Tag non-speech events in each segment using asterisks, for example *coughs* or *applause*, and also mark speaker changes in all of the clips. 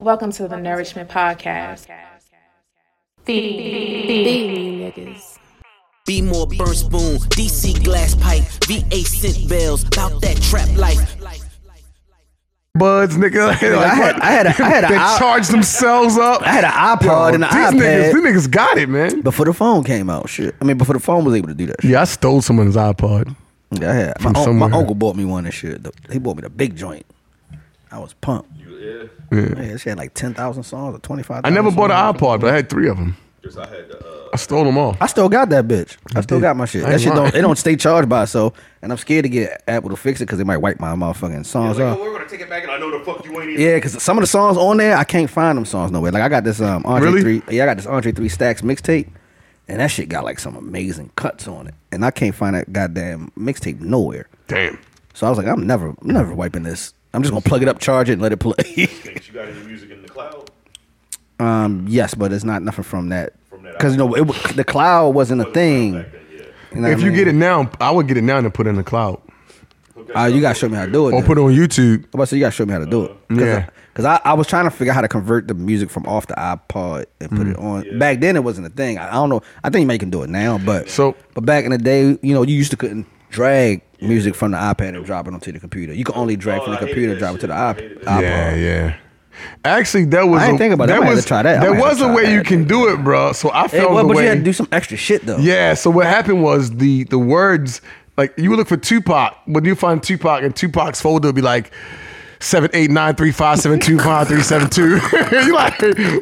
Speaker 1: Welcome to the Nourishment Podcast. Feed niggas.
Speaker 2: Be more burn spoon, DC glass pipe, VA scent bells, about that trap life.
Speaker 3: buds, nigga. *laughs*
Speaker 4: I had- I had a- I had a-
Speaker 3: they charged themselves up.
Speaker 4: I had an iPod and
Speaker 3: these
Speaker 4: an iPad.
Speaker 3: Niggas, these niggas got it, man.
Speaker 4: Before the phone came out, shit. I mean, before the phone was able to do that shit.
Speaker 3: Yeah, I stole someone's iPod.
Speaker 4: Yeah, I had. My,
Speaker 3: From
Speaker 4: un- my
Speaker 3: somewhere.
Speaker 4: uncle bought me one and shit. The- He bought me the big joint. I was pumped. Yeah. Man, she had like 10,000 songs or 25,000.
Speaker 3: I never bought an
Speaker 4: songs.
Speaker 3: iPod, but I had three of them. I stole them all.
Speaker 4: I still got that bitch. I still
Speaker 3: did.
Speaker 4: got my shit.
Speaker 3: I
Speaker 4: That
Speaker 3: ain't
Speaker 4: shit
Speaker 3: lying.
Speaker 4: don't it don't stay charged by itself, and I'm scared to get Apple to fix it because they might wipe my motherfucking songs off.
Speaker 5: oh, we're gonna take it back, and I know the fuck you ain't
Speaker 4: Yeah, because some of the songs on there, I can't find them songs nowhere. Like I got this um Andre
Speaker 3: Really?
Speaker 4: three, yeah, I got this Andre three stacks mixtape, and that shit got like some amazing cuts on it, and I can't find that goddamn mixtape nowhere.
Speaker 3: Damn.
Speaker 4: So I was like, I'm never, I'm never wiping this. I'm just gonna plug it up, charge it, and let it play. *laughs*
Speaker 5: Think you got any music in the cloud?
Speaker 4: um, yes, but it's not nothing from that
Speaker 5: From that
Speaker 4: because you know it, wa- the cloud wasn't a thing.
Speaker 5: Back then, yeah.
Speaker 4: know what
Speaker 3: if
Speaker 4: I
Speaker 3: you
Speaker 4: mean?
Speaker 3: get it now, I would get it now and put it in the cloud
Speaker 4: uh, you gotta show me how to do it.
Speaker 3: or
Speaker 4: then.
Speaker 3: put it on YouTube.
Speaker 4: Well, so you gotta show me how to do it. Cause
Speaker 3: Yeah.
Speaker 4: Because I, I was trying to figure out how to convert the music from off the iPod and put it
Speaker 3: Mm.
Speaker 4: on. Back then, it wasn't a thing. I, I don't know. I think you can do it now, but
Speaker 3: So-
Speaker 4: but back in the day, you know, you used to couldn't drag music from the iPad and drop it onto the computer. You could only drag
Speaker 5: Oh,
Speaker 4: from the
Speaker 5: I hated
Speaker 4: computer and
Speaker 5: that
Speaker 4: drop it to the
Speaker 5: shit. I hated
Speaker 4: iP-
Speaker 5: that
Speaker 4: iPod.
Speaker 3: Yeah, yeah. Actually, that was
Speaker 4: I ain't
Speaker 3: a-
Speaker 4: think about that. I might have
Speaker 3: was
Speaker 4: to try that. I
Speaker 3: There
Speaker 4: might have
Speaker 3: was
Speaker 4: to
Speaker 3: a
Speaker 4: try
Speaker 3: way
Speaker 4: that.
Speaker 3: you can do it, bro. So I
Speaker 4: Hey,
Speaker 3: found
Speaker 4: well,
Speaker 3: the
Speaker 4: but
Speaker 3: way.
Speaker 4: you had to do some extra shit though.
Speaker 3: Yeah. So what happened was the the words like you would look for Tupac, but you find Tupac and Tupac's folder would be like seven eight nine three five seven two five three seven two. *laughs* You like you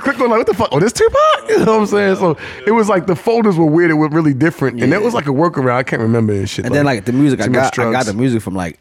Speaker 3: click on like what the fuck? Oh, this Tupac? *laughs* You know what I'm saying? So it was like the folders were weird. It were really different, and that was like a workaround. I can't remember this shit.
Speaker 4: And then like the music, I
Speaker 3: too much
Speaker 4: got I
Speaker 3: drugs.
Speaker 4: got the music from like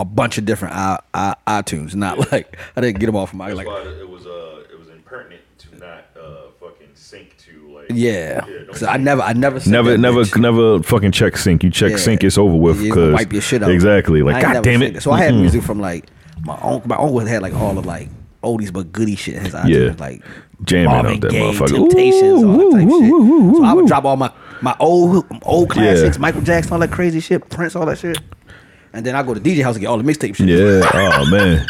Speaker 4: a bunch of different i, I iTunes. Not *laughs* like I didn't get them all from my
Speaker 5: That's
Speaker 4: like.
Speaker 5: why it was uh, it was impertinent to not uh, fucking sync to like.
Speaker 4: Yeah,
Speaker 5: don't
Speaker 4: because I
Speaker 5: sync.
Speaker 4: never, I never, sent
Speaker 6: Never,
Speaker 4: that
Speaker 6: never,
Speaker 4: bitch.
Speaker 6: never fucking check sync. You check
Speaker 4: Yeah.
Speaker 6: sync, it's over with.
Speaker 4: Yeah, it's gonna
Speaker 6: Cause
Speaker 4: wipe your shit up.
Speaker 6: Exactly.
Speaker 4: I
Speaker 6: Like,
Speaker 4: ain't
Speaker 6: god
Speaker 4: never
Speaker 6: damn
Speaker 4: seen
Speaker 6: it.
Speaker 4: So I had
Speaker 6: Mm-mm.
Speaker 4: music from like my uncle. My uncle had like all of like oldies but goodie shit. in His iTunes,
Speaker 6: Yeah.
Speaker 4: like
Speaker 6: Jamming
Speaker 4: Marvin
Speaker 6: out that
Speaker 4: Gaye,
Speaker 6: motherfucker.
Speaker 4: Temptations, all that
Speaker 6: Ooh,
Speaker 4: type
Speaker 6: ooh,
Speaker 4: shit.
Speaker 6: ooh, ooh,
Speaker 4: so I would
Speaker 6: ooh.
Speaker 4: drop all my my old old classics,
Speaker 6: Yeah.
Speaker 4: Michael Jackson, all that crazy shit, Prince, all that shit. And then I go to DJ house and get all the mixtape shit.
Speaker 6: *laughs* Yeah. Oh man.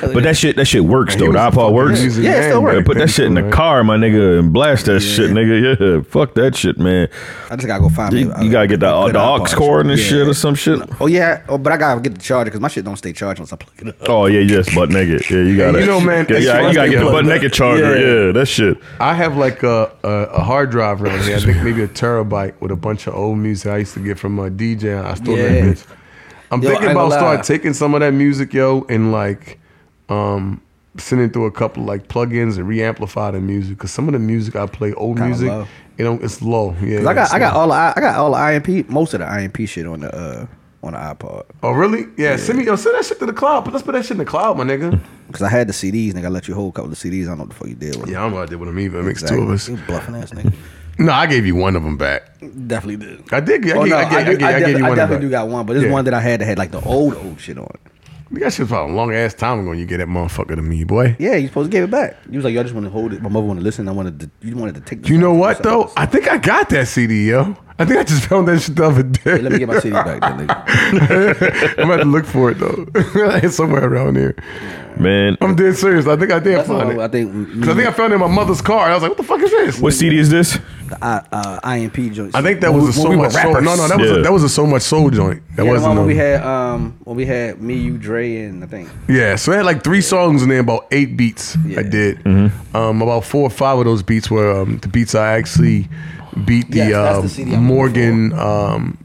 Speaker 6: But that shit, that shit works though. The iPod works.
Speaker 3: Music
Speaker 4: Yeah, it still
Speaker 3: man,
Speaker 4: works.
Speaker 3: back
Speaker 6: Put
Speaker 3: then,
Speaker 6: that shit in the
Speaker 3: man.
Speaker 6: car, my nigga, and blast that shit, nigga. Yeah, fuck that shit, man.
Speaker 4: I just gotta go find.
Speaker 6: You,
Speaker 4: me a-
Speaker 6: you gotta get the,
Speaker 4: a
Speaker 6: uh,
Speaker 4: good
Speaker 6: the
Speaker 4: iPod
Speaker 6: aux cord and
Speaker 4: Yeah.
Speaker 6: shit or some shit.
Speaker 4: Oh yeah, oh, but I gotta get the charger because my shit don't stay charged once I plug it up.
Speaker 6: Oh yeah, yes, butt naked. Yeah, you gotta.
Speaker 3: You know, man,
Speaker 6: Yeah,
Speaker 3: it's
Speaker 6: yeah,
Speaker 3: fun
Speaker 6: you gotta
Speaker 3: to
Speaker 6: get a
Speaker 3: plug
Speaker 6: butt
Speaker 3: up.
Speaker 6: naked charger.
Speaker 3: Yeah.
Speaker 6: Yeah. that shit.
Speaker 3: I have like a, a, a hard drive around here. I think maybe a terabyte with a bunch of old music I used to get from a DJ. I stole
Speaker 4: Yeah.
Speaker 3: that bitch. I'm
Speaker 4: Yo, I
Speaker 3: thinking
Speaker 4: ain't
Speaker 3: about
Speaker 4: gonna
Speaker 3: start
Speaker 4: lie.
Speaker 3: taking some of that music, yo, and like um sending through a couple like plugins and reamplify the music because some of the music I play, old
Speaker 4: Kinda
Speaker 3: music,
Speaker 4: low.
Speaker 3: you know, it's low. Yeah,
Speaker 4: 'Cause I got,
Speaker 3: it's
Speaker 4: I got
Speaker 3: low.
Speaker 4: all, the, I I got all the IMP, most of the IMP shit on the uh on the iPod.
Speaker 3: Oh really? Yeah, send me yo, send that shit to the cloud. But let's put that shit in the cloud, my nigga.
Speaker 4: Cause I had the CDs, nigga. I let you hold a couple of CDs. I don't know what the fuck you did with.
Speaker 3: Yeah, I don't know what I did with them either. It makes
Speaker 4: Exactly.
Speaker 3: two of us.
Speaker 4: You bluffing ass nigga.
Speaker 3: No, I gave you one of them back.
Speaker 4: *laughs* Definitely did.
Speaker 3: I did. I,
Speaker 4: Oh,
Speaker 3: gave,
Speaker 4: no,
Speaker 3: I, gave,
Speaker 4: I,
Speaker 3: I,
Speaker 4: do-
Speaker 3: gave,
Speaker 4: I
Speaker 3: I gave
Speaker 4: defi-
Speaker 3: you
Speaker 4: I
Speaker 3: one.
Speaker 4: definitely
Speaker 3: of them
Speaker 4: do
Speaker 3: back.
Speaker 4: got one, but this
Speaker 3: Yeah.
Speaker 4: one that I had that had like the old old shit on. it.
Speaker 3: That shit was probably a long ass time ago. You get that motherfucker to me, boy.
Speaker 4: Yeah, you supposed to give it back. You was like, yo, I just want to hold it. My mother wanted to listen. I wanted to. You wanted to take. the
Speaker 3: You know
Speaker 4: song.
Speaker 3: what though? I think I got that CD, yo. I think I just *laughs* found that shit the other day.
Speaker 4: Hey, let me get my CD back, then, nigga.
Speaker 3: *laughs* I'm about to look for it though. *laughs* it's somewhere around here.
Speaker 6: Man,
Speaker 3: I'm dead serious. I think I did
Speaker 4: That's
Speaker 3: find
Speaker 4: what
Speaker 3: it.
Speaker 4: I, I think.
Speaker 3: Cause I think I found it in my mother's car. I was like, "What the fuck is this?"
Speaker 6: what CD is this?
Speaker 4: I, uh, IMP joints.
Speaker 3: I think that
Speaker 4: When
Speaker 3: was a
Speaker 4: we-
Speaker 3: so
Speaker 4: when we were
Speaker 3: much soul. No,
Speaker 4: rappers.
Speaker 3: no, that was a,
Speaker 6: Yeah.
Speaker 3: that was a so much soul joint. That
Speaker 4: yeah, the
Speaker 3: wasn't.
Speaker 4: one when we
Speaker 3: um,
Speaker 4: had um when we had me, you, Dre, and I think
Speaker 3: Yeah, so it had like three songs and then about eight beats.
Speaker 4: Yeah.
Speaker 3: I did.
Speaker 6: Mm-hmm.
Speaker 3: Um, about four or five of those beats were um, the beats I actually beat the,
Speaker 4: Yes, that's the
Speaker 3: um,
Speaker 4: CD I'm looking
Speaker 3: Morgan. Um,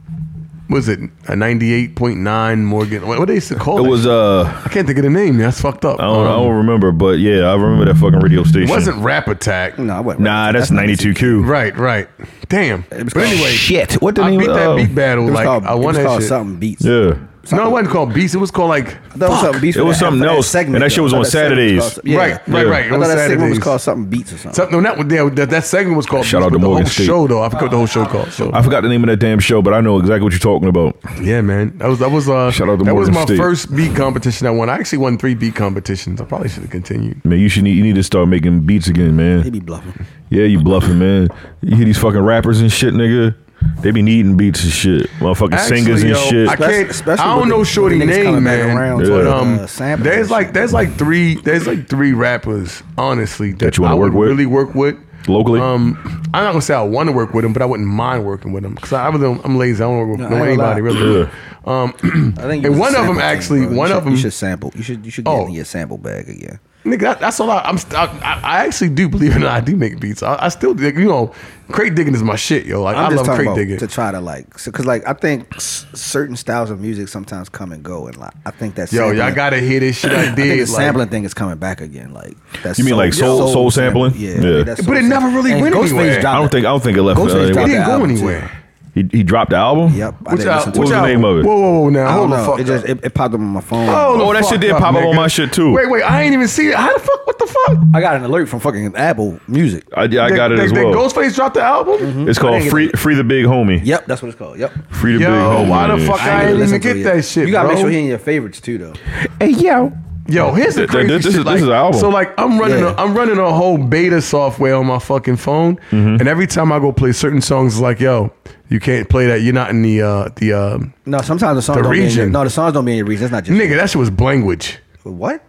Speaker 3: was it a ninety-eight point nine Morgan? What, what they used to
Speaker 6: It
Speaker 3: call it?
Speaker 6: was uh.
Speaker 3: I can't think of the name. That's fucked up.
Speaker 6: I don't, I
Speaker 3: Um,
Speaker 6: don't remember, but yeah, I remember that fucking radio station.
Speaker 3: it wasn't Rap Attack.
Speaker 4: no, I wasn't.
Speaker 6: Nah, that's ninety two Q.
Speaker 3: Right, right. Damn.
Speaker 4: was
Speaker 3: But
Speaker 4: called-
Speaker 3: anyway,
Speaker 6: Shit, what the
Speaker 3: I
Speaker 6: name?
Speaker 3: beat that
Speaker 6: of- uh,
Speaker 3: beat battle.
Speaker 4: It was
Speaker 3: Like
Speaker 4: called,
Speaker 3: I won
Speaker 4: it was
Speaker 3: that
Speaker 4: called
Speaker 3: shit.
Speaker 4: something beats.
Speaker 6: Yeah.
Speaker 3: No, it wasn't called Beats. It was called like.
Speaker 4: That was something beats.
Speaker 6: It
Speaker 4: for
Speaker 6: was
Speaker 4: that-
Speaker 6: something
Speaker 4: for that
Speaker 6: else, and that shit was
Speaker 4: I thought
Speaker 6: on
Speaker 4: segment
Speaker 6: Saturdays.
Speaker 4: called some- yeah.
Speaker 3: Right, right, right. It
Speaker 4: I
Speaker 3: was
Speaker 4: thought that segment was
Speaker 3: Saturdays.
Speaker 4: called something beats or something.
Speaker 3: Something, no, not with yeah, that. That segment was called.
Speaker 6: Shout out
Speaker 3: Beats,
Speaker 6: to
Speaker 3: but the
Speaker 6: Morgan
Speaker 3: whole
Speaker 6: State.
Speaker 3: show though. I forgot the whole show called. So
Speaker 6: I forgot the name of that damn show, but I know exactly what you're talking about.
Speaker 3: yeah, man, that was that was uh,
Speaker 6: Shout out to
Speaker 3: that was
Speaker 6: Morgan
Speaker 3: my
Speaker 6: State.
Speaker 3: first beat competition I won. I actually won three beat competitions. I probably should have continued.
Speaker 6: Man, you should need you need to start making beats again,
Speaker 4: He
Speaker 6: man.
Speaker 4: be bluffing.
Speaker 6: Yeah, you bluffing, man. You hear these fucking rappers and shit, nigga. They be needing beats and shit. Motherfucking
Speaker 3: Actually,
Speaker 6: singers and
Speaker 3: yo,
Speaker 6: shit.
Speaker 3: I can't.
Speaker 4: Especially
Speaker 3: I
Speaker 4: with
Speaker 3: don't
Speaker 4: the-
Speaker 3: know
Speaker 4: with
Speaker 3: Shorty
Speaker 4: the niggas
Speaker 3: name,
Speaker 4: coming back
Speaker 3: man.
Speaker 4: around
Speaker 6: to,
Speaker 3: But
Speaker 6: uh,
Speaker 3: um,
Speaker 4: samples
Speaker 3: there's
Speaker 4: and
Speaker 3: like
Speaker 4: shit.
Speaker 3: there's like three there's like three rappers, honestly, that,
Speaker 6: you wanna
Speaker 3: I
Speaker 6: work
Speaker 3: would
Speaker 6: with?
Speaker 3: really work with.
Speaker 6: Locally?
Speaker 3: Um, I'm not gonna say I want to work with them, but I wouldn't mind working with them because I really don't, I'm lazy. I don't work with
Speaker 4: I
Speaker 3: no,
Speaker 4: ain't
Speaker 3: anybody
Speaker 4: gonna
Speaker 3: really. Um,
Speaker 6: Yeah.
Speaker 4: I think
Speaker 3: And
Speaker 4: you
Speaker 3: one
Speaker 4: should
Speaker 3: of 'em
Speaker 4: sample
Speaker 3: actually-
Speaker 4: things, bro. You
Speaker 3: one
Speaker 4: should-
Speaker 3: of 'em-
Speaker 4: You should sample. You should. You should get
Speaker 3: Oh.
Speaker 4: in your sample bag again.
Speaker 3: Nigga, that, that's all I, I'm. st- I, I- I actually do believe it or not. I do make beats. I, I still, dig you know, crate digging is my shit, yo. Like
Speaker 4: I'm
Speaker 3: i
Speaker 4: just
Speaker 3: love
Speaker 4: talking
Speaker 3: crate
Speaker 4: about
Speaker 3: digging.
Speaker 4: to try to like, so, cause like I think s- certain styles of music sometimes come and go, and like I think that
Speaker 3: Yo, y'all
Speaker 4: sampling-
Speaker 3: gotta hear this shit I
Speaker 4: I think
Speaker 3: did.
Speaker 4: the
Speaker 3: like-
Speaker 4: sampling thing is coming back again. Like that's
Speaker 6: You mean like soul- soul sampling?
Speaker 4: Yeah,
Speaker 6: Yeah.
Speaker 4: I mean, that's
Speaker 3: But
Speaker 4: soul
Speaker 3: it never
Speaker 4: sampling.
Speaker 3: really
Speaker 4: And
Speaker 3: went
Speaker 4: Ghostface
Speaker 3: anywhere.
Speaker 6: I
Speaker 4: dropped
Speaker 6: don't
Speaker 4: it.
Speaker 6: think I don't think it left.
Speaker 4: Ghostface
Speaker 6: uh,
Speaker 3: it
Speaker 4: dropped
Speaker 6: anywhere.
Speaker 3: didn't
Speaker 4: that
Speaker 3: go
Speaker 4: album,
Speaker 3: anywhere.
Speaker 6: He, he dropped the album.
Speaker 4: Yep, I
Speaker 3: Which
Speaker 4: didn't
Speaker 3: al-
Speaker 4: listen to
Speaker 3: which
Speaker 6: What was
Speaker 4: it.
Speaker 6: the
Speaker 3: al-
Speaker 6: name of it?
Speaker 3: Whoa, whoa, whoa!
Speaker 4: I
Speaker 3: Now
Speaker 4: don't
Speaker 3: hold the
Speaker 4: know.
Speaker 3: fuck.
Speaker 4: It
Speaker 3: up.
Speaker 4: just it, it popped up on my phone.
Speaker 3: Hold
Speaker 6: Oh,
Speaker 3: the
Speaker 6: that shit
Speaker 3: fuck
Speaker 6: did
Speaker 3: up,
Speaker 6: pop up on
Speaker 3: nigga.
Speaker 6: my shit, too.
Speaker 3: Wait, wait, I ain't even see it. How the fuck? What the fuck?
Speaker 4: I got an alert from fucking Apple Music.
Speaker 6: I, I got
Speaker 3: That-
Speaker 6: it as
Speaker 3: that-
Speaker 6: well. Mm-hmm.
Speaker 3: that Ghostface dropped the album.
Speaker 6: it's called
Speaker 4: didn't get
Speaker 6: Free Free the Big Homie.
Speaker 4: Yep, that's what it's called. Yep.
Speaker 6: Free the
Speaker 3: Yo,
Speaker 6: Big Homie.
Speaker 3: why the fuck I
Speaker 4: even
Speaker 3: ain't even
Speaker 4: listened to
Speaker 3: get
Speaker 4: it yet.
Speaker 3: that shit.
Speaker 4: You gotta
Speaker 3: bro.
Speaker 4: make sure he in your favorites too, though.
Speaker 3: Hey yo. Yo, here's the
Speaker 6: Th- th-
Speaker 3: crazy
Speaker 6: this is-
Speaker 3: shit.
Speaker 6: this
Speaker 3: like,
Speaker 6: is an album.
Speaker 3: So like, I'm running,
Speaker 4: Yeah.
Speaker 3: a, I'm running a whole beta software on my fucking phone,
Speaker 6: Mm-hmm.
Speaker 3: and every time I go play certain songs, it's like, yo, you can't play that. You're not in the uh, the uh,
Speaker 4: No, sometimes the songs
Speaker 3: The
Speaker 4: don't be in your,
Speaker 3: region.
Speaker 4: no, the songs don't be in your region. That's not just
Speaker 3: nigga. That shit was language.
Speaker 4: what?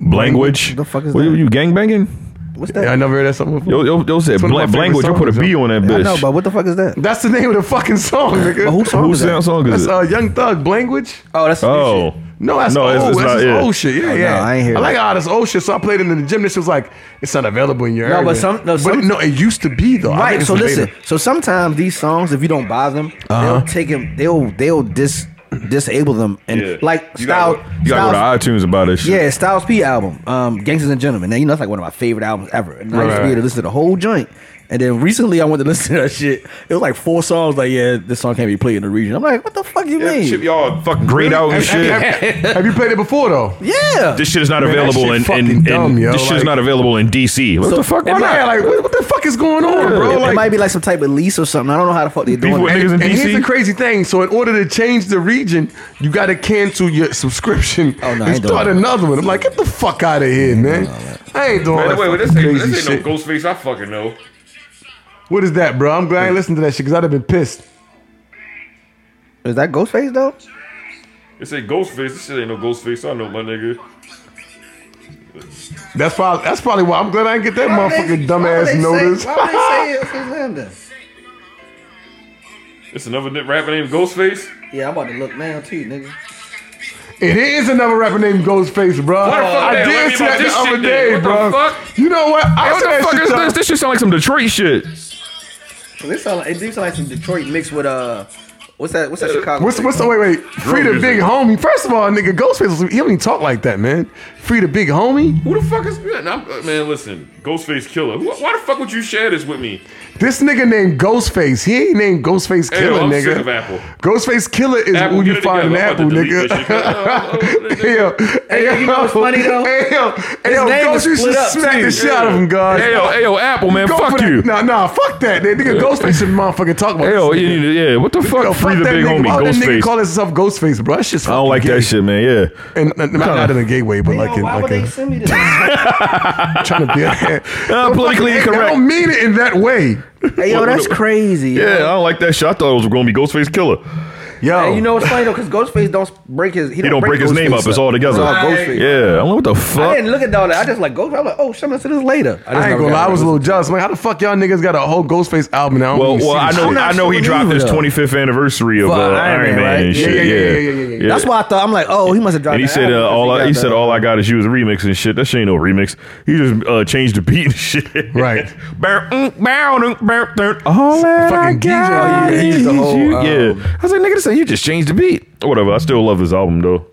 Speaker 6: Language.
Speaker 4: The fuck is
Speaker 6: what,
Speaker 4: that?
Speaker 6: You gangbanging?
Speaker 4: What's that?
Speaker 3: I never heard that something before.
Speaker 6: Yo, yo, yo said
Speaker 3: It's one of my
Speaker 6: blank,
Speaker 3: favorite
Speaker 6: language. You put a
Speaker 3: songs,
Speaker 6: B
Speaker 3: yo.
Speaker 6: on that bitch.
Speaker 4: I know, but what the fuck is that?
Speaker 3: That's the name of the fucking song, nigga.
Speaker 4: But who song
Speaker 6: Who
Speaker 4: is that?
Speaker 6: sound song is
Speaker 3: That's
Speaker 6: it?
Speaker 3: uh, Young Thug, language.
Speaker 4: Oh, that's oh.
Speaker 6: oh.
Speaker 3: No, that's
Speaker 6: No,
Speaker 3: old.
Speaker 6: it's- it's
Speaker 3: that's
Speaker 6: not
Speaker 3: just
Speaker 6: it.
Speaker 3: old shit. Yeah,
Speaker 4: Oh, no,
Speaker 3: yeah.
Speaker 4: I ain't hear
Speaker 3: like
Speaker 4: that.
Speaker 3: all this old shit. So I played it in the gym. This was like, it's not available in your
Speaker 4: No,
Speaker 3: area.
Speaker 4: but some- no, some-
Speaker 3: no, it used to be though. I think
Speaker 4: Right.
Speaker 3: it's
Speaker 4: So
Speaker 3: later.
Speaker 4: listen. So sometimes these songs, if you don't buy them,
Speaker 3: Uh-huh.
Speaker 4: they'll take them. They'll they'll dis disable them and
Speaker 6: Yeah.
Speaker 4: like
Speaker 6: you
Speaker 4: style.
Speaker 6: Gotta, go- you gotta go to iTunes about this shit.
Speaker 4: Yeah, Styles P album, um, Gangsters and Gentlemen. Now you know that's like one of my favorite albums ever. And I used to
Speaker 3: Right.
Speaker 4: be able to listen to the whole joint. And then recently I went to *laughs* listen to that shit. It was like four songs. Like yeah, this song can't be played in the region. I'm like, what the fuck you
Speaker 6: Yeah,
Speaker 4: mean?
Speaker 6: shit, y'all fucking grayed out and shit.
Speaker 3: Have, have you played it before though?
Speaker 4: yeah.
Speaker 6: This shit is not
Speaker 3: Man, that
Speaker 6: available
Speaker 3: shit
Speaker 6: in,
Speaker 3: fucking
Speaker 6: in, in
Speaker 3: dumb, yo,
Speaker 6: this shit is
Speaker 3: like-
Speaker 6: not available in DC. What the fuck?
Speaker 3: Why
Speaker 6: Why
Speaker 3: not?
Speaker 6: not?
Speaker 3: Like, what, what the fuck is going on, bro?
Speaker 4: it,
Speaker 3: Like,
Speaker 4: might be like some type of lease or something. I don't know how the fuck they're
Speaker 6: Beef
Speaker 4: doing
Speaker 6: with
Speaker 4: it.
Speaker 6: niggas in
Speaker 3: and here's the
Speaker 6: DC.
Speaker 3: crazy thing. So in order to change the region, you got to cancel your subscription
Speaker 4: Oh, no, I
Speaker 3: and
Speaker 4: ain't doing
Speaker 3: start
Speaker 4: that.
Speaker 3: another one. I'm like, get the fuck out of here, man. I ain't doing that fucking crazy shit.
Speaker 5: Ghostface I fucking know.
Speaker 3: what is that, bro? I'm glad I ain't listened to that shit because I'd have been pissed.
Speaker 4: Is that Ghostface though?
Speaker 5: This ain't Ghostface. This shit ain't no Ghostface. I know, my nigga.
Speaker 3: That's probably that's probably why I'm glad I didn't get that motherfucking dumbass notice.
Speaker 6: *laughs*
Speaker 5: It's another ni- rapper named Ghostface.
Speaker 4: Yeah, I'm about to look now too, nigga.
Speaker 3: It is another rapper named Ghostface, bro.
Speaker 5: What the fuck
Speaker 3: I
Speaker 5: that? Let
Speaker 3: did
Speaker 5: me
Speaker 3: see
Speaker 5: know
Speaker 3: that the
Speaker 5: this
Speaker 3: other
Speaker 5: shit then.
Speaker 3: day,
Speaker 5: What the
Speaker 3: bro.
Speaker 5: fuck?
Speaker 3: You know what? I
Speaker 6: What
Speaker 3: said
Speaker 6: the
Speaker 3: that
Speaker 6: fuck
Speaker 3: shit
Speaker 6: is
Speaker 3: to-
Speaker 6: this? This shit sound like some Detroit shit.
Speaker 4: It sound like it do sound like some Detroit mixed with uh, what's that? What's that Chicago?
Speaker 3: What's what's the wait wait? Free the
Speaker 6: music.
Speaker 3: big homie. First of all, nigga, Ghostface was- he don't even talk like that, man. Free the big homie.
Speaker 5: Who the fuck is that? Nah, I'm- uh, man, listen, Ghostface Killer. Who, why the fuck would you share this with me?
Speaker 3: This nigga named Ghostface. He ain't named Ghostface
Speaker 5: Hey,
Speaker 3: Killer,
Speaker 5: I'm
Speaker 3: nigga.
Speaker 5: sick of Apple.
Speaker 3: Ghostface Killer is
Speaker 5: Apple,
Speaker 3: who
Speaker 5: get
Speaker 3: you
Speaker 5: it
Speaker 3: find in
Speaker 5: together. I'm
Speaker 3: Apple,
Speaker 5: about to delete
Speaker 3: nigga. *laughs*
Speaker 5: this shit.
Speaker 3: Hey, yo,
Speaker 4: Hey, you know what's funny, though?
Speaker 3: Hey, yo, hey, yo,
Speaker 4: name
Speaker 3: Ghost,
Speaker 4: was
Speaker 3: you should
Speaker 4: split up,
Speaker 3: smack
Speaker 4: too.
Speaker 3: the shit out of him, guys.
Speaker 6: Hey yo, hey yo, Apple man,
Speaker 3: Go
Speaker 6: fuck
Speaker 3: for
Speaker 6: you.
Speaker 3: That. Nah, nah, fuck that. That nigga Ghostface should motherfucking talk about
Speaker 6: Hey yo,
Speaker 3: this
Speaker 6: you
Speaker 3: nigga.
Speaker 6: need to- yeah, what the fuck?
Speaker 3: Yo,
Speaker 6: Free
Speaker 3: fuck
Speaker 6: the
Speaker 3: that
Speaker 6: big
Speaker 3: nigga.
Speaker 6: homie,
Speaker 3: Why would that nigga
Speaker 6: Ghostface.
Speaker 3: call himself Ghostface, bro? That shit's
Speaker 6: I don't like that shit, man. Yeah.
Speaker 3: And uh, not, not in a gay way, but like, in, like a,
Speaker 4: send me this?
Speaker 3: trying to be *laughs* a,
Speaker 6: Uh, politically
Speaker 3: Hey, I
Speaker 6: incorrect.
Speaker 3: don't mean it in that way.
Speaker 4: hey, yo, that's crazy.
Speaker 6: Yeah, I don't like that shit. I thought it was gonna be Ghostface Killer.
Speaker 3: Yo,
Speaker 4: Hey, you know what's funny though? Because Ghostface don't break his he don't,
Speaker 6: Oh. He don't break his name
Speaker 4: Ghostface
Speaker 6: up. It's all together.
Speaker 4: It's all Ghostface.
Speaker 6: Yeah, I don't know what the
Speaker 4: I
Speaker 6: fuck.
Speaker 4: didn't look at all that. I just like Ghostface. I'm like, oh, shit, I'm gonna listen to this later.
Speaker 3: I ain't gonna lie, I was a little jealous. I'm like, how the fuck y'all niggas got a whole Ghostface album now?
Speaker 6: Well, well, I know,
Speaker 4: I'm not
Speaker 6: I know he
Speaker 4: sure
Speaker 6: dropped
Speaker 4: either,
Speaker 6: his
Speaker 4: though.
Speaker 6: 25th anniversary of uh,
Speaker 4: For
Speaker 6: Iron, Man, and
Speaker 4: Yeah,
Speaker 6: shit.
Speaker 3: yeah,
Speaker 6: Yeah,
Speaker 3: yeah, yeah, yeah, yeah, yeah.
Speaker 4: That's why I thought I'm like, oh, he must have dropped.
Speaker 6: And he
Speaker 4: that
Speaker 6: said,
Speaker 4: album
Speaker 6: uh,
Speaker 4: because
Speaker 6: "All I,
Speaker 4: got
Speaker 6: he
Speaker 4: the-
Speaker 6: said, all I got is you is remix and shit. That shit ain't no remix. He just uh, changed the beat and *laughs* shit.
Speaker 3: Right.
Speaker 6: Bow, mm, bow, mm, bow, mm. all that I
Speaker 3: fucking DJ.
Speaker 6: got
Speaker 4: He used
Speaker 6: is
Speaker 4: the whole,
Speaker 6: you.
Speaker 4: um,
Speaker 6: yeah. I was like, nigga, this ain't- you just changed the beat. Whatever. I still love this album though.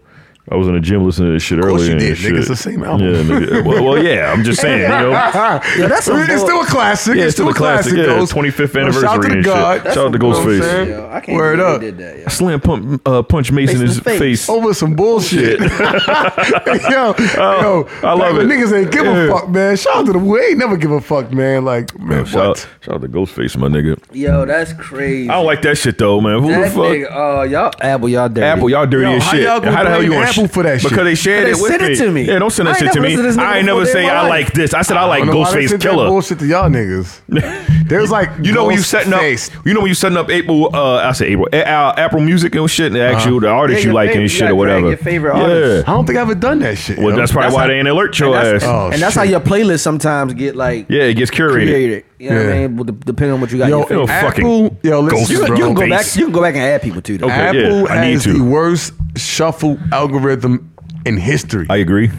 Speaker 6: I was in the gym listening to this shit earlier.
Speaker 3: course you
Speaker 6: and
Speaker 3: did,
Speaker 6: shit.
Speaker 3: nigga. It's the same album.
Speaker 6: Yeah, nigga. Well, well, yeah. I'm just saying. You
Speaker 3: *laughs*
Speaker 6: know.
Speaker 4: Yeah, that's some
Speaker 3: it's still a classic.
Speaker 6: Yeah,
Speaker 3: it's still a classic.
Speaker 6: yeah,
Speaker 3: Ghost.
Speaker 6: 25th
Speaker 3: Yo, Shout out
Speaker 6: anniversary
Speaker 3: to
Speaker 6: and
Speaker 3: God.
Speaker 6: shit. Shout out to
Speaker 3: You know what I'm
Speaker 6: Ghostface.
Speaker 3: saying?
Speaker 4: bullshit, yo. I can't
Speaker 3: Word
Speaker 4: Word
Speaker 3: up.
Speaker 4: up. did that. Yo.
Speaker 6: Slam pump, uh, punch Mason in
Speaker 4: Face Oh,
Speaker 6: his
Speaker 4: to face.
Speaker 6: face.
Speaker 3: Over some
Speaker 4: *laughs*
Speaker 3: bullshit. yo, *laughs* yo,
Speaker 6: Oh, I
Speaker 3: like,
Speaker 6: love it.
Speaker 3: Niggas ain't give a
Speaker 6: Yeah.
Speaker 3: fuck, man. Shout out to the we ain't never give a fuck, man. Like, man,
Speaker 6: Man, shout, out,
Speaker 3: what?
Speaker 6: shout out to Ghostface, my nigga.
Speaker 4: Yo, that's crazy.
Speaker 6: I don't like that shit though, man. Who
Speaker 4: that
Speaker 6: the fuck?
Speaker 4: nigga. Uh, y'all, Apple, y'all dirty.
Speaker 6: Apple, y'all dirty
Speaker 3: Yo,
Speaker 6: as
Speaker 3: how
Speaker 6: shit.
Speaker 3: y'all
Speaker 6: How,
Speaker 3: gonna
Speaker 6: the hell
Speaker 3: blame
Speaker 6: you on
Speaker 3: Apple Apple for that shit.
Speaker 6: because they shared
Speaker 4: They
Speaker 6: it with
Speaker 4: sent it
Speaker 6: me.
Speaker 4: to me.
Speaker 6: Yeah, don't send
Speaker 4: I
Speaker 6: that
Speaker 4: ain't
Speaker 6: shit to
Speaker 4: never
Speaker 6: me.
Speaker 4: listened to this nigga
Speaker 6: I ain't
Speaker 4: before
Speaker 6: never
Speaker 4: in
Speaker 6: say
Speaker 4: my
Speaker 6: I
Speaker 4: life.
Speaker 6: like this. I said I like
Speaker 3: don't know why they
Speaker 6: Ghostface
Speaker 3: sent that
Speaker 6: Killer.
Speaker 3: bullshit to y'all
Speaker 6: *laughs*
Speaker 3: niggas. There was like
Speaker 6: You know when you setting up,
Speaker 3: Ghostface.
Speaker 6: you know when you setting up April, uh, I say April, A- uh, Apple Music and shit, and
Speaker 3: Uh-huh.
Speaker 6: actual the
Speaker 4: Yeah,
Speaker 6: artists you
Speaker 4: your
Speaker 6: like
Speaker 4: favorite-
Speaker 6: and
Speaker 4: you
Speaker 6: shit
Speaker 4: gotta
Speaker 6: or
Speaker 4: drag
Speaker 6: whatever.
Speaker 4: your favorite
Speaker 6: yeah.
Speaker 4: artists.
Speaker 3: I don't think I've ever done that shit.
Speaker 6: Well,
Speaker 3: yo.
Speaker 6: that's probably
Speaker 4: That's
Speaker 6: why
Speaker 4: how-
Speaker 6: they ain't alert your
Speaker 4: that's,
Speaker 6: ass.
Speaker 3: Oh,
Speaker 4: and that's how
Speaker 3: shit.
Speaker 4: your playlist sometimes get like
Speaker 6: yeah, it gets curated.
Speaker 4: created. You know what I
Speaker 3: Yeah.
Speaker 4: mean? Well, de- depending on what you got. in
Speaker 3: Yo,
Speaker 4: your
Speaker 6: Yo,
Speaker 4: favorite.
Speaker 6: fucking
Speaker 3: Apple. Yo,
Speaker 6: ghost,
Speaker 3: listen,
Speaker 4: you, can,
Speaker 6: bro.
Speaker 4: you can go
Speaker 6: Face.
Speaker 4: back. You can go back and add people too. though.
Speaker 6: Okay. yeah,
Speaker 3: Apple
Speaker 6: I need
Speaker 3: has
Speaker 6: to.
Speaker 3: the worst shuffle algorithm in history.
Speaker 6: I agree.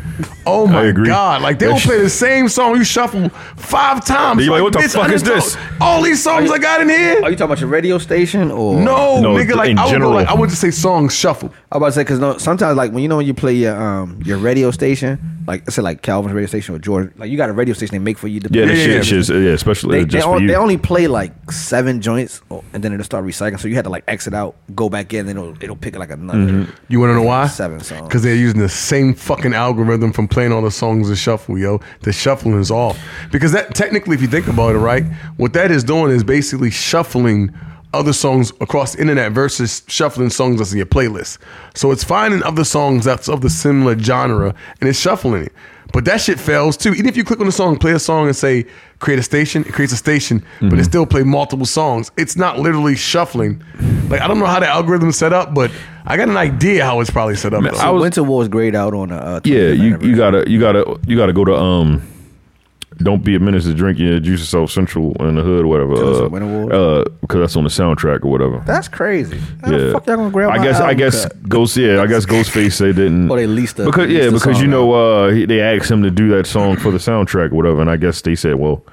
Speaker 3: oh my
Speaker 6: agree.
Speaker 3: god! Like they will
Speaker 6: That
Speaker 3: play
Speaker 6: shit-
Speaker 3: the same song you shuffle five times.
Speaker 6: You're like, what the
Speaker 3: bitch,
Speaker 6: fuck
Speaker 3: I done
Speaker 6: is this?
Speaker 3: told- All these songs I got in here.
Speaker 4: Are you talking about your radio station or
Speaker 3: no,
Speaker 6: No,
Speaker 3: nigga. Like
Speaker 6: in
Speaker 3: I would go
Speaker 6: general.
Speaker 3: like I would just say song shuffle.
Speaker 4: I was about to say because no, sometimes like when you know when you play your um your radio station, like I said like Calvin's radio station or Jordan, like you got a radio station they make for you. To
Speaker 6: Yeah, that
Speaker 3: yeah,
Speaker 6: shit,
Speaker 3: yeah.
Speaker 6: shit is- yeah, especially
Speaker 4: They,
Speaker 6: uh,
Speaker 4: they,
Speaker 6: just
Speaker 4: on-
Speaker 6: for you.
Speaker 4: they only play like seven joints, oh, and then it'll start recycling. So you had to like exit out, go back in, and it'll it'll pick like another.
Speaker 6: Mm-hmm.
Speaker 3: You want to know why?
Speaker 4: Seven songs.
Speaker 3: Because they're using the same fucking algorithm from playing all the songs to shuffle, yo. The shuffling is off. Because that technically, if you think about it, right, what that is doing is basically shuffling other songs across the internet versus shuffling songs that's in your playlist. So it's finding other songs that's of the similar genre and it's shuffling it. But that shit fails too. Even if you click on the song, play a song, and say create a station, it creates a station, but
Speaker 6: Mm-hmm.
Speaker 3: it still play multiple songs. It's not literally shuffling. Like I don't know how the algorithm's set up, but I got an idea how it's probably set up.
Speaker 6: Man,
Speaker 3: though.
Speaker 6: I was-
Speaker 4: Winter War was grayed out on a uh, 25th
Speaker 6: Yeah, you, you
Speaker 4: anniversary.
Speaker 6: gotta you gotta you gotta go to um. Don't be a menace to drinking your juice of South Central in the hood or whatever.
Speaker 4: Tell us
Speaker 6: Uh,
Speaker 4: the Winter Wars.
Speaker 6: uh, because that's on the soundtrack or whatever.
Speaker 4: That's crazy. How the
Speaker 6: yeah.
Speaker 4: fuck y'all gonna grab?
Speaker 6: I
Speaker 4: my
Speaker 6: guess I
Speaker 4: album
Speaker 6: guess
Speaker 4: cut?
Speaker 6: Ghost yeah,
Speaker 4: *laughs*
Speaker 6: I guess Ghostface they didn't
Speaker 4: Or they leased the-
Speaker 6: because yeah,
Speaker 4: leased the
Speaker 6: because you
Speaker 4: song
Speaker 6: know uh he, they asked him to do that song for the soundtrack or whatever and I guess they said, well,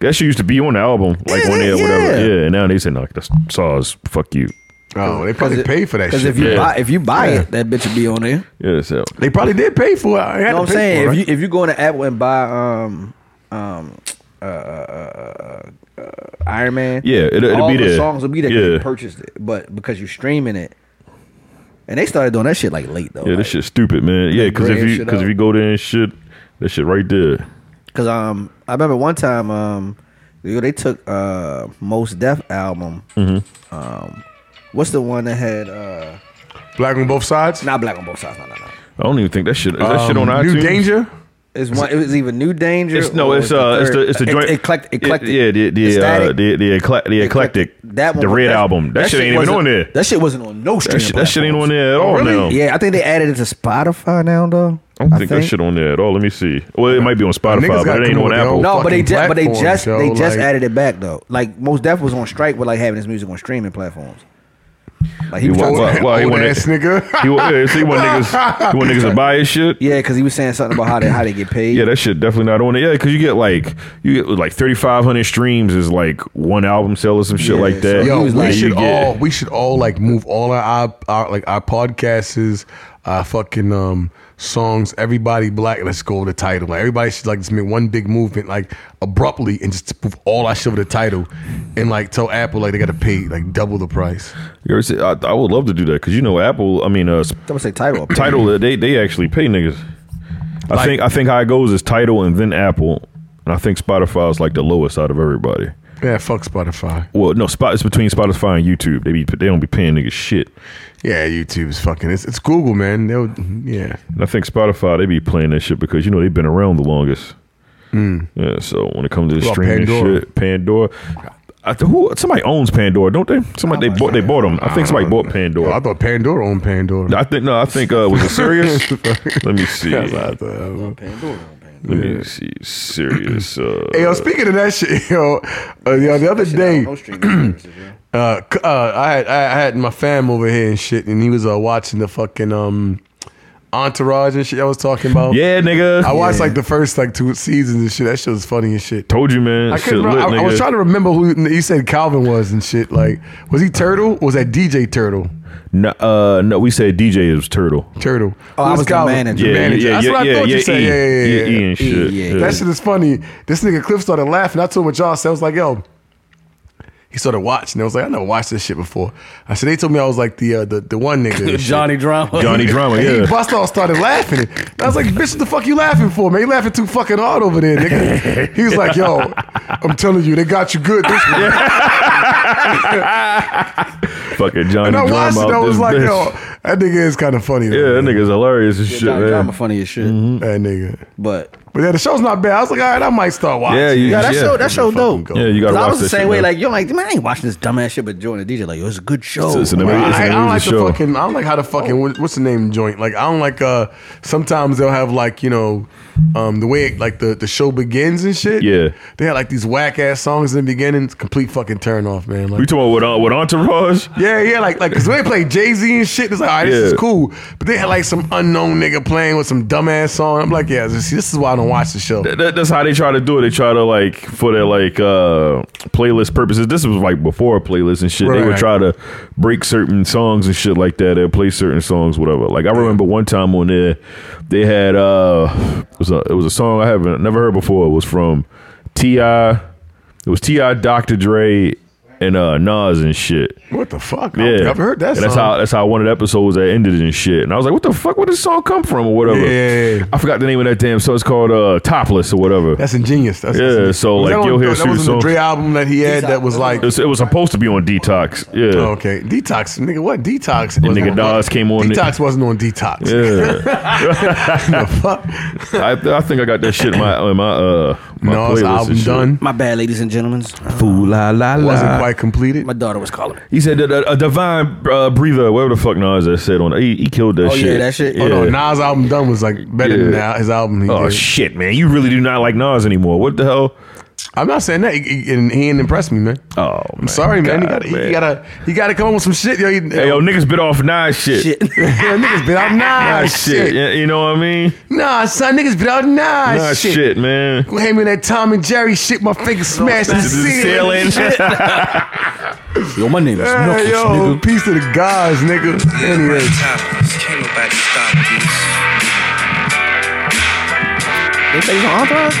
Speaker 6: that shit used to be on the album like
Speaker 4: Yeah,
Speaker 6: on there or whatever.
Speaker 4: yeah.
Speaker 6: Yeah, and now they said, no, that's SARS, fuck you.
Speaker 3: oh, they probably
Speaker 4: it-
Speaker 3: paid for that shit.
Speaker 4: if you
Speaker 6: Yeah.
Speaker 4: buy if you buy
Speaker 3: Yeah.
Speaker 4: it, that bitch will be on there.
Speaker 6: Yeah, that's it.
Speaker 3: they probably did pay for it. I had
Speaker 4: You know
Speaker 3: to
Speaker 4: what I'm
Speaker 3: pay
Speaker 4: saying?
Speaker 3: for it,
Speaker 4: If you
Speaker 3: right?
Speaker 4: if you go into Apple and buy um um uh, uh, uh, uh, Iron Man,
Speaker 6: Yeah, it- it'll
Speaker 4: all
Speaker 6: be
Speaker 4: the
Speaker 6: there.
Speaker 4: songs will be there. 'cause You
Speaker 6: Yeah.
Speaker 4: purchased it, but because you're streaming it, and they started doing that shit like late though.
Speaker 6: Yeah, this shit's stupid, man. Yeah, because if
Speaker 4: grab
Speaker 6: you
Speaker 4: shit
Speaker 6: because
Speaker 4: up.
Speaker 6: if you go there and shit, that shit right there.
Speaker 4: Because um, I remember one time um, yo, they took uh Most Def album.
Speaker 6: Mm-hmm.
Speaker 4: Um, what's the one that had uh
Speaker 3: Black on both sides.
Speaker 4: not Black on Both Sides? No, no, no.
Speaker 6: I don't even think that shit is that shit on
Speaker 3: Um,
Speaker 6: iTunes.
Speaker 3: New danger.
Speaker 4: It's one. It was even New Danger.
Speaker 6: It's no,
Speaker 4: or
Speaker 6: it's
Speaker 4: the
Speaker 6: uh, it's
Speaker 4: third-
Speaker 6: the it's the joint.
Speaker 4: eclect-
Speaker 6: it-
Speaker 4: eclectic.
Speaker 6: yeah, the the uh,
Speaker 4: Ecstatic.
Speaker 6: the the, eclec- the eclectic.
Speaker 4: That one,
Speaker 6: the
Speaker 4: was-
Speaker 6: red album. That, shit ain't even
Speaker 4: wasn't-
Speaker 6: on there.
Speaker 4: That shit wasn't on no streaming.
Speaker 6: That shit, that shit ain't on
Speaker 4: platforms.
Speaker 6: there at all now.
Speaker 4: Yeah, I think they added it to Spotify now though.
Speaker 6: I don't think, that shit on there at all. Let me see. Well, it might be on Spotify,
Speaker 3: Niggas
Speaker 6: but
Speaker 3: gotta
Speaker 6: it ain't
Speaker 3: come
Speaker 6: on
Speaker 3: up with
Speaker 6: Apple.
Speaker 3: their own-
Speaker 4: No, but they
Speaker 3: fucking
Speaker 4: just but they
Speaker 3: platforms,
Speaker 4: just
Speaker 3: yo,
Speaker 4: they just
Speaker 3: like-
Speaker 4: added it back though. Like most Def was on strike with like having his music on streaming platforms. Like he
Speaker 6: He
Speaker 4: was
Speaker 6: wa-
Speaker 4: trying to-
Speaker 6: wa- wa- he
Speaker 3: old
Speaker 6: want
Speaker 3: ass
Speaker 6: that- *laughs*
Speaker 3: nigga.
Speaker 6: He want, yeah, so he want niggas, he want niggas to buy his shit.
Speaker 4: yeah, because he was saying something about how they how they get paid.
Speaker 6: Yeah, that shit definitely not on it. Yeah, because you get like you get like thirty five hundred streams is like one album sale or some shit
Speaker 4: Yeah,
Speaker 6: like
Speaker 4: so
Speaker 6: that.
Speaker 4: he
Speaker 3: Yo,
Speaker 4: was
Speaker 3: we
Speaker 4: like-
Speaker 6: you
Speaker 3: should
Speaker 6: get-
Speaker 3: all we should all like move all our, our, our like our podcasts, our fucking um songs. Everybody black. Let's go over the title. Like everybody should like just make one big movement like abruptly and just move all our shit over the title, and like tell Apple like they got to pay like double the price.
Speaker 6: You ever see- I, I would love to do that because you know Apple. I mean, uh,
Speaker 4: I'm gonna say title. up.
Speaker 6: title they they actually pay niggas. I
Speaker 3: Like-
Speaker 6: think I think how it goes is title and then Apple, and I think Spotify is like the lowest out of everybody.
Speaker 3: Yeah, fuck Spotify.
Speaker 6: Well, no, spot it's between Spotify and YouTube. They be they don't be paying niggas shit.
Speaker 3: Yeah, YouTube is fucking. It's, it's Google, man. They'll, yeah,
Speaker 6: And I think Spotify they be playing that shit because you know they've been around the longest. Yeah, so when it comes to the
Speaker 3: Well, Mm.
Speaker 6: streaming
Speaker 3: Pandora.
Speaker 6: shit, Pandora. I, th- who somebody owns Pandora, don't they? Somebody they bought they bought them. I think somebody bought Pandora.
Speaker 3: Yo, I thought Pandora owned Pandora.
Speaker 6: I think no, I think uh, was
Speaker 3: *laughs*
Speaker 6: it Sirius? Let me see.
Speaker 3: That's what I
Speaker 6: Let
Speaker 3: thought.
Speaker 6: me see. Sirius. Uh,
Speaker 3: *clears throat* Hey, yo, speaking of that shit, *laughs* yo, uh, yo the other day,
Speaker 4: No
Speaker 6: *coughs*
Speaker 4: streaming services, yeah.
Speaker 3: uh, c- uh, I had I had my fam over here and shit, and he was uh, watching the fucking um, Entourage and shit. I was talking about.
Speaker 6: yeah, nigga.
Speaker 3: I watched like the first like two seasons and shit. That shit was funny and shit.
Speaker 6: Told you, man.
Speaker 3: I
Speaker 6: shit
Speaker 3: couldn't.
Speaker 6: lit,
Speaker 3: remember I, I
Speaker 6: nigga.
Speaker 3: was trying to remember who you said Calvin was and shit. Like, was he Turtle? Or was that DJ Turtle?
Speaker 6: No, uh, no, we said DJ is Turtle.
Speaker 3: Turtle.
Speaker 4: Oh, I
Speaker 3: Who's
Speaker 4: was the manager.
Speaker 3: The
Speaker 6: Yeah,
Speaker 3: manager.
Speaker 6: yeah,
Speaker 3: That's
Speaker 6: yeah,
Speaker 3: what I
Speaker 6: yeah,
Speaker 3: thought
Speaker 6: yeah,
Speaker 3: you said.
Speaker 6: E.
Speaker 3: Yeah, yeah, yeah.
Speaker 6: Yeah, E and shit.
Speaker 4: yeah.
Speaker 6: Yeah.
Speaker 3: That shit is funny. This nigga Cliff started laughing. I told him what y'all said. I was like, yo. He started watching. I was like, I never watched this shit before. I said, they told me I was like the uh, the, the one
Speaker 4: *laughs*
Speaker 3: nigga. and shit.
Speaker 4: Johnny Drama.
Speaker 6: Johnny Drama,
Speaker 3: And he
Speaker 6: yeah.
Speaker 3: bust off started laughing. And I was like, bitch, what the fuck you laughing for, man? You laughing too fucking hard over there,
Speaker 6: *laughs*
Speaker 3: nigga. He was like, yo, I'm telling you, they got you good this one.
Speaker 6: Fucking Johnny
Speaker 3: And I
Speaker 6: Drama.
Speaker 3: watched it,
Speaker 6: out
Speaker 3: I was
Speaker 6: this
Speaker 3: like,
Speaker 6: bitch.
Speaker 3: yo, That nigga is kind of funny.
Speaker 6: Yeah,
Speaker 3: Though,
Speaker 6: that nigga's hilarious as shit,
Speaker 4: John Drama
Speaker 6: man. Mm-hmm.
Speaker 4: funny as shit.
Speaker 3: That nigga.
Speaker 4: But
Speaker 3: But yeah, the show's not bad. I was like, all right, I might start watching.
Speaker 6: Yeah, you,
Speaker 4: yeah, that
Speaker 6: yeah.
Speaker 4: show that show
Speaker 3: fucking
Speaker 4: dope.
Speaker 3: go.
Speaker 6: Yeah, you gotta
Speaker 4: 'Cause I
Speaker 6: watch
Speaker 4: was the
Speaker 6: this
Speaker 4: same
Speaker 6: shit,
Speaker 4: way.
Speaker 6: man.
Speaker 4: Like you're like, man, I ain't watching this dumbass shit. But joining the DJ, like, yo, it's a good show.
Speaker 6: It's an ama-
Speaker 3: Well,
Speaker 6: it's
Speaker 3: I, I
Speaker 6: an
Speaker 3: don't like
Speaker 6: amazing
Speaker 3: the
Speaker 6: show.
Speaker 3: fucking. I don't like how the fucking what- what's the name joint. Like I don't like. uh Sometimes they'll have like you know, um the way it, like the the show begins and shit.
Speaker 6: Yeah.
Speaker 3: they had like these whack ass songs in the beginning. It's a complete fucking turn off, man.
Speaker 6: We
Speaker 3: Like,
Speaker 6: talking about with, uh, with Entourage?
Speaker 3: yeah, yeah, like like because they play Jay Z and shit. It's like all right, this
Speaker 6: Yeah.
Speaker 3: is cool. But they had like some unknown nigga playing with some dumbass song. I'm like, yeah, this, this is why I don't watch the show.
Speaker 6: That- that- that's how they try to do it. They try to like for their like uh playlist purposes. This was like before playlists and shit. They would
Speaker 3: Right.
Speaker 6: try to break certain songs and shit like that. They'd play certain songs, whatever. Like I remember one time on there, they had uh it was a it was a song I haven't never heard before. It was from Ti. It was Ti, Dr. Dre, and uh Nas and shit.
Speaker 3: What the fuck? I don't
Speaker 6: Yeah,
Speaker 3: think I've heard that.
Speaker 6: And that's
Speaker 3: song.
Speaker 6: how that's how one of the episodes that ended and shit. And I was like, "What the fuck? Where did this song come from or whatever?"
Speaker 3: Yeah.
Speaker 6: I forgot the name of that damn. So it's called uh, Topless or whatever.
Speaker 3: That's ingenious. That's,
Speaker 6: Yeah,
Speaker 3: that's-
Speaker 6: so,
Speaker 3: was
Speaker 6: like,
Speaker 3: that
Speaker 6: you'll
Speaker 3: on, that
Speaker 6: hear
Speaker 3: was
Speaker 6: certain
Speaker 3: on the
Speaker 6: songs-
Speaker 3: Dre album that he had that was like
Speaker 6: It was, it was supposed to be on detox. Yeah.
Speaker 3: Oh, okay, detox, nigga. What detox?
Speaker 6: nigga Nas came on it.
Speaker 3: Detox wasn't on detox.
Speaker 6: Yeah.
Speaker 3: The fuck?
Speaker 6: I, I think I got that shit in my in my uh my
Speaker 3: Nas
Speaker 6: playlist
Speaker 3: album
Speaker 6: and shit.
Speaker 3: done
Speaker 4: my bad, ladies and gentlemen.
Speaker 6: Ooh, la, la, la.
Speaker 3: wasn't quite completed.
Speaker 4: My daughter was calling. me.
Speaker 6: He said that a, a divine uh, breather, whatever the fuck Nas that said on he, he killed that
Speaker 4: Oh, yeah,
Speaker 6: shit.
Speaker 4: that shit.
Speaker 6: Yeah.
Speaker 4: Oh,
Speaker 3: Oh no, Nas album done was like better than
Speaker 6: Yeah.
Speaker 3: that, his album. He
Speaker 6: Oh,
Speaker 3: did.
Speaker 6: shit, man! You really do not like Nas anymore. What the hell?
Speaker 3: I'm not saying that. He, he- and he didn't impress me, man.
Speaker 6: Oh, man.
Speaker 3: I'm sorry, man.
Speaker 6: God,
Speaker 3: he, gotta, he gotta, he gotta come up with some shit, yo. He, *laughs*
Speaker 6: Hey, yo, niggas bit off Nas shit.
Speaker 4: Shit.
Speaker 3: yeah, niggas been out
Speaker 6: Nas
Speaker 3: nah
Speaker 6: shit.
Speaker 3: shit.
Speaker 6: Yeah, You know what I mean?
Speaker 3: Nah, son, niggas been out nah,
Speaker 6: Nas shit,
Speaker 3: shit.
Speaker 6: man.
Speaker 3: Hand me that Tom and Jerry shit. My finger smashed in the
Speaker 6: This is
Speaker 3: ceiling.
Speaker 6: sailing.
Speaker 4: Yo, my name is
Speaker 3: Hey,
Speaker 4: Knuckles,
Speaker 3: yo,
Speaker 4: nigga.
Speaker 3: Oh, peace to the gods, nigga.
Speaker 6: *laughs*
Speaker 3: Anyway,
Speaker 7: Can't nobody stop this.
Speaker 4: They say he's on Entourage.
Speaker 6: *laughs*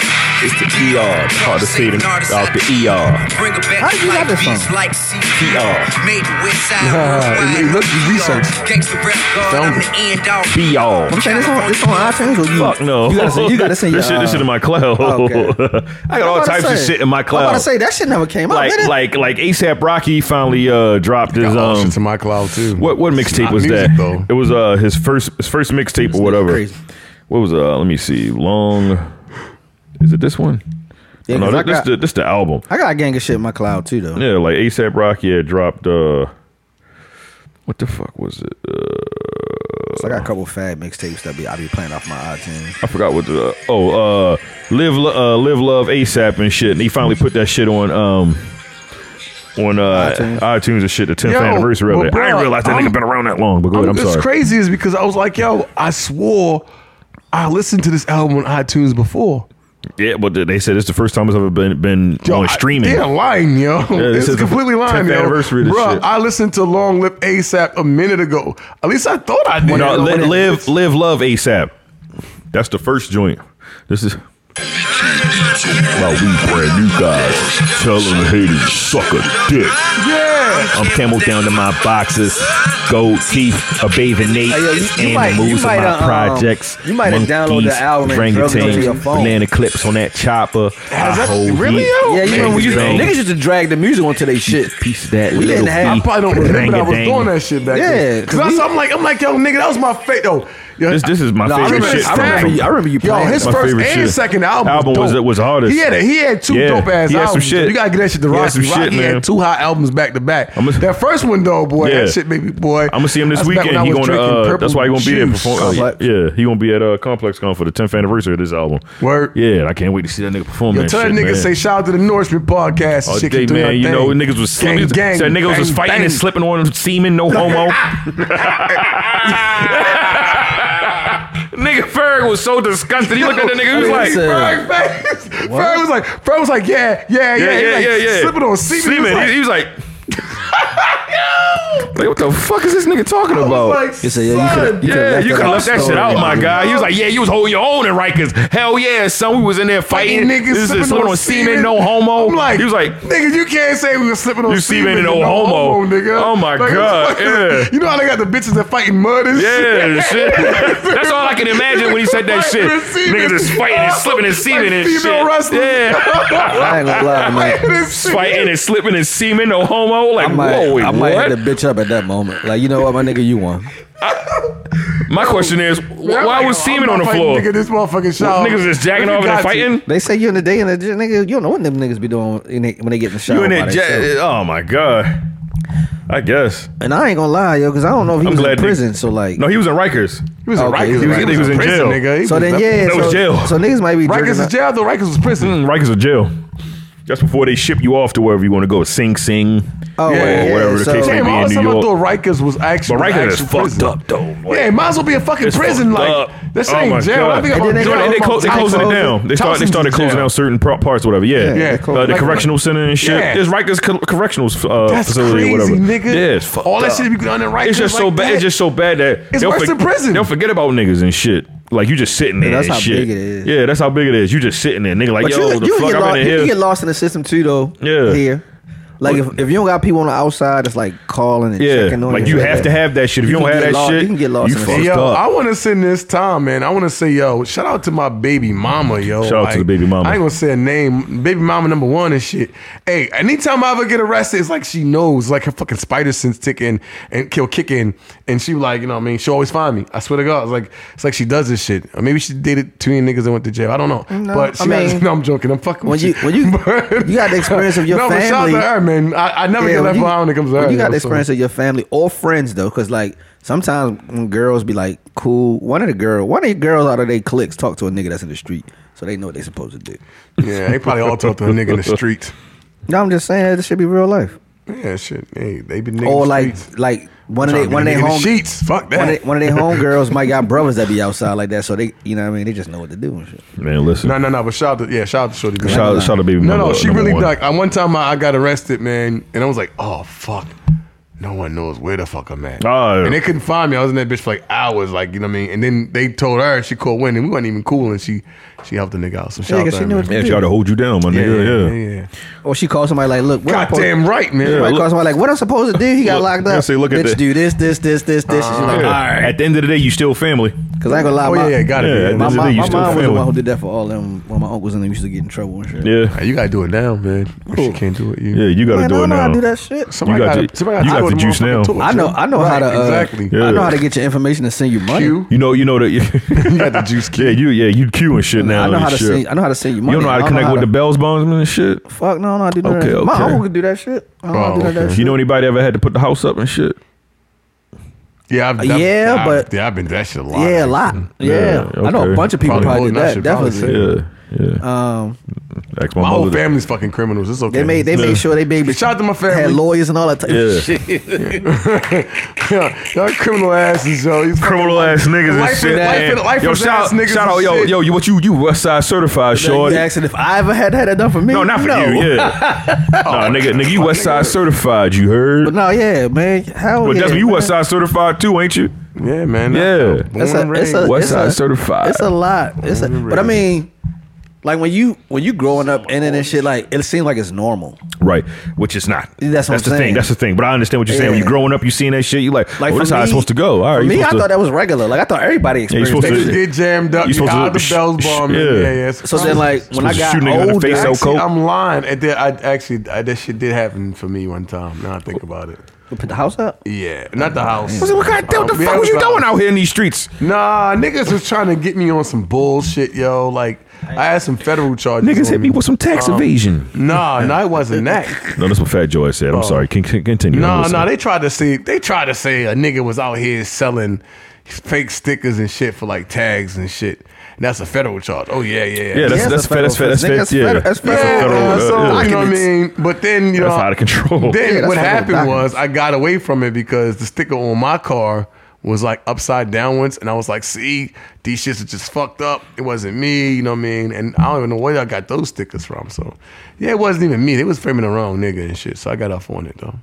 Speaker 6: yeah.
Speaker 7: It's the ER.
Speaker 6: hard to see them out the ER.
Speaker 7: Bring her back
Speaker 4: How did you
Speaker 7: like
Speaker 4: have this
Speaker 7: beats
Speaker 4: song?
Speaker 7: like CPR.
Speaker 6: PR.
Speaker 7: Made the west side.
Speaker 3: it- it looked- you researched.
Speaker 7: Gangsta rap guard.
Speaker 3: Found
Speaker 7: I'm the end all.
Speaker 6: PR.
Speaker 4: I'm saying this on this on iTunes or you?
Speaker 6: Fuck no.
Speaker 4: You gotta say you gotta say
Speaker 6: *laughs* this, shit, this shit in my
Speaker 4: *laughs*
Speaker 6: cloud.
Speaker 4: okay.
Speaker 6: uh, I got all types of shit in my
Speaker 4: I'm
Speaker 6: cloud.
Speaker 4: about to say that shit never came out.
Speaker 6: like
Speaker 4: did it?
Speaker 6: like like ASAP Rocky finally uh dropped his
Speaker 3: got all
Speaker 6: um
Speaker 3: shit to my cloud too.
Speaker 6: what what mixtape
Speaker 3: not
Speaker 6: was
Speaker 3: music,
Speaker 6: that?
Speaker 3: though.
Speaker 6: It was uh his first his first mixtape or whatever.
Speaker 4: crazy.
Speaker 6: What was uh let me see. Long Is it this one?
Speaker 4: Yeah,
Speaker 6: no,
Speaker 4: 'cause I
Speaker 6: this, this,
Speaker 4: got-
Speaker 6: the, this the album.
Speaker 4: I got a gang of shit in my cloud too though.
Speaker 6: Yeah, like ASAP Rocky had dropped uh what the fuck was it?
Speaker 4: So I got a couple fad mixtapes that be I be playing off my iTunes.
Speaker 6: I forgot what the oh uh live Lo- uh live love ASAP and shit. And he finally put that shit on um on uh
Speaker 4: iTunes.
Speaker 6: iTunes, and shit. The 10th
Speaker 3: Yo,
Speaker 6: anniversary of
Speaker 3: but
Speaker 6: it. I didn't
Speaker 3: bruh,
Speaker 6: realize that
Speaker 3: I'm-
Speaker 6: nigga been around that long. But go ahead. I'm
Speaker 3: What's
Speaker 6: sorry.
Speaker 3: crazy is because I was like, yo, I swore I listened to this album on iTunes before.
Speaker 6: Yeah, but they said it's the first time it's ever been been
Speaker 3: Yo,
Speaker 6: on streaming.
Speaker 3: They're lying, yo.
Speaker 6: this
Speaker 3: this
Speaker 6: is
Speaker 3: is
Speaker 6: the
Speaker 3: completely
Speaker 6: 10th
Speaker 3: lying, yo.
Speaker 6: anniversary of this
Speaker 3: Bruh,
Speaker 6: shit.
Speaker 3: I listened to Long Lip ASAP a minute ago. At least I thought I did.
Speaker 6: No,
Speaker 3: Yo,
Speaker 6: li-
Speaker 3: when it-
Speaker 6: live live love ASAP. That's the first joint. This is about we brand new guys. Tell them haters suck a dick.
Speaker 3: Yeah.
Speaker 6: I'm camel down to my boxes, gold teeth, a bathing nape,
Speaker 4: Hey, yo, you- you
Speaker 6: and
Speaker 4: might-
Speaker 6: the moves
Speaker 4: you
Speaker 6: of my
Speaker 4: might, um,
Speaker 6: projects.
Speaker 4: you might have downloaded
Speaker 6: monkeys,
Speaker 4: the album and drugged it onto
Speaker 6: orangutans,
Speaker 4: your phone.
Speaker 6: banana clips on that chopper.
Speaker 3: Has
Speaker 6: I
Speaker 3: that-
Speaker 6: hold
Speaker 3: really,
Speaker 6: heat.
Speaker 3: yo?
Speaker 4: Yeah, Oh, you remember we used,
Speaker 6: Bang.
Speaker 4: niggas used to drag the music onto their *laughs* shit.
Speaker 6: piece of that.
Speaker 4: didn't
Speaker 6: little
Speaker 4: have-
Speaker 3: I
Speaker 6: feet,
Speaker 3: probably don't remember that I was
Speaker 6: orangutans.
Speaker 3: doing that shit back
Speaker 4: Yeah,
Speaker 3: then. Because I
Speaker 4: we-
Speaker 3: saw, I'm like, I'm like, yo, nigga, that was my fate, though. Yo,
Speaker 6: This this is my
Speaker 4: I
Speaker 6: favorite
Speaker 4: remember
Speaker 6: shit.
Speaker 4: this- I remember
Speaker 6: from-
Speaker 4: you- I remember you
Speaker 3: Yo,
Speaker 4: playing
Speaker 3: his
Speaker 4: it. My
Speaker 3: first and
Speaker 6: favorite shit.
Speaker 3: second album,
Speaker 6: Album was-
Speaker 3: dope.
Speaker 6: was hard as
Speaker 3: He had a,
Speaker 6: shit.
Speaker 3: he had two
Speaker 6: Yeah.
Speaker 3: dope ass.
Speaker 6: He had some
Speaker 3: albums.
Speaker 6: shit.
Speaker 3: You gotta get that shit to
Speaker 6: He had
Speaker 3: Rocky.
Speaker 6: some shit,
Speaker 3: Rocky
Speaker 6: man.
Speaker 3: had two hot albums back to back.
Speaker 6: I'ma-
Speaker 3: That first one though, boy,
Speaker 6: Yeah.
Speaker 3: that shit, baby boy.
Speaker 6: I'm gonna see him this
Speaker 3: That's back when
Speaker 6: weekend.
Speaker 3: I
Speaker 6: He
Speaker 3: was
Speaker 6: gonna
Speaker 3: drinking
Speaker 6: uh,
Speaker 3: purple
Speaker 6: that's why he gonna be there.
Speaker 3: juice.
Speaker 6: Perform- uh,
Speaker 4: Complex.
Speaker 6: yeah, he gonna be at uh, Complex Con for the 10th anniversary of this album.
Speaker 3: Word.
Speaker 6: Yeah, and I can't wait to see that nigga perform.
Speaker 3: Yo,
Speaker 6: that
Speaker 3: tell
Speaker 6: shit,
Speaker 3: that nigga
Speaker 6: man.
Speaker 3: say shout out to the Norseman podcast.
Speaker 6: All
Speaker 3: shit,
Speaker 6: day,
Speaker 3: keep doing
Speaker 6: man.
Speaker 3: our
Speaker 6: You
Speaker 3: thing.
Speaker 6: know, niggas was slipping.
Speaker 3: gang, gang,
Speaker 6: said niggas was
Speaker 3: bang,
Speaker 6: fighting
Speaker 3: bang.
Speaker 6: and slipping on semen, no
Speaker 3: *laughs*
Speaker 6: homo. nigga Ferg was so disgusted. He looked at that nigga. He was
Speaker 3: *laughs*
Speaker 6: like,
Speaker 4: Listen.
Speaker 3: Ferg face. Ferg was like, Ferg was like, yeah, yeah,
Speaker 6: yeah,
Speaker 3: yeah,
Speaker 6: yeah,
Speaker 3: He, like,
Speaker 6: yeah, yeah.
Speaker 3: Slipping on semen. He was like-
Speaker 6: He
Speaker 3: *laughs*
Speaker 6: was like. Like, what the fuck is this nigga talking
Speaker 3: I
Speaker 6: about?
Speaker 3: was like,
Speaker 4: He said, yeah, you
Speaker 3: son,
Speaker 4: could've- you
Speaker 6: yeah, you
Speaker 4: that
Speaker 6: could have
Speaker 4: out
Speaker 6: left that shit
Speaker 4: story,
Speaker 6: out, my
Speaker 4: dude.
Speaker 6: guy. He was like, yeah, you was holding your own in Rikers. Hell yeah, son. We was in there
Speaker 3: Hey,
Speaker 6: fighting.
Speaker 3: niggas
Speaker 6: This is
Speaker 3: slipping
Speaker 6: slipping on semen, no homo.
Speaker 3: I'm like,
Speaker 6: he
Speaker 3: *laughs*
Speaker 6: was like,
Speaker 3: nigga, you can't say we were slipping on
Speaker 6: You
Speaker 3: semen
Speaker 6: semen
Speaker 3: and
Speaker 6: no homo.
Speaker 3: nigga.
Speaker 6: Oh my
Speaker 3: Like,
Speaker 6: God,
Speaker 3: fucking-
Speaker 6: yeah.
Speaker 3: You know how they got the bitches that fighting mud and shit.
Speaker 6: Yeah, shit. That's all I can imagine when he said that shit.
Speaker 3: Fighting and semen.
Speaker 6: Nigga just fighting and slipping and semen
Speaker 3: Like
Speaker 6: and
Speaker 3: female
Speaker 6: shit.
Speaker 3: wrestling. *laughs*
Speaker 6: Yeah.
Speaker 4: *laughs* I ain't gonna lie, man. *laughs*
Speaker 3: This shit.
Speaker 6: Fighting and slipping and semen, no homo. Like,
Speaker 4: I might,
Speaker 6: whoa, wait,
Speaker 4: I might
Speaker 6: what?
Speaker 4: hit a bitch switch up at that moment. Like, you know what, my nigga, you won.
Speaker 6: My question is, wh- why was semen
Speaker 3: I'm
Speaker 6: on the
Speaker 3: not fighting,
Speaker 6: floor?
Speaker 3: Nigga, this motherfucking shower.
Speaker 6: Niggas is jacking
Speaker 3: Nigga
Speaker 6: off and
Speaker 3: got
Speaker 6: they
Speaker 3: you.
Speaker 6: fighting.
Speaker 4: They say you in the day and the nigga, you don't know what them niggas be doing in they, when they get in the shower.
Speaker 6: You in
Speaker 4: by
Speaker 6: that?
Speaker 4: themselves.
Speaker 6: Ja- oh my god. I guess.
Speaker 4: and I ain't gonna lie, yo, because I don't know if he
Speaker 6: I'm
Speaker 4: was
Speaker 6: glad
Speaker 4: in
Speaker 6: nigga-
Speaker 4: prison. So like,
Speaker 6: No, he was in Rikers.
Speaker 3: He was in
Speaker 4: Okay,
Speaker 3: Rikers.
Speaker 4: he was-
Speaker 3: right?
Speaker 4: he
Speaker 6: was in
Speaker 3: prison,
Speaker 6: jail.
Speaker 3: nigga. He
Speaker 4: so
Speaker 3: was-
Speaker 4: then yeah,
Speaker 6: that
Speaker 4: so,
Speaker 6: was jail.
Speaker 4: So niggas might be
Speaker 3: Rikers
Speaker 4: jerking
Speaker 3: is
Speaker 4: off-
Speaker 3: jail. though. Rikers was prison.
Speaker 6: Mm, Rikers or jail. Just before they ship you off to wherever you want to go, Sing Sing,
Speaker 4: Oh,
Speaker 6: or
Speaker 4: yeah,
Speaker 6: whatever the
Speaker 4: so-
Speaker 6: case may
Speaker 3: Damn,
Speaker 6: be
Speaker 3: all of
Speaker 6: in
Speaker 3: a
Speaker 6: New
Speaker 3: sudden I thought
Speaker 6: York.
Speaker 3: Rikers was actually
Speaker 6: But Rikers is
Speaker 3: actual
Speaker 6: fucked
Speaker 3: prison.
Speaker 6: up though. Like,
Speaker 3: yeah, it might as well be a fucking
Speaker 6: it's
Speaker 3: prison.
Speaker 6: fucked
Speaker 3: Like
Speaker 6: up.
Speaker 3: this
Speaker 6: Oh my
Speaker 3: ain't jail.
Speaker 6: God.
Speaker 3: I think
Speaker 6: And
Speaker 3: I'm
Speaker 4: then they
Speaker 3: jail.
Speaker 4: got-
Speaker 6: And they, clo- they
Speaker 4: Tyson's
Speaker 6: closing it down. They start, they
Speaker 3: Tyson's
Speaker 6: started
Speaker 3: in
Speaker 6: closing
Speaker 3: jail.
Speaker 6: down certain pro- parts, or whatever. Yeah,
Speaker 3: Yeah, they
Speaker 6: Uh,
Speaker 3: closed-
Speaker 6: the
Speaker 3: like-
Speaker 6: correctional center and shit.
Speaker 3: Yeah.
Speaker 6: There's Rikers co- correctional uh,
Speaker 3: That's
Speaker 6: facility,
Speaker 3: crazy,
Speaker 6: or whatever.
Speaker 3: nigga.
Speaker 6: Yeah, it's fucked
Speaker 3: All that
Speaker 6: up.
Speaker 3: shit be done in Rikers
Speaker 6: It's just so
Speaker 3: like
Speaker 6: bad.
Speaker 3: that.
Speaker 6: It's just so bad that
Speaker 3: It's
Speaker 6: they'll
Speaker 3: worse than prison.
Speaker 6: They'll forget about niggas and shit. Like you just sitting there.
Speaker 4: Yeah, that's
Speaker 6: and
Speaker 4: how
Speaker 6: shit.
Speaker 4: big it is.
Speaker 6: Yeah, that's how big it is. You just sitting there, nigga. Like
Speaker 4: But
Speaker 6: yo,
Speaker 4: you,
Speaker 6: the
Speaker 4: you
Speaker 6: fuck
Speaker 4: get
Speaker 6: I'm
Speaker 4: lost,
Speaker 6: in
Speaker 4: you
Speaker 6: here.
Speaker 4: get lost in the system too, though.
Speaker 6: Yeah.
Speaker 4: Here, like if, if you don't got people on the outside, it's like calling and
Speaker 6: Yeah,
Speaker 4: checking on.
Speaker 6: like
Speaker 4: and
Speaker 6: you
Speaker 4: shit
Speaker 6: have to
Speaker 4: that.
Speaker 6: have that shit. If you,
Speaker 4: You
Speaker 6: don't
Speaker 4: can
Speaker 6: have
Speaker 4: get
Speaker 6: that
Speaker 4: lost-
Speaker 6: shit,
Speaker 4: you can get lost in the
Speaker 6: fucked
Speaker 3: Yo,
Speaker 6: up.
Speaker 3: I want to send this time, man. I want to say, yo, shout out to my baby mama, yo.
Speaker 6: Shout out to the baby mama.
Speaker 3: I ain't gonna say her name, baby mama number one and shit. Hey, anytime I ever get arrested, it's like she knows, like her fucking spider sense ticking and kill kicking, and she like, you know, what I mean, she always find me. I swear to God, it's like it's like she does this shit. Or maybe she dated two niggas that went to jail. I don't know, but she
Speaker 4: I
Speaker 3: got- *laughs*
Speaker 4: mean,
Speaker 3: no, I'm joking. I'm fucking
Speaker 4: when
Speaker 3: with you.
Speaker 4: you- when you-
Speaker 3: But- *laughs*
Speaker 4: you got the experience of your
Speaker 3: no, but shout out
Speaker 4: family.
Speaker 3: to her, man. I, I never
Speaker 4: Yeah,
Speaker 3: get
Speaker 4: when
Speaker 3: left
Speaker 4: you-
Speaker 3: behind when it comes to
Speaker 4: when
Speaker 3: her.
Speaker 4: You got
Speaker 3: yo,
Speaker 4: the
Speaker 3: so-
Speaker 4: experience of your family or friends though, because like sometimes when girls be like, "Cool," one of the girl, one of the girls out of their cliques talk to a nigga that's in the street, so they know what they supposed to do.
Speaker 3: Yeah, they probably all talk to a nigga
Speaker 6: *laughs*
Speaker 3: in the street.
Speaker 4: No, I'm just saying this should be real life.
Speaker 3: Yeah, shit. Hey, they been niggas.
Speaker 4: or like, like one of they one of they home
Speaker 3: sheets. Fuck
Speaker 4: one
Speaker 3: *laughs*
Speaker 4: of
Speaker 3: that.
Speaker 4: they, one of their homegirls might got brothers that be outside like that, so they, you know, what I mean, they just know what to do and shit.
Speaker 6: Man, listen.
Speaker 3: No, no, no. But shout out to yeah, shout out to Shorty.
Speaker 6: Shout out- shout out to baby
Speaker 3: No,
Speaker 6: mama,
Speaker 3: no. She
Speaker 6: number
Speaker 3: really
Speaker 6: one.
Speaker 3: like. I one time I, I got arrested, man, and I was like, oh fuck. No one knows where the fuck I'm at.
Speaker 6: Oh, yeah.
Speaker 3: And they couldn't find me. I was in that bitch for like hours, like, you know what I mean? And then they told her she called Wendy. We wasn't even cool and she she helped the nigga out. So shout
Speaker 4: Yeah,
Speaker 3: out
Speaker 4: 'cause
Speaker 3: to
Speaker 4: she
Speaker 3: her,
Speaker 4: knew
Speaker 3: man.
Speaker 4: what
Speaker 6: Yeah,
Speaker 4: to
Speaker 6: she
Speaker 4: do.
Speaker 6: ought to hold you down, my nigga. Yeah,
Speaker 3: yeah.
Speaker 4: Or she calls somebody like, "Look, what I'm supposed-
Speaker 3: Goddamn right, man.
Speaker 6: Yeah,
Speaker 3: Like,
Speaker 4: Somebody
Speaker 6: look-
Speaker 4: calls somebody like, "What I'm supposed to do?" He got
Speaker 6: Look-
Speaker 4: looked locked
Speaker 6: yeah,
Speaker 4: up.
Speaker 6: say, look at
Speaker 4: Bitch,
Speaker 6: this.
Speaker 4: do this, this, this, this, this. She's like,
Speaker 6: Yeah.
Speaker 4: "All right."
Speaker 6: At the end of the day, you still family.
Speaker 4: Because I ain't gonna lie,
Speaker 3: oh,
Speaker 4: my,
Speaker 3: yeah, yeah, gotta
Speaker 6: Yeah,
Speaker 3: be.
Speaker 6: and
Speaker 4: my,
Speaker 6: this
Speaker 4: mom,
Speaker 6: is- you
Speaker 4: my
Speaker 6: still
Speaker 4: mom was the
Speaker 6: family.
Speaker 4: one who did that for all them. When my uncles and them used to get in trouble and shit.
Speaker 6: Yeah,
Speaker 3: Hey, you gotta do it now, man. If she can't do it, you.
Speaker 6: yeah, you got to
Speaker 4: Man,
Speaker 6: do
Speaker 4: I
Speaker 6: it
Speaker 4: don't know
Speaker 6: now.
Speaker 4: how to do that shit.
Speaker 3: Somebody
Speaker 6: You got
Speaker 3: gotta-
Speaker 6: the-
Speaker 3: somebody gotta
Speaker 6: you got
Speaker 3: tour
Speaker 6: the juice
Speaker 3: motherfucking
Speaker 6: now.
Speaker 3: tour,
Speaker 4: I know,
Speaker 3: yo.
Speaker 4: I know how
Speaker 3: Right,
Speaker 4: to uh,
Speaker 3: exactly.
Speaker 4: I know
Speaker 6: Yeah.
Speaker 4: how to get your information to send you money.
Speaker 3: You,
Speaker 6: You know, you know that. *laughs*
Speaker 3: you got the juice
Speaker 6: yeah,
Speaker 3: kid.
Speaker 6: you, yeah, you queue and shit now.
Speaker 4: I know
Speaker 6: and
Speaker 4: how to
Speaker 6: shit.
Speaker 4: send. I know how to send you money.
Speaker 6: You don't know how to
Speaker 4: I
Speaker 6: connect with the Bells bondsman and shit.
Speaker 4: Fuck no, no, I do that.
Speaker 6: Okay,
Speaker 4: My
Speaker 6: okay.
Speaker 4: uncle could do that shit. I don't know how to
Speaker 3: Oh,
Speaker 4: do that
Speaker 3: okay.
Speaker 4: shit.
Speaker 6: You know anybody ever had to put the house up and shit?
Speaker 3: Yeah, I've, I've-
Speaker 4: Yeah,
Speaker 3: I've-
Speaker 4: but-
Speaker 3: yeah, I've been to that shit a lot.
Speaker 4: yeah, a lot. Yeah,
Speaker 6: Yeah,
Speaker 4: I know
Speaker 6: okay.
Speaker 4: a bunch of people
Speaker 3: Probably
Speaker 4: probably,
Speaker 3: holding that
Speaker 4: did
Speaker 3: shit,
Speaker 4: that.
Speaker 3: probably
Speaker 4: Definitely.
Speaker 6: Yeah, yeah.
Speaker 4: Um,
Speaker 6: Ask my,
Speaker 3: My whole
Speaker 6: mother. that.
Speaker 3: family's fucking criminals. It's okay.
Speaker 4: they made they
Speaker 6: Yeah.
Speaker 4: made sure they baby
Speaker 3: Shout out to my family. *laughs*
Speaker 4: had lawyers and all that type of
Speaker 6: Yeah.
Speaker 4: shit.
Speaker 3: yeah, y'all criminal asses, yo. These fucking-
Speaker 6: Criminal ass niggas and
Speaker 3: Life is-
Speaker 6: shit.
Speaker 3: life
Speaker 6: man.
Speaker 3: is- life
Speaker 6: yo,
Speaker 3: is
Speaker 6: shout,
Speaker 3: ass niggas
Speaker 6: shout
Speaker 3: and
Speaker 6: out, yo,
Speaker 3: shit.
Speaker 6: yo, you what you you West Side certified, short.
Speaker 4: You asking if I ever had had that done for me?
Speaker 6: No, not for
Speaker 4: no.
Speaker 6: you. Yeah, nah, nigga, nigga, you West Side certified. You heard?
Speaker 4: But no, yeah, man. How?
Speaker 6: Well,
Speaker 4: yeah,
Speaker 6: Desmond, you
Speaker 4: man.
Speaker 6: West Side certified too, ain't you?
Speaker 3: Yeah, man.
Speaker 6: Yeah.
Speaker 4: It's a, it's a,
Speaker 6: West
Speaker 4: it's
Speaker 6: Side
Speaker 4: a-
Speaker 6: certified.
Speaker 4: It's a lot. It's a, but I mean, like when you when you growing up in it and shit, like it seems like it's normal.
Speaker 6: Right, which is not.
Speaker 4: That's what I'm
Speaker 6: the thing.
Speaker 4: saying.
Speaker 6: That's the thing. But I understand what you're saying. When you're
Speaker 4: Yeah.
Speaker 6: growing up, you seeing that shit. You like,
Speaker 4: Like
Speaker 6: oh,
Speaker 4: for
Speaker 6: this how it's
Speaker 4: me-
Speaker 6: supposed to go. All right,
Speaker 4: for
Speaker 6: you
Speaker 4: me, I
Speaker 6: supposed to-
Speaker 4: thought that was regular. Like I thought everybody
Speaker 6: you're
Speaker 4: experienced
Speaker 6: supposed
Speaker 4: that
Speaker 6: to-
Speaker 3: Niggas
Speaker 4: shit.
Speaker 3: get jammed up.
Speaker 6: You
Speaker 3: You
Speaker 6: supposed
Speaker 3: got
Speaker 6: to-
Speaker 3: the bells
Speaker 6: sh-
Speaker 3: bomb. Yeah,
Speaker 6: yeah.
Speaker 3: yeah. yeah. It's
Speaker 4: So then,
Speaker 3: fine.
Speaker 4: like when I
Speaker 6: Supposed to
Speaker 4: got
Speaker 6: shoot niggas in
Speaker 4: older,
Speaker 6: the face so
Speaker 3: actually,
Speaker 6: cold.
Speaker 3: I'm lying. It did, I actually I, that shit did happen for me one time. Now I think about it.
Speaker 4: we put the house up.
Speaker 3: Yeah, not the house.
Speaker 6: I said, what, God, what the
Speaker 3: Um, yeah,
Speaker 6: fuck
Speaker 3: it
Speaker 6: was you
Speaker 3: the
Speaker 6: doing
Speaker 3: house.
Speaker 6: out here in these streets?
Speaker 3: Nah, niggas was trying to get me on some bullshit, yo. Like I had some federal charges.
Speaker 6: Niggas
Speaker 3: on Um,
Speaker 6: hit me with some
Speaker 3: Uh,
Speaker 6: tax evasion.
Speaker 3: Nah, no, it wasn't
Speaker 6: *laughs*
Speaker 3: that.
Speaker 6: No, that's what Fat Joy said.
Speaker 3: uh,
Speaker 6: I'm sorry. Con- con- Continue. I'm
Speaker 3: No, no,
Speaker 6: listening.
Speaker 3: they tried to say they tried to say a nigga was out here selling fake stickers and shit for like tags and shit. And that's a federal charge. Oh yeah, yeah,
Speaker 6: Yeah, that's
Speaker 4: Yeah,
Speaker 6: that's
Speaker 4: that's
Speaker 6: fed, that's fed,
Speaker 4: federal.
Speaker 6: that's fed.
Speaker 4: That's
Speaker 6: Yeah,
Speaker 4: federal. That's
Speaker 3: Yeah,
Speaker 4: federal.
Speaker 6: uh,
Speaker 3: so
Speaker 6: yeah.
Speaker 3: you know what I mean. But then you know,
Speaker 6: That's out of
Speaker 3: Then
Speaker 6: control.
Speaker 4: Yeah, that's
Speaker 3: what
Speaker 4: federal
Speaker 3: happened was
Speaker 4: documents.
Speaker 3: I got away from it because the sticker on my car was like upside downwards, and I was like, "See, these shits are just fucked up. It wasn't me, you know what I mean?" And I don't even know where I got those stickers from. So yeah, it wasn't even me. They was framing the wrong nigga and shit. So I got off on it though.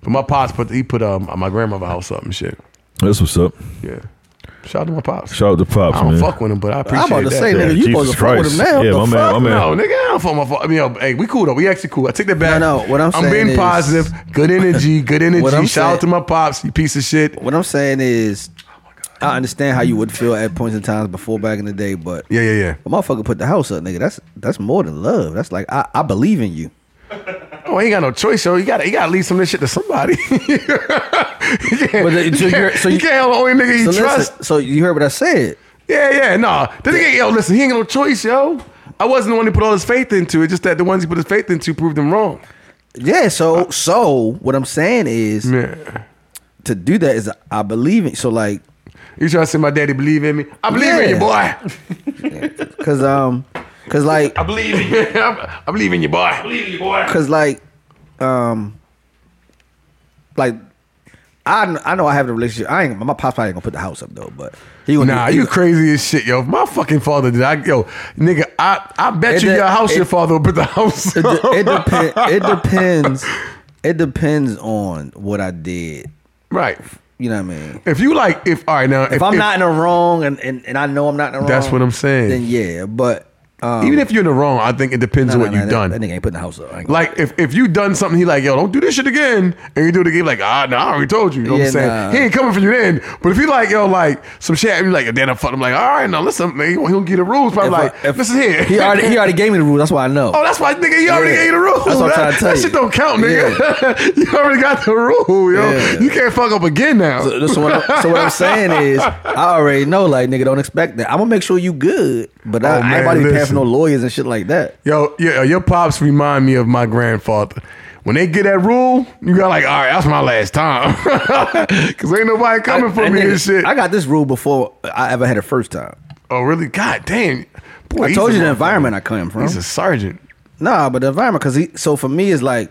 Speaker 3: But my pops put he put um, my grandmother's house up and shit.
Speaker 6: That's what's up.
Speaker 3: Yeah, shout out to my pops.
Speaker 6: Shout out to pops,
Speaker 3: I don't
Speaker 6: man.
Speaker 3: fuck with him, but I appreciate
Speaker 4: I'm about to
Speaker 3: that.
Speaker 4: say, nigga, you supposed
Speaker 6: Jesus
Speaker 4: to fuck with
Speaker 6: Christ.
Speaker 4: him now.
Speaker 6: Yeah,
Speaker 4: the
Speaker 6: my man,
Speaker 4: fuck?
Speaker 6: my man.
Speaker 3: No, nigga, I don't fuck my fuck. I mean, yo, hey, we cool though. We actually cool. I take that back.
Speaker 4: No, no, what I'm saying
Speaker 3: being
Speaker 4: is-
Speaker 3: positive. Good energy. Good energy.
Speaker 4: What I'm
Speaker 3: Shout out
Speaker 4: saying-
Speaker 3: to my pops. You piece of shit.
Speaker 4: What I'm saying is,
Speaker 3: Oh
Speaker 4: I understand how you would feel at points in times before back in the day, but
Speaker 3: Yeah, yeah, yeah.
Speaker 4: a motherfucker put the house up, nigga. That's that's more than love. That's like I, I believe in you.
Speaker 3: Oh, Well, he ain't got no choice, so you got you got to leave some of this shit to somebody. *laughs* you can't,
Speaker 4: But the-
Speaker 3: you
Speaker 4: so you're-
Speaker 3: can't,
Speaker 4: so
Speaker 3: you
Speaker 4: you-
Speaker 3: can't have the only nigga you
Speaker 4: So,
Speaker 3: trust.
Speaker 4: listen, so you heard what I said.
Speaker 3: Yeah, yeah, nah. The nigga, yo, listen, he ain't got no choice, yo. I wasn't the one who put all his faith into it. Just that the ones he put his faith into proved him wrong.
Speaker 4: Yeah, so so what I'm saying is
Speaker 3: Yeah.
Speaker 4: to do that is I believe it. So like
Speaker 3: You trying to say my daddy believe in me? I believe in you, boy.
Speaker 4: *laughs*
Speaker 3: I
Speaker 4: cause um cause like
Speaker 5: I believe in you.
Speaker 3: *laughs* I believe in you,
Speaker 5: I
Speaker 3: boy.
Speaker 5: believe in you, boy.
Speaker 4: cause like um like I kn- I know I have the relationship. I ain't my pops probably ain't gonna put the house up though, but he gonna
Speaker 3: Nah,
Speaker 4: do,
Speaker 3: you crazy as shit, yo. If my fucking father did, I yo, nigga, I, I bet
Speaker 4: It
Speaker 3: you
Speaker 4: de-
Speaker 3: your house,
Speaker 4: it-
Speaker 3: your father will put the *laughs* house.
Speaker 4: it,
Speaker 3: up. *laughs*
Speaker 4: de- it, depend, it depends it depends on what I did.
Speaker 3: right.
Speaker 4: You know what I mean?
Speaker 3: If you like, if all right now,
Speaker 4: If I'm not in the wrong and, and, and I know I'm not in the wrong
Speaker 3: That's what I'm saying.
Speaker 4: Then yeah, but um,
Speaker 3: even if you're in the wrong, I think it depends
Speaker 4: nah,
Speaker 3: on what
Speaker 4: nah,
Speaker 3: you've
Speaker 4: that-
Speaker 3: done.
Speaker 4: That nigga ain't putting the house up. I ain't gonna-
Speaker 3: Like if if you done something, he like, yo, don't do this shit again, and you do it again, like, ah, no, I already told you. You know what
Speaker 4: Yeah,
Speaker 3: I'm saying?
Speaker 4: nah.
Speaker 3: He ain't coming for you then. But if he like, yo, like some shit, you like, then I fuck. I'm like, all right, now listen, man, he gonna he gonna get the rules. But I'm
Speaker 4: If I-
Speaker 3: like,
Speaker 4: if-
Speaker 3: listen here.
Speaker 4: He already he already gave me the rule. That's why I know.
Speaker 3: Oh, that's why, nigga, you already
Speaker 4: Yeah.
Speaker 3: gave you the rules.
Speaker 4: That's what I'm trying to tell
Speaker 3: that
Speaker 4: you.
Speaker 3: shit don't count, nigga. *laughs* you already got the rule, yo.
Speaker 4: Yeah.
Speaker 3: You can't fuck up again now.
Speaker 4: So, so what I'm, so what I'm saying is, I already know. Like nigga, don't expect that. I'm gonna make sure you good, but I,
Speaker 3: Oh,
Speaker 4: I ain't
Speaker 3: man,
Speaker 4: about to be paying
Speaker 3: listen.
Speaker 4: for no lawyers and shit like that.
Speaker 3: Yo, yeah, your pops remind me of my grandfather. When they get that rule, you got like, all right, that's my last time, *laughs* cause ain't nobody coming for
Speaker 4: And
Speaker 3: me
Speaker 4: nigga,
Speaker 3: and shit.
Speaker 4: I got this rule before I ever had it first time.
Speaker 3: Oh, really? God damn. Boy,
Speaker 4: I
Speaker 3: he's
Speaker 4: told
Speaker 3: a
Speaker 4: you the
Speaker 3: motherfucker.
Speaker 4: environment I come from.
Speaker 3: He's a sergeant.
Speaker 4: nah, but the environment because he. So for me, it's like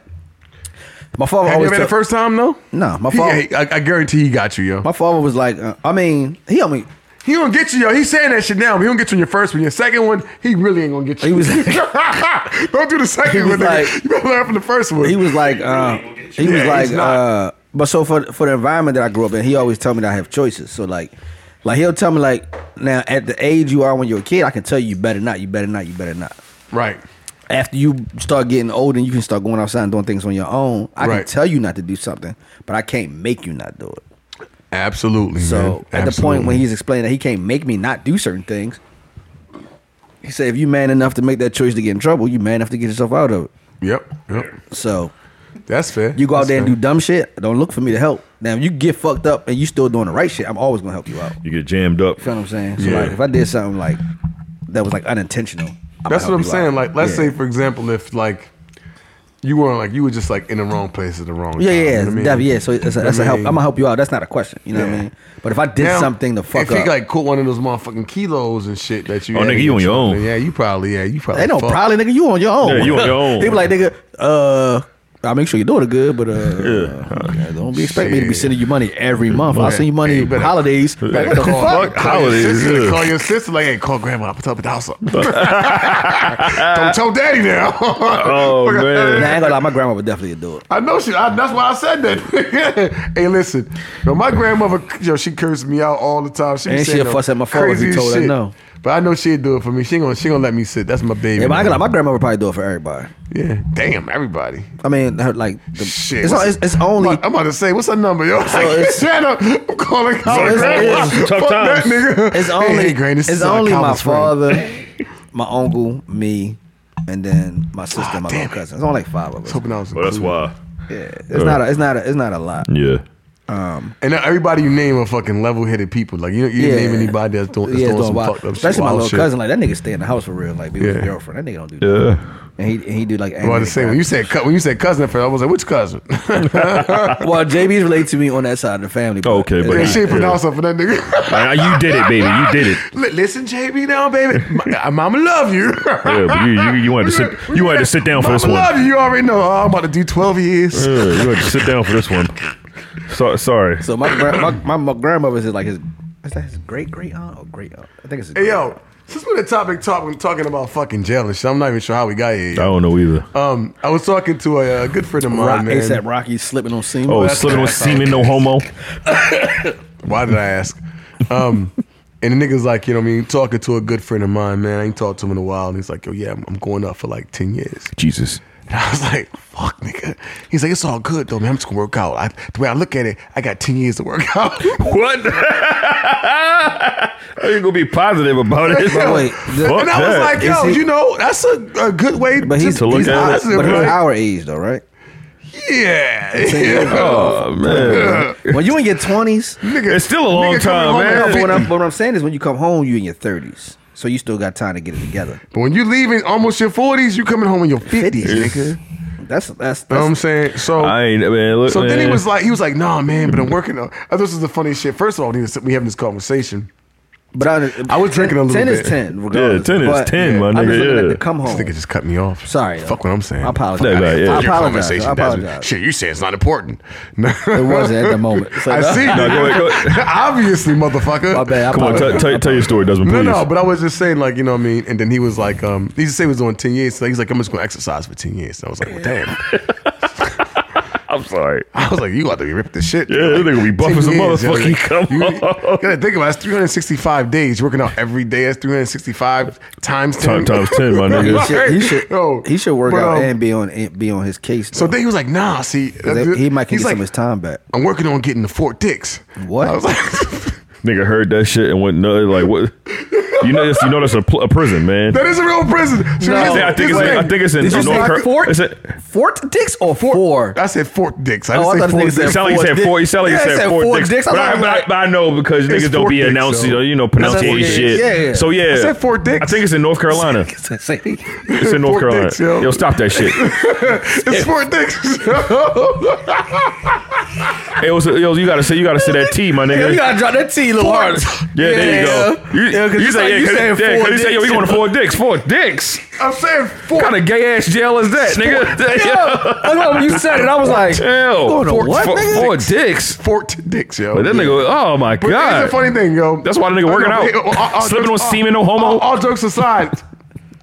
Speaker 4: my father
Speaker 3: Have you
Speaker 4: always.
Speaker 3: ever had
Speaker 4: tell-
Speaker 3: it first time, though?
Speaker 4: Nah, my
Speaker 3: He-
Speaker 4: father.
Speaker 3: he- I, I guarantee he got you, yo.
Speaker 4: my father was like, uh, I mean, he only.
Speaker 3: He gonna get you, yo. He's saying that shit now, but he don't get you on your first one. Your second one, he really ain't gonna get you.
Speaker 4: He
Speaker 3: *laughs*
Speaker 4: was-
Speaker 3: don't do the
Speaker 4: He
Speaker 3: second
Speaker 4: was
Speaker 3: one, nigga.
Speaker 4: like-
Speaker 3: you better learn from the first one.
Speaker 4: He was like, uh, he was
Speaker 3: Yeah,
Speaker 4: like,
Speaker 3: he's not.
Speaker 4: uh, but so for for the environment that I grew up in, he always tell me that I have choices. So like, like he'll tell me like, now at the age you are when you're a kid, I can tell you, you better not, you better not, you better not.
Speaker 3: right.
Speaker 4: After you start getting older and you can start going outside and doing things on your own, I
Speaker 3: Right.
Speaker 4: can tell you not to do something, but I can't make you not do it.
Speaker 3: Absolutely.
Speaker 4: So
Speaker 3: man.
Speaker 4: at the point when
Speaker 3: Absolutely.
Speaker 4: he's explaining that he can't make me not do certain things, he said, if you man enough to make that choice to get in trouble, you man enough to get yourself out of it.
Speaker 3: Yep, yep.
Speaker 4: So
Speaker 3: That's fair.
Speaker 4: you go out
Speaker 3: That's
Speaker 4: there and
Speaker 3: fair.
Speaker 4: do dumb shit. Don't look for me to help. Now, if you get fucked up and you still doing the right shit, I'm always gonna help you out. You
Speaker 6: You get jammed up.
Speaker 4: know what I'm saying? So
Speaker 3: Yeah.
Speaker 4: like, if I did something like that was like unintentional, I'ma
Speaker 3: That's
Speaker 4: help
Speaker 3: what I'm
Speaker 4: you
Speaker 3: saying.
Speaker 4: out.
Speaker 3: Like, let's
Speaker 4: Yeah.
Speaker 3: say, for example, if like you were like you were just like in the wrong place at the wrong
Speaker 4: yeah,
Speaker 3: time.
Speaker 4: yeah,
Speaker 3: you know
Speaker 4: yeah,
Speaker 3: what I mean?
Speaker 4: Dev, yeah. So it's a, that's a help. I'm
Speaker 3: mean-
Speaker 4: gonna help you out. That's not a question. You know what I
Speaker 3: Yeah.
Speaker 4: mean? But if I did
Speaker 3: Now,
Speaker 4: something to fuck
Speaker 3: if
Speaker 4: up,
Speaker 3: he like caught one of those motherfucking kilos and shit that you.
Speaker 6: Oh,
Speaker 3: had
Speaker 6: nigga, you on your
Speaker 3: something,
Speaker 6: own.
Speaker 3: Yeah, you probably. Yeah, you probably.
Speaker 4: they don't
Speaker 3: fucked.
Speaker 4: probably nigga, you on your own.
Speaker 6: Yeah, you on your own.
Speaker 4: *laughs* they be like, nigga, uh. I'll make sure you're doing it good, but uh, yeah, don't be expect me to be
Speaker 3: Shit.
Speaker 4: sending you money every month. I'll send you money
Speaker 3: Hey, you better-
Speaker 4: holidays.
Speaker 3: *laughs*
Speaker 4: Like, what the
Speaker 3: Call,
Speaker 4: fuck?
Speaker 3: call, your
Speaker 6: Holidays,
Speaker 3: sister,
Speaker 6: yeah.
Speaker 3: call your sister. Like, hey, call grandma. Put up the
Speaker 6: *laughs*
Speaker 3: house up. don't tell daddy now. *laughs*
Speaker 6: Oh man.
Speaker 4: Nah, I ain't gonna lie, my grandma would definitely do it.
Speaker 3: I know she. I, that's why I said that. *laughs* hey, listen, yo, my grandmother, yo, she cursed me out all the time. She be
Speaker 4: And
Speaker 3: saying
Speaker 4: she'll
Speaker 3: the
Speaker 4: fuss at my phone if you
Speaker 3: craziest
Speaker 4: told her
Speaker 3: shit.
Speaker 4: no.
Speaker 3: But I know she'd do it for me. She ain't gonna. She gonna let me sit. That's my baby.
Speaker 4: Yeah, but I
Speaker 3: man.
Speaker 4: ain't gonna lie, my grandma would probably do it for everybody.
Speaker 3: yeah. Damn, everybody.
Speaker 4: I mean, her, like, the,
Speaker 3: Shit.
Speaker 4: It's,
Speaker 3: what's-
Speaker 4: it's, it's only.
Speaker 3: I'm about to say, what's her number, yo? *laughs*
Speaker 4: it's-
Speaker 3: Shut up. I'm calling Colin
Speaker 4: it's-
Speaker 3: grandma.
Speaker 4: it's-
Speaker 6: tough
Speaker 3: Fuck that
Speaker 6: times.
Speaker 3: nigga.
Speaker 4: *laughs* It's
Speaker 3: Hey,
Speaker 4: only.
Speaker 3: hey, Granny, this
Speaker 4: it's
Speaker 3: is, uh,
Speaker 4: only my
Speaker 3: Calvin's friend.
Speaker 4: father, my uncle, me, and then my sister, and my little cousin. It's only like five of
Speaker 3: I was
Speaker 4: us.
Speaker 3: hoping I was
Speaker 6: Well, that's
Speaker 3: included.
Speaker 6: why.
Speaker 4: Yeah, it's not. A, it's not. A, it's not a lot.
Speaker 6: Yeah.
Speaker 3: And now everybody you name are fucking level headed people. Like you, you
Speaker 4: Yeah.
Speaker 3: didn't name anybody that's doing, that's
Speaker 4: Yeah,
Speaker 3: doing
Speaker 4: it's
Speaker 3: some
Speaker 4: wild.
Speaker 3: fucked up shit.
Speaker 4: especially my
Speaker 3: wild
Speaker 4: little
Speaker 3: shit.
Speaker 4: cousin. Like that nigga stay in the house for real. Like be with his
Speaker 3: Yeah.
Speaker 4: girlfriend. That nigga don't do that.
Speaker 6: Yeah.
Speaker 4: And he and he do like.
Speaker 3: I was about to say when you said cou- when you said cousin at first, I was like, which cousin?
Speaker 4: well, JB's related to me on that side of the family. but-
Speaker 6: Okay, but
Speaker 3: Yeah,
Speaker 6: he-
Speaker 3: she ain't pronounce up for *laughs* that nigga. *laughs*
Speaker 6: Like, Ah, you did it, baby. You *laughs* did it.
Speaker 3: Li- Listen, JB, now, baby, my, uh, mama love you.
Speaker 6: *laughs* Yeah, but you, you, you wanted to
Speaker 3: *laughs*
Speaker 6: sit. You wanted to sit down for this
Speaker 3: Mama
Speaker 6: one.
Speaker 3: love you. You already know. Oh, I'm about to do 12 years.
Speaker 6: Yeah, you wanted to sit down for this one. So, sorry.
Speaker 4: So my gra- my, my my grandmother's is like his. Is that his great great aunt or great aunt? I think it's. His
Speaker 3: Hey, yo, since we're the topic talking talking about fucking jealous, I'm not even sure how we got here.
Speaker 6: I don't know either.
Speaker 3: Um, I was talking to a, uh good friend of mine,
Speaker 4: Rock,
Speaker 3: man.
Speaker 4: ASAP Rocky slipping on scene.
Speaker 6: oh,
Speaker 3: that's-
Speaker 6: slipping with
Speaker 3: that's
Speaker 6: semen, no homo.
Speaker 3: Why did I ask? Um, *laughs* and the nigga's like, you know what I mean? Talking to a good friend of mine, man. I ain't talked to him in a while. And he's like, yo, yeah, I'm, I'm going up for like 10 years. *laughs*
Speaker 6: Jesus.
Speaker 3: And I was like, fuck, nigga. He's like, it's all good, though, man. I'm just going to work out. I, the way I look at it, I got 10 years to work *laughs* out.
Speaker 6: *laughs* What? Are you gonna be positive about it?
Speaker 4: But wait, the-
Speaker 6: *laughs* Fuck
Speaker 3: and I was
Speaker 6: that.
Speaker 3: like,
Speaker 4: Is
Speaker 3: yo,
Speaker 4: he-
Speaker 3: you know, that's a, a good way
Speaker 4: but he's,
Speaker 3: to
Speaker 6: look
Speaker 3: he's
Speaker 6: at it.
Speaker 3: positive,
Speaker 4: but he's
Speaker 3: right?
Speaker 4: our age though, right?
Speaker 3: Yeah.
Speaker 6: Oh man,
Speaker 4: when you in your twenties,
Speaker 6: it's still a long
Speaker 3: Nigga coming
Speaker 6: time,
Speaker 3: home
Speaker 6: man.
Speaker 3: and *laughs*
Speaker 4: what I'm, what I'm saying is when you come home, you in your thirties, so you still got time to get it together.
Speaker 3: But when you leaving almost your 40s, you coming home in your 50s, nigga. You
Speaker 4: That's that's,
Speaker 3: know what
Speaker 4: that's
Speaker 3: I'm saying? So
Speaker 6: I ain't man. Look,
Speaker 3: So then he
Speaker 6: man.
Speaker 3: was like, he was like, nah, man, but I'm working on. I thought this was the funniest shit. First of all, nigga, we having this conversation.
Speaker 4: But I,
Speaker 3: I was drinking a little
Speaker 4: ten
Speaker 3: bit.
Speaker 4: Is ten regardless.
Speaker 6: Yeah, 10 is
Speaker 4: But
Speaker 6: 10, my
Speaker 4: I'm
Speaker 6: nigga,
Speaker 4: just looking at
Speaker 6: yeah.
Speaker 4: the come
Speaker 3: This
Speaker 4: home.
Speaker 3: nigga just cut me off.
Speaker 4: Sorry,
Speaker 3: Fuck what I'm saying.
Speaker 4: I apologize.
Speaker 3: Fuck
Speaker 6: Yeah,
Speaker 3: outta here.
Speaker 6: yeah.
Speaker 3: Fuck your
Speaker 4: I apologize.
Speaker 3: conversation,
Speaker 4: I
Speaker 3: Desmond.
Speaker 4: apologize.
Speaker 3: Shit, you said it's not important. *laughs*
Speaker 4: It wasn't at the moment. So,
Speaker 3: I see.
Speaker 6: No, go ahead, go ahead.
Speaker 3: *laughs* Obviously, motherfucker.
Speaker 4: My bad. I
Speaker 6: Come on,
Speaker 4: apologize.
Speaker 6: tell- tell tell your story, Desmond.
Speaker 3: No,
Speaker 6: Please.
Speaker 3: no, but I was just saying, like, you know what I mean? And then he was like, um, he just said he was doing 10 years. So he's like, I'm just going to exercise for 10 years. And I was like, well, damn.
Speaker 6: I'm sorry.
Speaker 3: I was like, you got to be ripped the shit.
Speaker 6: Yeah, that nigga be buff as a motherfucker. Come
Speaker 3: you,
Speaker 6: on.
Speaker 3: *laughs* gotta think about it. It's 365 days. You're working out every day. That's 365 times 10.
Speaker 6: Time times
Speaker 3: *laughs*
Speaker 6: ten, my
Speaker 4: He
Speaker 6: nigga.
Speaker 4: should, he should,
Speaker 3: Yo,
Speaker 4: he should work
Speaker 3: but,
Speaker 4: out
Speaker 3: um,
Speaker 4: and be on be on his case.
Speaker 3: So
Speaker 4: though.
Speaker 3: then he was like, nah, see.
Speaker 4: They- he might can
Speaker 3: he's
Speaker 4: get
Speaker 3: like,
Speaker 4: some of his time back.
Speaker 3: I'm working on getting the four dicks.
Speaker 4: What?
Speaker 3: I was like, *laughs*
Speaker 6: Nigga heard that shit and went nuts. Like what? You know, you know that's a, pl- a prison, man.
Speaker 3: that is a real prison. So
Speaker 4: No.
Speaker 3: here's-
Speaker 6: I think it's
Speaker 3: here's the
Speaker 6: in, I
Speaker 3: thing.
Speaker 6: think it's in
Speaker 4: Did you
Speaker 6: North
Speaker 4: say
Speaker 6: Car-
Speaker 4: Fort?
Speaker 6: It's in-
Speaker 4: Four dicks
Speaker 3: *laughs*
Speaker 4: or four?
Speaker 3: I said four dicks. I
Speaker 4: Oh, I
Speaker 3: didn't
Speaker 4: thought
Speaker 3: say
Speaker 4: the
Speaker 3: four
Speaker 4: nigga
Speaker 3: dicks.
Speaker 4: said
Speaker 6: It sound like you
Speaker 4: Four
Speaker 6: said four. You sound like you
Speaker 4: dicks. Yeah,
Speaker 6: said four, dicks.
Speaker 4: I
Speaker 6: but, I,
Speaker 4: was
Speaker 6: but, I,
Speaker 4: like-
Speaker 6: but I know because
Speaker 3: It's
Speaker 6: niggas don't
Speaker 3: four
Speaker 6: be
Speaker 3: dicks,
Speaker 6: announcing,
Speaker 3: so-
Speaker 6: you know,
Speaker 3: That's
Speaker 6: pronouncing
Speaker 3: four dicks.
Speaker 6: shit.
Speaker 4: Yeah, yeah.
Speaker 6: So yeah,
Speaker 3: I said four dicks.
Speaker 6: I think it's in North Carolina. It's in North
Speaker 3: Four
Speaker 6: Carolina.
Speaker 3: dicks, yo.
Speaker 6: yo. stop that shit.
Speaker 3: *laughs* It's four dicks.
Speaker 6: hey, what's, yo, you gotta say, you gotta say that T, my nigga.
Speaker 4: you gotta drop that T a little harder.
Speaker 6: Yeah, there you go. You,
Speaker 4: yeah,
Speaker 6: you,
Speaker 4: because
Speaker 6: say, yeah,
Speaker 4: you
Speaker 6: cause,
Speaker 4: saying
Speaker 6: yeah,
Speaker 4: four
Speaker 6: 'cause you say, yo, we
Speaker 4: dicks.
Speaker 6: going to four dicks. Four dicks.
Speaker 3: I'm saying four.
Speaker 6: What kind of gay ass jail is that, nigga?
Speaker 4: I know when you said it, I was like,
Speaker 6: *laughs* Hell,
Speaker 4: Going to
Speaker 6: four,
Speaker 4: what,
Speaker 6: four-
Speaker 4: nigga?
Speaker 6: four dicks.
Speaker 3: four dicks, yo.
Speaker 6: But that nigga, oh my
Speaker 3: But
Speaker 6: god.
Speaker 3: here's the funny thing, yo.
Speaker 6: That's why the nigga
Speaker 3: I
Speaker 6: working
Speaker 3: know,
Speaker 6: out.
Speaker 3: but-
Speaker 6: Slipping
Speaker 3: jokes-
Speaker 6: on semen, no homo.
Speaker 3: All, all jokes aside,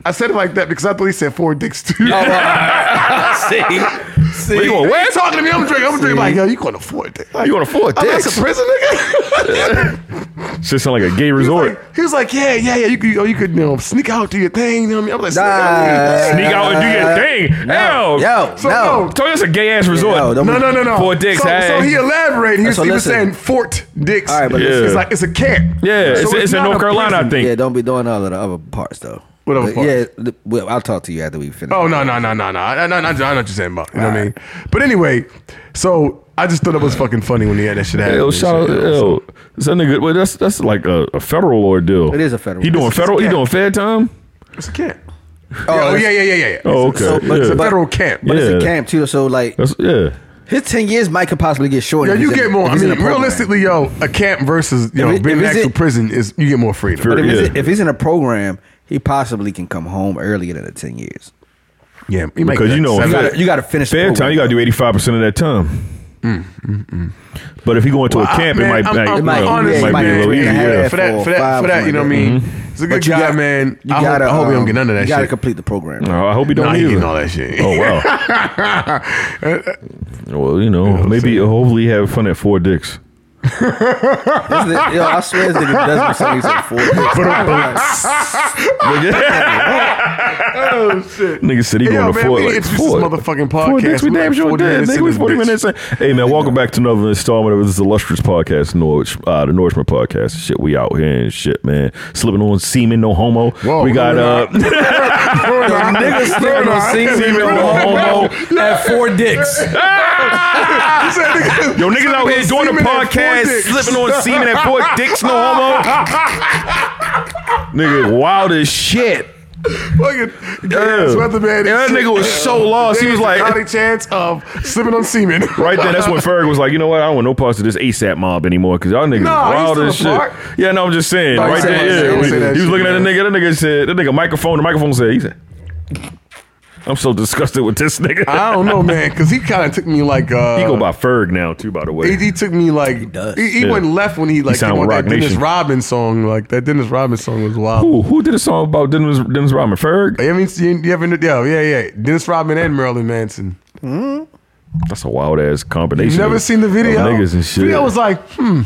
Speaker 3: I said it like that because I thought he said four dicks too. *laughs*
Speaker 4: see, see.
Speaker 6: you going,
Speaker 3: Where
Speaker 6: what?
Speaker 3: you talking to me? I'm drinking. I'm drinking like, yo, you going to four dicks? Like,
Speaker 6: You going to four
Speaker 3: I'm not
Speaker 6: dicks?
Speaker 3: prison, nigga.
Speaker 6: *laughs* Shit sound like a gay
Speaker 3: he, was
Speaker 6: resort.
Speaker 3: like, he was like, yeah, yeah, yeah. You could, oh, you could, you know, sneak out do your thing. You know what I mean? I'm like, sneak out, do your thing.
Speaker 6: Sneak out and do
Speaker 3: Uh,
Speaker 6: your thing.
Speaker 4: No,
Speaker 6: Hell.
Speaker 4: yo,
Speaker 3: So,
Speaker 4: no.
Speaker 6: Told you it's a gay ass resort.
Speaker 4: No, don't-
Speaker 3: No, no, no, no.
Speaker 6: Four dicks,
Speaker 3: So,
Speaker 6: hey.
Speaker 3: so he elaborated. He was,
Speaker 4: So
Speaker 3: he was
Speaker 4: listen.
Speaker 3: saying Fort Dicks.
Speaker 4: All right, but
Speaker 6: Yeah. listen.
Speaker 3: it's like it's a camp.
Speaker 6: yeah, it's, it's, in
Speaker 3: not
Speaker 6: North
Speaker 3: a
Speaker 6: Carolina,
Speaker 3: prison.
Speaker 6: I think.
Speaker 4: Yeah, don't be doing all of the other parts though.
Speaker 3: What other
Speaker 4: But
Speaker 3: parts?
Speaker 4: Yeah, th- well, I'll talk to you after we finish.
Speaker 3: Oh no no no no no! I, I, I, I know what you're saying about. You know what I mean? But anyway, so I just thought it was fucking funny when he had that shit happen.
Speaker 6: Yo,
Speaker 3: and
Speaker 6: shout out,
Speaker 3: shit, yo.
Speaker 6: yo, is that nigga? Well, that's that's like a, a federal law deal.
Speaker 4: It is a federal.
Speaker 6: He doing
Speaker 4: It's-
Speaker 6: federal. He
Speaker 3: yeah.
Speaker 6: doing fed time.
Speaker 3: It's a camp. Oh yeah yeah yeah yeah. yeah.
Speaker 6: Oh, okay.
Speaker 4: so- but-
Speaker 6: yeah.
Speaker 4: but-
Speaker 3: Federal camp.
Speaker 4: But it's
Speaker 6: Yeah.
Speaker 4: a camp too, so like
Speaker 6: That's- yeah.
Speaker 4: his ten years might could possibly get shorter.
Speaker 3: Yo,
Speaker 4: if
Speaker 3: you
Speaker 4: he's in-
Speaker 3: get more.
Speaker 4: if
Speaker 3: I
Speaker 4: he's in
Speaker 3: mean,
Speaker 4: a program.
Speaker 3: realistically, yo, a camp versus you know
Speaker 4: If it-
Speaker 3: being
Speaker 4: if
Speaker 3: in
Speaker 4: it's
Speaker 3: actual
Speaker 4: it-
Speaker 3: prison is you get more freedom.
Speaker 6: But
Speaker 4: If,
Speaker 6: Yeah.
Speaker 4: he's, if he's in a program, he possibly can come home earlier than the ten years.
Speaker 3: yeah, you make
Speaker 6: Because
Speaker 3: that
Speaker 6: you know-
Speaker 4: You
Speaker 3: seven-
Speaker 4: gotta, you gotta finish the
Speaker 6: Fair
Speaker 4: program.
Speaker 6: time, you got to do 85% of that time.
Speaker 3: Mm,
Speaker 6: But if he going to a camp,
Speaker 3: Ah, Man,
Speaker 6: it might,
Speaker 3: I'm-
Speaker 6: like,
Speaker 3: I'm-
Speaker 6: you
Speaker 4: might-
Speaker 6: know,
Speaker 3: honestly,
Speaker 6: it might be a
Speaker 3: man,
Speaker 6: little
Speaker 4: yeah,
Speaker 6: easier.
Speaker 4: yeah.
Speaker 6: yeah.
Speaker 3: For that, for that, for that, you know what I mean?
Speaker 6: Mm-hmm.
Speaker 3: He's a good
Speaker 4: you
Speaker 3: guy,
Speaker 4: got-
Speaker 3: man.
Speaker 4: You
Speaker 3: I, hope,
Speaker 4: gotta,
Speaker 3: I hope he don't
Speaker 4: um,
Speaker 3: get none of that
Speaker 4: You
Speaker 3: shit.
Speaker 4: gotta complete the program.
Speaker 6: No, I hope he don't
Speaker 3: nah, he
Speaker 6: either.
Speaker 3: getting all that shit.
Speaker 4: *laughs*
Speaker 6: Oh, wow.
Speaker 3: *laughs*
Speaker 6: well, you know,
Speaker 3: I'm
Speaker 6: maybe hopefully have fun at Four Dicks.
Speaker 4: This nigga- yo, I swear this nigga does something he's like four dicks.
Speaker 3: uh,
Speaker 6: Nigga,
Speaker 3: *laughs*
Speaker 6: Nigga said he
Speaker 3: Oh, Yo,
Speaker 6: going to
Speaker 3: man,
Speaker 6: Fort.
Speaker 3: we
Speaker 6: Like,
Speaker 3: introduced
Speaker 6: Fort.
Speaker 3: this motherfucking
Speaker 6: Four Dicks,
Speaker 3: podcast.
Speaker 6: we
Speaker 3: We're
Speaker 6: damn
Speaker 3: like
Speaker 6: sure
Speaker 3: 40
Speaker 6: did.
Speaker 3: minutes
Speaker 6: Nigga,
Speaker 3: in
Speaker 6: we
Speaker 3: this
Speaker 6: 40
Speaker 3: bitch.
Speaker 6: minutes in. Hey, man, welcome back to another installment of this illustrious podcast, Norwich, uh, the Norwichman podcast. Shit, we out here and shit, man. Slipping on semen, no homo.
Speaker 3: Whoa,
Speaker 6: we got, uh, *laughs*
Speaker 3: hold *laughs*
Speaker 4: Niggas slipping on semen, no homo at four dicks.
Speaker 6: Yo, niggas out here doing a
Speaker 3: semen at four
Speaker 6: podcast,
Speaker 3: dicks.
Speaker 6: slipping on semen at
Speaker 3: *laughs*
Speaker 6: four dicks, no homo. *laughs* nigga, wild as shit.
Speaker 3: Fucking
Speaker 6: Yeah.
Speaker 3: gas weatherman.
Speaker 6: Yeah, that nigga was so lost. He was like-
Speaker 3: not a chance of slipping on semen.
Speaker 6: Right then, that's when Ferg was like, you know what? I don't want no parts of this ASAP mob anymore because y'all niggas
Speaker 3: Nah, he's
Speaker 6: wild
Speaker 3: still
Speaker 6: as
Speaker 3: a
Speaker 6: shit.
Speaker 3: part.
Speaker 6: Yeah, no, I'm just saying.
Speaker 3: No, he
Speaker 6: right
Speaker 3: said that shit.
Speaker 6: there, yeah.
Speaker 3: He
Speaker 6: when
Speaker 3: said that
Speaker 6: He was
Speaker 3: shit,
Speaker 6: looking at the
Speaker 3: man.
Speaker 6: nigga. That nigga said, that nigga microphone, the microphone said, he said, I'm so disgusted with this
Speaker 3: *laughs*
Speaker 6: nigga.
Speaker 3: I don't know, man, because he kind of took me like. Uh,
Speaker 6: *laughs* he go by Ferg now, too, by the way.
Speaker 3: He, he took me like he,
Speaker 4: does.
Speaker 3: he,
Speaker 6: Yeah.
Speaker 3: went left when he like
Speaker 6: sound
Speaker 3: came out
Speaker 6: Roc
Speaker 3: that Dennis
Speaker 6: Nation.
Speaker 3: Robin song like that Dennis Robin song was wild.
Speaker 6: Who, who did a song about Dennis, Dennis Rodman? Ferg?
Speaker 3: I mean, you, you ever yeah yeah yeah Dennis Robin and Marilyn Manson.
Speaker 6: That's a wild ass combination.
Speaker 3: You never
Speaker 6: of-
Speaker 3: seen the
Speaker 6: of
Speaker 3: video?
Speaker 6: Niggas and shit.
Speaker 3: Video was like, hmm,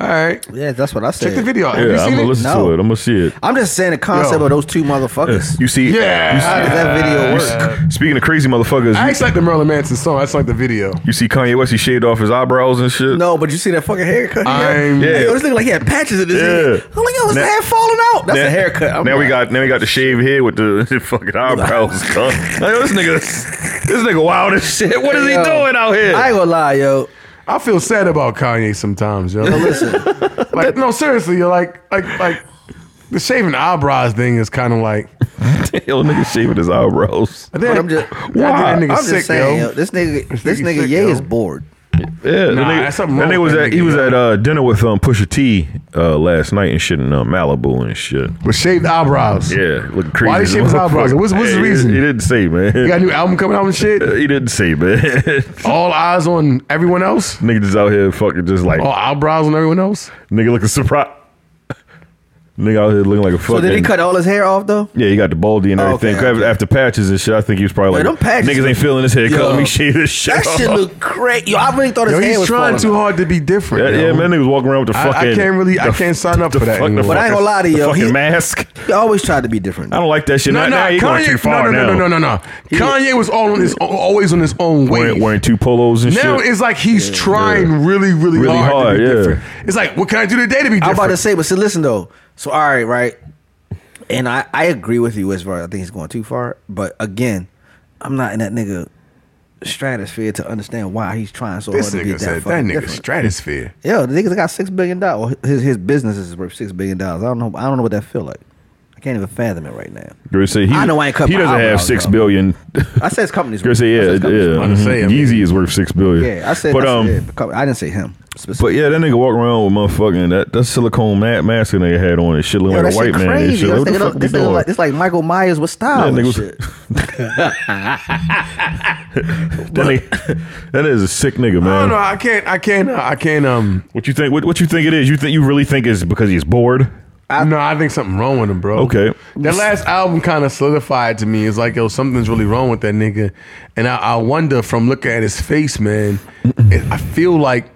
Speaker 3: All right.
Speaker 4: Yeah, that's what I said.
Speaker 3: Check the video out. Have you
Speaker 6: Yeah, I'm
Speaker 3: seen
Speaker 6: gonna
Speaker 3: it?
Speaker 6: listen
Speaker 4: No.
Speaker 6: to it. I'm gonna see it.
Speaker 4: I'm just saying the concept
Speaker 3: Yo.
Speaker 4: of those two motherfuckers.
Speaker 6: You see?
Speaker 3: Yeah.
Speaker 6: you
Speaker 4: How
Speaker 6: see-
Speaker 4: does that video
Speaker 6: you
Speaker 4: work?
Speaker 6: see- speaking of crazy motherfuckers,
Speaker 3: I
Speaker 6: you,
Speaker 3: actually like the Marilyn Manson song. I just like the video.
Speaker 6: you see Kanye West? He shaved off his eyebrows and shit.
Speaker 4: No, but you see that fucking haircut? he had?
Speaker 3: I'm-
Speaker 6: Yeah.
Speaker 4: Hey, yo, this look like he had patches in his
Speaker 6: Yeah.
Speaker 4: head. I'm like, yo, his
Speaker 6: Now-
Speaker 4: hair falling out. That's
Speaker 6: now,
Speaker 4: a haircut. I'm
Speaker 6: now we
Speaker 4: like,
Speaker 6: got now we got the shaved head with the, *laughs* the
Speaker 4: *laughs*
Speaker 6: fucking eyebrows done. Like, this nigga, this nigga wild as shit. What is he
Speaker 4: yo,
Speaker 6: doing out here?
Speaker 4: I ain't gonna lie, yo.
Speaker 3: I feel sad about Kanye sometimes, yo.
Speaker 4: *laughs* Listen,
Speaker 3: like, no, seriously, you're like, like, like, the shaving eyebrows thing is kind of like,
Speaker 6: *laughs* Yo, nigga shaving his eyebrows.
Speaker 3: I think,
Speaker 4: *laughs* but
Speaker 3: *laughs*
Speaker 4: I'm just,
Speaker 3: I think
Speaker 6: Why?
Speaker 3: that
Speaker 4: I'm
Speaker 3: nigga
Speaker 4: just
Speaker 3: sick,
Speaker 4: saying,
Speaker 3: yo.
Speaker 4: yo, this nigga, this,
Speaker 3: nigga
Speaker 4: nigga,
Speaker 3: sick,
Speaker 4: yeah,
Speaker 3: yo.
Speaker 4: is bored.
Speaker 6: Yeah, that
Speaker 3: Nah,
Speaker 6: nigga-
Speaker 3: that's something wrong
Speaker 6: that nigga
Speaker 3: with
Speaker 6: was
Speaker 3: that
Speaker 6: at he
Speaker 3: nigga,
Speaker 6: was
Speaker 3: yo.
Speaker 6: at uh, dinner with um Pusha T uh, last night and shit in uh, Malibu and shit.
Speaker 3: With shaved eyebrows.
Speaker 6: Yeah, looking crazy.
Speaker 3: Why did he shave his eyebrows? What's- what's his
Speaker 6: Hey, he-
Speaker 3: reason?
Speaker 6: He, didn't say, man.
Speaker 3: You got a new album coming out and shit.
Speaker 6: *laughs* he didn't say, man. *laughs*
Speaker 3: All eyes on everyone else.
Speaker 6: nigga just out here fucking just like
Speaker 3: All eyebrows on everyone else.
Speaker 6: nigga looking surprised. *laughs* Nigga out here looking like a fucking.
Speaker 4: So did he cut all his hair off
Speaker 6: *laughs*
Speaker 4: though?
Speaker 6: Yeah, he got the baldy and
Speaker 4: Oh,
Speaker 6: everything.
Speaker 4: okay,
Speaker 6: After,
Speaker 4: okay.
Speaker 6: after patches and shit, I think he was probably
Speaker 4: Yeah,
Speaker 6: like,
Speaker 4: them patches-
Speaker 6: "Niggas ain't feeling this haircut. Let
Speaker 4: Yo,
Speaker 6: me shave this shit."
Speaker 4: That
Speaker 6: off.
Speaker 4: shit look crazy. Yo, I really thought his
Speaker 3: Yo,
Speaker 4: hair
Speaker 3: he's
Speaker 4: was
Speaker 3: trying
Speaker 4: falling
Speaker 3: too
Speaker 4: out.
Speaker 3: hard to be different.
Speaker 6: *laughs* Yeah,
Speaker 3: yo.
Speaker 6: yeah, man, nigga was walking around with the
Speaker 3: I- I
Speaker 6: fucking.
Speaker 3: can't really- I
Speaker 6: the
Speaker 3: can't sign up
Speaker 6: the
Speaker 3: for that
Speaker 6: fuck- the
Speaker 3: anymore.
Speaker 4: But I ain't
Speaker 6: fucking-
Speaker 4: gonna lie to
Speaker 6: the
Speaker 4: you,
Speaker 6: Fucking
Speaker 4: he-
Speaker 6: mask.
Speaker 4: He always tried to be different.
Speaker 6: I don't like that shit.
Speaker 3: No,
Speaker 6: Now-
Speaker 3: no,
Speaker 6: now you going
Speaker 3: Kanye,
Speaker 6: too far
Speaker 3: no, no,
Speaker 6: now.
Speaker 3: no, no, no, no, no. Kanye was all on his, always on his own way.
Speaker 6: Wearing, wearing two polos and
Speaker 3: Now
Speaker 6: shit.
Speaker 3: it's like he's trying really, really,
Speaker 6: Really
Speaker 3: hard,
Speaker 6: hard,
Speaker 3: to be
Speaker 6: yeah.
Speaker 3: different. It's like, what can I do today to be different?
Speaker 4: I'm about to say, but see, listen though. So all right, right. And I, I agree with you as far as I think he's going too far. But again, I'm not in that nigga stratosphere to understand why he's trying so
Speaker 3: this
Speaker 4: hard to be
Speaker 3: nigga
Speaker 4: that
Speaker 3: said that
Speaker 4: fucking
Speaker 3: nigga
Speaker 4: different.
Speaker 3: stratosphere.
Speaker 4: Yo, the niggas got six billion dollars. His his business is worth six billion dollars. I don't know. I don't know what that feel like. I can't even fathom it right now.
Speaker 6: Girl say he,
Speaker 4: I know I ain't cut
Speaker 6: He
Speaker 4: my
Speaker 6: doesn't have
Speaker 4: eyebrows,
Speaker 6: six
Speaker 4: though.
Speaker 6: billion.
Speaker 4: *laughs* I said his company's.
Speaker 6: Girl
Speaker 4: worth-
Speaker 6: say
Speaker 4: I
Speaker 6: yeah,
Speaker 4: said
Speaker 6: yeah.
Speaker 4: his company's worth.
Speaker 3: about to say, I mean-
Speaker 6: Yeezy is worth six billion.
Speaker 4: Yeah, I said.
Speaker 6: But
Speaker 4: I
Speaker 6: um,
Speaker 4: said, yeah, the company- I didn't say him. Specifically.
Speaker 6: But yeah, that nigga walk around with motherfucking that, that silicone ma- mask that nigga had on and shit look
Speaker 4: Yo,
Speaker 6: like
Speaker 4: that
Speaker 6: a
Speaker 4: shit
Speaker 6: white man. and
Speaker 4: crazy. Yo,
Speaker 6: shit. Like, what the
Speaker 4: this nigga
Speaker 6: fuck
Speaker 4: look-
Speaker 6: you
Speaker 4: this nigga
Speaker 6: doing?
Speaker 4: like, it's like Michael Myers with style.
Speaker 6: That
Speaker 4: and
Speaker 6: nigga was-
Speaker 4: shit.
Speaker 6: That nigga- *laughs* that is a sick nigga,
Speaker 3: I
Speaker 6: man.
Speaker 3: don't know. I can't. I can't. uh, I can't. Um.
Speaker 6: What you think? What, what you think it is? You think you really think it's because he's bored?
Speaker 3: no, I think something wrong with him, bro.
Speaker 6: Okay.
Speaker 3: That last album kind of solidified to me. It's like, yo, something's really wrong with that nigga. And I, I wonder from looking at his face, man, it, I feel like.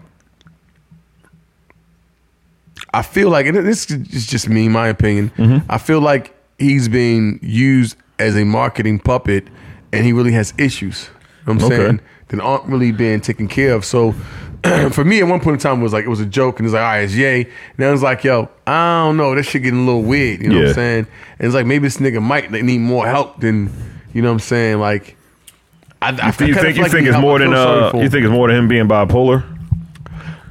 Speaker 3: I feel like, and this is just me, my opinion. I feel like he's being used as a marketing puppet and he really has issues. You know what I'm
Speaker 6: Okay.
Speaker 3: saying? That aren't really being taken care of. So *clears throat* for me, at one point in time, it was like, it was a joke and it's like, all right, it's yay. Now it's like, yo, I don't know. This shit getting a little weird. You know what
Speaker 6: Yeah.
Speaker 3: I'm saying? And it's like, maybe this nigga might need more help than, you know what I'm saying? Like, I, I
Speaker 6: Do you
Speaker 3: kinda
Speaker 6: think
Speaker 3: feel
Speaker 6: you
Speaker 3: like
Speaker 6: think
Speaker 3: he
Speaker 6: it's
Speaker 3: helped.
Speaker 6: more
Speaker 3: I
Speaker 6: than
Speaker 3: feel sorry
Speaker 6: uh?
Speaker 3: for
Speaker 6: You
Speaker 3: him.
Speaker 6: think it's more than him being bipolar?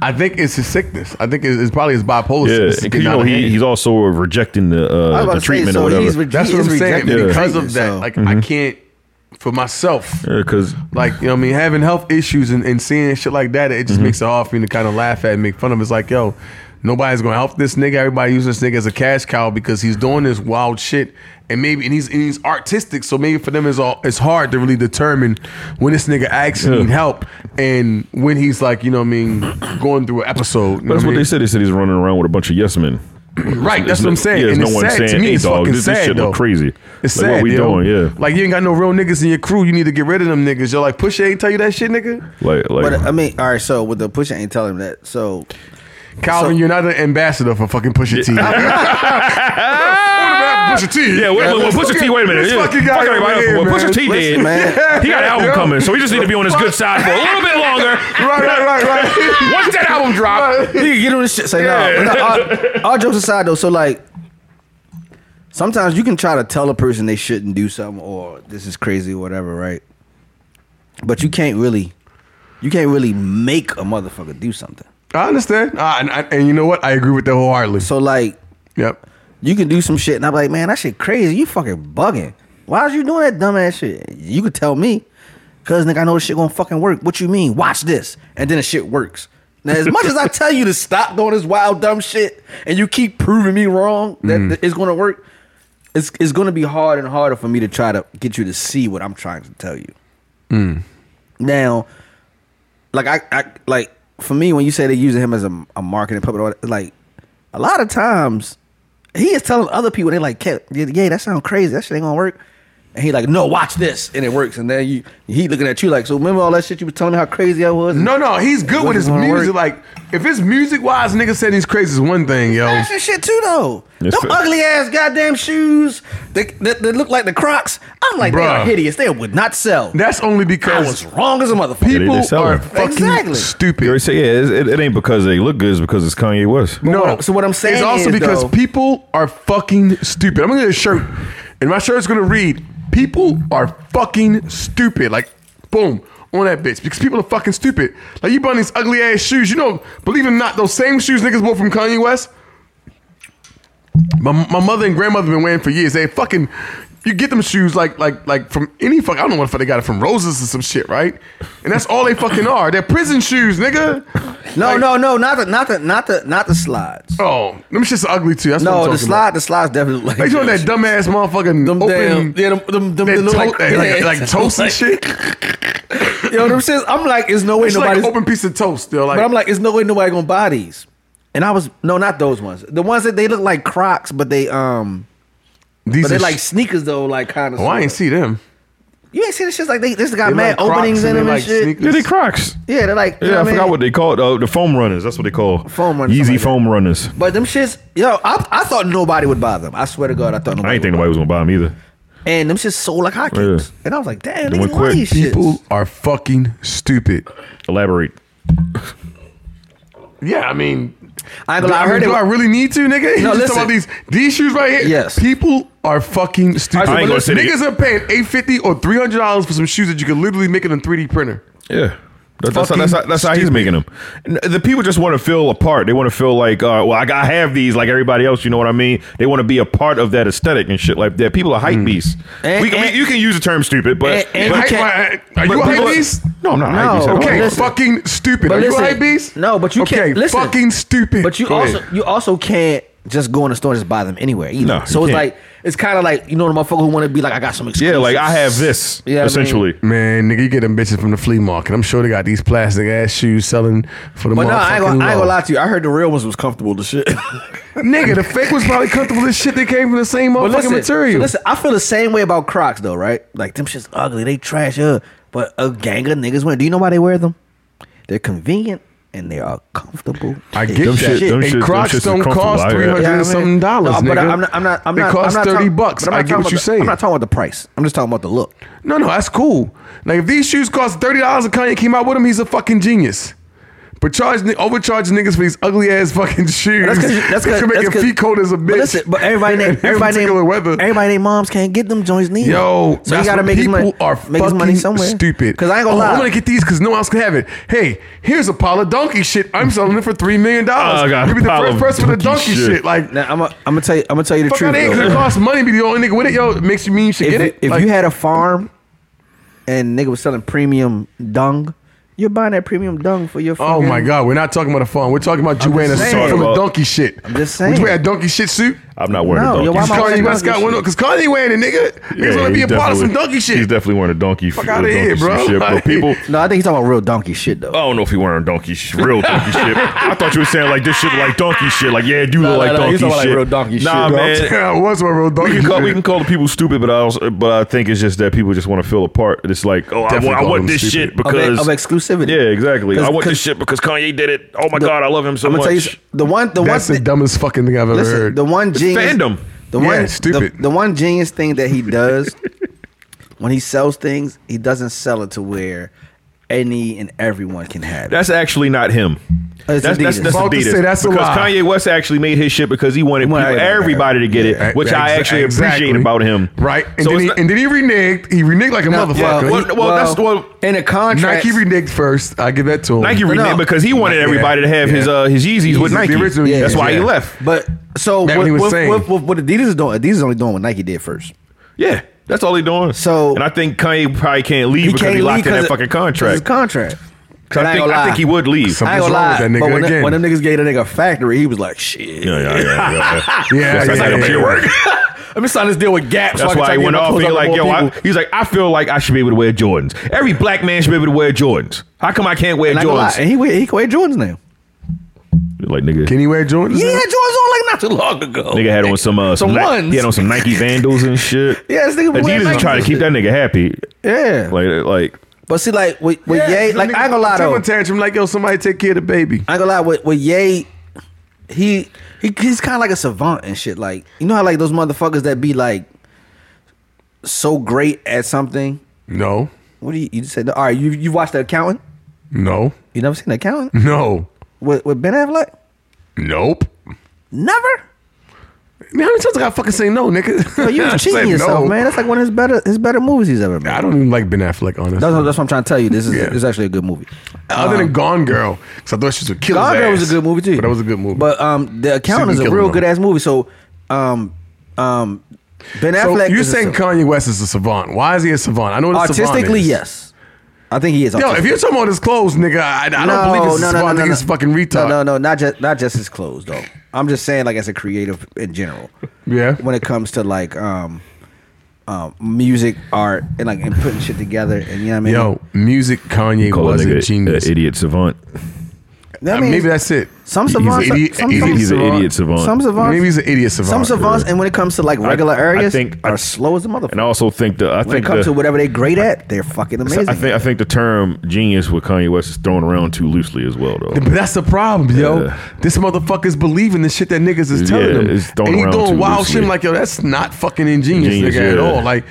Speaker 3: I think it's his sickness. I think it's, it's probably his bipolar.
Speaker 6: Yeah,
Speaker 3: sickness
Speaker 6: because
Speaker 3: getting
Speaker 6: you
Speaker 3: out
Speaker 6: know
Speaker 3: of
Speaker 6: he,
Speaker 3: hand.
Speaker 6: he's also rejecting the
Speaker 4: I was
Speaker 6: uh,
Speaker 4: about
Speaker 6: the
Speaker 4: to say,
Speaker 6: treatment
Speaker 4: so
Speaker 6: or
Speaker 4: he's
Speaker 6: whatever.
Speaker 4: re-
Speaker 3: That's
Speaker 4: he
Speaker 3: what
Speaker 4: is
Speaker 3: I'm saying.
Speaker 4: rejecting the
Speaker 3: Because of
Speaker 4: treatment,
Speaker 3: that,
Speaker 4: so-
Speaker 3: like
Speaker 6: Mm-hmm.
Speaker 3: I can't for myself.
Speaker 6: Because
Speaker 3: Like you know, what I mean, having health issues and, and seeing shit like that, it just
Speaker 6: Mm-hmm.
Speaker 3: makes it hard for me to kind of laugh at and make fun of. him. It's like, yo, nobody's gonna help this nigga. Everybody uses this nigga as a cash cow because he's doing this wild shit, and maybe and he's and he's artistic, so maybe for them it's all it's hard to really determine when this nigga actually
Speaker 6: Yeah.
Speaker 3: need help and when he's like, you know, what I mean, going through an episode. You know
Speaker 6: that's
Speaker 3: I
Speaker 6: what
Speaker 3: mean?
Speaker 6: they said. They said he's running around with a bunch of yes men.
Speaker 3: Right, that's
Speaker 6: There's
Speaker 3: what I'm
Speaker 6: no-
Speaker 3: saying.
Speaker 6: yeah, there's
Speaker 3: and
Speaker 6: no
Speaker 3: it's sad
Speaker 6: one
Speaker 3: to
Speaker 6: saying,
Speaker 3: me.
Speaker 6: "Hey,
Speaker 3: It's
Speaker 6: dog,
Speaker 3: fucking
Speaker 6: this- this
Speaker 3: sad
Speaker 6: shit
Speaker 3: though.
Speaker 6: look crazy."
Speaker 3: It's
Speaker 6: Like,
Speaker 3: sad.
Speaker 6: what we
Speaker 3: yo.
Speaker 6: doing? Yeah.
Speaker 3: like you ain't got no real niggas in your crew. You need to get rid of them niggas. You're like Pusha ain't tell you that shit, nigga.
Speaker 6: Like like
Speaker 3: uh,
Speaker 4: But I mean, all right. So with the push, I ain't telling him that. So
Speaker 3: Calvin,
Speaker 4: So-
Speaker 3: you're not an ambassador for fucking Pusha T. *laughs* Pusha T.
Speaker 6: Yeah, *laughs* wait, wait, wait, Pusha T, wait a minute.
Speaker 3: This
Speaker 6: Yeah.
Speaker 3: fucking guy
Speaker 6: Fuck everybody
Speaker 3: over
Speaker 6: else.
Speaker 3: here,
Speaker 6: Well, Pusha
Speaker 3: man.
Speaker 6: T
Speaker 3: Listen, *laughs*
Speaker 6: did. He got an album
Speaker 3: Yo.
Speaker 6: coming, so we just need to be on his good side for a little bit longer.
Speaker 3: Right, right, right,
Speaker 4: *laughs*
Speaker 3: right.
Speaker 6: Once that album drops,
Speaker 4: you can get on this shit. Say no. no, all, all jokes aside, though. So like, sometimes you can try to tell a person they shouldn't do something or this is crazy or whatever, right? But you can't really, you can't really make a motherfucker do something.
Speaker 3: *laughs* I understand. Uh, and, I- and you know what? I agree with that wholeheartedly.
Speaker 4: So like,
Speaker 3: Yep.
Speaker 4: you can do some shit, and I'm like, man, that shit crazy. You fucking bugging. Why is you doing that dumb ass shit? You could tell me, cause nigga, I know this shit gonna fucking work. What you mean? Watch this, and then the shit works. Now, as much as I tell you to stop doing this wild dumb shit, and you keep proving me wrong that th- it's gonna work, it's it's gonna be hard and harder for me to try to get you to see what I'm trying to tell you. Now, like I, I like for me when you say they're using him as a, a marketing puppet, or- like a lot of times he is telling other people they like, "Cat- yeah, yeah, that sounds crazy. That shit ain't gonna work. And he like, no, watch this, and it works. And then you, he looking at you like, so remember all that shit you was telling me how crazy I was?
Speaker 3: No, no, he's good with his
Speaker 4: Doesn't wanna
Speaker 3: music.
Speaker 4: work.
Speaker 3: Like, if it's music wise, nigga said he's crazy is one thing, yo.
Speaker 4: Fashion shit too though.
Speaker 6: Yes,
Speaker 4: Them
Speaker 6: sir.
Speaker 4: ugly ass goddamn shoes that, that, that look like the Crocs. I'm like, they are
Speaker 3: Bruh.
Speaker 4: hideous. They would not sell.
Speaker 3: That's only
Speaker 4: I
Speaker 3: because
Speaker 4: was wrong as a motherfucker.
Speaker 6: they-
Speaker 3: people
Speaker 6: they sell
Speaker 3: are
Speaker 6: it.
Speaker 3: fucking
Speaker 4: Exactly.
Speaker 6: *laughs* You
Speaker 3: stupid.
Speaker 6: already say yeah. It, it, it ain't because they look good. It's because it's Kanye West.
Speaker 3: No,
Speaker 4: what I'm- so what I'm saying
Speaker 3: it's also
Speaker 4: is,
Speaker 3: because
Speaker 4: though-
Speaker 3: people are fucking stupid. I'm gonna get a shirt, and my shirt's gonna read, "People are fucking stupid." Like, boom on that bitch because people are fucking stupid. Like you buying these ugly ass shoes. You know, believe it or not, those same shoes niggas bought from Kanye West. My, my mother and grandmother been wearing for years. They fucking. You get them shoes like like like from any fuck. I don't know what if they got it from Roses or some shit, right? And that's all they fucking are. They're prison shoes, nigga.
Speaker 4: No,
Speaker 3: Like-
Speaker 4: no, no, not the, not the, not the, not the slides.
Speaker 3: Oh, them shits are ugly too. That's what I'm talking
Speaker 4: no, the
Speaker 3: about.
Speaker 4: slide, the slides definitely. look
Speaker 3: They
Speaker 4: Like
Speaker 3: doing that dumbass motherfucking
Speaker 4: Them
Speaker 3: open,
Speaker 4: damn- yeah, them- them-
Speaker 3: that
Speaker 4: them- they look
Speaker 3: to-
Speaker 4: like-
Speaker 3: like, like,
Speaker 4: yeah. *laughs*
Speaker 3: like toast and shit.
Speaker 4: You know what I'm saying? I'm like, it's no way
Speaker 3: It's like
Speaker 4: nobody's.
Speaker 3: an open piece of toast. They're like,
Speaker 4: but I'm like, it's no way nobody gonna buy these. And I was no, not those ones. The ones that they look like Crocs, but they um,
Speaker 3: these
Speaker 4: but they
Speaker 3: are
Speaker 4: like
Speaker 3: sh-
Speaker 4: sneakers though, like kind of.
Speaker 3: oh, I ain't see them.
Speaker 4: You ain't seen the shits like they. This got
Speaker 3: They
Speaker 4: mad
Speaker 3: like Crocs
Speaker 4: openings in
Speaker 3: and
Speaker 4: them
Speaker 3: they
Speaker 4: and
Speaker 3: like
Speaker 4: shit.
Speaker 3: sneakers.
Speaker 6: Yeah, they Crocs.
Speaker 4: Yeah, they're like. you
Speaker 6: Yeah,
Speaker 4: know
Speaker 6: I
Speaker 4: what
Speaker 6: forgot
Speaker 4: mean?
Speaker 6: what they called. Uh, the foam runners. That's what they call
Speaker 4: Foam runners,
Speaker 6: Yeezy
Speaker 4: something like
Speaker 6: foam runners.
Speaker 4: But them shits, yo, I, I thought nobody would buy them. I swear to God, I thought nobody.
Speaker 6: I ain't
Speaker 4: would
Speaker 6: think nobody was gonna buy them either.
Speaker 4: buy them. And them shits sold like hotcakes.
Speaker 6: Yeah.
Speaker 4: And I was like, damn,
Speaker 6: They
Speaker 4: these
Speaker 6: went
Speaker 4: love
Speaker 6: quick.
Speaker 4: these shits.
Speaker 3: People are fucking stupid.
Speaker 6: Elaborate.
Speaker 3: Yeah, I mean,
Speaker 4: I ain't
Speaker 3: do,
Speaker 4: gonna lie, I
Speaker 3: I,
Speaker 4: heard
Speaker 3: do
Speaker 4: it.
Speaker 3: I really need to, nigga? *laughs* You
Speaker 4: No,
Speaker 3: just
Speaker 4: listen.
Speaker 3: About these these shoes right here.
Speaker 4: Yes.
Speaker 3: people are fucking stupid.
Speaker 6: I ain't gonna say they-
Speaker 3: niggas are paying eight fifty or three hundred dollars for some shoes that you could literally make in a three D printer.
Speaker 6: Yeah. That- that's, how,
Speaker 3: Fucking
Speaker 6: that's, how, that's how he's
Speaker 3: stupid.
Speaker 6: making them. And The people just want to feel a part. They want to feel like, uh, well, I got have these like everybody else. You know what I mean? They want to be a part of that aesthetic and shit like that. People are hype beasts.
Speaker 4: And-
Speaker 6: we, can
Speaker 4: and-
Speaker 6: we, you can use the term stupid, but,
Speaker 4: and- and
Speaker 6: but
Speaker 4: you can't-
Speaker 3: Hype- are you
Speaker 6: but
Speaker 3: a hype
Speaker 6: people-
Speaker 3: beast?
Speaker 6: No, I'm not a
Speaker 4: No,
Speaker 6: hype beast. at all.
Speaker 3: Okay,
Speaker 4: listen.
Speaker 3: fucking stupid.
Speaker 4: But
Speaker 3: Are
Speaker 4: listen,
Speaker 3: you a hype beast?
Speaker 4: No, but you
Speaker 3: okay,
Speaker 4: can't listen.
Speaker 3: Fucking stupid.
Speaker 4: But you
Speaker 3: Go
Speaker 4: also
Speaker 3: ahead.
Speaker 4: you also can't just go in the store and just buy them anywhere either.
Speaker 6: No, you
Speaker 4: so it's
Speaker 6: can't.
Speaker 4: like it's kind of like you know the motherfucker who want to be like I got some exclusive.
Speaker 6: Yeah, like I have this
Speaker 4: Yeah, I mean-
Speaker 6: essentially.
Speaker 3: Man, nigga, you get them bitches from the flea market. I'm sure they got these plastic ass shoes selling for the
Speaker 4: But
Speaker 3: motherfucking
Speaker 4: no, I ain't, gonna, I ain't
Speaker 3: low.
Speaker 4: gonna lie to you. I heard the real ones was comfortable to shit. *laughs*
Speaker 3: Nigga, the fake was probably comfortable as shit. They came from the same motherfucking material.
Speaker 4: so listen, I feel the same way about Crocs though, right? Like them shits ugly, they trash uh, but a gang of niggas wear. Do you know why they wear them? They're convenient and they are comfortable.
Speaker 3: I
Speaker 4: as
Speaker 3: get
Speaker 6: Them
Speaker 3: that.
Speaker 6: shit- them
Speaker 3: and
Speaker 6: shit- them
Speaker 3: Crocs
Speaker 6: shits is
Speaker 3: don't cost
Speaker 6: comfortable.
Speaker 3: three hundred
Speaker 6: Yeah,
Speaker 4: I
Speaker 3: and
Speaker 4: mean-
Speaker 3: something dollars,
Speaker 4: No, but
Speaker 3: nigga.
Speaker 4: I'm not. I'm not. I'm
Speaker 3: they
Speaker 4: not.
Speaker 3: cost
Speaker 4: I'm not
Speaker 3: thirty
Speaker 4: talking-
Speaker 3: bucks.
Speaker 4: but I'm
Speaker 3: I
Speaker 4: not
Speaker 3: get
Speaker 4: talking
Speaker 3: what you're
Speaker 4: about the-
Speaker 3: saying.
Speaker 4: I'm not talking about the price. I'm just talking about the
Speaker 3: *laughs*
Speaker 4: look.
Speaker 3: no, no, that's cool. Like if these shoes cost thirty dollars and Kanye came out with them, he's a fucking genius. But charging, overcharging niggas for these ugly ass fucking shoes.
Speaker 4: That's because that's
Speaker 3: It's
Speaker 4: because
Speaker 3: gonna make your feet cold as a bitch.
Speaker 4: But listen, but
Speaker 3: *laughs*
Speaker 4: everybody,
Speaker 3: in
Speaker 4: name,
Speaker 3: this
Speaker 4: everybody,
Speaker 3: particular
Speaker 4: name,
Speaker 3: weather.
Speaker 4: everybody, name moms can't get them joints neither.
Speaker 3: Yo,
Speaker 4: so you
Speaker 3: that's
Speaker 4: gotta
Speaker 3: what
Speaker 4: make his
Speaker 3: people
Speaker 4: money.
Speaker 3: are
Speaker 4: make his money
Speaker 3: fucking
Speaker 4: somewhere.
Speaker 3: Stupid.
Speaker 4: Cause I ain't gonna
Speaker 3: oh,
Speaker 4: lie.
Speaker 3: I'm gonna get these because no one else can have it. Hey, here's a pile of donkey shit. I'm selling it for three million dollars.
Speaker 6: Oh, I got a
Speaker 3: You'll be the
Speaker 6: pile
Speaker 3: first
Speaker 6: of
Speaker 3: person with a
Speaker 6: donkey
Speaker 3: donkey shit.
Speaker 6: shit.
Speaker 3: Like,
Speaker 4: now I'm gonna I'm tell you I'm gonna tell you the
Speaker 3: fuck
Speaker 4: truth.
Speaker 3: out of here
Speaker 4: though.
Speaker 3: because it costs money. to Be the only nigga with it. Yo, it makes you mean you should
Speaker 4: if
Speaker 3: get
Speaker 4: you-
Speaker 3: it.
Speaker 4: if
Speaker 3: Like,
Speaker 4: you had a farm and nigga was selling premium dung, you're buying that premium dung for your.
Speaker 3: Oh
Speaker 4: fucking-
Speaker 3: my God! We're not talking about a farm. We're talking about you
Speaker 4: I'm
Speaker 3: wearing a suit
Speaker 4: just saying.
Speaker 3: full
Speaker 6: Talking
Speaker 3: of
Speaker 6: about-
Speaker 3: donkey shit.
Speaker 4: I'm just saying.
Speaker 3: Would you wear a donkey shit suit?
Speaker 6: I'm not wearing
Speaker 4: No,
Speaker 6: a
Speaker 4: yo,
Speaker 6: donkey.
Speaker 4: why am I
Speaker 6: suit.
Speaker 4: wearing
Speaker 3: Kanye
Speaker 4: a
Speaker 3: West got
Speaker 4: donkey
Speaker 3: one
Speaker 4: shit?
Speaker 3: because Kanye wearing it, nigga. Niggas
Speaker 6: Yeah,
Speaker 3: want to be
Speaker 6: he's
Speaker 3: a part of some
Speaker 6: definitely-
Speaker 3: donkey shit.
Speaker 6: He's definitely wearing a donkey.
Speaker 3: Fuck
Speaker 6: a
Speaker 3: outta
Speaker 6: donkey
Speaker 3: here, bro.
Speaker 6: shit, but
Speaker 3: Like-
Speaker 6: people.
Speaker 4: No, I think he's talking about real donkey shit though.
Speaker 6: I don't know if he wearing donkey sh real donkey shit. I thought you were saying like this shit like donkey shit. Like yeah, dude,
Speaker 4: no,
Speaker 6: look like
Speaker 4: no,
Speaker 6: donkey
Speaker 4: he's talking
Speaker 6: shit.
Speaker 4: like real donkey shit,
Speaker 6: nah,
Speaker 4: bro.
Speaker 6: man.
Speaker 4: *laughs*
Speaker 3: Yeah, *laughs* I was wearing real donkey
Speaker 6: We can, call, we
Speaker 3: shit.
Speaker 6: can call the people stupid, but I also, but I think it's just that people just want to feel apart. It's like, oh, I
Speaker 3: Definitely
Speaker 6: want, I
Speaker 3: call
Speaker 6: want
Speaker 3: them
Speaker 6: this
Speaker 3: stupid.
Speaker 6: shit
Speaker 4: Of,
Speaker 6: because
Speaker 4: of exclusivity.
Speaker 6: yeah, exactly.
Speaker 4: 'Cause-
Speaker 6: I want
Speaker 4: 'cause
Speaker 6: this shit because Kanye did it. Oh my
Speaker 4: the-
Speaker 6: god, I love him so
Speaker 4: I'm gonna
Speaker 6: much.
Speaker 4: tell you s- the one. The
Speaker 3: That's
Speaker 4: one.
Speaker 3: the
Speaker 4: thi-
Speaker 3: dumbest fucking thing I've ever
Speaker 4: Listen,
Speaker 3: heard.
Speaker 4: the one genius
Speaker 6: fandom.
Speaker 4: The
Speaker 3: Yeah,
Speaker 4: one
Speaker 3: stupid.
Speaker 4: The, the one genius thing that he does *laughs* when he sells things, he doesn't sell it to where any and everyone can have it.
Speaker 6: That's actually not him.
Speaker 4: It's
Speaker 6: that's, that's,
Speaker 4: Adidas.
Speaker 6: that's
Speaker 3: About to
Speaker 6: Adidas.
Speaker 3: say that's a
Speaker 6: because
Speaker 3: lie.
Speaker 6: Kanye West actually made his shit because he wanted
Speaker 4: Well,
Speaker 6: people-
Speaker 4: yeah, yeah,
Speaker 6: everybody to get
Speaker 3: Yeah,
Speaker 6: it, which I
Speaker 3: exa-
Speaker 6: actually
Speaker 3: exactly.
Speaker 6: appreciate about him.
Speaker 3: Right. And,
Speaker 6: So
Speaker 3: then
Speaker 6: it's
Speaker 3: he,
Speaker 6: not-
Speaker 3: and then he reneged. He reneged like a *laughs* motherfucker.
Speaker 6: well,
Speaker 3: He-
Speaker 6: well, that's- well,
Speaker 4: in a contract.
Speaker 3: Nike reneged first. I give that to him.
Speaker 6: Nike
Speaker 4: No,
Speaker 6: reneged
Speaker 4: no.
Speaker 6: because he wanted everybody to have his
Speaker 3: Yeah.
Speaker 6: uh, his Yeezys with
Speaker 3: Yeezys, the
Speaker 6: Nike.
Speaker 3: original
Speaker 6: That's
Speaker 3: Yeezys,
Speaker 6: why he
Speaker 3: yeah.
Speaker 6: left.
Speaker 4: but so
Speaker 3: That
Speaker 4: what,
Speaker 3: he was
Speaker 4: what,
Speaker 3: saying.
Speaker 4: what, what, what Adidas is doing? Adidas is only doing what Nike did first.
Speaker 6: Yeah, that's all he doing.
Speaker 4: So-
Speaker 6: and I think Kanye probably can't leave because he locked
Speaker 4: leave
Speaker 6: in
Speaker 4: 'cause
Speaker 6: that fucking
Speaker 4: it- 'cause
Speaker 6: contract.
Speaker 4: His contract.
Speaker 6: So
Speaker 4: And
Speaker 6: I,
Speaker 4: ain't
Speaker 6: think,
Speaker 4: gonna
Speaker 6: I
Speaker 4: lie.
Speaker 6: think he would leave.
Speaker 3: Some-
Speaker 4: I ain't
Speaker 3: What's
Speaker 4: gonna lie.
Speaker 3: wrong with that
Speaker 4: but
Speaker 3: nigga
Speaker 4: when,
Speaker 3: again?
Speaker 4: when them niggas gave that nigga a factory, he was like, "Shit,
Speaker 6: Yeah, yeah, yeah, yeah, yeah.
Speaker 3: Yeah,
Speaker 6: that's
Speaker 3: yeah,
Speaker 6: like a
Speaker 3: yeah,
Speaker 6: pure
Speaker 3: yeah.
Speaker 6: work.
Speaker 4: let me sign this deal with Gap." so I
Speaker 6: That's
Speaker 4: can
Speaker 6: why
Speaker 4: try
Speaker 6: he
Speaker 4: to get
Speaker 6: went
Speaker 4: my
Speaker 6: off.
Speaker 4: clothes
Speaker 6: He
Speaker 4: out to
Speaker 6: like,
Speaker 4: more
Speaker 6: yo, I,
Speaker 4: people."
Speaker 6: he's like, I feel like I should be able to wear Jordans. Every black man should be able to wear Jordans. How come I can't wear
Speaker 4: And I ain't gonna lie,
Speaker 6: Jordans?
Speaker 4: and he wear- he can wear Jordans now.
Speaker 6: Like nigga,
Speaker 3: Can he wear Jordans?
Speaker 4: Yeah,
Speaker 3: now?
Speaker 4: Jordan's on like not too long ago.
Speaker 6: nigga had on some uh, some
Speaker 4: Some
Speaker 6: Ni-
Speaker 4: ones.
Speaker 6: he had on some Nike Vandals and shit.
Speaker 4: Yeah, this nigga wear
Speaker 6: Adidas
Speaker 4: Nike
Speaker 6: is trying to keep that nigga happy.
Speaker 4: Yeah.
Speaker 6: Like like
Speaker 4: But see, like with, with Ye,
Speaker 3: the
Speaker 4: like
Speaker 3: nigga-
Speaker 4: I ain't gonna lie
Speaker 3: take
Speaker 4: though,
Speaker 3: one tantrum like yo, somebody take care of the baby.
Speaker 4: I ain't gonna lie with with Ye, he, he he's kind of like a savant and shit. Like you know how like those motherfuckers that be like so great at something.
Speaker 3: No,
Speaker 4: What do you you just said? All right, you you watched the accountant.
Speaker 3: no,
Speaker 4: You never seen the
Speaker 6: Hmm.
Speaker 4: accountant
Speaker 3: no,
Speaker 4: with with Ben Affleck?
Speaker 3: nope.
Speaker 4: Never.
Speaker 3: Man, how many times I gotta fucking say no, nigga? *laughs*
Speaker 4: But
Speaker 6: *laughs*
Speaker 4: you
Speaker 3: I
Speaker 4: was cheating
Speaker 3: said
Speaker 4: yourself,
Speaker 3: no.
Speaker 4: man. That's like one of his better his better movies he's ever made.
Speaker 3: I don't even like Ben Affleck, honestly.
Speaker 4: That's, what- that's what I'm trying to tell you. This is
Speaker 3: Yeah.
Speaker 4: this is actually a good movie.
Speaker 3: Other than Gone Girl, because I thought she was a killer.
Speaker 4: Gone Girl was a good movie too.
Speaker 3: But that was a good movie.
Speaker 4: But um, The Accountant
Speaker 3: we
Speaker 4: is a
Speaker 3: killing
Speaker 4: real
Speaker 3: them.
Speaker 4: good ass movie. So um, um, Ben
Speaker 3: so
Speaker 4: Affleck.
Speaker 3: you're
Speaker 4: is a
Speaker 3: saying
Speaker 4: sav-
Speaker 3: Kanye West is a savant? Why is he a savant? I know what a savant
Speaker 4: artistically?
Speaker 3: is.
Speaker 4: Yes, I think he is.
Speaker 3: Yo,
Speaker 4: autistic.
Speaker 3: if you're talking about his clothes, nigga, I, I don't believe it's a savant. I think it's a fucking retard.
Speaker 4: No, no, no, not just not just his clothes though. I'm just saying like as a creative in general.
Speaker 3: Yeah.
Speaker 4: When it comes to like um, um, music, art, and like and putting shit together, and you know what I mean.
Speaker 3: Yo, music Kanye
Speaker 6: call
Speaker 3: was
Speaker 6: that
Speaker 3: a
Speaker 6: nigga
Speaker 3: genius.
Speaker 6: a idiot savant.
Speaker 4: that
Speaker 3: Uh,
Speaker 4: means
Speaker 3: maybe that's it.
Speaker 4: some
Speaker 3: He's an
Speaker 4: savants.
Speaker 3: idiot-
Speaker 4: some,
Speaker 3: he's-
Speaker 4: some,
Speaker 6: He's an
Speaker 3: savant.
Speaker 6: idiot savant.
Speaker 4: some savants.
Speaker 3: Maybe he's an idiot savant.
Speaker 4: some savants, and when it comes to like regular
Speaker 6: I
Speaker 4: areas,
Speaker 6: think-
Speaker 4: are
Speaker 6: I-
Speaker 4: slow as a motherfucker.
Speaker 6: And I also think the I
Speaker 4: when it
Speaker 6: think
Speaker 4: comes
Speaker 6: the,
Speaker 4: to whatever they're great at, they're fucking amazing.
Speaker 6: I think I think the term genius with Kanye West is thrown around too loosely as well though.
Speaker 3: But that's the problem, yo.
Speaker 6: Yeah.
Speaker 3: This motherfucker's believing the shit that niggas is telling
Speaker 6: Yeah,
Speaker 3: him.
Speaker 6: it's thrown
Speaker 3: and he
Speaker 6: around
Speaker 3: doing
Speaker 6: too
Speaker 3: wild
Speaker 6: loosely.
Speaker 3: shit. I'm like, yo, that's not fucking ingenious,
Speaker 6: Ingenious,
Speaker 3: nigga, at
Speaker 6: yeah.
Speaker 3: all. Like,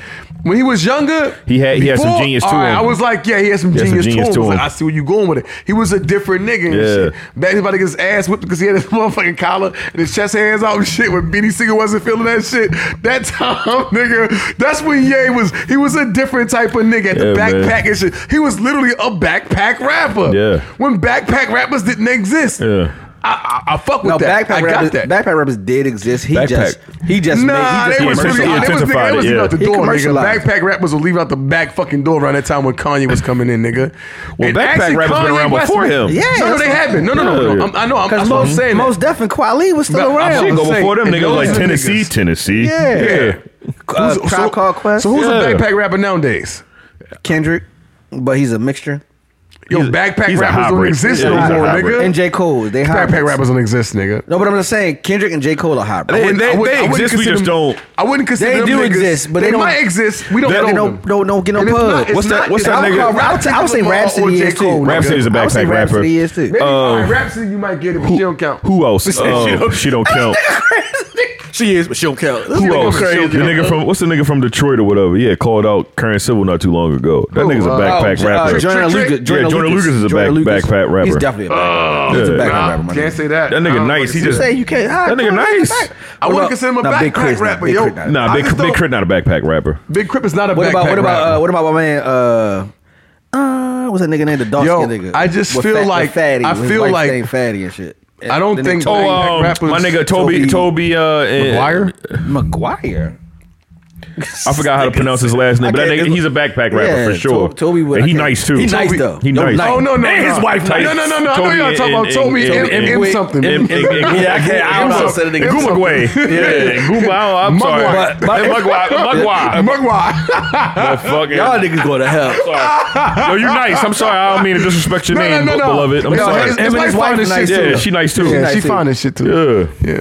Speaker 3: when he was younger,
Speaker 6: He had- he had some genius to
Speaker 3: all
Speaker 6: him.
Speaker 3: I was like, yeah, he had some
Speaker 6: He had some
Speaker 3: genius, to him.
Speaker 6: genius to
Speaker 3: I was like,
Speaker 6: him.
Speaker 3: I see where you going with it. He was a different nigga and
Speaker 6: Yeah.
Speaker 3: shit. Back about to get his ass whipped because he had his *laughs* motherfucking collar and his chest hands out and shit when Benny Singer wasn't feeling that shit. That time, *laughs* nigga, that's when Ye was, he was a different type of nigga at the
Speaker 6: Yeah, man.
Speaker 3: backpack and shit. He was literally a backpack rapper.
Speaker 6: Yeah.
Speaker 3: When backpack rappers didn't exist.
Speaker 6: Yeah.
Speaker 3: I, I, I fuck with
Speaker 4: no,
Speaker 3: that.
Speaker 4: backpack
Speaker 3: I got
Speaker 4: rappers,
Speaker 3: that.
Speaker 4: backpack rappers did exist. He
Speaker 6: Backpack.
Speaker 4: just he just
Speaker 3: Nah,
Speaker 4: made, he
Speaker 3: they was
Speaker 4: just
Speaker 3: really they was,
Speaker 6: commercial-
Speaker 3: nigga, they
Speaker 6: intensified
Speaker 3: was
Speaker 6: it,
Speaker 3: leaving out the
Speaker 6: yeah.
Speaker 4: He
Speaker 3: door, nigga.
Speaker 4: commercialized.
Speaker 3: Backpack rappers would leave out the back fucking door around that time when Kanye was coming in, nigga.
Speaker 6: Well,
Speaker 3: And
Speaker 6: backpack
Speaker 3: actually,
Speaker 6: rappers been
Speaker 3: Kanye
Speaker 6: around
Speaker 3: West-
Speaker 6: before him.
Speaker 4: Yeah,
Speaker 3: no, no,
Speaker 4: that's
Speaker 3: they
Speaker 4: what-
Speaker 3: have been. No, no, no, no.
Speaker 6: Yeah.
Speaker 3: I'm, I know. I'm, that's
Speaker 4: because
Speaker 3: what I'm
Speaker 4: most
Speaker 3: saying.
Speaker 4: most deaf and Kweli was still
Speaker 3: But I'm
Speaker 4: around.
Speaker 3: shit
Speaker 6: Shit, go
Speaker 3: saying,
Speaker 6: before them
Speaker 3: and
Speaker 6: niggas
Speaker 3: those
Speaker 6: like
Speaker 3: niggas-
Speaker 6: Tennessee, Tennessee.
Speaker 4: Yeah.
Speaker 3: yeah.
Speaker 4: Uh,
Speaker 3: Who's-
Speaker 4: Tribe Called Quest.
Speaker 3: So who's
Speaker 6: Yeah.
Speaker 3: a backpack rapper nowadays?
Speaker 4: Kendrick, but he's a mixture.
Speaker 3: Yo,
Speaker 6: He's a-
Speaker 3: backpack
Speaker 6: he's a
Speaker 3: rappers don't
Speaker 6: hybrid.
Speaker 3: exist
Speaker 6: Yeah,
Speaker 3: no
Speaker 6: he's a
Speaker 3: more,
Speaker 6: hybrid.
Speaker 3: nigga.
Speaker 4: And J Cole, they
Speaker 3: Backpack
Speaker 4: hybrids.
Speaker 3: rappers don't exist, nigga.
Speaker 4: No, but I'm just saying Kendrick and J Cole are hybrids.
Speaker 6: They-
Speaker 3: I wouldn't- I
Speaker 6: they-
Speaker 3: wouldn't-
Speaker 6: they
Speaker 3: I wouldn't
Speaker 6: exist, we
Speaker 3: consider
Speaker 6: just
Speaker 3: them-
Speaker 6: don't-
Speaker 3: I wouldn't consider
Speaker 4: They
Speaker 3: them
Speaker 4: do
Speaker 3: niggas-
Speaker 4: exist, but they don't-
Speaker 3: might exist. We don't
Speaker 6: They
Speaker 3: know.
Speaker 6: don't-
Speaker 3: them.
Speaker 4: don't- don't get no
Speaker 3: And it's
Speaker 4: pub.
Speaker 3: not- it's
Speaker 6: What's that-
Speaker 3: not-
Speaker 6: what's
Speaker 3: it's
Speaker 6: that
Speaker 3: not
Speaker 6: nigga-
Speaker 3: called rap.
Speaker 4: I would say- I would say
Speaker 3: It's called
Speaker 4: Rhapsody
Speaker 3: or
Speaker 4: is
Speaker 3: J.
Speaker 4: too.
Speaker 3: Cole, nigga.
Speaker 6: Rhapsody is a
Speaker 4: I would say
Speaker 6: backpack rapper.
Speaker 4: Rhapsody is too.
Speaker 3: Maybe all right, Rhapsody you might get it, but she don't count.
Speaker 6: Um, Who else? Um, she don't count.
Speaker 4: She is, but she don't count.
Speaker 6: Who else?
Speaker 3: crazy.
Speaker 6: The nigga from what's the nigga from Detroit or whatever? Yeah, called out Current Civil not too long ago. That nigga's a
Speaker 3: uh,
Speaker 6: backpack rapper.
Speaker 4: Jordan
Speaker 3: Trick,
Speaker 4: Lucas,
Speaker 3: trick.
Speaker 6: Yeah, Jordan Lucas is a back- backpack rapper.
Speaker 4: He's definitely a backpack. rapper. he's a
Speaker 6: yeah.
Speaker 4: backpack
Speaker 3: Nah,
Speaker 4: rapper. my
Speaker 3: can't
Speaker 4: nigga.
Speaker 3: say that.
Speaker 6: That nigga
Speaker 3: I don't
Speaker 6: nice.
Speaker 3: wanna
Speaker 6: He
Speaker 3: see
Speaker 6: just-
Speaker 3: that.
Speaker 4: Say you can't. ah,
Speaker 6: That nigga
Speaker 4: come on,
Speaker 6: nice.
Speaker 3: I
Speaker 4: back. What
Speaker 3: wouldn't
Speaker 4: about-
Speaker 3: consider him a
Speaker 4: nah, Big
Speaker 3: backpack
Speaker 4: Crit, nah,
Speaker 3: rapper,
Speaker 4: Big
Speaker 3: yo.
Speaker 4: Crit, nah.
Speaker 6: Nah,
Speaker 3: I
Speaker 6: big
Speaker 3: just
Speaker 6: big
Speaker 3: don't-
Speaker 6: crit, not a backpack rapper.
Speaker 3: Big Crip is not a
Speaker 4: What
Speaker 3: backpack
Speaker 4: about what about
Speaker 3: rapper.
Speaker 4: uh, what about my man? Uh, uh, what's that nigga named the dark
Speaker 3: Yo,
Speaker 4: skin nigga?
Speaker 3: I just
Speaker 4: With
Speaker 3: feel
Speaker 4: with
Speaker 3: like-
Speaker 4: fatty.
Speaker 3: I
Speaker 4: His
Speaker 3: feel
Speaker 4: wife's
Speaker 3: like-
Speaker 4: name fatty and shit.
Speaker 3: I don't
Speaker 4: The nigga
Speaker 3: think-
Speaker 4: Toby
Speaker 6: Oh,
Speaker 3: Backpack
Speaker 6: um,
Speaker 3: rappers.
Speaker 6: my nigga Toby,
Speaker 4: Toby-
Speaker 6: Toby, uh, and-
Speaker 3: Wire?
Speaker 4: McGuire.
Speaker 6: I forgot how to pronounce his last name, but that
Speaker 4: I can't-
Speaker 6: nigga, he's a backpack rapper
Speaker 4: Yeah,
Speaker 6: for sure.
Speaker 4: To- Toby would-
Speaker 6: and he
Speaker 4: I can't-
Speaker 6: nice too.
Speaker 4: he nice, Toby- though.
Speaker 6: He
Speaker 4: No,
Speaker 6: nice.
Speaker 4: nice.
Speaker 3: Oh no no
Speaker 6: and
Speaker 3: no.
Speaker 6: his wife.
Speaker 3: No
Speaker 6: nice.
Speaker 3: no no no. I know
Speaker 6: Toby
Speaker 3: y'all talking
Speaker 6: and-
Speaker 3: about Toby
Speaker 6: and-
Speaker 3: and
Speaker 6: and-
Speaker 3: and
Speaker 6: and-
Speaker 3: something. *laughs*
Speaker 6: and- and- and-
Speaker 4: Yeah, I can't- I don't know how to say
Speaker 6: and-
Speaker 4: the nigga.
Speaker 6: Gumagway. Yeah, Guma. oh, I'm sorry.
Speaker 4: Mugwai. But- but-
Speaker 6: Mugwai.
Speaker 4: *laughs*
Speaker 6: Mugwai.
Speaker 3: Mugwa.
Speaker 6: Motherfucker.
Speaker 4: Y'all niggas go to hell.
Speaker 6: Sorry. Yo, you nice. I'm sorry. I don't mean to disrespect
Speaker 3: *laughs*
Speaker 6: your
Speaker 3: No, no,
Speaker 6: name,
Speaker 3: no, no.
Speaker 6: beloved. I'm
Speaker 3: Yo, his-
Speaker 6: sorry.
Speaker 3: his wife's fine as shit,
Speaker 6: Yeah,
Speaker 3: too.
Speaker 6: she nice too.
Speaker 3: Yeah,
Speaker 4: nice
Speaker 3: she
Speaker 4: too.
Speaker 3: fine as shit too.
Speaker 6: Yeah.
Speaker 3: Yeah.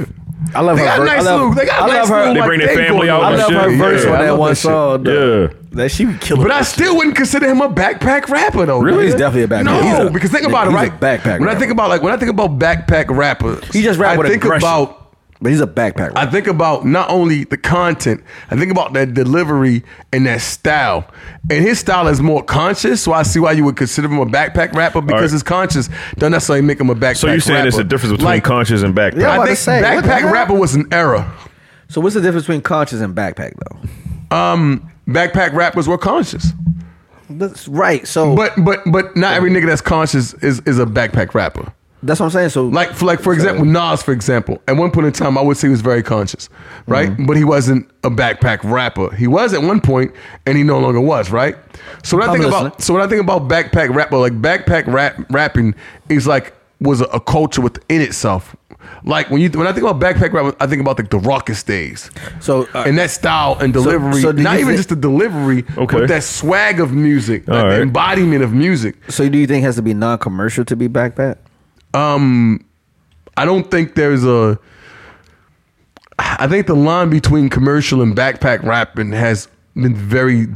Speaker 4: I love
Speaker 3: They
Speaker 4: her.
Speaker 3: got
Speaker 4: verse.
Speaker 3: nice
Speaker 4: I love,
Speaker 3: little. They got
Speaker 4: I
Speaker 3: nice
Speaker 4: love
Speaker 3: little.
Speaker 4: her.
Speaker 6: They
Speaker 3: like,
Speaker 6: bring their
Speaker 3: thing
Speaker 6: family
Speaker 3: going
Speaker 6: out
Speaker 3: on.
Speaker 4: I
Speaker 6: and
Speaker 4: love
Speaker 6: shit.
Speaker 4: her verse
Speaker 6: Yeah,
Speaker 4: on
Speaker 6: I
Speaker 4: that
Speaker 3: love
Speaker 4: one
Speaker 3: that shit.
Speaker 4: song. though.
Speaker 6: Yeah.
Speaker 4: That she was killing.
Speaker 3: But I
Speaker 4: that shit.
Speaker 3: still wouldn't consider him a backpack rapper though. nigga.
Speaker 6: Really? He's
Speaker 4: definitely a backpack
Speaker 3: No,
Speaker 4: rapper. He's a-
Speaker 3: because think about it,
Speaker 4: he's a
Speaker 3: right?
Speaker 4: backpack
Speaker 3: When I
Speaker 4: rapper.
Speaker 3: think about like when I think about backpack rappers,
Speaker 4: He just rap
Speaker 3: I
Speaker 4: with
Speaker 3: think
Speaker 4: aggression.
Speaker 3: about
Speaker 4: But he's a backpack.
Speaker 3: I
Speaker 4: rapper.
Speaker 3: think about not only the content, I think about that delivery and that style. And his style is more conscious, so I see why you would consider him a backpack rapper because
Speaker 6: right.
Speaker 3: it's conscious. Don't necessarily make him a backpack.
Speaker 6: So you're saying
Speaker 3: rapper.
Speaker 6: it's a difference between
Speaker 3: Like,
Speaker 6: conscious and backpack?
Speaker 4: Yeah, I'm
Speaker 3: I
Speaker 4: about
Speaker 3: think
Speaker 4: to say, what the
Speaker 3: backpack
Speaker 4: hell?
Speaker 3: rapper was an era.
Speaker 4: So what's the difference between conscious and backpack though?
Speaker 3: Backpack rappers were conscious,
Speaker 4: That's right. So
Speaker 3: but but but not every nigga that's conscious is is a backpack rapper.
Speaker 4: that's what I'm saying. So
Speaker 3: Like, for, like for example, Nas, for example, at one point in time, I would say he was very conscious, right?
Speaker 4: Mm-hmm.
Speaker 3: But he wasn't a backpack rapper. He was at one point, and he no longer was, right? So when I
Speaker 4: I'm
Speaker 3: think
Speaker 4: listening.
Speaker 3: about so when I think about backpack rapper, like backpack rap rapping is like was a, a culture within itself. Like when you when I think about backpack rap, I think about like the raucous days,
Speaker 4: so uh,
Speaker 3: and that style and delivery.
Speaker 4: so do
Speaker 3: not
Speaker 4: you
Speaker 3: even
Speaker 4: thi-
Speaker 3: just the delivery,
Speaker 6: Okay.
Speaker 3: but that swag of music, like
Speaker 6: All
Speaker 3: the
Speaker 6: right.
Speaker 3: embodiment of music.
Speaker 4: so do you think it has to be non-commercial to be backpack?
Speaker 3: I don't think there's a. I think the line between commercial and backpack rapping has been very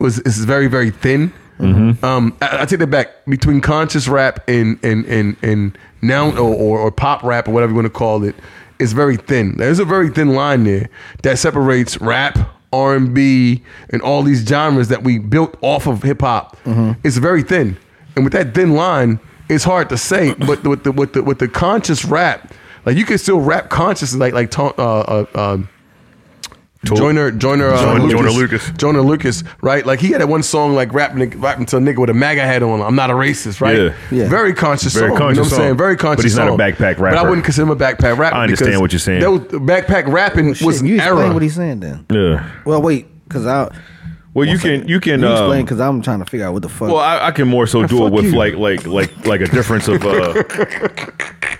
Speaker 3: was is very very thin. Um, I, I take that back. Between conscious rap and and and and now or, or or pop rap or whatever you want to call it, it's very thin. There's a very thin line there that separates rap. R and B and all these genres that we built off of hip hop, it's very thin. And with that thin line, it's hard to say. But with the with the with the conscious rap, like you can still rap consciously, like like ta- uh, uh, um, Joiner Joiner uh,
Speaker 6: Join-
Speaker 3: Lucas,
Speaker 6: Joyner Lucas.
Speaker 3: Joyner Lucas, right? Like he had that one song like rapping rapping to a nigga with a MAGA hat on. I'm not a racist, right?
Speaker 6: Yeah.
Speaker 4: Yeah.
Speaker 3: Very conscious
Speaker 6: Very
Speaker 3: song. you know
Speaker 6: conscious
Speaker 3: what I'm saying?
Speaker 6: song.
Speaker 3: Very conscious.
Speaker 6: But he's not a
Speaker 3: song.
Speaker 6: backpack
Speaker 3: But I
Speaker 6: rapper.
Speaker 3: wouldn't consider him a backpack rapper.
Speaker 6: I understand
Speaker 3: because
Speaker 6: what you're saying.
Speaker 3: that was- backpack rapping was
Speaker 4: Shit, you
Speaker 3: an era.
Speaker 4: explain what he's saying then.
Speaker 6: Yeah.
Speaker 4: Well, wait, because I
Speaker 6: Well, you can you can
Speaker 4: you
Speaker 6: um,
Speaker 4: explain because I'm trying to figure out what the fuck.
Speaker 6: Well, I, I can more so do
Speaker 3: fuck
Speaker 6: it with
Speaker 3: you.
Speaker 6: like like like like a difference of
Speaker 8: *laughs*
Speaker 6: uh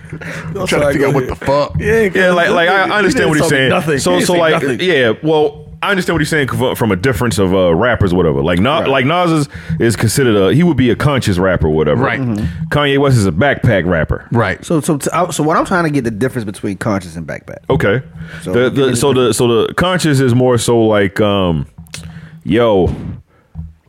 Speaker 3: I'm trying to figure out what the fuck. Yeah,
Speaker 6: yeah like like I I understand what he's
Speaker 8: He
Speaker 6: saying.
Speaker 8: didn't tell me nothing.
Speaker 6: So
Speaker 8: He didn't
Speaker 6: so
Speaker 8: say
Speaker 6: like
Speaker 8: nothing.
Speaker 6: yeah, well I understand what he's saying from- from a difference of uh, rappers, whatever. Like not like Nas is, is considered a he would be a conscious rapper, whatever. Mm-hmm.
Speaker 3: Right. Mhm.
Speaker 6: Kanye West is a backpack rapper.
Speaker 3: right.
Speaker 4: so so to- I- so what I'm trying to get the difference between conscious and backpack.
Speaker 6: Okay.
Speaker 4: So-
Speaker 6: the, the, so the so the conscious is more so like um, yo,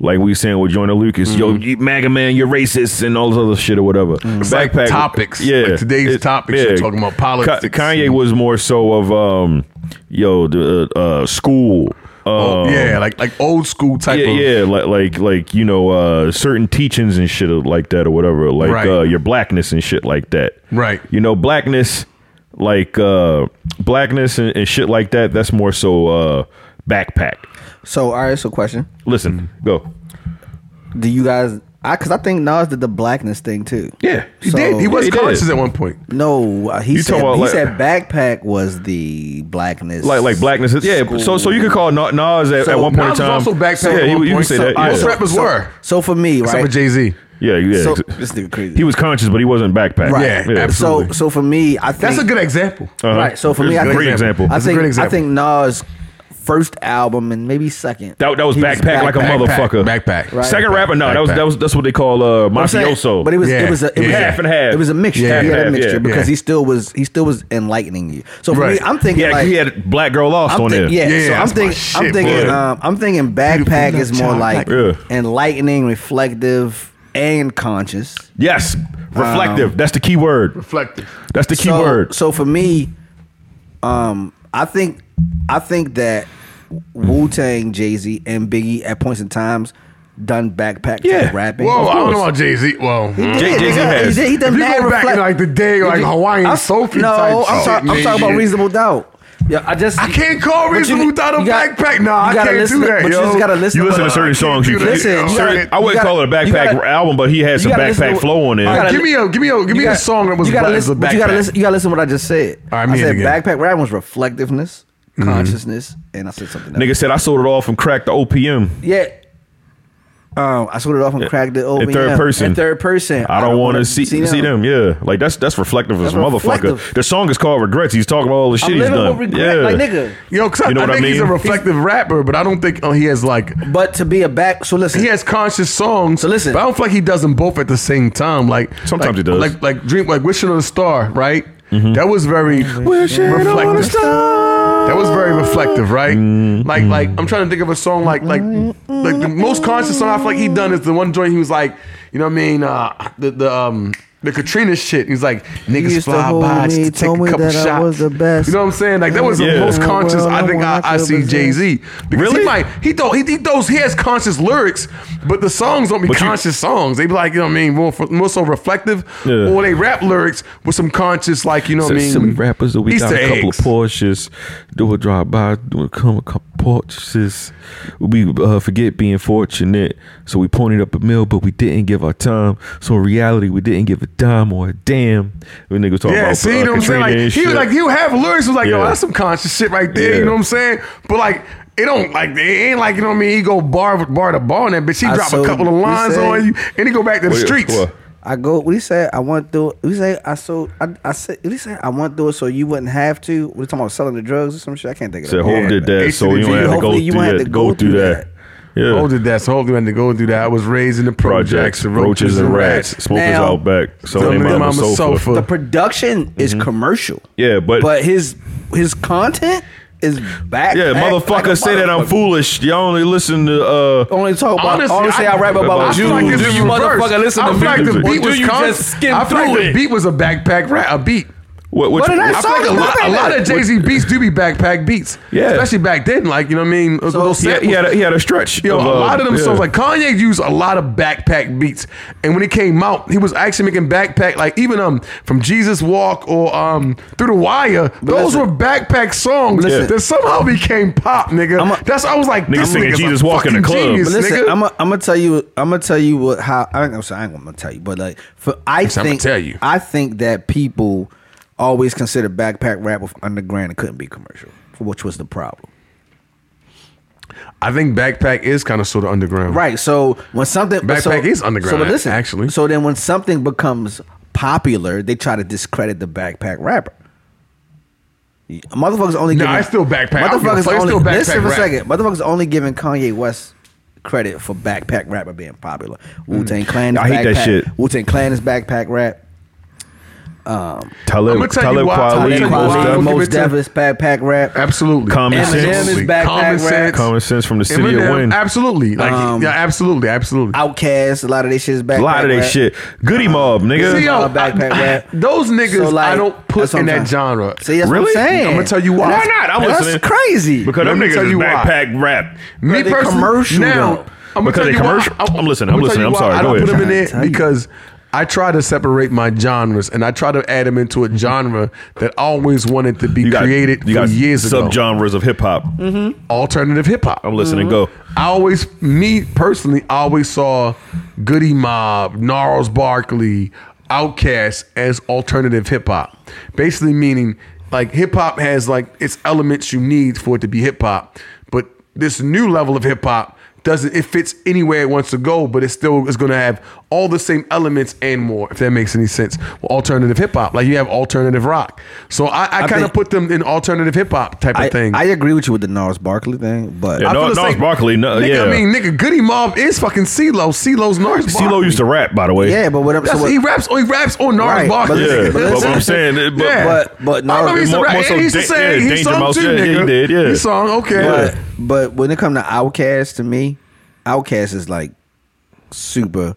Speaker 6: like we saying with Joyner Lucas, yo,
Speaker 3: Mm-hmm.
Speaker 6: you MAGA man, you're racist and all this other shit or whatever.
Speaker 3: like topics. Like today's topics, you're talking about politics
Speaker 6: Ka- Kanye was more so of um, yo, the uh, uh, school.
Speaker 3: Oh,
Speaker 6: um,
Speaker 3: yeah, like like old school type
Speaker 6: yeah,
Speaker 3: of
Speaker 6: yeah, like like like you know, uh, certain teachings and shit like that or whatever, like
Speaker 3: Right.
Speaker 6: uh, your blackness and shit like that.
Speaker 3: Right.
Speaker 6: You know, blackness, like uh, blackness and, and shit like that. That's more so uh, backpack.
Speaker 4: So all right, so question:
Speaker 6: Listen,
Speaker 3: Mm.
Speaker 6: go.
Speaker 4: Do you guys? I because I think Nas did the blackness thing too.
Speaker 6: Yeah,
Speaker 3: He did. He was
Speaker 6: Yeah, he did.
Speaker 3: conscious at one point.
Speaker 4: No, uh, he
Speaker 6: You
Speaker 4: said
Speaker 6: talking about
Speaker 4: he
Speaker 6: like-
Speaker 4: said backpack was the blackness,
Speaker 6: like like blackness. is- Yeah, so so you could call Na- Nas at, at one point
Speaker 3: Nas was
Speaker 6: in time.
Speaker 3: also backpack
Speaker 6: Yeah,
Speaker 3: at
Speaker 6: he-
Speaker 3: one
Speaker 6: you
Speaker 3: point,
Speaker 6: could say
Speaker 3: so-
Speaker 6: that.
Speaker 3: Most
Speaker 6: Yeah.
Speaker 3: rappers were.
Speaker 4: So for me,
Speaker 3: Except for
Speaker 4: right?
Speaker 3: Jay Z.
Speaker 6: yeah, yeah.
Speaker 4: So
Speaker 6: ex-
Speaker 4: this dude crazy.
Speaker 6: he was conscious, but he wasn't backpack.
Speaker 4: Right.
Speaker 3: Yeah, absolutely.
Speaker 4: so so for me, I think
Speaker 3: That's a good example.
Speaker 6: Uh,
Speaker 4: right. So for
Speaker 6: Uh-huh. It's
Speaker 4: me,
Speaker 6: a
Speaker 4: I
Speaker 6: great
Speaker 4: think
Speaker 6: example.
Speaker 4: I
Speaker 3: That's a
Speaker 4: think
Speaker 3: great
Speaker 4: I
Speaker 3: example.
Speaker 4: think Nas first album and maybe second.
Speaker 6: That, that was
Speaker 4: he
Speaker 6: backpack like a
Speaker 4: backpack.
Speaker 3: Backpack,
Speaker 6: motherfucker.
Speaker 3: backpack.
Speaker 4: Right.
Speaker 6: Second rapper, no, that was
Speaker 3: Backpack.
Speaker 6: that was that's what they call uh
Speaker 4: I'm saying,
Speaker 6: mafioso.
Speaker 4: But it was
Speaker 3: Yeah.
Speaker 4: it was a, it was
Speaker 3: Yeah.
Speaker 4: a-
Speaker 6: Half and half.
Speaker 4: It was a mixture.
Speaker 3: Half
Speaker 4: Yeah, he
Speaker 3: and
Speaker 4: had a
Speaker 6: half,
Speaker 4: mixture
Speaker 6: yeah.
Speaker 4: because
Speaker 3: Yeah.
Speaker 4: he still was he still was enlightening you. So for
Speaker 3: Right.
Speaker 4: me, I'm thinking
Speaker 6: yeah,
Speaker 4: like
Speaker 6: he had black girl lost
Speaker 4: I'm
Speaker 6: on
Speaker 4: think-
Speaker 6: there.
Speaker 4: Yeah,
Speaker 3: Yeah,
Speaker 4: so I'm
Speaker 3: that's my
Speaker 4: thinking, I'm
Speaker 3: shit,
Speaker 4: thinking,
Speaker 3: boy.
Speaker 4: um, I'm thinking backpack
Speaker 3: Beautiful
Speaker 4: is more
Speaker 3: child,
Speaker 4: like
Speaker 6: Yeah.
Speaker 4: enlightening, reflective, and conscious.
Speaker 6: Yes, reflective. that's the key word.
Speaker 3: Reflective.
Speaker 6: That's the key
Speaker 4: Um, so,
Speaker 6: word.
Speaker 4: So for me, um, I think, I think that Wu Tang, Jay Z, and Biggie at points in times done backpack
Speaker 6: Yeah.
Speaker 4: type rapping.
Speaker 3: Whoa, I don't
Speaker 6: course.
Speaker 3: know about Jay Z. Whoa.
Speaker 4: Yeah,
Speaker 6: Jay- Jay-Z
Speaker 4: nigga,
Speaker 6: has.
Speaker 4: He, did- he done
Speaker 3: If you
Speaker 4: mad
Speaker 3: go back
Speaker 4: reflect-
Speaker 3: in, like, the day, like,
Speaker 4: Did you-
Speaker 3: Hawaiian
Speaker 4: I'm-
Speaker 3: Sophie
Speaker 4: No,
Speaker 3: type
Speaker 4: I'm,
Speaker 3: shit,
Speaker 4: talking- I'm
Speaker 3: nigga.
Speaker 4: talking about reasonable doubt. Yeah, I just
Speaker 3: I can't call
Speaker 4: But you-
Speaker 3: Reasonable Doubt a
Speaker 4: you got-
Speaker 3: backpack. Nah,
Speaker 4: you
Speaker 3: I
Speaker 4: gotta
Speaker 3: can't
Speaker 4: listen-
Speaker 3: do that.
Speaker 4: but you
Speaker 3: yo.
Speaker 4: just gotta listen
Speaker 6: you listen to certain
Speaker 3: I can't
Speaker 6: songs.
Speaker 3: do
Speaker 6: You,
Speaker 3: that.
Speaker 4: Listen,
Speaker 6: you-
Speaker 4: you
Speaker 6: certain-
Speaker 4: gotta-
Speaker 6: I wouldn't
Speaker 4: you
Speaker 6: call it a
Speaker 4: gotta- you
Speaker 6: backpack
Speaker 4: gotta-
Speaker 6: album, but he had some
Speaker 4: gotta listen
Speaker 6: backpack
Speaker 4: to-
Speaker 6: flow on there.
Speaker 4: you gotta-
Speaker 3: give me a give me a give me a
Speaker 4: gotta-
Speaker 3: song that was
Speaker 4: you gotta
Speaker 3: black-
Speaker 4: listen,
Speaker 3: was a
Speaker 4: but you gotta
Speaker 3: backpack.
Speaker 4: listen. You gotta listen to what I just said.
Speaker 3: All right,
Speaker 4: I
Speaker 3: me
Speaker 4: said
Speaker 3: again. Mm-hmm.
Speaker 4: backpack rap was reflectiveness, consciousness, and I said something. Else.
Speaker 6: Nigga said I sold it all from crack to OPM.
Speaker 4: yeah. Um, I sorted off and cracked it over
Speaker 6: In third person.
Speaker 4: In third person.
Speaker 6: I don't want
Speaker 4: wanna
Speaker 6: to see see them. Yeah, like that's that's reflective as
Speaker 4: That's
Speaker 6: a motherfucker.
Speaker 4: reflective.
Speaker 6: The song is called Regrets. He's talking about all the shit
Speaker 4: I'm
Speaker 6: he's
Speaker 4: living
Speaker 6: done.
Speaker 4: with regret,
Speaker 6: Yeah,
Speaker 4: like nigga.
Speaker 3: Yo, 'cause
Speaker 6: You know
Speaker 3: I, I
Speaker 6: what I
Speaker 3: think he's a
Speaker 6: mean?
Speaker 3: reflective rapper, but I don't think oh, he has like
Speaker 4: But to be a back, so listen.
Speaker 3: he has conscious songs.
Speaker 4: So listen.
Speaker 3: but I don't feel like he does them both at the same time. Like like,
Speaker 6: Sometimes he does. Mm-hmm.
Speaker 3: Like like dream like wishing on a star, right? That was very reflective. That was very reflective, right?
Speaker 6: Mm-hmm.
Speaker 3: Like like I'm trying to think of a song like like like the most conscious song I feel like he done is the one joint he was like, you know what I mean? Uh, the the um. The Katrina shit. He's like
Speaker 4: used to
Speaker 3: niggas fly
Speaker 4: hold
Speaker 3: by
Speaker 4: me,
Speaker 3: just to take
Speaker 4: told
Speaker 3: a
Speaker 4: me
Speaker 3: couple
Speaker 4: that I
Speaker 3: shots.
Speaker 4: was the best.
Speaker 3: You know what I'm saying? Like that was the
Speaker 6: Yeah.
Speaker 3: most conscious.
Speaker 4: Well,
Speaker 3: I think I,
Speaker 4: I
Speaker 3: I see
Speaker 4: could
Speaker 3: Jay Z because
Speaker 6: Really?
Speaker 3: he might he throw he, he throws he has conscious lyrics, but the songs don't be
Speaker 6: But you-
Speaker 3: conscious songs. They be like you know what I mean more, more so reflective,
Speaker 6: Yeah.
Speaker 3: or they rap lyrics with some conscious like you know what I mean.
Speaker 6: some rappers that we got
Speaker 3: Easter
Speaker 6: a couple
Speaker 3: eggs.
Speaker 6: of Porsches, do a drive by, do a come a couple Porsches. We uh, forget being fortunate, so we pointed up a mill, but we didn't give our time. So in reality, we didn't give a dime or a damn. We niggas talking
Speaker 3: Yeah,
Speaker 6: about
Speaker 3: see,
Speaker 6: uh,
Speaker 3: you know what I'm saying?
Speaker 6: Katrina
Speaker 3: Like,
Speaker 6: and
Speaker 3: he
Speaker 6: shit.
Speaker 3: was like, he would have lyrics. Was like, yo,
Speaker 6: Yeah.
Speaker 3: that's some conscious shit right there.
Speaker 6: Yeah.
Speaker 3: You know what I'm saying? But like, it don't like it ain't like you know what I mean. He go bar bar to bar on that, but she
Speaker 4: I
Speaker 3: drop a
Speaker 4: sold-
Speaker 3: couple of
Speaker 4: you
Speaker 3: lines
Speaker 4: say-
Speaker 3: on you, and he go back to the
Speaker 6: What-
Speaker 3: streets.
Speaker 6: what?
Speaker 4: I go. What he said? I went through. What he said? I sold. I, I said. What he said? I went through it so you wouldn't have to. What are talking about? Selling the drugs or some shit? I can't think of
Speaker 6: Said
Speaker 4: that.
Speaker 6: Hope did that,
Speaker 3: Yeah,
Speaker 6: so you
Speaker 3: basically,
Speaker 6: don't have to go
Speaker 4: Hopefully you
Speaker 6: through
Speaker 4: won't have
Speaker 6: that.
Speaker 4: to
Speaker 6: Go through that. Yeah.
Speaker 3: Oh, did that. So hopefully, when to go through that, I was raised in the projects,
Speaker 6: Projects,
Speaker 3: the
Speaker 6: roaches, and rats. Smokers
Speaker 4: Now-
Speaker 6: out back. So
Speaker 3: Tell
Speaker 6: they
Speaker 3: me
Speaker 6: mama,
Speaker 3: mama
Speaker 6: sofa.
Speaker 3: sofa.
Speaker 4: The production is commercial.
Speaker 6: Mm-hmm. Yeah, but,
Speaker 4: But his his content is back.
Speaker 6: yeah,
Speaker 4: back
Speaker 6: motherfucker,
Speaker 4: like a
Speaker 6: say that I'm
Speaker 4: motherfucker.
Speaker 6: foolish. Y'all only listen to uh
Speaker 4: Only talk about
Speaker 3: Honestly,
Speaker 4: honestly, I,
Speaker 3: I-
Speaker 4: rap
Speaker 6: I
Speaker 4: about
Speaker 6: feel
Speaker 4: you.
Speaker 6: like it's
Speaker 4: Do
Speaker 6: in
Speaker 4: you
Speaker 3: reverse.
Speaker 4: motherfucker listen
Speaker 3: I
Speaker 4: to
Speaker 3: feel
Speaker 4: me?
Speaker 3: like the
Speaker 4: Or
Speaker 3: beat
Speaker 4: do
Speaker 3: was
Speaker 4: you
Speaker 3: con-
Speaker 4: just skim
Speaker 3: I feel like
Speaker 4: through
Speaker 3: the
Speaker 4: it?
Speaker 3: beat was a backpack rap, a beat.
Speaker 6: what, what,
Speaker 4: What did I
Speaker 3: I
Speaker 4: So
Speaker 3: feel like a
Speaker 4: it's
Speaker 3: lot, a
Speaker 4: nothing.
Speaker 3: lot of Jay Z beats do be backpack beats.
Speaker 6: Yeah.
Speaker 3: especially back then. Like you know what I mean? Those little
Speaker 6: he, had, he,
Speaker 3: samples.
Speaker 6: had a, he had a stretch.
Speaker 3: Yo,
Speaker 6: of,
Speaker 3: a
Speaker 6: uh,
Speaker 3: lot of them
Speaker 6: yeah.
Speaker 3: songs like Kanye used a lot of backpack beats, and when it came out, he was actually making backpack like even um from Jesus Walk or um Through the Wire. those
Speaker 4: listen.
Speaker 3: were backpack songs
Speaker 4: Listen.
Speaker 3: that somehow became pop, nigga.
Speaker 4: I'm a-
Speaker 3: That's I was like,
Speaker 6: Nigga
Speaker 3: this
Speaker 6: singing
Speaker 3: nigga's
Speaker 6: Jesus
Speaker 3: a
Speaker 6: Walk in the
Speaker 3: fucking
Speaker 6: club.
Speaker 3: Genius,
Speaker 4: But listen,
Speaker 3: nigga.
Speaker 4: I'm gonna tell you, I'm gonna tell you what how I'm gonna I ain't gonna tell you, but like for I
Speaker 3: Yes, I'ma
Speaker 4: think
Speaker 3: tell you.
Speaker 4: I think that people always consider backpack rap with underground it couldn't be commercial, which was the problem.
Speaker 3: I think backpack is kind of sort of underground,
Speaker 4: Right. So when something but so-
Speaker 3: Backpack is underground,
Speaker 4: So but listen,
Speaker 3: actually.
Speaker 4: So then when something becomes popular, they try to discredit the backpack rapper. Motherfuckers only
Speaker 3: Nah,
Speaker 4: giving,
Speaker 3: it's still backpack. I don't give a
Speaker 4: Motherfuckers
Speaker 3: fuck, it's
Speaker 4: only
Speaker 3: still backpack
Speaker 4: listen for
Speaker 3: rap.
Speaker 4: a second. Motherfuckers only giving Kanye West credit for backpack rapper being popular. Wu Tang
Speaker 3: Mm.
Speaker 4: Clan.
Speaker 6: I hate that shit.
Speaker 4: Wu Tang Clan is backpack rap.
Speaker 6: Talib,
Speaker 3: I'ma tell you
Speaker 6: Talib
Speaker 3: why-
Speaker 6: Kweli,
Speaker 3: Talib Kweli,
Speaker 4: Talib
Speaker 3: I'ma
Speaker 6: Mos
Speaker 4: Kweli,
Speaker 6: Def,
Speaker 3: give
Speaker 4: Most
Speaker 3: it to-
Speaker 4: Def is backpack rap.
Speaker 3: Absolutely.
Speaker 6: Common
Speaker 4: Eminem
Speaker 6: sense.
Speaker 4: is backpack
Speaker 3: Common
Speaker 4: rap.
Speaker 3: sense.
Speaker 6: Common sense from the city of Wynn.
Speaker 3: Absolutely. Like
Speaker 4: Um,
Speaker 3: yeah, absolutely, absolutely.
Speaker 4: Outkast. A lot of this shit is backpack.
Speaker 6: A lot of
Speaker 4: rap.
Speaker 6: that shit. Goody Mob, nigga.
Speaker 3: See, yo,
Speaker 4: Not a backpack
Speaker 3: I-
Speaker 4: rap.
Speaker 3: Those niggas
Speaker 4: So, like,
Speaker 3: I don't put
Speaker 4: that's what
Speaker 3: in
Speaker 4: I'm
Speaker 3: that
Speaker 4: trying-
Speaker 3: genre.
Speaker 4: See, that's
Speaker 6: Really?
Speaker 4: what I'm saying.
Speaker 3: I'ma tell you why.
Speaker 4: That's-
Speaker 6: Why not? I'm
Speaker 4: that's
Speaker 6: listening.
Speaker 4: crazy.
Speaker 6: because
Speaker 3: Let
Speaker 6: them
Speaker 3: me
Speaker 6: niggas
Speaker 3: tell
Speaker 6: is
Speaker 3: you why.
Speaker 6: backpack rap.
Speaker 3: me
Speaker 4: they
Speaker 3: personally,
Speaker 4: commercial,
Speaker 3: now
Speaker 4: though.
Speaker 3: I'm
Speaker 6: Because
Speaker 3: gonna tell
Speaker 6: they
Speaker 3: you why-
Speaker 6: commercial?
Speaker 3: I'm-
Speaker 6: I'm listening, I'm
Speaker 3: gonna tell
Speaker 6: listening,
Speaker 3: you
Speaker 6: I'm
Speaker 3: why
Speaker 6: sorry,
Speaker 3: I
Speaker 6: go
Speaker 3: don't
Speaker 6: ahead.
Speaker 3: put them in
Speaker 4: Tell
Speaker 3: there
Speaker 4: you.
Speaker 3: because I try to separate my genres, and I try to add them into a genre that I always wanted to be created for years ago.
Speaker 6: subgenres of hip hop.
Speaker 3: Alternative hip hop.
Speaker 6: I'm listening. Go.
Speaker 3: I always, me personally, I always saw Goody Mob, Gnarls Barkley, Outkast as alternative hip hop. Basically, meaning like hip hop has like its elements you need for it to be hip hop, but this new level of hip hop doesn't. It fits anywhere it wants to go, but it still is going to have all the same elements and more. If that makes any sense, well, alternative hip hop, like you have alternative rock. So I, I,
Speaker 4: I
Speaker 3: kind of
Speaker 4: think-
Speaker 3: put them in alternative hip hop type
Speaker 4: I,
Speaker 3: of thing.
Speaker 4: I agree with you with the Nars Barkley thing, but
Speaker 6: Yeah,
Speaker 3: I
Speaker 6: no-
Speaker 3: feel the
Speaker 6: Nars
Speaker 3: same-
Speaker 6: Barkley, no-
Speaker 3: nigga,
Speaker 6: yeah.
Speaker 3: I mean, nigga, Goody Mob is fucking CeeLo. CeeLo's Nars Barkley.
Speaker 6: CeeLo used to rap, by the way.
Speaker 4: yeah, but what I'm
Speaker 3: That's,
Speaker 4: so what,
Speaker 3: he raps. Oh, he raps on Nars
Speaker 4: Right,
Speaker 3: Barkley.
Speaker 4: but
Speaker 6: Yeah,
Speaker 4: listen,
Speaker 3: nigga.
Speaker 6: but what I'm saying, it- but,
Speaker 3: Yeah.
Speaker 4: But- but
Speaker 3: I
Speaker 4: Nars-
Speaker 3: remember he used to
Speaker 6: more-
Speaker 3: rap.
Speaker 6: more so
Speaker 3: and he used to
Speaker 6: Da-
Speaker 3: sing.
Speaker 6: yeah,
Speaker 3: he
Speaker 6: Danger
Speaker 3: sung
Speaker 6: Mouse,
Speaker 3: too,
Speaker 6: yeah, he
Speaker 3: nigga.
Speaker 6: did, yeah.
Speaker 3: He sung. Okay.
Speaker 4: but, but when it comes to Outcast, to me, Outcast is like super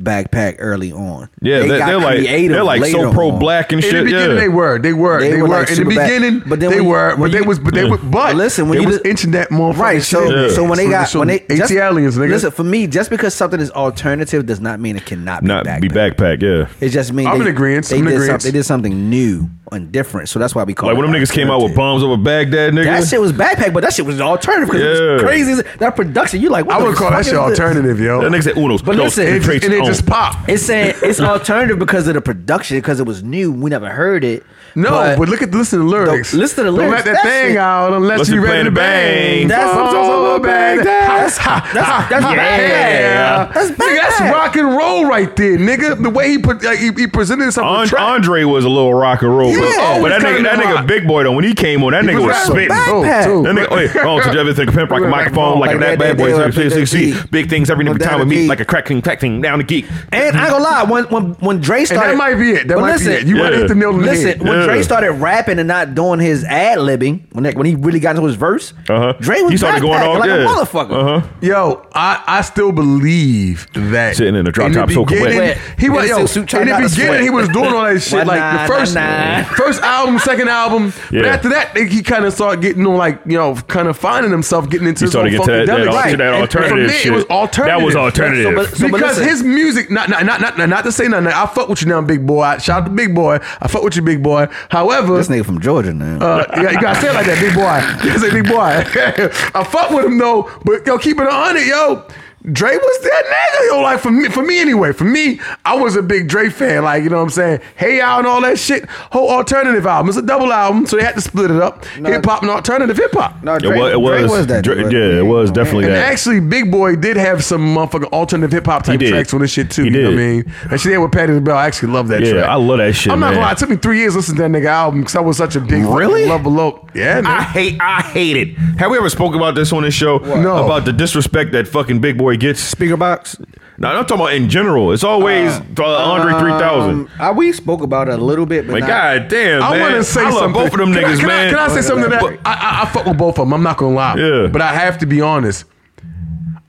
Speaker 4: backpack ely on.
Speaker 6: Yeah, they,
Speaker 4: got
Speaker 6: are like
Speaker 4: creative
Speaker 6: they're like
Speaker 4: later
Speaker 6: so
Speaker 4: on.
Speaker 6: pro black and
Speaker 3: In
Speaker 6: shit.
Speaker 3: the beginning,
Speaker 6: yeah.
Speaker 3: they were, they were, they,
Speaker 4: They
Speaker 3: were.
Speaker 4: were like
Speaker 3: in the
Speaker 4: super bad.
Speaker 3: beginning,
Speaker 4: But then
Speaker 3: they
Speaker 4: when you-
Speaker 3: were, but
Speaker 4: when
Speaker 3: they
Speaker 4: you-
Speaker 3: was, but they
Speaker 6: Yeah.
Speaker 3: were, but
Speaker 4: But listen, when
Speaker 3: they
Speaker 4: you
Speaker 3: was
Speaker 4: li-
Speaker 3: inching that motherfucker.
Speaker 4: Right, so
Speaker 3: shit.
Speaker 4: so when they
Speaker 3: So-
Speaker 4: got
Speaker 3: so
Speaker 4: when they
Speaker 3: AT aliens, nigga.
Speaker 4: Listen, for me, just because something is alternative does not mean it cannot be
Speaker 6: not
Speaker 4: backpack.
Speaker 6: be backpack. Yeah.
Speaker 4: It just means
Speaker 3: I'm
Speaker 4: they,
Speaker 3: in agreeance,
Speaker 4: They,
Speaker 3: I'm in
Speaker 4: did some-
Speaker 3: agreeance.
Speaker 4: they did something new and different, so that's why we call
Speaker 6: Like
Speaker 4: it
Speaker 6: when them niggas came out
Speaker 4: alternative.
Speaker 6: with bombs over Baghdad, nigga.
Speaker 4: That shit was backpack, but that shit was alternative because it was
Speaker 6: Yeah.
Speaker 4: crazy. as- That production, you like? What
Speaker 3: I
Speaker 4: the
Speaker 3: would call
Speaker 4: fuck
Speaker 3: that shit
Speaker 4: is this?
Speaker 3: alternative, yo.
Speaker 6: That nigga said Unos.
Speaker 4: But
Speaker 6: dos,
Speaker 4: listen,
Speaker 3: And it
Speaker 4: It
Speaker 3: just-
Speaker 6: tres,
Speaker 3: and it
Speaker 6: on.
Speaker 3: just popped.
Speaker 4: It's saying
Speaker 3: *laughs*
Speaker 4: it's alternative because of the production, because it was new. We never heard it.
Speaker 3: No, but, look at listen to the lyrics.
Speaker 4: Don't- listen to the
Speaker 3: Don't
Speaker 4: lyrics.
Speaker 3: let that
Speaker 4: That
Speaker 3: thing
Speaker 4: shit-
Speaker 3: out unless
Speaker 6: Unless
Speaker 3: you
Speaker 6: you
Speaker 3: ready
Speaker 6: plan
Speaker 3: to
Speaker 6: to
Speaker 3: bang.
Speaker 6: bang.
Speaker 4: That's-
Speaker 3: Bombs over Baghdad.
Speaker 4: That's-
Speaker 3: Ha,
Speaker 4: that's-
Speaker 3: ha,
Speaker 4: that's
Speaker 3: ha,
Speaker 4: bad. That's
Speaker 3: Nigga, that's
Speaker 4: bad.
Speaker 3: rock and roll right there, nigga. The way he put like, he, he presented himself. on the
Speaker 6: And-
Speaker 3: track.
Speaker 6: Andre was a little rock and roll,
Speaker 3: He was
Speaker 6: but, but
Speaker 3: always
Speaker 6: that nigga,
Speaker 3: kinda
Speaker 6: that
Speaker 3: rock.
Speaker 6: nigga, big boy though. When he came on, that
Speaker 3: He
Speaker 6: nigga was
Speaker 3: rapping.
Speaker 6: spitting.
Speaker 4: back. backpack.
Speaker 6: That
Speaker 3: Oh, too.
Speaker 6: nigga, wait, oh, to everything, pimp, like a microphone, like a
Speaker 4: Like that
Speaker 6: that bad boy,
Speaker 4: nigga
Speaker 6: like
Speaker 4: up in
Speaker 6: a
Speaker 4: the
Speaker 6: see,
Speaker 4: beat.
Speaker 6: big things every
Speaker 4: Like
Speaker 6: time
Speaker 4: that
Speaker 6: with me,
Speaker 4: beat.
Speaker 6: like a cracking, cracking down the geek.
Speaker 4: And I ain't gonna lie, when when when Dre
Speaker 3: And
Speaker 4: started,
Speaker 3: that might be it. That
Speaker 4: but
Speaker 3: might
Speaker 4: listen,
Speaker 3: be it. You might
Speaker 6: Yeah.
Speaker 3: hit the nail on the
Speaker 4: Listen,
Speaker 3: head.
Speaker 4: when
Speaker 6: Yeah.
Speaker 4: Dre started rapping and not doing his ad libbing, when that, when he really got into his verse,
Speaker 6: Uh-huh.
Speaker 4: Dre was
Speaker 6: He started going
Speaker 4: backpacking
Speaker 6: all
Speaker 4: like
Speaker 6: yeah.
Speaker 4: a motherfucker.
Speaker 6: Uh huh.
Speaker 3: Yo, I, I still believe that
Speaker 6: Sitting in a drop
Speaker 3: the
Speaker 6: top soaking wet.
Speaker 3: beginning,
Speaker 4: Wet.
Speaker 3: He was
Speaker 4: In a
Speaker 3: yo,
Speaker 4: silk suit, trying
Speaker 3: in
Speaker 4: not
Speaker 3: the
Speaker 4: to
Speaker 3: beginning
Speaker 4: sweat.
Speaker 3: he was doing all that shit
Speaker 4: Why
Speaker 3: like
Speaker 4: nah,
Speaker 3: the first
Speaker 4: nah, nah.
Speaker 3: first album, second album. But
Speaker 6: Yeah.
Speaker 3: after that, he kind of started getting on like you know, kind of finding himself, getting into
Speaker 6: He
Speaker 3: his
Speaker 6: started
Speaker 3: own
Speaker 6: getting to that,
Speaker 3: funkadelic
Speaker 6: that,
Speaker 3: shit.
Speaker 6: to that
Speaker 3: And from
Speaker 6: alternative
Speaker 3: there,
Speaker 6: shit.
Speaker 3: It was alternative.
Speaker 6: That was alternative.
Speaker 4: So, but- so-
Speaker 3: because
Speaker 4: listen.
Speaker 3: his music, not not, not not not to say nothing. I fuck with you now, big boy. I shout out to big boy. I fuck with you, big boy. However,
Speaker 4: This nigga from Georgia now.
Speaker 3: uh, you, gotta, you gotta say it like *laughs* that, big boy. You gotta say big boy. I fuck with him though, but yo, keep it on it, yo. Dre was that nigga. Yo, like for me, for me anyway. For me, I was a big Dre fan. Like you know what I'm saying. Hey out and all that shit. Whole alternative album. It's a double album, so they had to split it up.
Speaker 4: No.
Speaker 3: hip hop and alternative hip hop.
Speaker 4: No,
Speaker 6: It
Speaker 4: Dre,
Speaker 6: was, it
Speaker 4: Dre
Speaker 6: was,
Speaker 4: was that.
Speaker 6: Dre-
Speaker 4: dude, but-
Speaker 6: yeah, it was definitely
Speaker 3: And
Speaker 6: that.
Speaker 3: actually, Big Boy did have some motherfucking alternative hip hop type
Speaker 6: did.
Speaker 3: tracks on this shit too.
Speaker 6: He
Speaker 3: you know what I
Speaker 6: did.
Speaker 3: mean? And she did with Patty LaBelle. I actually love that
Speaker 6: Yeah,
Speaker 3: track.
Speaker 6: I love that shit,
Speaker 3: I'm not
Speaker 6: man.
Speaker 3: gonna lie, it took me three years to listen to that nigga album because I was such a big fucking
Speaker 6: Really?
Speaker 3: love below. Yeah,
Speaker 6: I
Speaker 3: man.
Speaker 6: hate, I hate it. Have we ever spoke about this on this show?
Speaker 3: No.
Speaker 6: About the disrespect that fucking big boy gets.
Speaker 4: Speaker box.
Speaker 6: No, I'm talking about in general. It's always uh, Andre 3000.
Speaker 4: Um, I, we spoke about it a little bit, but
Speaker 6: Like,
Speaker 4: not-
Speaker 6: god damn,
Speaker 3: I
Speaker 6: man.
Speaker 3: want to say
Speaker 6: I love
Speaker 3: something.
Speaker 6: both of them
Speaker 3: Can I-
Speaker 6: niggas,
Speaker 3: can I,
Speaker 6: man.
Speaker 3: Can I, say something to that?
Speaker 6: But-
Speaker 3: I, I, I fuck with both of them. I'm not gonna lie.
Speaker 6: Yeah.
Speaker 3: But I have to be honest.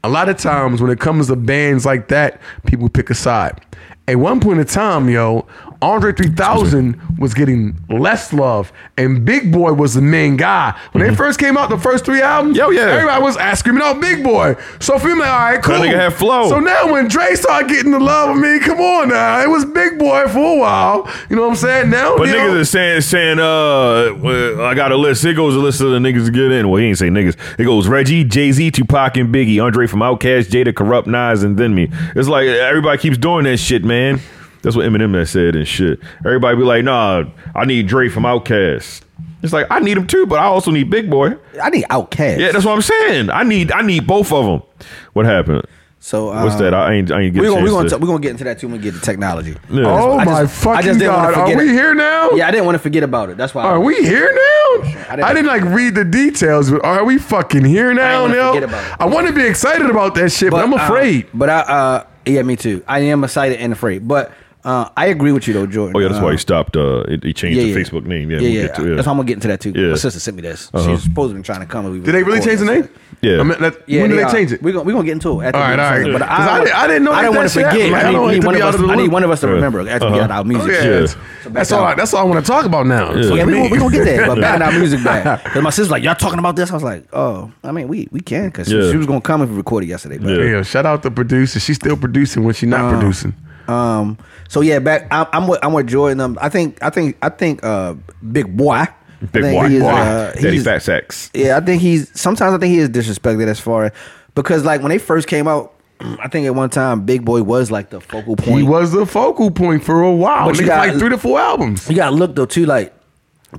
Speaker 3: A lot of times when it comes to bands like that, people pick a side. At one point in time, yo, Andre 3000 was getting less love, and Big Boy was the main guy. When they first came out, the first three albums,
Speaker 6: Mm-hmm. Yo, yeah.
Speaker 3: everybody was ass screaming out Big Boy. So for me, like, all right, cool.
Speaker 6: nigga had flow.
Speaker 3: So now when Dre started getting the love, I mean, come on now, it was Big Boy for a while. You know what I'm saying? Now,
Speaker 6: But
Speaker 3: you know-
Speaker 6: niggas is saying saying uh well, I got a list. It goes a list of the niggas to get in. Well, he ain't say niggas. It goes Reggie, Jay Z, Tupac, and Biggie, Andre from Outkast, Jada, Corrupt, Nas, and then me. It's like everybody keeps doing that shit, man. That's what Eminem had said and shit. Everybody be like, nah, I need Dre from Outkast. It's like I need him too, but I also need Big Boy.
Speaker 4: I need Outcast.
Speaker 6: Yeah, that's what I'm saying. I need I need both of them. What happened?
Speaker 4: so uh,
Speaker 6: What's that? I ain't I ain't get.
Speaker 4: We're
Speaker 6: a
Speaker 4: gonna,
Speaker 6: chance
Speaker 4: we're, gonna
Speaker 6: to-
Speaker 4: t- we're gonna get into that too when we get to technology.
Speaker 6: Yeah.
Speaker 3: Oh
Speaker 4: I just-
Speaker 3: my
Speaker 4: I
Speaker 3: fucking
Speaker 4: just didn't wanna
Speaker 3: god! Are
Speaker 4: forget
Speaker 3: we
Speaker 4: it.
Speaker 3: here now?
Speaker 4: Yeah, I didn't want to forget about it. That's why. I-
Speaker 3: Are we here now? I didn't,
Speaker 4: didn't-
Speaker 3: like read the details, but are we fucking here now?
Speaker 4: wanna
Speaker 3: now?
Speaker 4: forget about it.
Speaker 3: I want to be excited about that shit, but, I'm
Speaker 4: uh,
Speaker 3: afraid.
Speaker 4: but I, uh, yeah, me too. I am excited and afraid. But uh, I agree with you though, Jordan.
Speaker 6: Oh yeah, that's
Speaker 4: Uh,
Speaker 6: why he stopped. Uh, he- he changed the Facebook name. Yeah,
Speaker 4: yeah,
Speaker 6: we'll
Speaker 4: yeah.
Speaker 6: get to it.
Speaker 4: That's why I'm gonna get into that too.
Speaker 6: Yeah.
Speaker 4: My sister sent me this. She's supposed to be trying to come. and we
Speaker 3: Uh-huh. did they really change the name?
Speaker 6: Yeah.
Speaker 3: I mean, that,
Speaker 4: Oh, Yeah,
Speaker 3: when did they,
Speaker 4: are.
Speaker 3: change it?
Speaker 4: We're gonna, we're gonna get into it. At the
Speaker 3: All right,
Speaker 4: end of
Speaker 3: all right.
Speaker 4: something, But
Speaker 3: 'Cause I
Speaker 4: I,
Speaker 3: didn't- I didn't know
Speaker 4: I
Speaker 3: that
Speaker 4: didn't
Speaker 3: that
Speaker 4: want to
Speaker 3: shit
Speaker 4: forget.
Speaker 3: happened. Like, I
Speaker 4: I,
Speaker 3: don't
Speaker 4: need,
Speaker 3: like
Speaker 4: need
Speaker 3: to
Speaker 4: one
Speaker 3: be
Speaker 4: of
Speaker 3: out
Speaker 4: us,
Speaker 3: of the
Speaker 4: I need
Speaker 3: loop.
Speaker 4: one of us to remember. That's to get our
Speaker 3: Oh,
Speaker 4: music.
Speaker 3: yeah.
Speaker 6: Yeah.
Speaker 3: That's, that's all. I, that's all I want to talk about now.
Speaker 4: So, yeah,
Speaker 3: For
Speaker 4: we
Speaker 3: me.
Speaker 4: gonna, we gonna get there, but back in our
Speaker 3: *laughs*
Speaker 4: music back. 'Cause my sister's like, y'all talking about this? I was like, oh, I mean, we we can because
Speaker 6: Yeah.
Speaker 4: she, was gonna come if we recorded yesterday. But
Speaker 6: Yeah.
Speaker 3: Yeah, shout out the producer. She's still producing when she's
Speaker 4: Uh,
Speaker 3: not producing.
Speaker 4: Um. So yeah, back. I'm, I'm with I'm with Jordan. Um, I think I think I think uh, Big Boy. I
Speaker 6: Big
Speaker 4: think
Speaker 6: boy,
Speaker 4: he is,
Speaker 6: boy.
Speaker 4: uh,
Speaker 6: Daddy
Speaker 4: he's-
Speaker 6: Fat Sacks.
Speaker 4: Yeah, I think he's sometimes I think he is disrespected as far as because like when they first came out, *clears throat* I think at one time Big Boy was like the focal point.
Speaker 3: He was the focal point for a while.
Speaker 4: But you
Speaker 3: Niggas
Speaker 4: got-
Speaker 3: like three to four albums.
Speaker 4: You gotta look though too, like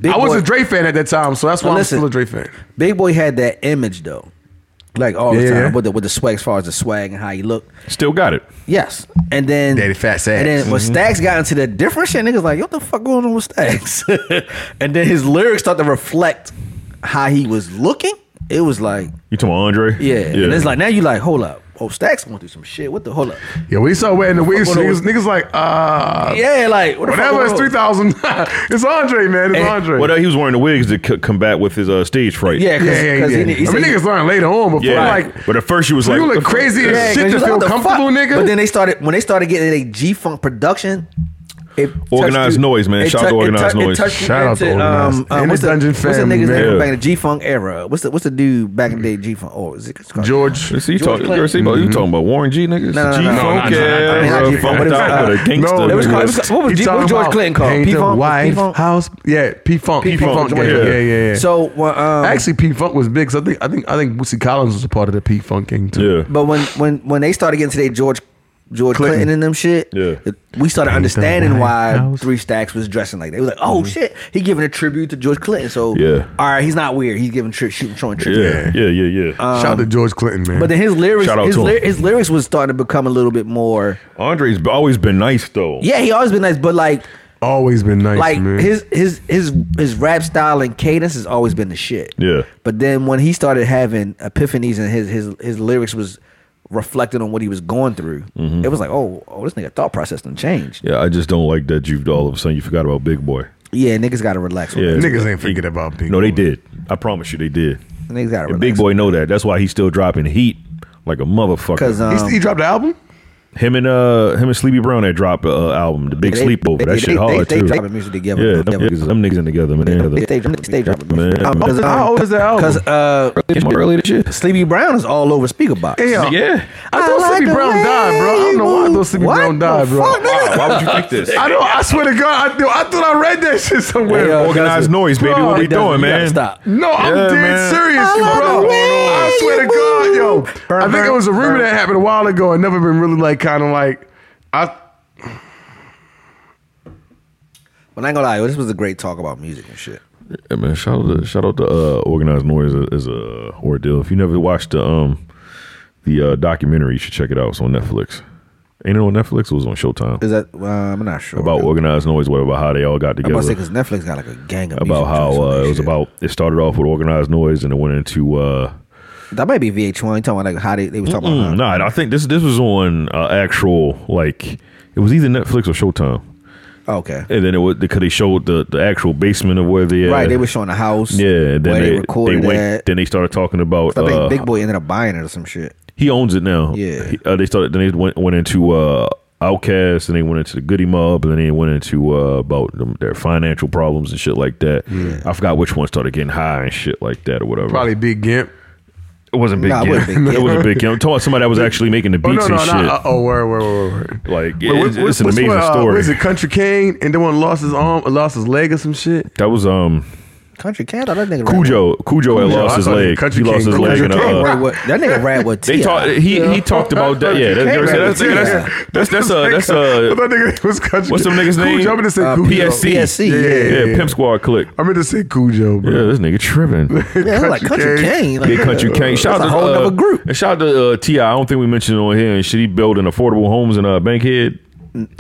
Speaker 4: Big
Speaker 3: I was
Speaker 4: Boy,
Speaker 3: a Dre fan at that time, so that's why
Speaker 4: Now,
Speaker 3: I'm
Speaker 4: listen.
Speaker 3: still a Dre fan.
Speaker 4: Big Boy had that image though, like all
Speaker 3: Yeah,
Speaker 4: the
Speaker 3: yeah.
Speaker 4: time with the with the swag as far as the swag and how he looked.
Speaker 6: Still got it.
Speaker 4: Yes, and then
Speaker 3: Daddy Fat Sax.
Speaker 4: And then when Stax got into the different shit, niggas like, yo, what the fuck going on with Stax? *laughs* and then his lyrics start to reflect how he was looking. It was like,
Speaker 6: You talking about Andre?
Speaker 4: yeah, and it's like now you like, hold up, oh Stax going through some shit. What the hold up?
Speaker 3: Yeah, when he started wearing the weave,
Speaker 4: Fuck with
Speaker 3: niggas, niggas like, uh,
Speaker 4: Yeah, like what the
Speaker 3: whatever.
Speaker 4: fuck going
Speaker 3: It's
Speaker 4: on?
Speaker 3: three thousand. *laughs* it's Andre, man. It's
Speaker 4: And-
Speaker 3: Andre.
Speaker 6: Well, he was wearing the wigs to c- combat with his uh, stage fright.
Speaker 4: Yeah, 'cause-
Speaker 3: yeah, yeah, yeah.
Speaker 4: 'cause he
Speaker 3: I
Speaker 4: need-
Speaker 3: mean,
Speaker 4: he said he-
Speaker 3: niggas learn later on, but
Speaker 6: yeah.
Speaker 3: yeah. like,
Speaker 6: but at first she was
Speaker 3: you
Speaker 6: like,
Speaker 3: look
Speaker 6: "What the fuck?"
Speaker 3: crazy as
Speaker 4: Yeah, 'cause
Speaker 3: shit
Speaker 4: you
Speaker 3: to
Speaker 4: like,
Speaker 3: feel
Speaker 4: what the
Speaker 3: comfortable,
Speaker 4: fuck?
Speaker 3: nigga.
Speaker 4: But then they started when they started getting a G Funk production. It
Speaker 6: Organized
Speaker 4: touched-
Speaker 6: noise, man.
Speaker 4: it
Speaker 6: Shout out to
Speaker 4: tou- it
Speaker 6: Organized
Speaker 4: tou- it
Speaker 6: Noise.
Speaker 4: touched you
Speaker 3: Shout out to
Speaker 4: into,
Speaker 3: Organized.
Speaker 4: um, uh,
Speaker 3: And
Speaker 4: what's
Speaker 3: the Dungeon
Speaker 4: What's the
Speaker 3: family,
Speaker 4: nigga's
Speaker 3: man.
Speaker 4: name back in the G Funk era? What's the what's the dude back in the day G Funk? Oh, is it it's called-
Speaker 3: George. Mm-hmm.
Speaker 6: See, you
Speaker 4: George
Speaker 6: talking,
Speaker 4: Clinton.
Speaker 6: see, about- you talking about Warren G niggas?
Speaker 4: No, no, no,
Speaker 6: G
Speaker 4: no, no,
Speaker 6: Funk,
Speaker 4: no, no, no, no,
Speaker 6: yeah,
Speaker 4: not G Funk,
Speaker 6: bro, fucked
Speaker 4: but it was,
Speaker 6: out
Speaker 4: uh,
Speaker 6: with a gangster.
Speaker 3: No,
Speaker 4: It was
Speaker 6: nigga.
Speaker 4: called- it was- what was
Speaker 3: he
Speaker 4: G- what
Speaker 3: talking
Speaker 4: was George
Speaker 3: about
Speaker 4: Clinton called?
Speaker 3: Ain't
Speaker 4: P-Funk?
Speaker 3: the wife
Speaker 4: P-Funk?
Speaker 3: house. Yeah, P Funk.
Speaker 6: P-Funk,
Speaker 3: Yeah,
Speaker 6: yeah.
Speaker 3: yeah, yeah. yeah.
Speaker 4: So well, um,
Speaker 3: actually, P Funk was big. 'cause I think I think I think Bootsy Collins was a part of the P Funk gang too.
Speaker 6: Yeah.
Speaker 4: but when when when they started getting to their George George Clinton,
Speaker 3: Clinton.
Speaker 4: and them shit,
Speaker 6: Yeah.
Speaker 4: it- we started understanding
Speaker 3: White
Speaker 4: why
Speaker 3: House. Mm-hmm.
Speaker 4: Three Stacks was dressing like that. It was like, oh shit, he giving a tribute to George Clinton. So
Speaker 6: Yeah.
Speaker 4: all right, he's not weird. He's giving tri- shooting showing tribute.
Speaker 6: Yeah, yeah, yeah, yeah.
Speaker 4: Uh,
Speaker 3: Shout out to George Clinton, man.
Speaker 4: Um, But then his lyrics,
Speaker 6: Shout out
Speaker 4: his,
Speaker 6: to him.
Speaker 4: ly- his lyrics was starting to become a little bit more.
Speaker 6: Andre's b- always been nice though.
Speaker 4: Yeah, he always been nice, but like,
Speaker 3: always been nice,
Speaker 4: like
Speaker 3: man.
Speaker 4: his his his his rap style and cadence has always been the shit.
Speaker 6: Yeah.
Speaker 4: But then when he started having epiphanies and his his his lyrics was reflecting on what he was going through,
Speaker 6: Mm-hmm.
Speaker 4: it was like, oh, oh, this nigga thought process done changed.
Speaker 6: Yeah, I just don't like that you all of a sudden you forgot about Big Boy.
Speaker 4: Yeah, niggas got to relax. with
Speaker 6: Yeah.
Speaker 4: that.
Speaker 3: niggas ain't forget about Big.
Speaker 6: No, they
Speaker 3: Boy.
Speaker 6: did. I promise you, they did.
Speaker 4: niggas got to
Speaker 6: And
Speaker 4: relax.
Speaker 6: Big Boy know that. That's why he's still dropping heat like a motherfucker.
Speaker 4: because um,
Speaker 3: He, he dropped the album.
Speaker 6: Him and uh him and Sleepy Brown had dropped a uh, album, The Big
Speaker 4: They-
Speaker 6: Sleepover.
Speaker 4: they-
Speaker 6: that
Speaker 4: they-
Speaker 6: shit
Speaker 4: they-
Speaker 6: hard
Speaker 4: they-
Speaker 6: too.
Speaker 4: they dropping music together.
Speaker 6: Yeah,
Speaker 4: They-
Speaker 6: them,
Speaker 4: they-
Speaker 6: niggas, them niggas in together, man.
Speaker 4: they, they, they dropping music.
Speaker 6: Man.
Speaker 4: Um, 'cause, uh,
Speaker 3: How old is the album?
Speaker 4: Cause uh,
Speaker 6: early this year.
Speaker 4: Sleepy Brown is all over speaker box.
Speaker 3: Yeah.
Speaker 6: Yeah.
Speaker 3: I thought
Speaker 4: like
Speaker 3: Sleepy
Speaker 4: the
Speaker 3: Brown
Speaker 4: way
Speaker 3: died, bro. I don't know why I
Speaker 4: you
Speaker 3: thought Sleepy
Speaker 4: move.
Speaker 3: Brown died,
Speaker 4: The
Speaker 3: bro.
Speaker 4: fuck, nigga?
Speaker 6: Why, why would you think this?
Speaker 3: I know. I swear to God, I, dude, I thought I read that shit somewhere.
Speaker 6: uh,
Speaker 4: Hey, yo,
Speaker 6: Organized
Speaker 4: does it.
Speaker 6: noise, baby.
Speaker 3: Bro,
Speaker 6: what we
Speaker 3: it
Speaker 4: does it.
Speaker 6: doing,
Speaker 4: You gotta
Speaker 6: man?
Speaker 4: stop.
Speaker 3: No, I'm
Speaker 6: Yeah,
Speaker 3: dead
Speaker 6: man.
Speaker 3: serious,
Speaker 4: I love
Speaker 3: bro.
Speaker 4: the way
Speaker 3: I swear to
Speaker 4: you
Speaker 3: God, yo.
Speaker 4: Burn,
Speaker 3: I think it
Speaker 4: burn,
Speaker 3: was a rumor
Speaker 4: burn.
Speaker 3: that happened a while ago and never been really like kind of like I.
Speaker 4: But I ain't gonna lie, yo, this was a great talk about music and shit.
Speaker 6: Yeah, man. Shout out to shout out to uh, organized noise is a ordeal. If you never watched the um the uh, documentary, you should check it out. It's on Netflix. Ain't it on Netflix? It was on Showtime.
Speaker 4: Is that uh, I'm not sure
Speaker 6: about organized noise, whatever. How they all got
Speaker 4: I'm
Speaker 6: together.
Speaker 4: about to say because Netflix got like a gang of
Speaker 6: about
Speaker 4: music
Speaker 6: how
Speaker 4: joints on
Speaker 6: uh,
Speaker 4: their
Speaker 6: it was
Speaker 4: shit.
Speaker 6: about it started off with organized noise and it went into uh
Speaker 4: that might be VH1. You talking about like how they they was talking
Speaker 6: mm,
Speaker 4: about
Speaker 6: nah, I think this this was on uh, actual like it was either Netflix or Showtime.
Speaker 4: how, okay
Speaker 6: And then it was because they showed the, the actual basement of where they uh,
Speaker 4: right they were showing the house
Speaker 6: yeah. Then
Speaker 4: where
Speaker 6: they,
Speaker 4: they,
Speaker 6: they
Speaker 4: recorded
Speaker 6: went.
Speaker 4: that
Speaker 6: Then they started talking about
Speaker 4: I think
Speaker 6: uh,
Speaker 4: Big Boy ended up buying it or some shit
Speaker 6: He owns it now.
Speaker 4: Yeah.
Speaker 6: He- uh, they started. Then they went went into uh, Outcast, and they went into the Goody Mob, and then they went into uh, about them, their financial problems and shit like that. I forgot which one started getting high and shit like that or whatever.
Speaker 3: Probably Big Gimp.
Speaker 6: it wasn't big.
Speaker 4: Nah, it
Speaker 6: Gimp. *laughs*
Speaker 4: wasn't Big
Speaker 6: it
Speaker 4: Gimp.
Speaker 6: wasn't big. Gimp. I'm talking about somebody that was actually making the
Speaker 3: Oh
Speaker 6: beats
Speaker 3: no, no,
Speaker 6: and shit.
Speaker 3: no. Oh, word, word, word, word.
Speaker 6: like
Speaker 3: Wait, what-
Speaker 6: it's, it's
Speaker 3: what's-
Speaker 6: an
Speaker 3: what's
Speaker 6: amazing
Speaker 3: one, uh,
Speaker 6: story.
Speaker 3: what is it Country Kane and then one lost his arm, lost his leg or some shit?
Speaker 6: That was um
Speaker 4: Country Cat I thought that nigga rap
Speaker 6: Cujo. Cujo had
Speaker 3: Cujo, I
Speaker 6: lost his
Speaker 3: thought
Speaker 6: leg.
Speaker 3: Country
Speaker 6: he lost
Speaker 3: King-
Speaker 6: his leg
Speaker 3: Country
Speaker 6: in a.
Speaker 3: King
Speaker 6: uh,
Speaker 4: rap with, that nigga rap with
Speaker 6: They
Speaker 4: T.I.
Speaker 6: talked. He he talked about that. Yeah, that's
Speaker 4: King rap
Speaker 6: that's
Speaker 4: with
Speaker 6: that's that's that's uh,
Speaker 3: *laughs*
Speaker 6: that's
Speaker 3: I
Speaker 6: uh,
Speaker 3: thought nigga was country.
Speaker 6: what's some nigga's
Speaker 3: Cujo,
Speaker 6: name?
Speaker 3: I'm gonna say
Speaker 6: Uh,
Speaker 3: Cujo.
Speaker 6: PSC.
Speaker 4: PSC
Speaker 3: Yeah,
Speaker 4: yeah,
Speaker 3: yeah,
Speaker 6: yeah, Pimp Squad click.
Speaker 3: I meant to say Cujo,
Speaker 6: Yeah,
Speaker 3: bro.
Speaker 6: this nigga tripping.
Speaker 4: yeah it was like Country King like,
Speaker 6: Big
Speaker 3: *laughs*
Speaker 6: Country King. Shout out
Speaker 4: That's
Speaker 6: to
Speaker 4: a whole
Speaker 6: uh,
Speaker 4: nother group.
Speaker 6: And shout out to uh, Ti. I don't think we mentioned on here and shit. He building affordable homes in uh, Bankhead.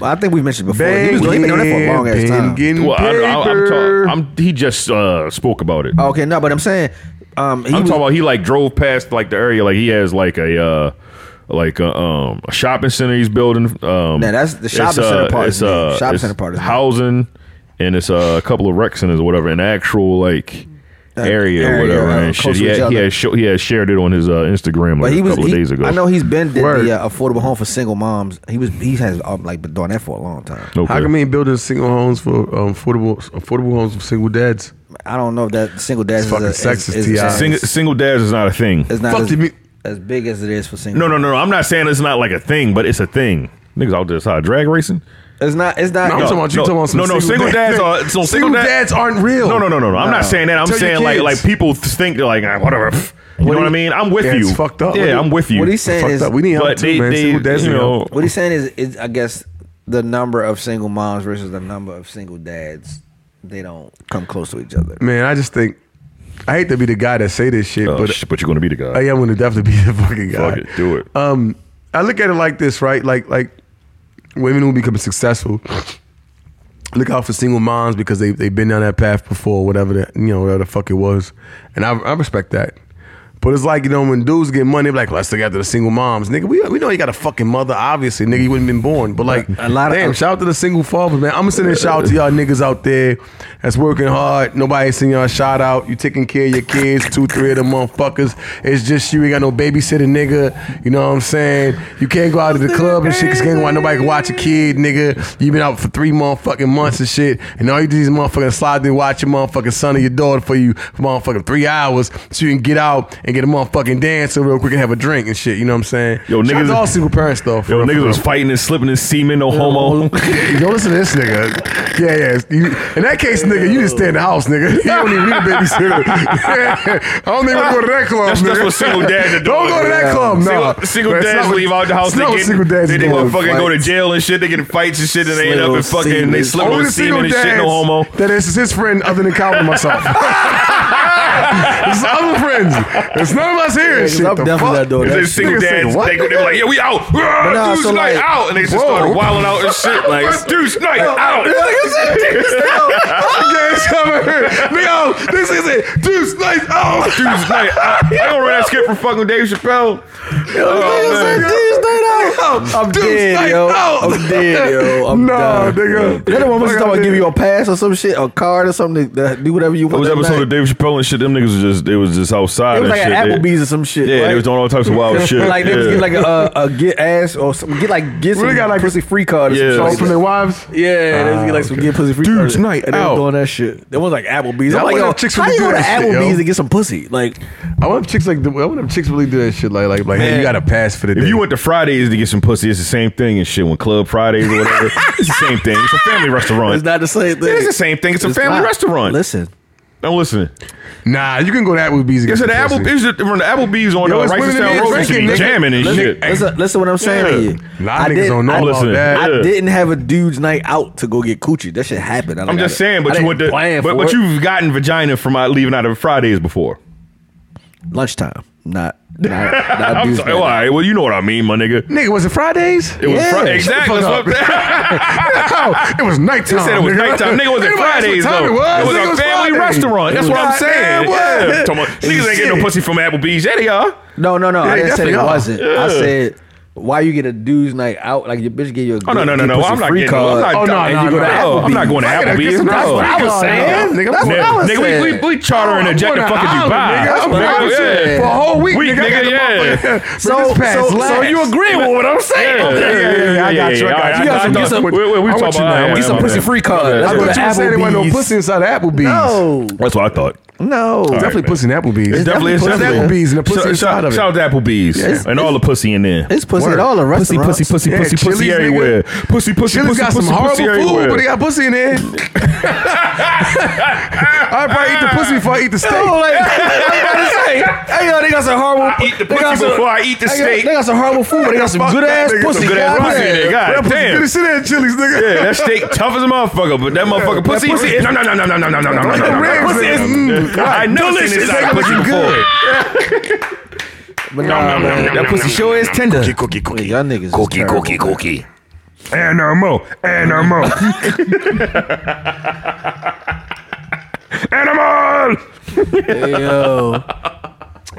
Speaker 4: I think we mentioned before he was he been doing that for a long ass time
Speaker 3: Getting
Speaker 6: Well, I, I, I'm,
Speaker 3: paper. Oh,
Speaker 6: talk, I'm He just uh, spoke about it.
Speaker 4: okay no but I'm saying um he was,
Speaker 6: I'm talking about he like drove past like the area like he has like a. Uh, like a, um, a shopping center he's building. Um,
Speaker 4: Nah, that's- the shopping
Speaker 6: it's,
Speaker 4: center part
Speaker 6: It's,
Speaker 4: is new.
Speaker 6: uh,
Speaker 4: Shopping
Speaker 6: it's
Speaker 4: center part is new.
Speaker 6: housing, and it's uh, a couple of rec centers or whatever. An actual like area, or
Speaker 4: area,
Speaker 6: whatever
Speaker 4: uh,
Speaker 6: and shit.
Speaker 4: close
Speaker 6: He
Speaker 4: to each
Speaker 6: had, he
Speaker 4: other.
Speaker 6: had show, he had shared it on his uh, Instagram like
Speaker 4: But he
Speaker 6: a
Speaker 4: was.
Speaker 6: couple
Speaker 4: he-
Speaker 6: of days ago.
Speaker 4: I know he's been did
Speaker 3: Word.
Speaker 4: the uh, affordable home for single moms. He was. He has um, like been doing that for a long time.
Speaker 6: Okay.
Speaker 3: How come he ain't building single homes for um, affordable affordable homes for single dads?
Speaker 4: I don't know if that single dad is
Speaker 3: fucking
Speaker 4: a- is-
Speaker 3: sexist,
Speaker 4: is-
Speaker 3: T.I.
Speaker 4: is-
Speaker 6: Single, single dads is not a thing.
Speaker 4: It's not
Speaker 3: Fuck
Speaker 4: as,
Speaker 3: the mu-
Speaker 4: as big as it is for single.
Speaker 6: No, no, no, no. I'm not saying it's not like a thing, but it's a thing. Niggas out there side drag racing.
Speaker 4: It's not. It's not.
Speaker 3: No, I'm
Speaker 4: no.
Speaker 3: talking about you.
Speaker 6: no,
Speaker 3: talking about some
Speaker 6: no, no, single dads are- so
Speaker 3: single,
Speaker 6: single dad-
Speaker 3: dads aren't real.
Speaker 6: No, no, no, no, no. I'm
Speaker 4: No.
Speaker 6: not saying that. I'm
Speaker 3: Tell your
Speaker 6: saying like
Speaker 3: kids.
Speaker 6: like people think they're like ah, whatever. pff. You
Speaker 3: What
Speaker 6: know
Speaker 3: he-
Speaker 6: what I mean? I'm with
Speaker 3: Yeah,
Speaker 6: you.
Speaker 3: it's fucked up.
Speaker 6: Yeah,
Speaker 3: What he-
Speaker 6: I'm with you.
Speaker 4: what he's saying
Speaker 3: Fucked
Speaker 4: is.
Speaker 3: up. We need help
Speaker 6: But
Speaker 3: too,
Speaker 6: they,
Speaker 3: man.
Speaker 6: they,
Speaker 3: single dads,
Speaker 6: you
Speaker 3: need
Speaker 6: know,
Speaker 3: help.
Speaker 4: what he's saying is, is I guess the number of single moms versus the number of single dads. They don't come close to each other.
Speaker 3: man. I just think I hate to be the guy that say this shit,
Speaker 6: uh,
Speaker 3: but
Speaker 6: sh- but you're gonna be the guy.
Speaker 3: Oh, I am gonna definitely be the fucking guy.
Speaker 6: Fuck it, do it.
Speaker 3: Um, I look at it like this, right? Like like women who become successful. Look out for single moms because they they've been down that path before, whatever that you know whatever the fuck it was, and I, I respect that. But it's like you know when dudes get money, they're like let's look after the single moms, nigga. We, we know you got a fucking mother, obviously, nigga. You wouldn't been born, but like
Speaker 4: A lot of-
Speaker 3: damn, shout out to the single fathers, man. I'm gonna send a shout out to y'all niggas out there that's working hard. Nobody sending y'all a shout out. You taking care of your kids, two, three of them motherfuckers. It's just you ain't got no babysitter, nigga. You know what I'm saying? You can't go out to the club and shit 'cause can't why nobody can watch a kid, nigga. You been out for three motherfucking months and shit, and all you do is motherfucking slide there watch your motherfucking son or your daughter for you for motherfucking three hours so you can get out and get a motherfucking dancer real quick and have a drink and shit. You know what I'm saying?
Speaker 6: Yo,
Speaker 3: Shout out
Speaker 6: niggas-
Speaker 3: to all single parents though. for
Speaker 6: Yo,
Speaker 3: real, for
Speaker 6: niggas was
Speaker 3: real.
Speaker 6: fighting and slipping and semen, no *laughs* homo.
Speaker 3: Yo, listen to this nigga. Yeah, yeah. You, in that case, nigga, you just stay in the house, nigga. *laughs* You don't even need a babysitter. *laughs* I *laughs* don't even go to that club.
Speaker 6: That's-
Speaker 3: nigga.
Speaker 6: that's what single dads
Speaker 3: *laughs*
Speaker 6: are
Speaker 3: Don't
Speaker 6: doing.
Speaker 3: go to that
Speaker 6: Yeah.
Speaker 3: club, no.
Speaker 6: Single, single dads leave out the house.
Speaker 3: That's
Speaker 6: They
Speaker 3: not what
Speaker 6: get-
Speaker 3: single dads
Speaker 6: they,
Speaker 3: are
Speaker 6: they
Speaker 3: doing.
Speaker 6: fucking go to
Speaker 4: Fights.
Speaker 6: jail and shit. They get in fights and shit, and they end up
Speaker 4: Little
Speaker 6: and fucking they
Speaker 4: semen.
Speaker 6: slip on
Speaker 3: Only the single
Speaker 6: semen and shit, no homo.
Speaker 3: dads that is his friend other than Calvin and myself. *laughs* it's other friends. It's none of us here. and
Speaker 4: 'cause
Speaker 3: shit.
Speaker 4: I'm
Speaker 3: The
Speaker 4: definitely
Speaker 3: fuck?
Speaker 4: not doing
Speaker 6: Cause
Speaker 4: that
Speaker 6: they
Speaker 4: shit.
Speaker 6: single
Speaker 3: Niggas say,
Speaker 6: dads,
Speaker 3: what?
Speaker 6: they, go- they were like, yeah, we out, Rah,
Speaker 4: nah,
Speaker 6: dude's
Speaker 4: so,
Speaker 6: night
Speaker 4: like-
Speaker 6: out, and they just
Speaker 3: Whoa.
Speaker 6: started wilding out and shit, like "It's dude's night out. *laughs*
Speaker 3: Yes, I'm here. Nigga, this is it. Deuce, nice. Oh,
Speaker 6: Dude's night
Speaker 3: *laughs*
Speaker 6: out. They don't run that skit from fucking Dave Chappelle. Oh,
Speaker 3: man.
Speaker 4: I'm
Speaker 3: Dude,
Speaker 4: dead,
Speaker 3: like,
Speaker 4: yo.
Speaker 3: no.
Speaker 4: I'm dead,
Speaker 6: *laughs*
Speaker 4: yo.
Speaker 3: *laughs*
Speaker 4: I'm
Speaker 3: No,
Speaker 4: done.
Speaker 3: nigga.
Speaker 4: They're the one was
Speaker 3: Fuck
Speaker 4: talking
Speaker 3: out
Speaker 4: about
Speaker 3: there.
Speaker 4: give you a pass or some shit, a card or something. To, to do whatever you
Speaker 6: It
Speaker 4: want.
Speaker 6: was
Speaker 4: that
Speaker 6: episode
Speaker 4: night.
Speaker 6: of Dave Chappelle and shit. Them niggas was just, they was just outside.
Speaker 4: It was
Speaker 6: and
Speaker 4: like
Speaker 6: shit.
Speaker 4: at
Speaker 6: They-
Speaker 4: Applebee's or some shit.
Speaker 6: Yeah,
Speaker 4: right?
Speaker 6: they was doing all types
Speaker 4: *laughs*
Speaker 6: of wild shit.
Speaker 4: like
Speaker 6: yeah.
Speaker 4: they was get like a, a, a get ass or some, get like get some
Speaker 3: Really got, like,
Speaker 4: pussy free card or
Speaker 6: Yeah. Ah,
Speaker 4: some
Speaker 3: Oh,
Speaker 4: shit.
Speaker 3: from
Speaker 4: Like
Speaker 3: their
Speaker 4: that.
Speaker 3: wives?
Speaker 4: yeah, they was get like some get pussy free
Speaker 3: Dude's
Speaker 4: card. or some-
Speaker 3: night
Speaker 4: and they
Speaker 3: out.
Speaker 4: was doing that shit. That was like Applebee's.
Speaker 3: Yeah, I
Speaker 4: I'm like,
Speaker 3: wonder
Speaker 4: yo,
Speaker 3: if chicks
Speaker 4: how
Speaker 3: really
Speaker 4: you
Speaker 3: do
Speaker 4: go to
Speaker 3: that shit, yo.
Speaker 4: Applebee's to get some pussy? Like,
Speaker 3: I want them chicks like the, I want them chicks really do that shit like like like hey,
Speaker 6: Man.
Speaker 3: you got to pass for the day.
Speaker 6: If you went to Fridays to get some some pussy. It's the same thing and shit. When Club Fridays or whatever, it's the same thing. It's a family restaurant.
Speaker 4: It's not the same thing.
Speaker 6: It's the same thing. It's a
Speaker 4: It's
Speaker 6: family
Speaker 4: not.
Speaker 6: restaurant.
Speaker 4: Listen,
Speaker 6: I'm listening.
Speaker 3: Nah, you can go to Applebee's. and
Speaker 6: It's
Speaker 3: get some
Speaker 6: an Apple.
Speaker 3: pussy.
Speaker 6: It's the, the Applebee's on
Speaker 3: Yo,
Speaker 6: the
Speaker 3: it's
Speaker 6: Rice and
Speaker 3: women in
Speaker 6: Sound
Speaker 3: there
Speaker 6: Road. They should be
Speaker 3: drinking, nigga.
Speaker 6: jamming and
Speaker 4: listen,
Speaker 6: shit.
Speaker 4: listen, listen what I'm saying to
Speaker 6: Yeah.
Speaker 4: you.
Speaker 3: A lot
Speaker 4: I
Speaker 3: of niggas
Speaker 4: didn't-
Speaker 3: don't know
Speaker 6: I
Speaker 3: about
Speaker 6: listen.
Speaker 3: that.
Speaker 6: Yeah.
Speaker 4: I didn't have a dude's night out to go get coochie. That shit happened. I
Speaker 6: I'm
Speaker 4: like,
Speaker 6: just
Speaker 4: I-
Speaker 6: saying,
Speaker 4: I
Speaker 6: but you
Speaker 4: didn't
Speaker 6: went to,
Speaker 4: plan
Speaker 6: but,
Speaker 4: for
Speaker 6: but
Speaker 4: it.
Speaker 6: you've gotten vagina from out leaving out of Fridays before.
Speaker 4: lunchtime,
Speaker 6: *laughs*
Speaker 4: not not, not a
Speaker 6: I'm
Speaker 4: dude's
Speaker 6: sorry.
Speaker 4: night
Speaker 6: Well, all
Speaker 4: out.
Speaker 6: right, well, you know what I mean, my nigga.
Speaker 3: Nigga, was it Fridays?
Speaker 6: It was
Speaker 4: Yeah.
Speaker 6: Friday.
Speaker 3: Shut the
Speaker 6: Exactly. That's
Speaker 3: fuck
Speaker 6: what I'm *laughs* saying.
Speaker 3: Oh, it was nighttime.
Speaker 6: They said it was
Speaker 3: nigga.
Speaker 6: nighttime. Nigga, was it
Speaker 3: Anybody ask
Speaker 6: Fridays
Speaker 3: what time
Speaker 6: though?
Speaker 3: It was,
Speaker 6: It was
Speaker 3: Nigga,
Speaker 6: a family
Speaker 3: Fridays.
Speaker 6: restaurant. That's what I'm
Speaker 3: God damn,
Speaker 6: saying.
Speaker 3: what?
Speaker 6: Yeah. Talking about, Niggas ain't getting no
Speaker 3: Shit.
Speaker 6: pussy from Applebee's. Yeah, they are.
Speaker 4: No, no, no. I didn't say
Speaker 3: definitely
Speaker 4: it
Speaker 3: are.
Speaker 4: wasn't. I said why you get a dude's night out like your bitch gave you a
Speaker 6: Oh no, no, no,
Speaker 4: good
Speaker 6: no.
Speaker 4: pussy
Speaker 6: I'm not
Speaker 4: free
Speaker 6: getting.
Speaker 4: card.
Speaker 6: I'm not,
Speaker 3: Oh, no,
Speaker 6: and
Speaker 3: no,
Speaker 6: you go
Speaker 3: no.
Speaker 6: to Applebee's. I'm not going to
Speaker 3: I gotta
Speaker 6: Applebee's.
Speaker 3: get some
Speaker 6: No.
Speaker 3: free
Speaker 4: I was
Speaker 3: card,
Speaker 4: saying.
Speaker 3: nigga.
Speaker 4: That's what
Speaker 3: Nigga,
Speaker 4: I was
Speaker 6: Nigga,
Speaker 4: saying.
Speaker 6: we, we, we chartering a jet
Speaker 3: I'm
Speaker 6: to
Speaker 3: on
Speaker 6: fucking
Speaker 3: an island,
Speaker 6: Dubai.
Speaker 3: nigga. I'm
Speaker 6: Nigga,
Speaker 3: on an
Speaker 6: yeah.
Speaker 3: island For a whole week,
Speaker 6: Week,
Speaker 3: nigga. I got
Speaker 6: nigga,
Speaker 3: the
Speaker 6: yeah.
Speaker 3: motherfucker-
Speaker 4: So-
Speaker 3: Bro, this pass
Speaker 4: so- so
Speaker 3: last.
Speaker 4: you agreeing with what I'm saying?
Speaker 6: Yeah, yeah, yeah, yeah, yeah,
Speaker 3: I got you. I
Speaker 6: yeah,
Speaker 3: got
Speaker 6: yeah.
Speaker 3: you.
Speaker 6: I
Speaker 3: You got
Speaker 6: thought-
Speaker 3: some-
Speaker 6: we- we- we
Speaker 3: I'm
Speaker 6: talking
Speaker 3: with you
Speaker 6: about-
Speaker 3: now.
Speaker 6: yeah,
Speaker 3: We some
Speaker 6: my
Speaker 4: pussy
Speaker 6: bad.
Speaker 4: free card.
Speaker 6: Yeah,
Speaker 4: That's
Speaker 3: I
Speaker 6: yeah,
Speaker 4: what
Speaker 6: yeah.
Speaker 3: thought you were saying there wasn't no
Speaker 4: Applebee's.
Speaker 3: pussy inside of Applebee's.
Speaker 4: No,
Speaker 6: That's what I thought.
Speaker 4: no.
Speaker 3: Definitely pussy in Applebee's.
Speaker 6: It's definitely, it's
Speaker 3: pussy in
Speaker 6: definitely
Speaker 3: Applebee's and the pussy
Speaker 6: Shout-
Speaker 3: inside of it.
Speaker 6: Shout out to Applebee's and all the pussy in there.
Speaker 4: It's pussy
Speaker 3: Word.
Speaker 4: at all the
Speaker 6: pussy,
Speaker 4: restaurants.
Speaker 6: pussy, pussy,
Speaker 3: Yeah,
Speaker 6: pussy,
Speaker 3: Chili's,
Speaker 6: pussy
Speaker 3: nigga.
Speaker 6: everywhere. Pussy, pussy,
Speaker 3: Chili's
Speaker 6: pussy,
Speaker 3: got some
Speaker 6: pussy,
Speaker 3: horrible
Speaker 6: pussy
Speaker 3: food, but they
Speaker 6: everywhere.
Speaker 3: got pussy in there. I probably eat the pussy before I eat the
Speaker 6: *laughs*
Speaker 3: steak. *laughs*
Speaker 4: like, I'm about to say, hey yo, they got some horrible.
Speaker 6: Oh, I eat
Speaker 4: they
Speaker 6: the pussy
Speaker 4: got some-
Speaker 6: before I eat the
Speaker 4: they got-
Speaker 6: steak.
Speaker 4: They got some horrible food, but they
Speaker 6: *laughs*
Speaker 4: got some
Speaker 3: Fuck
Speaker 4: good ass
Speaker 3: that nigga,
Speaker 4: pussy.
Speaker 6: some good-ass
Speaker 4: God
Speaker 6: pussy in
Speaker 4: damn.
Speaker 6: there. God
Speaker 3: That pussy
Speaker 6: damn.
Speaker 3: good as shit at Chili's, nigga.
Speaker 6: *laughs* Yeah,
Speaker 3: *laughs*
Speaker 6: that *laughs* steak tough as a motherfucker, but that motherfucker pussy.
Speaker 3: pussy-
Speaker 6: No, no, no, no, no, no, no, no, no, no,
Speaker 3: The
Speaker 6: no.
Speaker 3: ribs
Speaker 6: Pussy
Speaker 3: is-
Speaker 6: is-
Speaker 3: mm,
Speaker 6: I ain't never seen
Speaker 3: delicious.
Speaker 6: this side of
Speaker 3: Nigga,
Speaker 6: pussy
Speaker 3: looking
Speaker 6: before.
Speaker 3: good.
Speaker 4: But nah, man, that pussy sure is tender. Cookie,
Speaker 6: cookie,
Speaker 4: cookie, y'all niggas is terrible, man.
Speaker 6: cookie. Oh.
Speaker 3: Animal, animal, animal.
Speaker 4: Hey, yo.
Speaker 6: *laughs*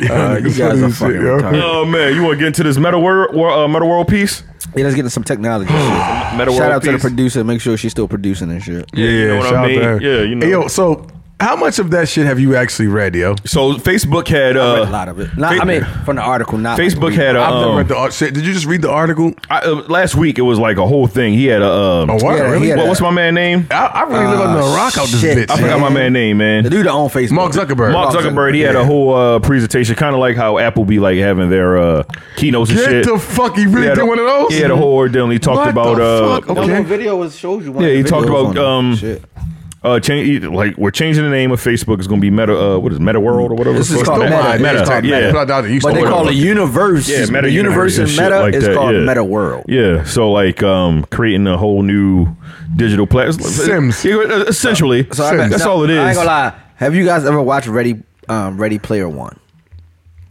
Speaker 4: Uh, you
Speaker 3: niggas
Speaker 4: guys
Speaker 3: funny
Speaker 4: are
Speaker 3: as
Speaker 4: fucking
Speaker 3: shit, yo.
Speaker 4: retarded.
Speaker 6: Oh man, you want to get into this metal world, wor- uh, metal world piece?
Speaker 4: Yeah, let's get into some technology. shit.
Speaker 6: *sighs* Metal
Speaker 4: Shout
Speaker 6: world
Speaker 4: out to the
Speaker 6: piece.
Speaker 4: producer. Make sure she's still producing and shit.
Speaker 3: Yeah,
Speaker 6: you know what I
Speaker 3: shout out
Speaker 6: mean?
Speaker 3: to her.
Speaker 6: Yeah, you know.
Speaker 3: Hey, yo, so how much of that shit have you actually read, yo?
Speaker 6: So Facebook had uh,
Speaker 4: a lot of it. Not, I mean, from the article. Not
Speaker 6: Facebook had a,
Speaker 3: I've never
Speaker 6: um,
Speaker 3: read the art shit. Did you just read the article?
Speaker 6: I, uh, last week it was like a whole thing. He had a um,
Speaker 3: Oh, wow,
Speaker 4: Yeah,
Speaker 3: really?
Speaker 4: he had
Speaker 6: what,
Speaker 4: a-
Speaker 6: what's my man name?
Speaker 3: I, I really live under a rock out this
Speaker 4: shit.
Speaker 3: bitch.
Speaker 6: Ah, I forgot my man name, man.
Speaker 4: the dude on Facebook.
Speaker 3: Mark Zuckerberg.
Speaker 6: Mark Zuckerberg, he had a whole uh, presentation, kind of like how Apple be like having their uh, keynotes and
Speaker 3: Get
Speaker 6: shit.
Speaker 3: the fuck, he
Speaker 6: He
Speaker 3: really
Speaker 6: had
Speaker 3: did
Speaker 6: a-
Speaker 3: one of those?
Speaker 6: He had a whole ordeal. and He talked
Speaker 3: What
Speaker 6: about
Speaker 3: the
Speaker 6: uh,
Speaker 3: fuck?
Speaker 4: No,
Speaker 3: Okay.
Speaker 4: no video was shows you. One
Speaker 6: Yeah,
Speaker 4: of the
Speaker 6: he talked
Speaker 4: videos
Speaker 6: about,
Speaker 4: on it.
Speaker 6: um,
Speaker 4: Shit.
Speaker 6: uh, change like we're changing the name of Facebook. It's gonna be Meta. Uh, what is it, Meta World or whatever?
Speaker 4: This
Speaker 6: the
Speaker 4: is
Speaker 6: fuck
Speaker 4: called
Speaker 6: it's
Speaker 4: Meta.
Speaker 6: Meta.
Speaker 4: It's
Speaker 3: called
Speaker 6: yeah.
Speaker 3: Meta. But I doubt it used
Speaker 4: But
Speaker 3: to
Speaker 4: they
Speaker 3: work.
Speaker 4: call it universe.
Speaker 6: Yeah, Meta
Speaker 4: the universe and
Speaker 6: shit
Speaker 4: Meta
Speaker 6: like
Speaker 4: is
Speaker 6: that,
Speaker 4: called
Speaker 6: yeah.
Speaker 4: Meta World.
Speaker 6: Yeah, so like um, creating a whole new digital platform.
Speaker 3: Sims.
Speaker 6: uh, essentially.
Speaker 4: So I bet-
Speaker 6: that's
Speaker 4: no,
Speaker 6: all it is.
Speaker 4: I ain't gonna lie. Have you guys ever watched Ready um, Ready Player One?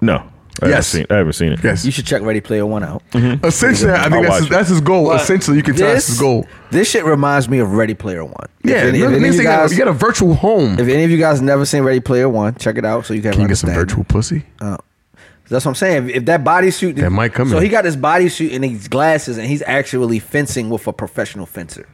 Speaker 6: No, I haven't
Speaker 3: Yes.
Speaker 6: seen. I haven't seen it.
Speaker 3: Yes.
Speaker 4: You should check Ready Player One out.
Speaker 6: Mm-hmm.
Speaker 3: Essentially, I
Speaker 6: I'll
Speaker 3: think that's
Speaker 6: watch
Speaker 3: his,
Speaker 6: it.
Speaker 3: that's his goal.
Speaker 4: But
Speaker 3: Essentially, you can tell that's his goal.
Speaker 4: This shit reminds me of Ready Player One. If
Speaker 3: Yeah,
Speaker 4: any-
Speaker 3: no-
Speaker 4: if
Speaker 3: niggas
Speaker 4: any of
Speaker 3: say you
Speaker 4: you
Speaker 3: got a-
Speaker 4: guys-
Speaker 3: you got a virtual home.
Speaker 4: If any of you guys never seen Ready Player One, check it out so you can, have
Speaker 3: Can you
Speaker 4: an
Speaker 3: get some virtual
Speaker 4: understanding.
Speaker 3: pussy?
Speaker 4: Uh, That's what I'm saying. If, if that bodysuit
Speaker 3: That might come
Speaker 4: So
Speaker 3: in.
Speaker 4: he got this bodysuit and these glasses, and he's actually fencing with a professional fencer,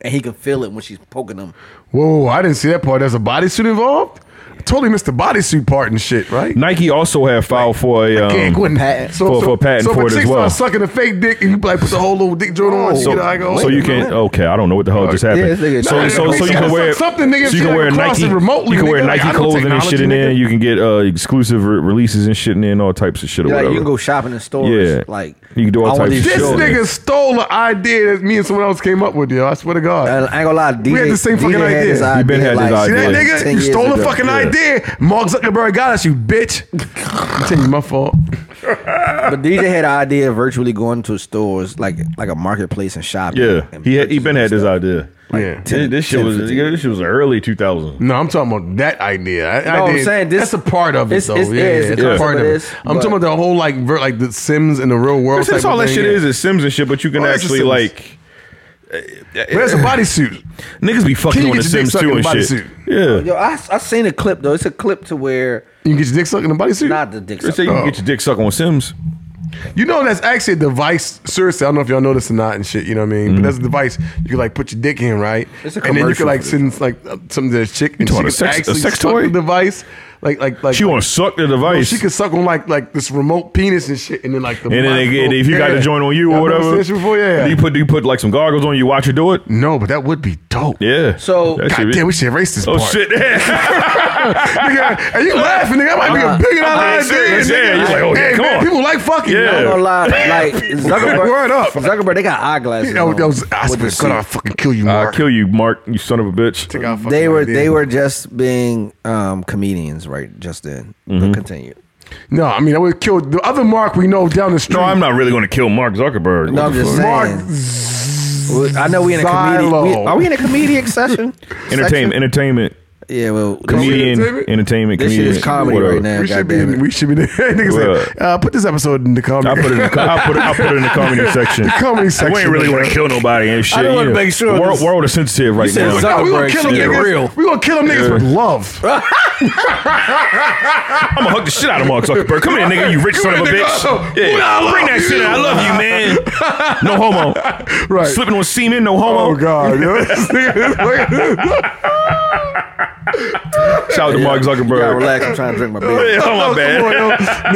Speaker 4: and he can feel it when she's poking him.
Speaker 3: Whoa, I didn't see that part. There's a bodysuit involved? I totally missed the bodysuit part and shit, right?
Speaker 6: Nike also have filed for a. Um,
Speaker 3: Can't go in-
Speaker 4: patent.
Speaker 6: For- for a patent
Speaker 3: so if
Speaker 6: for
Speaker 3: a
Speaker 6: it as
Speaker 3: chick
Speaker 6: well.
Speaker 3: starts sucking a fake dick and you like put the whole little dick joint on, she
Speaker 6: So,
Speaker 3: get out, I go,
Speaker 6: so
Speaker 3: wait
Speaker 6: you
Speaker 3: a
Speaker 6: can
Speaker 3: minute.
Speaker 6: okay. I don't know what the hell just happened.
Speaker 4: this nigga-
Speaker 6: so,
Speaker 4: Nah,
Speaker 6: so,
Speaker 4: nigga,
Speaker 6: so you can
Speaker 4: nigga,
Speaker 6: wear
Speaker 3: something, nigga,
Speaker 6: so you can
Speaker 3: shit,
Speaker 6: wear
Speaker 3: across
Speaker 6: Nike
Speaker 3: it remotely,
Speaker 6: You can wear
Speaker 3: nigga. Like,
Speaker 6: Nike
Speaker 3: I know
Speaker 6: clothing and shit in
Speaker 3: technology,
Speaker 6: there.
Speaker 3: nigga.
Speaker 6: You can get uh, exclusive re- releases and shit in there and all types of shit or
Speaker 4: Like,
Speaker 6: whatever.
Speaker 4: you can go shopping in stores.
Speaker 6: Yeah.
Speaker 4: like
Speaker 6: You can do all
Speaker 4: I want
Speaker 6: types of
Speaker 4: these
Speaker 6: shit.
Speaker 3: This
Speaker 6: Sure.
Speaker 4: shorts.
Speaker 3: nigga stole an idea that me and someone else came up with, yo. I swear to God.
Speaker 4: And I ain't gonna lie, DJ,
Speaker 3: had the same fucking
Speaker 4: DJ had
Speaker 3: idea.
Speaker 4: This idea
Speaker 6: You been had this
Speaker 4: like,
Speaker 3: See that
Speaker 6: idea. Yeah.
Speaker 3: nigga?
Speaker 4: 10
Speaker 3: You
Speaker 4: years
Speaker 3: stole a
Speaker 4: ago.
Speaker 3: fucking
Speaker 6: Yeah.
Speaker 3: idea. Mark Zuckerberg got us, you
Speaker 4: *laughs*
Speaker 3: bitch. I'm telling you, my fault.
Speaker 4: But DJ had an idea of virtually going to stores like like a marketplace and shopping.
Speaker 6: Yeah,
Speaker 4: And
Speaker 6: he had, he been had this idea.
Speaker 3: Yeah.
Speaker 6: This- this shit was this shit was early 2000.
Speaker 3: No, I'm talking about that idea. I,
Speaker 4: No,
Speaker 3: I
Speaker 4: I'm
Speaker 3: did-
Speaker 4: saying this-
Speaker 3: that's a part of it,
Speaker 4: it's-
Speaker 3: though.
Speaker 4: it's-
Speaker 3: yeah,
Speaker 4: yeah, it's
Speaker 3: yeah,
Speaker 4: a
Speaker 3: that's a
Speaker 6: concept
Speaker 3: part of
Speaker 4: of
Speaker 3: it.
Speaker 4: this,
Speaker 3: I'm talking
Speaker 4: but-
Speaker 3: about the whole like ver- like the Sims in the real world.
Speaker 6: That's
Speaker 3: type of
Speaker 6: all that
Speaker 3: thing,
Speaker 6: shit
Speaker 3: yeah.
Speaker 6: is is Sims and shit. But you can
Speaker 3: Oh, that's
Speaker 6: actually
Speaker 3: just
Speaker 6: like
Speaker 3: Where's a bodysuit?
Speaker 6: niggas be fucking
Speaker 3: Can you
Speaker 6: on the
Speaker 3: get your dick
Speaker 6: Sims
Speaker 3: sucked
Speaker 6: too
Speaker 3: in
Speaker 6: and
Speaker 3: a
Speaker 6: shit.
Speaker 3: bodysuit?
Speaker 6: Yeah,
Speaker 4: Yo, I I seen a clip though. It's a clip to where
Speaker 3: You can get your dick sucked in a bodysuit.
Speaker 4: not the dick.
Speaker 6: they
Speaker 4: suck-
Speaker 6: say you can get your dick sucked on Sims.
Speaker 3: You know that's actually a device. Seriously, I don't know if y'all know this or not and shit. You know what I mean?
Speaker 6: Mm.
Speaker 3: But that's a device you can like put your dick in, right?
Speaker 4: It's a
Speaker 3: and then you
Speaker 4: commercial
Speaker 3: can like
Speaker 4: for
Speaker 3: send like uh, something to a chick and she
Speaker 6: talking about
Speaker 3: can
Speaker 6: a sex- a
Speaker 3: actually
Speaker 6: sex
Speaker 3: suck
Speaker 6: toy?
Speaker 3: the device. like like like
Speaker 6: She want to suck the device.
Speaker 3: She could suck on like like this remote penis and shit, and then like the
Speaker 6: and then they get, if you got
Speaker 3: Yeah.
Speaker 6: to join on you
Speaker 3: Y'all
Speaker 6: or
Speaker 3: know what I'm saying?
Speaker 6: whatever,
Speaker 3: Shit Before, yeah.
Speaker 6: you put you put like some goggles on. You watch her do it.
Speaker 3: no, but that would be dope.
Speaker 6: Yeah.
Speaker 4: So-
Speaker 6: That
Speaker 3: God
Speaker 6: shit be-
Speaker 3: damn, we should erase this
Speaker 6: Oh
Speaker 3: part.
Speaker 6: shit!
Speaker 3: *laughs*
Speaker 6: *laughs*
Speaker 3: nigga, and you laughing, nigga. That might be a
Speaker 4: Uh,
Speaker 3: billion dollar
Speaker 6: I'm
Speaker 3: idea.
Speaker 6: dead Uh-huh. serious, yeah.
Speaker 3: nigga.
Speaker 6: You're like, oh, yeah,
Speaker 3: hey,
Speaker 6: come
Speaker 3: man,
Speaker 6: on.
Speaker 3: people like fucking.
Speaker 6: Yeah.
Speaker 3: yo.
Speaker 4: I'm
Speaker 3: *laughs*
Speaker 4: gonna lie, like Zuckerberg.
Speaker 3: Word up.
Speaker 4: Zuckerberg. They got eyeglasses.
Speaker 3: Yo,
Speaker 4: on
Speaker 3: that was, I
Speaker 4: with
Speaker 3: swear
Speaker 4: the
Speaker 3: to God, I'll
Speaker 4: suit.
Speaker 3: fucking kill you,
Speaker 6: I'll
Speaker 3: Mark.
Speaker 6: kill you, Mark. You son of a bitch.
Speaker 3: Take our fucking
Speaker 4: They were
Speaker 3: idea.
Speaker 4: they were just being um, comedians right just then.
Speaker 6: Mm-hmm.
Speaker 4: But continue.
Speaker 3: No, I mean, I would kill the other Mark we know down the street.
Speaker 6: No, I'm not really going to kill Mark Zuckerberg.
Speaker 4: No, I'm just
Speaker 3: Mark
Speaker 4: saying. Well, I know we in a comedian.
Speaker 3: Xylo.
Speaker 4: We, are we in a
Speaker 3: *laughs*
Speaker 4: comedic session?
Speaker 6: entertainment, entertainment,
Speaker 4: Section? Yeah. Well,
Speaker 6: comedian,
Speaker 3: entertainment?
Speaker 6: entertainment,
Speaker 4: This shit
Speaker 6: comedian.
Speaker 4: is comedy
Speaker 6: whatever.
Speaker 4: right now.
Speaker 3: We should be.
Speaker 4: goddamn
Speaker 3: In, *laughs*
Speaker 4: it.
Speaker 3: we should be. there. Nigga said,
Speaker 6: Well,
Speaker 3: uh, "Put this episode in the
Speaker 6: I
Speaker 3: comedy."
Speaker 6: put it in the, co- I put
Speaker 3: *laughs*
Speaker 6: it, I put it in the comedy section.
Speaker 3: The comedy section,
Speaker 6: We ain't really
Speaker 3: nigga.
Speaker 6: want to kill nobody and shit.
Speaker 4: I don't wanna
Speaker 6: you know.
Speaker 4: make sure
Speaker 6: The world,
Speaker 4: this-
Speaker 6: world is sensitive right
Speaker 4: said
Speaker 6: now.
Speaker 4: Zuck-
Speaker 3: Nah, we gonna
Speaker 4: Zuckerberg
Speaker 3: kill them
Speaker 4: shit.
Speaker 3: niggas.
Speaker 4: Real.
Speaker 3: We gonna kill them niggas
Speaker 6: Yeah.
Speaker 3: with love.
Speaker 6: I'm gonna hug the shit out of Mark Zuckerberg. Come here, nigga, you rich
Speaker 3: Come
Speaker 6: son of a
Speaker 3: here, nigga.
Speaker 6: bitch.
Speaker 3: Ooh, I
Speaker 6: Yeah.
Speaker 3: love
Speaker 6: Bring that shit
Speaker 3: you.
Speaker 6: in. I love you, man. No homo.
Speaker 3: Right.
Speaker 6: Slipping on semen, no homo.
Speaker 3: Oh
Speaker 6: *laughs*
Speaker 3: God. yo. This nigga-
Speaker 6: Shout out to Mark
Speaker 4: You gotta
Speaker 6: Zuckerberg.
Speaker 4: relax. I'm trying to drink my
Speaker 6: *laughs* Yeah,
Speaker 4: beer.
Speaker 6: Oh, my
Speaker 3: Come on,
Speaker 6: bad.
Speaker 3: yo.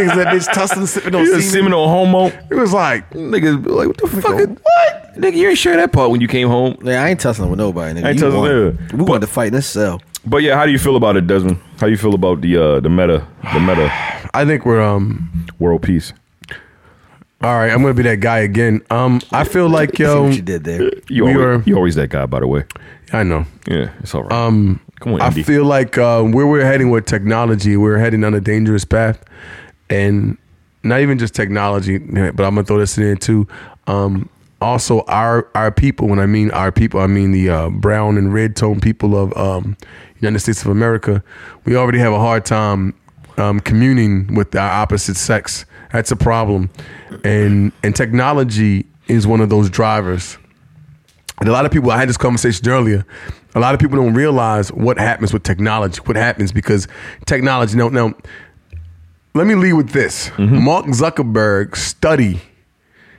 Speaker 3: Niggas, that bitch
Speaker 6: *laughs*
Speaker 3: tussling, sipping on
Speaker 6: You a
Speaker 3: semen.
Speaker 6: semen, no homo.
Speaker 3: It was like,
Speaker 6: Niggas be like, what the fuck? is- What? Nigga, you ain't share that part when you came home.
Speaker 4: Yeah, I ain't tussling with nobody. Nigga.
Speaker 6: I ain't
Speaker 4: You
Speaker 6: tussling
Speaker 4: won.
Speaker 6: with you.
Speaker 4: We wanted to fight in this cell.
Speaker 6: But yeah, how do you feel about it, Desmond? How you feel about the uh, the meta the meta
Speaker 3: I think we're um.
Speaker 6: world peace?
Speaker 3: All right, I'm gonna be that guy again. Um, I feel like
Speaker 4: See
Speaker 3: yo,
Speaker 4: what you did there.
Speaker 6: You
Speaker 3: We
Speaker 6: always,
Speaker 3: are-
Speaker 6: you always that guy, by the way.
Speaker 3: I know.
Speaker 6: Yeah, it's all right. Um, come on,
Speaker 3: I
Speaker 6: Indy.
Speaker 3: feel like uh, where we're heading with technology, we're heading on a dangerous path, and not even just technology. But I'm gonna throw this in there too. Um, also, our our people. When I mean our people, I mean the uh, brown and red tone people of um, United States of America. We already have a hard time um, communing with our opposite sex. That's a problem, and and technology is one of those drivers. And a lot of people, I had this conversation earlier. A lot of people don't realize what happens with technology. What happens because technology. Now, now let me lead with this. Mark Zuckerberg study.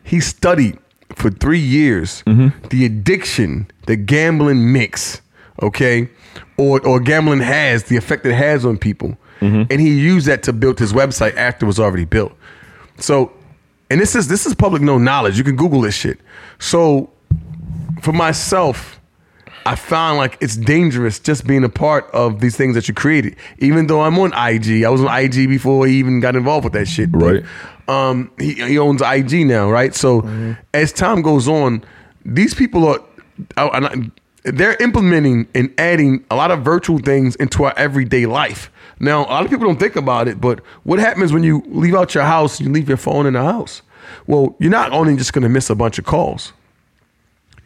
Speaker 3: He studied for three years the addiction that gambling makes, okay, or or gambling has the effect it has on people, and he used that to build his website after it was already built. So, and this is this is public known knowledge. You can Google this shit. So for myself, I found like it's dangerous just being a part of these things that you created. Even though I'm on IG, I was on IG before he even got involved with that shit.
Speaker 6: Right.
Speaker 3: Um, he, he owns IG now, right? So as time goes on, these people are, are- are not- they're implementing and adding a lot of virtual things into our everyday life. Now, a lot of people don't think about it, but what happens when you leave out your house and you leave your phone in the house? Well, you're not only just going to miss a bunch of calls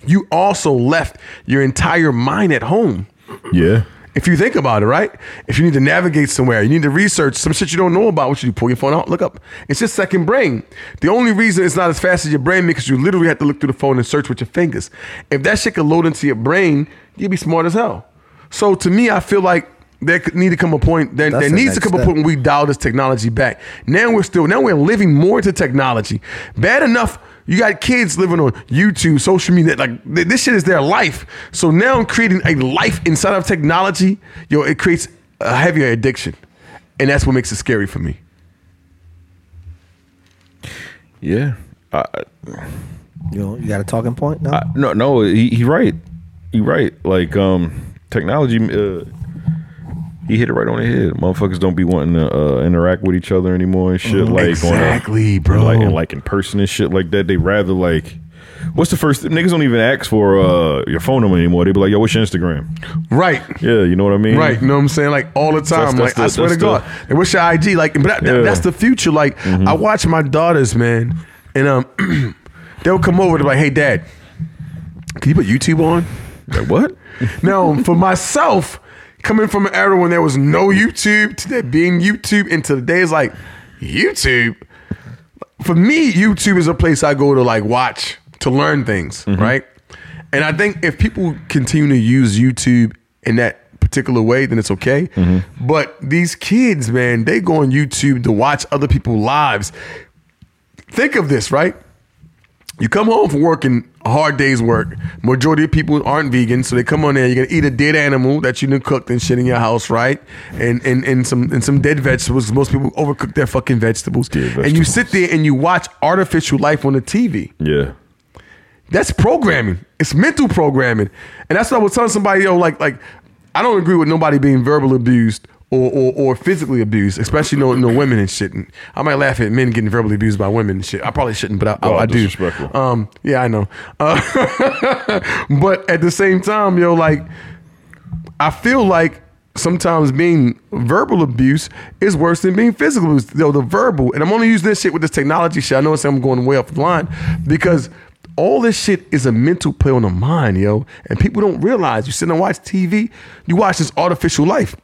Speaker 3: you also left your entire mind at home.
Speaker 6: yeah,
Speaker 3: If you think about it, right? If you need to navigate somewhere, you need to research some shit you don't know about, what should you do? pull your phone out, look up. It's your second brain. The only reason it's not as fast as your brain because you literally have to look through the phone and search with your fingers. If that shit could load into your brain, you'd be smart as hell. So to me, I feel like there could need to come a point. There,
Speaker 4: That's
Speaker 3: there
Speaker 4: the
Speaker 3: needs to
Speaker 4: next
Speaker 3: come a
Speaker 4: step.
Speaker 3: point when we dial this technology back. Now we're still now we're living more into technology. Bad enough. You got kids living on YouTube, social media, like th- this shit is their life. So now I'm creating a life inside of technology. Yo, it creates a heavier addiction, and that's what makes it scary for me.
Speaker 6: yeah. I, I-
Speaker 4: You, know, you got a talking point? No.
Speaker 6: I, no, no, he, he right. He right. Like um, technology. Uh, he hit it right on the head. Motherfuckers don't be wanting to uh, interact with each other anymore and shit. Like
Speaker 3: Exactly,
Speaker 6: on a,
Speaker 3: bro.
Speaker 6: Like, and like in person and shit like that. They rather like. What's the first niggas don't even ask for uh, your phone number anymore? They be like, "Yo, what's your Instagram?"
Speaker 3: Right.
Speaker 6: Yeah, you know what I mean.
Speaker 3: Right, you know what I'm saying? Like all the time.
Speaker 6: That's- that's
Speaker 3: like I
Speaker 6: the-
Speaker 3: swear to
Speaker 6: that's
Speaker 3: God. And what's your IG? Like, but that, that-
Speaker 6: Yeah. Mm-hmm.
Speaker 3: that's the future. Like I watch my daughters, man, and um, *clears throat* they'll come over to like, hey, dad, can you put YouTube on?
Speaker 6: Like, what?
Speaker 3: *laughs* Now, for myself, coming from an era when there was no YouTube to there being YouTube, and to the day it's like YouTube. For me, YouTube is a place I go to like watch to learn things, right? And I think if people continue to use YouTube in that particular way, then it's okay. But these kids, man, they go on YouTube to watch other people's lives. Think of this, right? You come home from work and a hard day's work. Majority of people aren't vegan, so they come on there. You're gonna eat a dead animal that you done cooked and shit in your house, right? And and and some and some dead vegetables. Most people overcook their fucking vegetables.
Speaker 6: Dead
Speaker 3: And you
Speaker 6: vegetables.
Speaker 3: sit there and you watch artificial life on the TV.
Speaker 6: Yeah.
Speaker 3: That's programming. It's mental programming, and that's what I was telling somebody. Yo, like like I don't agree with nobody being verbal abused. Or, or, or physically abused, especially no no women and shit. And I might laugh at men getting verbally abused by women and shit. I probably shouldn't, but I, I,
Speaker 6: Oh,
Speaker 3: I do.
Speaker 6: disrespectful.
Speaker 3: Um, yeah, I know. Uh, *laughs* but at the same time, yo, like I feel like sometimes being verbal abuse is worse than being physical abuse. Though the verbal, and I'm only using this shit with this technology shit. I know it's I'm going way off the line because all this shit is a mental play on the mind, yo. And people don't realize you sit and watch TV, you watch this artificial life.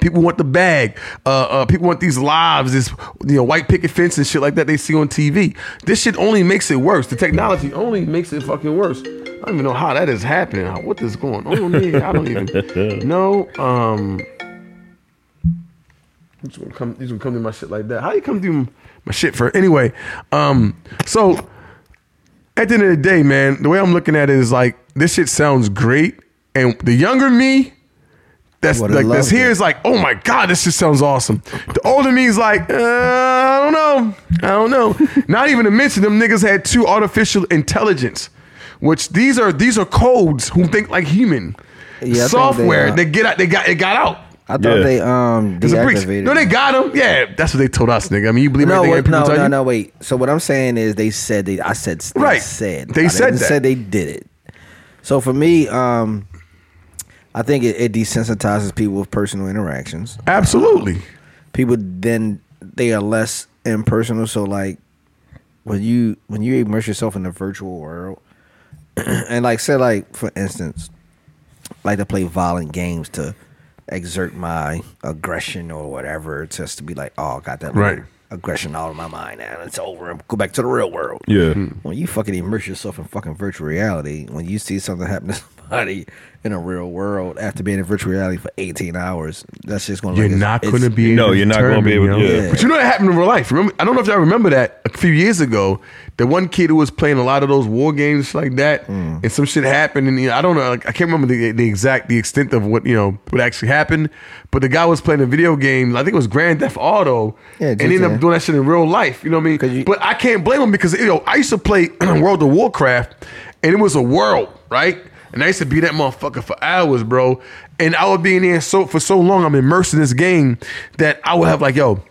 Speaker 3: People want the bag. Uh, uh, people want these lives, this you know white picket fence and shit like that they see on TV. This shit only makes it worse. The technology only makes it fucking worse. I don't even know how that is happening. How- What is going on there? I don't even know. Um, you just gonna come, you just gonna come to my shit like that. How you come to my shit for anyway? Um, so at the end of the day, man, the way I'm looking at it is like this shit sounds great, and the younger me, that's
Speaker 4: Would've
Speaker 3: like that's
Speaker 4: loved
Speaker 3: here
Speaker 4: it.
Speaker 3: is like, oh my god, this shit sounds awesome. The older me is like, uh, I don't know, I don't know. *laughs* Not even to mention them niggas had two artificial intelligence, which these are these are codes who think like human
Speaker 4: Yeah, I think they
Speaker 3: software.
Speaker 4: are.
Speaker 3: They, get out, they got it got out.
Speaker 4: I thought
Speaker 6: Yeah.
Speaker 4: they um
Speaker 3: It's a breach.
Speaker 4: deactivated.
Speaker 3: No, they got him. Yeah, that's what they told us, nigga. I mean, you believe
Speaker 4: no,
Speaker 3: everything
Speaker 4: wait,
Speaker 3: that people
Speaker 4: no,
Speaker 3: tell
Speaker 4: no,
Speaker 3: you?
Speaker 4: no. Wait. So what I'm saying is, they said they. I said they
Speaker 3: Right.
Speaker 4: Said
Speaker 3: They
Speaker 4: I
Speaker 3: said
Speaker 4: didn't
Speaker 3: that.
Speaker 4: Said they did it. So for me, um, I think it, it desensitizes people with personal interactions.
Speaker 3: Absolutely.
Speaker 4: People then they are less impersonal. So like when you when you immerse yourself in the virtual world, *clears throat* and like say like for instance, I like to play violent games to exert my aggression or whatever, just to be like, oh, I got that little
Speaker 3: Right.
Speaker 4: aggression out of my mind and it's over and go back to the real world.
Speaker 6: Yeah.
Speaker 4: When you fucking immerse yourself in fucking virtual reality, when you see something happen to *laughs* somebody in a real world after being in virtual reality for 18 hours, that's just going to
Speaker 3: You're not going to be.
Speaker 6: No,
Speaker 3: able to
Speaker 6: you're not gonna be
Speaker 3: determine,
Speaker 6: able to-
Speaker 3: yo.
Speaker 6: yeah.
Speaker 3: But you know that happened in real life. Remember, I don't know if y'all remember that a few years ago. The one kid who was playing a lot of those war games like that,
Speaker 4: Mm.
Speaker 3: and some shit happened, and you know, I don't know. Like, I can't remember the, the exact the extent of what you know what actually happened. But the guy was playing a video game. I think it was Grand Theft Auto,
Speaker 4: Yeah,
Speaker 3: and he ended
Speaker 4: GTA.
Speaker 3: up doing that shit in real life. You know what I
Speaker 4: 'Cause
Speaker 3: mean?
Speaker 4: you-
Speaker 3: but I can't blame him because you know I used to play *clears throat* World of Warcraft, and it was a world, right? And I used to be that motherfucker for hours, bro. And I would be in there so for so long. I'm immersed in this game that I would have like, yo,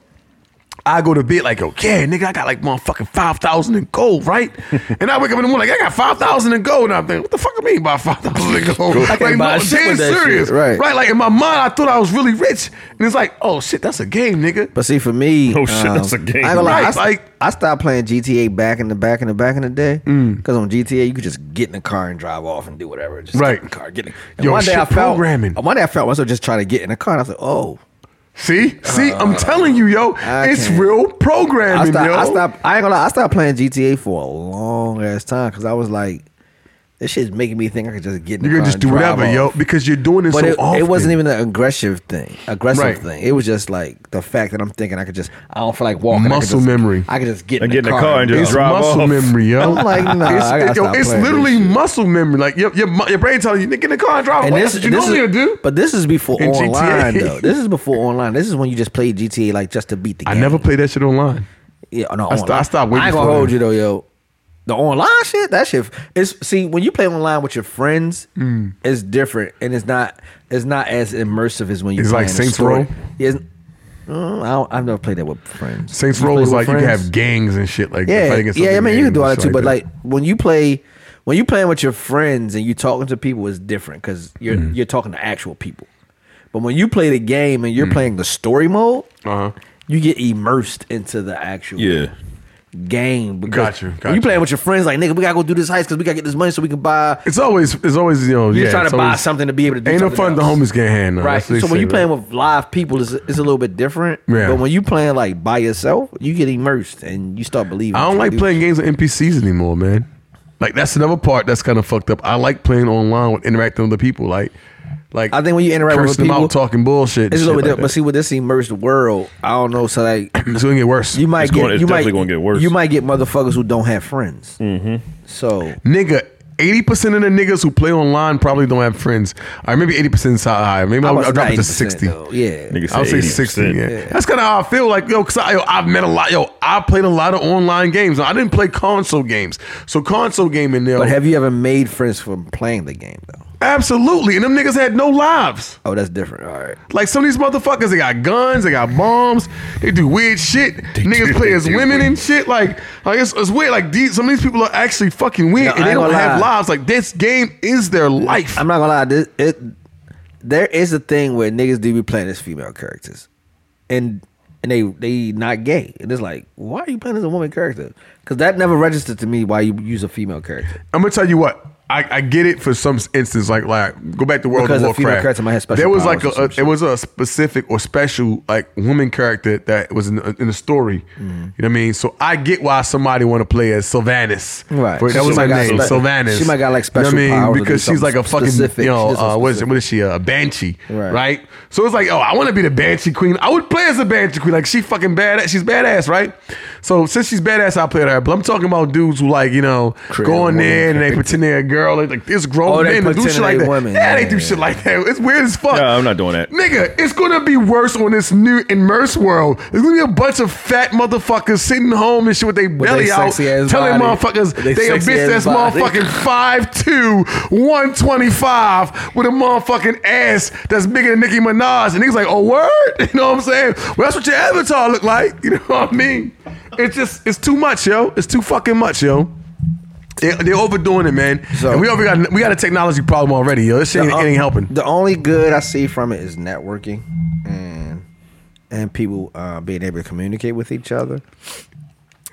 Speaker 3: I go to bed like, yo, yeah, nigga, I got like motherfucking 5,000 in gold,
Speaker 4: *laughs*
Speaker 3: right? and I wake up in the morning like, I got 5,000 in gold. And I'm thinking, what the fuck I mean by 5,000 in gold?
Speaker 4: *laughs* I can't
Speaker 3: like,
Speaker 4: buy shit
Speaker 3: dead
Speaker 4: with that shit, right.
Speaker 3: Right. Like in my mind, I thought I was really rich. And it's like, oh shit, that's a game, nigga.
Speaker 4: But see, for me, um,
Speaker 6: Oh, shit, that's a game.
Speaker 4: I, ain't gonna lie, I
Speaker 3: Right,
Speaker 4: s-
Speaker 3: like-
Speaker 4: I stopped playing GTA back in the back in the back in the day
Speaker 3: Mm.
Speaker 4: because on GTA you could just get in the car and drive off and do whatever. Just
Speaker 3: Right.
Speaker 4: get in the car, get in. And
Speaker 3: Yo,
Speaker 4: one day
Speaker 3: shit
Speaker 4: I felt
Speaker 3: programming.
Speaker 4: One day I felt myself just trying to get in the car. and I was like, oh,
Speaker 3: See? See? I'm telling you, yo,
Speaker 4: Uh, I
Speaker 3: it's
Speaker 4: can't.
Speaker 3: real programming,
Speaker 4: I stopped,
Speaker 3: yo.
Speaker 4: I stopped. I ain't gonna lie. I stopped playing GTA for a long ass time because I was like, this shit's making me think I could just get. In the
Speaker 3: You can
Speaker 4: car
Speaker 3: just
Speaker 4: and
Speaker 3: do
Speaker 4: drive
Speaker 3: whatever, yo,
Speaker 4: off.
Speaker 3: because you're doing it
Speaker 4: But
Speaker 3: so
Speaker 4: it,
Speaker 3: often.
Speaker 4: it wasn't even an aggressive thing. Aggressive
Speaker 3: Right.
Speaker 4: thing. It was just like the fact that I'm thinking I could just. I don't feel like walking. I could
Speaker 3: Muscle
Speaker 4: just-
Speaker 3: memory.
Speaker 4: I could just get
Speaker 6: And
Speaker 4: in
Speaker 6: get
Speaker 4: the
Speaker 6: in the
Speaker 4: car and do
Speaker 6: just
Speaker 3: It's
Speaker 6: drive
Speaker 3: muscle
Speaker 6: off.
Speaker 3: memory, yo.
Speaker 4: *laughs* I'm like, nah,
Speaker 3: it's,
Speaker 4: I gotta
Speaker 3: yo,
Speaker 4: stop
Speaker 3: it's
Speaker 4: playing this
Speaker 3: literally
Speaker 4: shit.
Speaker 3: muscle memory. Like your, your mu- your brain telling you, nigga, get in the car and drive.
Speaker 4: And
Speaker 3: away.
Speaker 4: this,
Speaker 3: That's what you
Speaker 4: this
Speaker 3: normally
Speaker 4: is,
Speaker 3: would do.
Speaker 4: but this is before
Speaker 3: In GTA.
Speaker 4: online though. This is before online. This is when you just played GTA like just to beat the
Speaker 3: I
Speaker 4: game.
Speaker 3: never played that shit online.
Speaker 4: Yeah, no,
Speaker 3: I st-
Speaker 4: online.
Speaker 3: I stopped waiting
Speaker 4: I ain't gonna
Speaker 3: for
Speaker 4: hold
Speaker 3: them.
Speaker 4: you though, yo. The online shit, that shit is see when you play online with your friends,
Speaker 3: Hmm.
Speaker 4: it's different and it's not it's not as immersive as when you.
Speaker 3: It's like
Speaker 4: playing a
Speaker 3: Saints
Speaker 4: story.
Speaker 3: Row?
Speaker 4: Yeah, it's- mm, I don't, I've never played that with friends.
Speaker 3: Saints
Speaker 4: You
Speaker 3: Row
Speaker 4: played
Speaker 3: was
Speaker 4: with
Speaker 3: like you could
Speaker 4: friends?
Speaker 3: have gangs and shit like that.
Speaker 4: Yeah,
Speaker 3: fight against
Speaker 4: yeah.
Speaker 3: other
Speaker 4: I mean, you
Speaker 3: gangs
Speaker 4: can do all
Speaker 3: and
Speaker 4: that too,
Speaker 3: shit
Speaker 4: but
Speaker 3: that.
Speaker 4: like when you play, when you playing with your friends and you talking to people is different because you're
Speaker 3: Hmm.
Speaker 4: you're talking to actual people. But when you play the game and
Speaker 3: Hmm.
Speaker 4: you're playing the story mode,
Speaker 3: Uh-huh.
Speaker 4: you get immersed into the actual
Speaker 6: Yeah.
Speaker 4: game. Because
Speaker 3: Got you, got
Speaker 4: when you
Speaker 3: you.
Speaker 4: playing with your friends, like nigga, we gotta go do this heist because we gotta get this money so we can buy.
Speaker 3: it's always it's always you know
Speaker 4: You're
Speaker 3: yeah,
Speaker 4: trying
Speaker 3: it's
Speaker 4: to buy
Speaker 3: always-
Speaker 4: something to be able to do.
Speaker 3: Ain't no
Speaker 4: something
Speaker 3: fun. The
Speaker 4: else.
Speaker 3: homies can't hand no.
Speaker 4: Right.
Speaker 3: That's what they
Speaker 4: So when
Speaker 3: say,
Speaker 4: you playing
Speaker 3: right?
Speaker 4: with live people, it's, it's a little bit different.
Speaker 3: Yeah.
Speaker 4: But when you playing like by yourself, you get immersed and you start believing.
Speaker 3: I don't
Speaker 4: you
Speaker 3: like
Speaker 4: do-
Speaker 3: playing games with NPCs anymore, man. Like that's another part that's kind of fucked up. I like playing online with interacting with other people. Like, like
Speaker 4: I think when you interact with
Speaker 3: cursing them
Speaker 4: people,
Speaker 3: out, talking bullshit, and
Speaker 4: It's a little
Speaker 3: shit
Speaker 4: bit
Speaker 3: like
Speaker 4: different, but see, with this immersed world, I don't know. So like,
Speaker 3: that. it's gonna get worse.
Speaker 4: you might
Speaker 6: It's
Speaker 4: get
Speaker 6: going- it's
Speaker 4: you
Speaker 6: definitely
Speaker 4: might
Speaker 6: gonna get worse.
Speaker 4: You might get motherfuckers who don't have friends. Mm-hmm. So
Speaker 3: nigga. Eighty percent of the niggas who play online probably don't have friends. I maybe eighty percent is high. Maybe I'll, I'll
Speaker 4: about
Speaker 3: drop it to
Speaker 4: 90%,
Speaker 3: sixty.
Speaker 4: though, Yeah,
Speaker 6: Nigga
Speaker 3: I'll say
Speaker 6: 80%.
Speaker 3: 60. Yeah. That's kind of how I feel like, yo, because I, yo, I've met a lot. Yo, I played a lot of online games. I didn't play console games. So console gaming there.
Speaker 4: But have you ever made friends from playing the game though?
Speaker 3: absolutely. And them niggas had no lives.
Speaker 4: Oh, that's different. All right.
Speaker 3: Like some of these motherfuckers, they got guns, they got bombs, they do weird shit. niggas
Speaker 6: do-
Speaker 3: play
Speaker 6: they
Speaker 3: as
Speaker 6: do
Speaker 3: women
Speaker 6: weird
Speaker 3: and shit. Like, like it's, it's weird. Like these, some of these people are actually fucking weird
Speaker 4: No, I
Speaker 3: and they
Speaker 4: ain't
Speaker 3: don't
Speaker 4: gonna
Speaker 3: have
Speaker 4: lie.
Speaker 3: lives. Like this game is their life.
Speaker 4: I'm not gonna lie. This, it there is a thing where niggas do be playing as female characters, and and they they not gay. And it's like, why are you playing as a woman character? Because that never registered to me why you use a female character.
Speaker 3: I'm gonna tell you what. I, I get it for some instance, like like go back to World
Speaker 4: Because
Speaker 3: of
Speaker 4: a female
Speaker 3: Warcraft.
Speaker 4: character might have special
Speaker 3: there was like
Speaker 4: powers or
Speaker 3: a,
Speaker 4: some
Speaker 3: a there was a specific or special like woman character that was in, in the story.
Speaker 4: Mm.
Speaker 3: You know what I mean? So I get why somebody want to play as Sylvanas.
Speaker 4: Right.
Speaker 3: For,
Speaker 4: So
Speaker 3: that was
Speaker 4: she
Speaker 3: her
Speaker 4: might got
Speaker 3: name,
Speaker 4: spe-
Speaker 3: Sylvanas.
Speaker 4: she might
Speaker 3: You know
Speaker 4: got, like,
Speaker 3: what
Speaker 4: special
Speaker 3: I
Speaker 4: powers
Speaker 3: mean?
Speaker 4: to do
Speaker 3: Because she's like a
Speaker 4: something
Speaker 3: fucking
Speaker 4: specific.
Speaker 3: you know
Speaker 4: She's
Speaker 3: uh,
Speaker 4: so
Speaker 3: what is
Speaker 4: specific.
Speaker 3: what is she a banshee?
Speaker 4: Right.
Speaker 3: Right. So it's like oh I want to be the banshee queen. I would play as a banshee queen. Like she fucking badass. She's badass, right? So since she's badass, I played her. But I'm talking about dudes who like you know
Speaker 4: Create a
Speaker 3: go in
Speaker 4: woman
Speaker 3: there and they pretend they're a girl. They, like it's grown
Speaker 4: Oh, they
Speaker 3: men that do
Speaker 4: pretend
Speaker 3: shit like
Speaker 4: they
Speaker 3: that.
Speaker 4: women.
Speaker 3: Yeah, they
Speaker 4: Yeah.
Speaker 3: do shit like that. It's weird as fuck.
Speaker 6: No, I'm not doing that.
Speaker 3: Nigga, it's gonna be worse on this new immersed world. There's gonna be a bunch of fat motherfuckers sitting home and shit with their belly
Speaker 4: they
Speaker 3: out,
Speaker 4: sexy ass
Speaker 3: telling
Speaker 4: body.
Speaker 3: motherfuckers
Speaker 4: They
Speaker 3: they, a
Speaker 4: sexy
Speaker 3: bitch
Speaker 4: ass
Speaker 3: that's
Speaker 4: body.
Speaker 3: motherfucking 5'2", 125 with a motherfucking ass that's bigger than Nicki Minaj. And niggas like, oh word? *laughs* You know what I'm saying? Well, that's what your avatar look like. *laughs* You know what I mean? It's just, it's too much, yo. It's too fucking much, yo. They, they're overdoing it, man.
Speaker 4: So-
Speaker 3: and we already got we got a technology problem already, yo. This shit ain't, it ain't helping.
Speaker 4: The only good I see from it is networking and and people uh, being able to communicate with each other.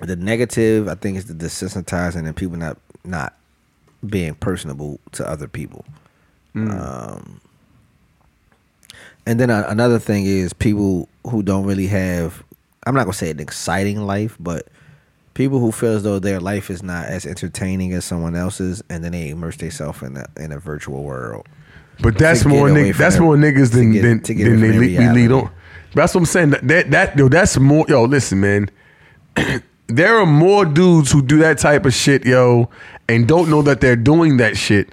Speaker 4: The negative, I think, is the desensitizing and people not not being personable to other people. Um, and then a, another thing is people who don't really have. I'm not gonna say an exciting life, but people who feel as though their life is not as entertaining as someone else's, and then they immerse themselves in a, in a virtual world.
Speaker 3: But that's
Speaker 4: get
Speaker 3: more
Speaker 4: away
Speaker 3: niggas.
Speaker 4: from
Speaker 3: That's
Speaker 4: that-
Speaker 3: more niggas
Speaker 4: to
Speaker 3: than
Speaker 4: get-
Speaker 3: than,
Speaker 4: to get
Speaker 3: than
Speaker 4: away
Speaker 3: they
Speaker 4: from
Speaker 3: lead,
Speaker 4: that
Speaker 3: we lead
Speaker 4: reality.
Speaker 3: on. That's what I'm saying. That that, that yo, that's more yo. Listen, man. *clears throat* there are more dudes who do that type of shit, yo, and don't know that they're doing that shit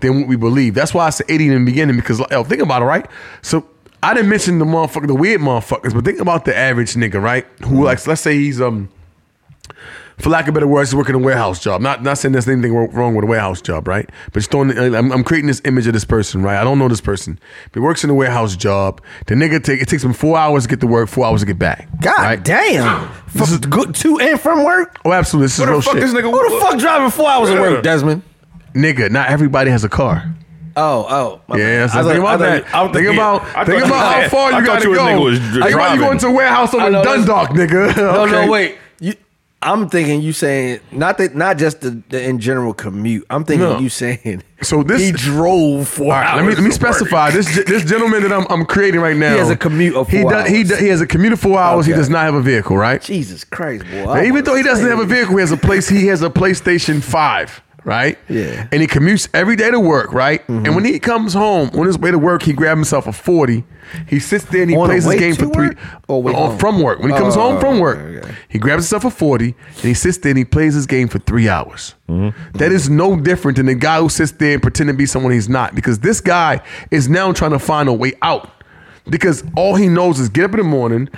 Speaker 3: than what we believe. That's why I said 80 in the beginning because yo, think about it, right? So I didn't mention the motherfucker, the weird motherfuckers, but think about the average nigga, right?
Speaker 4: Mm-hmm.
Speaker 3: Who like let's say he's um for lack of better words, he's working a warehouse job. Not not saying there's anything wro- wrong with a warehouse job, right? But just throwing, I'm, I'm creating this image of this person, right? I don't know this person. But he works in a warehouse job. The nigga take it takes him four hours to get to work, four hours to get back.
Speaker 4: God
Speaker 3: right?
Speaker 4: damn! From, good, to and from work.
Speaker 3: Oh, absolutely. This is real shit.
Speaker 4: Who the fuck driving four hours of work, Desmond?
Speaker 3: nigga, not everybody has a car.
Speaker 4: Oh, oh. my
Speaker 3: Yeah,
Speaker 4: bad.
Speaker 3: so
Speaker 4: I thought-
Speaker 3: think about
Speaker 4: I
Speaker 3: that.
Speaker 4: thought-
Speaker 6: I was
Speaker 3: think
Speaker 6: thinking-
Speaker 3: about
Speaker 6: I thought
Speaker 3: think
Speaker 6: you
Speaker 3: about how
Speaker 6: was-
Speaker 3: far
Speaker 6: I
Speaker 3: you
Speaker 6: thought
Speaker 3: gotta
Speaker 6: you was
Speaker 3: go.
Speaker 6: nigga was dri-
Speaker 3: Like, why you
Speaker 6: driving.
Speaker 3: going to a warehouse over
Speaker 4: I know, that's-
Speaker 3: Dundalk, nigga?
Speaker 4: No,
Speaker 3: *laughs* Okay.
Speaker 4: no, wait. You, I'm thinking you saying not that, not just the, the in general commute. I'm thinking
Speaker 3: No.
Speaker 4: you saying
Speaker 3: *laughs* So this-
Speaker 4: he drove Oh, four
Speaker 3: All right, let me
Speaker 4: hours
Speaker 3: let me
Speaker 4: to work.
Speaker 3: specify this ge- this gentleman that I'm I'm creating right now.
Speaker 4: has a commute of
Speaker 3: he
Speaker 4: four
Speaker 3: does, he
Speaker 4: hours.
Speaker 3: does, he has a commute of four hours. He
Speaker 4: Okay.
Speaker 3: does not have a vehicle, right?
Speaker 4: Jesus Christ, boy!
Speaker 3: Now,
Speaker 4: I
Speaker 3: even
Speaker 4: was
Speaker 3: though he doesn't have a
Speaker 4: saying-
Speaker 3: vehicle, he has a place. He has a PlayStation Five, right?
Speaker 4: Yeah. Mm-hmm.
Speaker 3: And he commutes every day to work, right? And when he comes home on his way to work, he grabs himself a forty. He sits there and he
Speaker 4: On the
Speaker 3: plays his
Speaker 4: way
Speaker 3: game
Speaker 4: to
Speaker 3: for three.
Speaker 4: work? Or way
Speaker 3: Oh,
Speaker 4: home?
Speaker 3: from work. When he comes
Speaker 4: Oh,
Speaker 3: home from
Speaker 4: okay,
Speaker 3: work,
Speaker 4: okay.
Speaker 3: he grabs himself a forty and he sits there and he plays his game for three hours.
Speaker 4: Mm-hmm.
Speaker 3: That is no different than the guy who sits there and pretend to be someone he's not, because this guy is now trying to find a way out. Because all he knows is get up in the morning,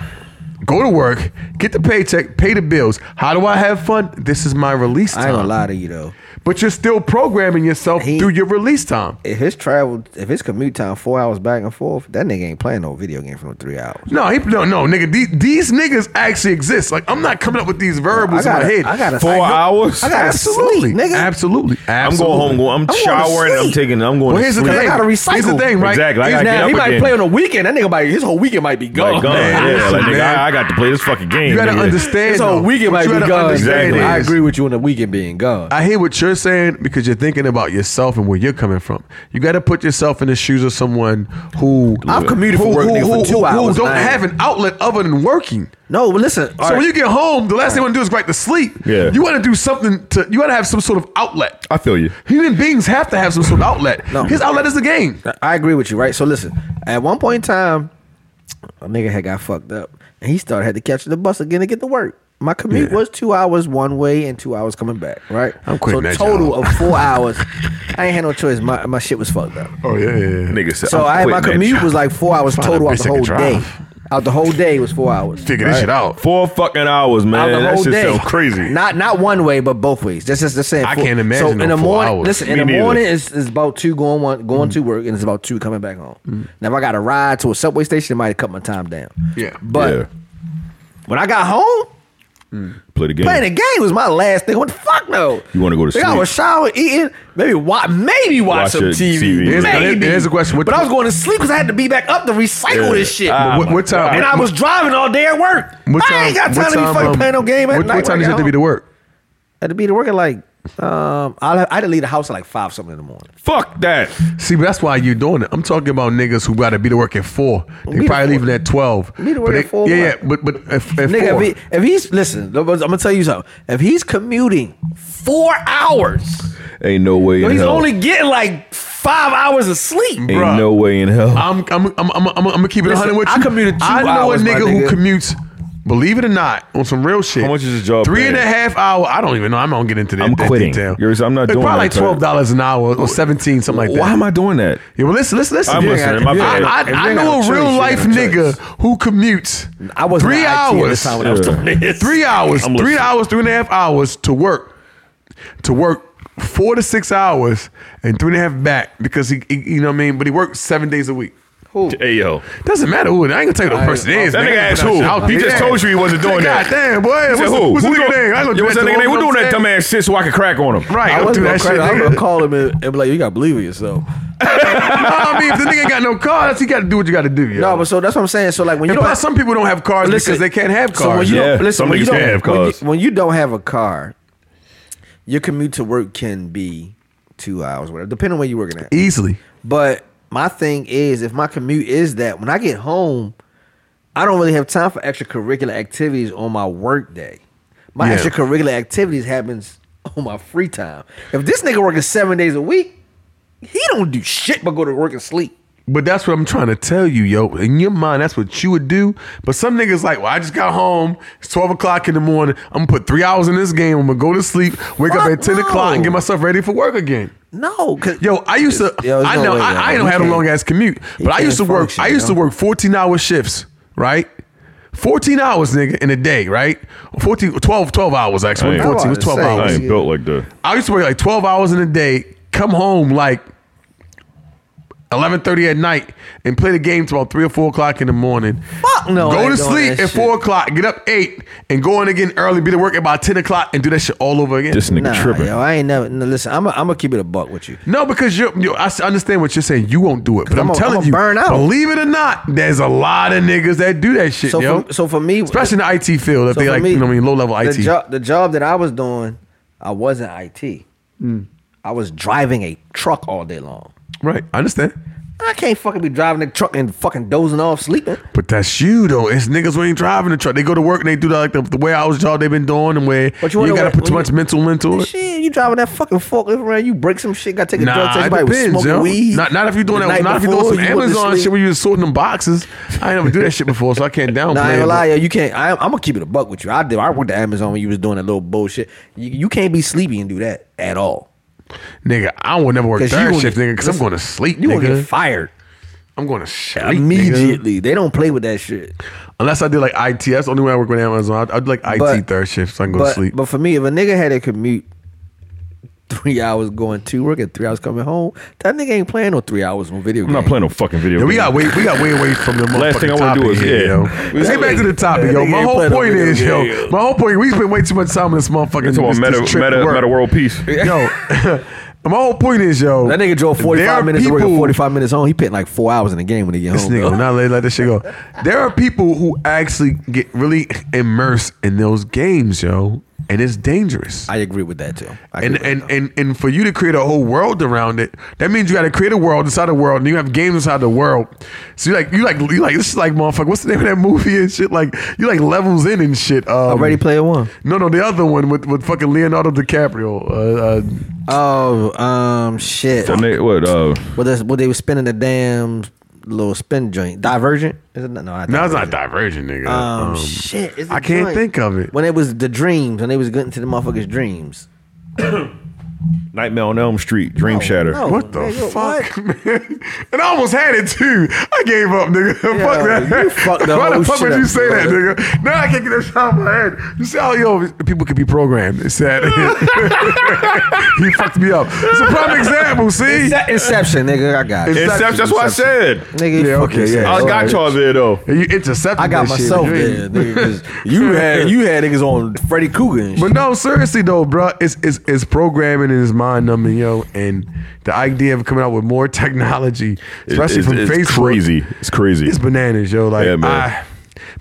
Speaker 3: go to work, get the paycheck, pay the bills. How do I have fun? This is my release
Speaker 4: I ain't gonna
Speaker 3: time.
Speaker 4: lie to you though.
Speaker 3: But you're still programming yourself
Speaker 4: He-
Speaker 3: through your release time.
Speaker 4: If his travel, if his commute time four hours back and forth, that nigga ain't playing no video game for no three hours.
Speaker 3: No, he, no, no, nigga. These, these niggas actually exist. Like I'm not coming up with these
Speaker 4: I
Speaker 3: variables
Speaker 4: gotta,
Speaker 3: in my head.
Speaker 4: I gotta
Speaker 6: Four
Speaker 4: I go-
Speaker 6: hours?
Speaker 4: I gotta
Speaker 3: absolutely,
Speaker 4: sleep, nigga.
Speaker 3: absolutely,
Speaker 6: I'm
Speaker 3: absolutely.
Speaker 6: going home. Going, I'm,
Speaker 4: going to
Speaker 6: showering. I'm
Speaker 4: sleep.
Speaker 6: taking. I'm going
Speaker 3: Well,
Speaker 6: to
Speaker 3: here's the
Speaker 6: sleep.
Speaker 3: thing.
Speaker 4: I gotta
Speaker 3: Here's the
Speaker 4: recycle.
Speaker 3: thing, right?
Speaker 6: Exactly. I
Speaker 3: Here's
Speaker 6: gotta
Speaker 3: now-
Speaker 6: get up again.
Speaker 4: on the weekend. That nigga might his whole weekend might be
Speaker 6: Like, gone.
Speaker 3: Man,
Speaker 6: yeah, like,
Speaker 3: listen,
Speaker 6: nigga,
Speaker 3: man.
Speaker 6: I, I got to play this fucking game.
Speaker 3: You gotta
Speaker 6: nigga.
Speaker 3: understand.
Speaker 8: So
Speaker 3: though.
Speaker 8: a weekend
Speaker 3: What
Speaker 8: might
Speaker 3: you
Speaker 8: be
Speaker 3: gotta
Speaker 8: gone.
Speaker 3: understand
Speaker 6: Exactly.
Speaker 3: is-
Speaker 8: I agree with you on the weekend being gone.
Speaker 3: I hear what you're saying because you're thinking about yourself and where you're coming from. You got to put yourself in the shoes of someone who
Speaker 4: I've commuted from
Speaker 3: who,
Speaker 4: work,
Speaker 3: who,
Speaker 4: nigga, for
Speaker 3: who-
Speaker 4: two
Speaker 3: who- who
Speaker 4: hours,
Speaker 3: don't
Speaker 4: man.
Speaker 3: have an outlet other than working.
Speaker 4: No, but listen.
Speaker 3: So when you get home, the last thing you want to do is go back to sleep.
Speaker 6: Yeah.
Speaker 3: You want to do something to. You want to have some sort of outlet.
Speaker 6: I feel you.
Speaker 3: Human beings have to have some sort of outlet.
Speaker 4: No.
Speaker 3: His outlet is the game.
Speaker 4: I agree with you, right? So listen, at one point in time, a nigga had got fucked up, and he started had to catch the bus again to get to work. My commute was two hours one way and two hours coming back, right?
Speaker 3: I'm quitting
Speaker 4: so
Speaker 3: that
Speaker 4: total
Speaker 3: job.
Speaker 4: of four hours. I ain't had no choice. My my shit was fucked up.
Speaker 3: Oh yeah, yeah.
Speaker 6: Nigga said,
Speaker 4: So
Speaker 6: I'm
Speaker 4: I my
Speaker 6: quitting that
Speaker 4: commute
Speaker 6: job.
Speaker 4: was like four hours
Speaker 3: Find a
Speaker 4: total out
Speaker 3: bitch
Speaker 4: the
Speaker 3: that
Speaker 4: whole
Speaker 3: can
Speaker 4: day.
Speaker 3: drive.
Speaker 4: Out the whole day was four hours.
Speaker 3: Figure this shit out.
Speaker 6: Four fucking hours,
Speaker 4: Out the
Speaker 6: man. That
Speaker 4: whole
Speaker 6: shit
Speaker 4: day.
Speaker 6: sounds crazy.
Speaker 4: Not not one way, but both ways. That's just the same.
Speaker 3: I
Speaker 4: Four-
Speaker 3: can't imagine
Speaker 4: So
Speaker 3: no
Speaker 4: in the
Speaker 3: four
Speaker 4: morning,
Speaker 3: hours. Mm.
Speaker 4: listen.
Speaker 6: Me
Speaker 4: in the
Speaker 6: neither.
Speaker 4: morning, it's, it's about two going one going to work, and it's about two coming back home. Now, if I got a ride to a subway station, it might have cut my time down.
Speaker 3: Yeah.
Speaker 4: but
Speaker 6: yeah.
Speaker 4: when I got home,
Speaker 6: play the game.
Speaker 4: playing the game was my last thing. What the fuck no?
Speaker 6: You wanna go to
Speaker 4: Think I
Speaker 6: sleep.
Speaker 4: was shower, eating, maybe watch, maybe watch,
Speaker 6: Watch
Speaker 4: some
Speaker 6: your
Speaker 4: TV.
Speaker 6: TV.
Speaker 3: Here's,
Speaker 4: Maybe.
Speaker 3: here's a question. What,
Speaker 4: But I was going to sleep because I had to be back up to recycle
Speaker 6: Yeah.
Speaker 4: this shit.
Speaker 6: Ah,
Speaker 3: what, what time?
Speaker 4: and I was driving all day at work.
Speaker 3: What
Speaker 4: I ain't
Speaker 3: what
Speaker 4: got time to be fucking
Speaker 3: um,
Speaker 4: playing no game at
Speaker 3: what,
Speaker 4: night.
Speaker 3: What time
Speaker 4: when
Speaker 3: does
Speaker 4: I
Speaker 3: it have
Speaker 4: get
Speaker 3: to be
Speaker 4: home.
Speaker 3: to work?
Speaker 4: Had to be to work at like um I'll have, I had to leave the house at like five something in the morning.
Speaker 6: Fuck that.
Speaker 3: See, but that's why you're doing it. I'm talking about niggas who got to be to work at four. They
Speaker 4: Be
Speaker 3: probably
Speaker 4: to four.
Speaker 3: leaving at twelve.
Speaker 4: Be to work
Speaker 3: But
Speaker 4: at
Speaker 3: they-
Speaker 4: four,
Speaker 3: Yeah,
Speaker 4: what?
Speaker 3: yeah, but but if, if
Speaker 4: Nigga,
Speaker 3: four,
Speaker 4: if, he, if he's listen, I'm gonna tell you something. If he's commuting four hours,
Speaker 6: Ain't no way.
Speaker 4: yo,
Speaker 6: in
Speaker 4: he's
Speaker 6: hell.
Speaker 4: only getting like five hours of sleep.
Speaker 6: Ain't
Speaker 3: Bruh.
Speaker 6: no way in hell.
Speaker 3: I'm I'm I'm I'm, I'm, I'm gonna keep it
Speaker 4: Listen,
Speaker 3: 100 with you.
Speaker 4: I commuted two
Speaker 3: I know
Speaker 4: hours,
Speaker 3: a
Speaker 4: my
Speaker 3: nigga,
Speaker 4: nigga.
Speaker 3: who commutes. Believe it or not, on some real shit.
Speaker 6: How much is his job
Speaker 3: Three
Speaker 6: paying?
Speaker 3: and a half hour. I don't even know. I'm not gonna get into that.
Speaker 6: I'm
Speaker 3: that
Speaker 6: quitting.
Speaker 3: Detail.
Speaker 6: Yours, I'm not
Speaker 3: it's
Speaker 6: doing
Speaker 3: probably
Speaker 6: that
Speaker 3: like
Speaker 6: type.
Speaker 3: twelve dollars an hour or seventeen, something like that.
Speaker 6: Why am I doing that?
Speaker 3: Yeah, well, listen, listen, listen.
Speaker 6: I'm
Speaker 3: Yeah,
Speaker 6: listening. My
Speaker 3: I,
Speaker 6: bad.
Speaker 3: I,
Speaker 4: If you
Speaker 3: I
Speaker 4: ain't
Speaker 3: know
Speaker 4: got
Speaker 3: a
Speaker 4: no
Speaker 3: real
Speaker 4: choice, you
Speaker 3: life
Speaker 4: ain't got no
Speaker 3: nigga who commutes.
Speaker 4: I was
Speaker 3: three hours.
Speaker 4: time when I was
Speaker 6: Yeah.
Speaker 4: doing this.
Speaker 3: Three hours,
Speaker 6: I'm
Speaker 3: three
Speaker 6: listening.
Speaker 3: hours, three and a half hours to work, to work four to six hours and three and a half back because he, he- you know what I mean. But he worked seven days a week.
Speaker 6: Hey yo,
Speaker 3: Doesn't matter who. it- I ain't gonna tell you the person it is.
Speaker 6: That
Speaker 3: man.
Speaker 6: nigga
Speaker 3: I ain't
Speaker 6: asked
Speaker 3: gonna
Speaker 6: who.
Speaker 3: shout
Speaker 6: He
Speaker 3: it.
Speaker 6: just
Speaker 3: Yeah.
Speaker 6: told you he wasn't
Speaker 3: Say,
Speaker 6: doing that.
Speaker 3: God damn, boy.
Speaker 6: He
Speaker 3: What's,
Speaker 6: said,
Speaker 3: the-
Speaker 6: who?
Speaker 3: what's the
Speaker 6: Who
Speaker 3: nigga
Speaker 6: doing-
Speaker 3: name? I ain't gonna
Speaker 6: Yo,
Speaker 3: do
Speaker 6: what's
Speaker 3: that
Speaker 6: that
Speaker 3: to
Speaker 6: nigga
Speaker 3: him.
Speaker 6: name? Who doing that
Speaker 3: I'm saying-
Speaker 6: dumbass shit so I can crack on him?
Speaker 3: Right.
Speaker 8: I
Speaker 3: I'll do
Speaker 8: wasn't
Speaker 3: that
Speaker 8: gonna
Speaker 3: shit.
Speaker 8: crack. I was
Speaker 3: nigga.
Speaker 8: gonna call him and, and be like, "You gotta believe in yourself."
Speaker 3: No, I mean, if the nigga ain't got no car, that's he got to do what you got to do. yo.
Speaker 4: No, but so that's what I'm saying. So like when you
Speaker 3: And
Speaker 4: don't
Speaker 3: plus, some people don't have cars
Speaker 4: Listen,
Speaker 3: because they can't have cars.
Speaker 4: So when you
Speaker 6: Yeah,
Speaker 4: don't, listen,
Speaker 6: some
Speaker 4: when you
Speaker 6: niggas
Speaker 4: don't
Speaker 6: can't have
Speaker 4: when you-
Speaker 6: cars.
Speaker 4: When you, don't have a car, your commute to work can be two hours, whatever, depending on where you're working at.
Speaker 3: Easily.
Speaker 4: But my thing is, if my commute is that when I get home, I don't really have time for extracurricular activities on my work day. My
Speaker 3: Yeah.
Speaker 4: extracurricular activities happens *laughs* on my free time. If this nigga working seven days a week, he don't do shit but go to work and sleep.
Speaker 3: But that's what I'm trying to tell you, yo. In your mind, that's what you would do. But some niggas like, well, I just got home. It's 12 o'clock in the morning. I'm gonna put three hours in this game. I'm gonna go to sleep, wake up
Speaker 4: Fuck
Speaker 3: at 10 o'clock, and
Speaker 4: no.
Speaker 3: get myself ready for work again.
Speaker 4: No, 'cause-
Speaker 3: Yo, I used to.
Speaker 4: Yo, there's
Speaker 3: I
Speaker 4: no
Speaker 3: know.
Speaker 4: way,
Speaker 3: I,
Speaker 4: yo.
Speaker 3: I ain't
Speaker 4: You
Speaker 3: had a
Speaker 4: can't-
Speaker 3: long ass commute, but I
Speaker 4: can't
Speaker 3: used to work.
Speaker 4: function,
Speaker 3: I used to
Speaker 4: yo.
Speaker 3: work fourteen hour shifts, right? Fourteen hours, nigga, in a day, right? 14, 12, 12 hours actually.
Speaker 6: Hey.
Speaker 3: It wasn't Fourteen, it was twelve
Speaker 4: Same.
Speaker 6: I
Speaker 3: hours.
Speaker 6: ain't built like that.
Speaker 3: I used to work like twelve hours in a day. Come home like eleven thirty at night and play the game till about three or four o'clock in the morning.
Speaker 4: Fuck no, I
Speaker 3: Go to
Speaker 4: ain't doing
Speaker 3: sleep at
Speaker 4: that shit.
Speaker 3: four o'clock. Get up eight and go in again early. Be to work at about ten o'clock and do that shit all over again.
Speaker 6: This nigga
Speaker 4: Nah,
Speaker 6: tripping.
Speaker 4: yo, I ain't never. No, listen, I'm gonna keep it a buck with you.
Speaker 3: No, because you you I s- understand what you're saying. You won't do it, but I'm,
Speaker 4: I'm a-
Speaker 3: telling
Speaker 4: I'm a
Speaker 3: you,
Speaker 4: burn out.
Speaker 3: believe it or not, there's a lot of niggas that do that shit,
Speaker 4: So
Speaker 3: yo.
Speaker 4: for, so for me,
Speaker 3: especially in the IT field, if
Speaker 4: so
Speaker 3: they
Speaker 4: for
Speaker 3: like,
Speaker 4: me,
Speaker 3: you know, what I mean, low level IT.
Speaker 4: The job, the job that I was doing, I wasn't IT. I was driving a truck all day long.
Speaker 3: right, I understand.
Speaker 4: I can't fucking be driving the truck and fucking dozing off sleeping.
Speaker 3: But that's you though. It's niggas who ain't driving the truck. They go to work and they do that like the, the way I was job they've been doing and where
Speaker 4: But
Speaker 3: you,
Speaker 4: you wonder
Speaker 3: ain't gotta
Speaker 4: what-
Speaker 3: put too
Speaker 4: when
Speaker 3: much
Speaker 4: you-
Speaker 3: mental into it.
Speaker 4: Shit, you driving that fucking forklift around, you break some shit, gotta take a drug
Speaker 3: Nah,
Speaker 4: test.
Speaker 3: it
Speaker 4: Everybody was
Speaker 3: depends,
Speaker 4: smoking
Speaker 3: yo.
Speaker 4: weed.
Speaker 3: Not, not if you're doing
Speaker 4: the
Speaker 3: that.
Speaker 4: night
Speaker 3: Not if you're
Speaker 4: before,
Speaker 3: doing some
Speaker 4: you went to
Speaker 3: Amazon shit
Speaker 4: sleep.
Speaker 3: where you just sorting them boxes. I ain't never do that shit before, so I can't downplay.
Speaker 4: Nah, I
Speaker 3: it,
Speaker 4: ain't gonna
Speaker 3: but-
Speaker 4: lie, yo, you can't. I, I'm gonna keep it a buck with you. I did. I worked at Amazon when you was doing that little bullshit. You, you can't be sleepy and do that at all.
Speaker 3: nigga, I will never work
Speaker 4: 'Cause you
Speaker 3: third
Speaker 4: gonna
Speaker 3: shift,
Speaker 4: get-
Speaker 3: nigga, because I'm
Speaker 4: listen,
Speaker 3: going to sleep,
Speaker 4: You gonna
Speaker 3: nigga.
Speaker 4: get fired
Speaker 3: I'm going to sleep nigga.
Speaker 4: immediately. They don't play with that shit.
Speaker 3: Unless I did like IT. That's the only way I work with Amazon. I'd, I'd like IT
Speaker 4: But-
Speaker 3: third shift so I can go
Speaker 4: but,
Speaker 3: to sleep.
Speaker 4: But for me, if a nigga had a commute three *laughs* hours going to work and three hours coming home, that nigga ain't playing no three hours on video.
Speaker 6: I'm not playing no fucking video.
Speaker 3: yeah, we
Speaker 6: game.
Speaker 3: got way we got way away from the
Speaker 6: Last thing I
Speaker 3: motherfucking
Speaker 6: wanna do
Speaker 3: topic
Speaker 6: is-
Speaker 3: here,
Speaker 6: yeah.
Speaker 3: yo.
Speaker 6: We
Speaker 3: Let's
Speaker 6: got
Speaker 3: get back
Speaker 6: way-
Speaker 3: to the topic, yo.
Speaker 4: nigga
Speaker 3: My
Speaker 4: ain't
Speaker 3: whole
Speaker 4: playing no
Speaker 3: point
Speaker 4: video
Speaker 3: is, yo.
Speaker 4: game.
Speaker 3: My whole point. We spent way too much time on this motherfucking
Speaker 6: Talking
Speaker 3: this,
Speaker 6: about
Speaker 3: this
Speaker 6: meta,
Speaker 3: trip to
Speaker 6: meta,
Speaker 3: work.
Speaker 6: meta world
Speaker 3: *laughs*
Speaker 6: peace.
Speaker 3: Yo, My whole point is, yo,
Speaker 4: That nigga drove
Speaker 3: there are
Speaker 4: 45 minutes to work
Speaker 3: people-
Speaker 4: and 45 minutes home. He put like four hours in the game when he
Speaker 3: *laughs*
Speaker 4: get
Speaker 3: This
Speaker 4: home.
Speaker 3: nigga
Speaker 4: though.
Speaker 3: will not let, let this shit go. There are people who actually get really immersed in those games, yo, and it's dangerous.
Speaker 4: I agree with that too. I
Speaker 3: and
Speaker 4: agree with
Speaker 3: and,
Speaker 4: that,
Speaker 3: and and for you to create a whole world around it, that means you got to create a world inside the world, and you have games inside the world. So you like you like you like this is like motherfucker. What's the name of that movie and shit? Like you like levels in and shit. Um,
Speaker 4: though. Oh, Ready Player One.
Speaker 3: No, no, the other one with with fucking Leonardo DiCaprio. Uh, uh,
Speaker 4: Oh, um, shit.
Speaker 8: That nigga- what? Uh,
Speaker 4: Well, that's what they were spinning the damn little spin joint. Divergent? Is it not? No, not
Speaker 3: no, it's not
Speaker 4: Divergent.
Speaker 3: Divergent, nigga.
Speaker 4: Um,
Speaker 3: Um,
Speaker 4: shit. it's a
Speaker 3: I can't
Speaker 4: joint.
Speaker 3: think of it.
Speaker 4: When it was the dreams, when they was getting to the motherfuckers' dreams.
Speaker 8: Nightmare on Elm Street,
Speaker 3: Oh,
Speaker 8: Dream Shatter.
Speaker 4: no.
Speaker 3: What the
Speaker 4: Nigga,
Speaker 3: fuck, *laughs* man? And I almost had it too. I gave up, nigga. *laughs* fuck that.
Speaker 4: you fucked the
Speaker 3: Why the
Speaker 4: whole
Speaker 3: fuck
Speaker 4: shit
Speaker 3: would you
Speaker 4: up,
Speaker 3: say that,
Speaker 4: brother.
Speaker 3: nigga? Now I can't get that shit out of my head. You see how yo people could be programmed. It's sad. *laughs* he fucked me up. It's a prime
Speaker 4: *laughs*
Speaker 3: example. See,
Speaker 4: Ince- Inception, nigga. I got it.
Speaker 3: Ince-
Speaker 8: Except that's what I said.
Speaker 4: Nigga,
Speaker 3: Yeah,
Speaker 4: fuck
Speaker 3: okay,
Speaker 4: yourself.
Speaker 3: yeah.
Speaker 8: I got y'all there though.
Speaker 3: And you intercepted.
Speaker 4: I got
Speaker 3: that shit.
Speaker 4: myself
Speaker 3: You ain't-
Speaker 4: there.
Speaker 3: *laughs*
Speaker 4: nigga, 'cause you had you had niggas on Freddy Cougar and shit.
Speaker 3: But no, seriously though, bruh, it's it's it's programming and it's mind numbing, yo. And the idea of coming out with more *laughs* technology, especially
Speaker 8: it's,
Speaker 3: from
Speaker 8: it's
Speaker 3: Facebook,
Speaker 8: crazy. It's crazy.
Speaker 3: It's bananas, yo. Like,
Speaker 8: Yeah, man.
Speaker 3: I,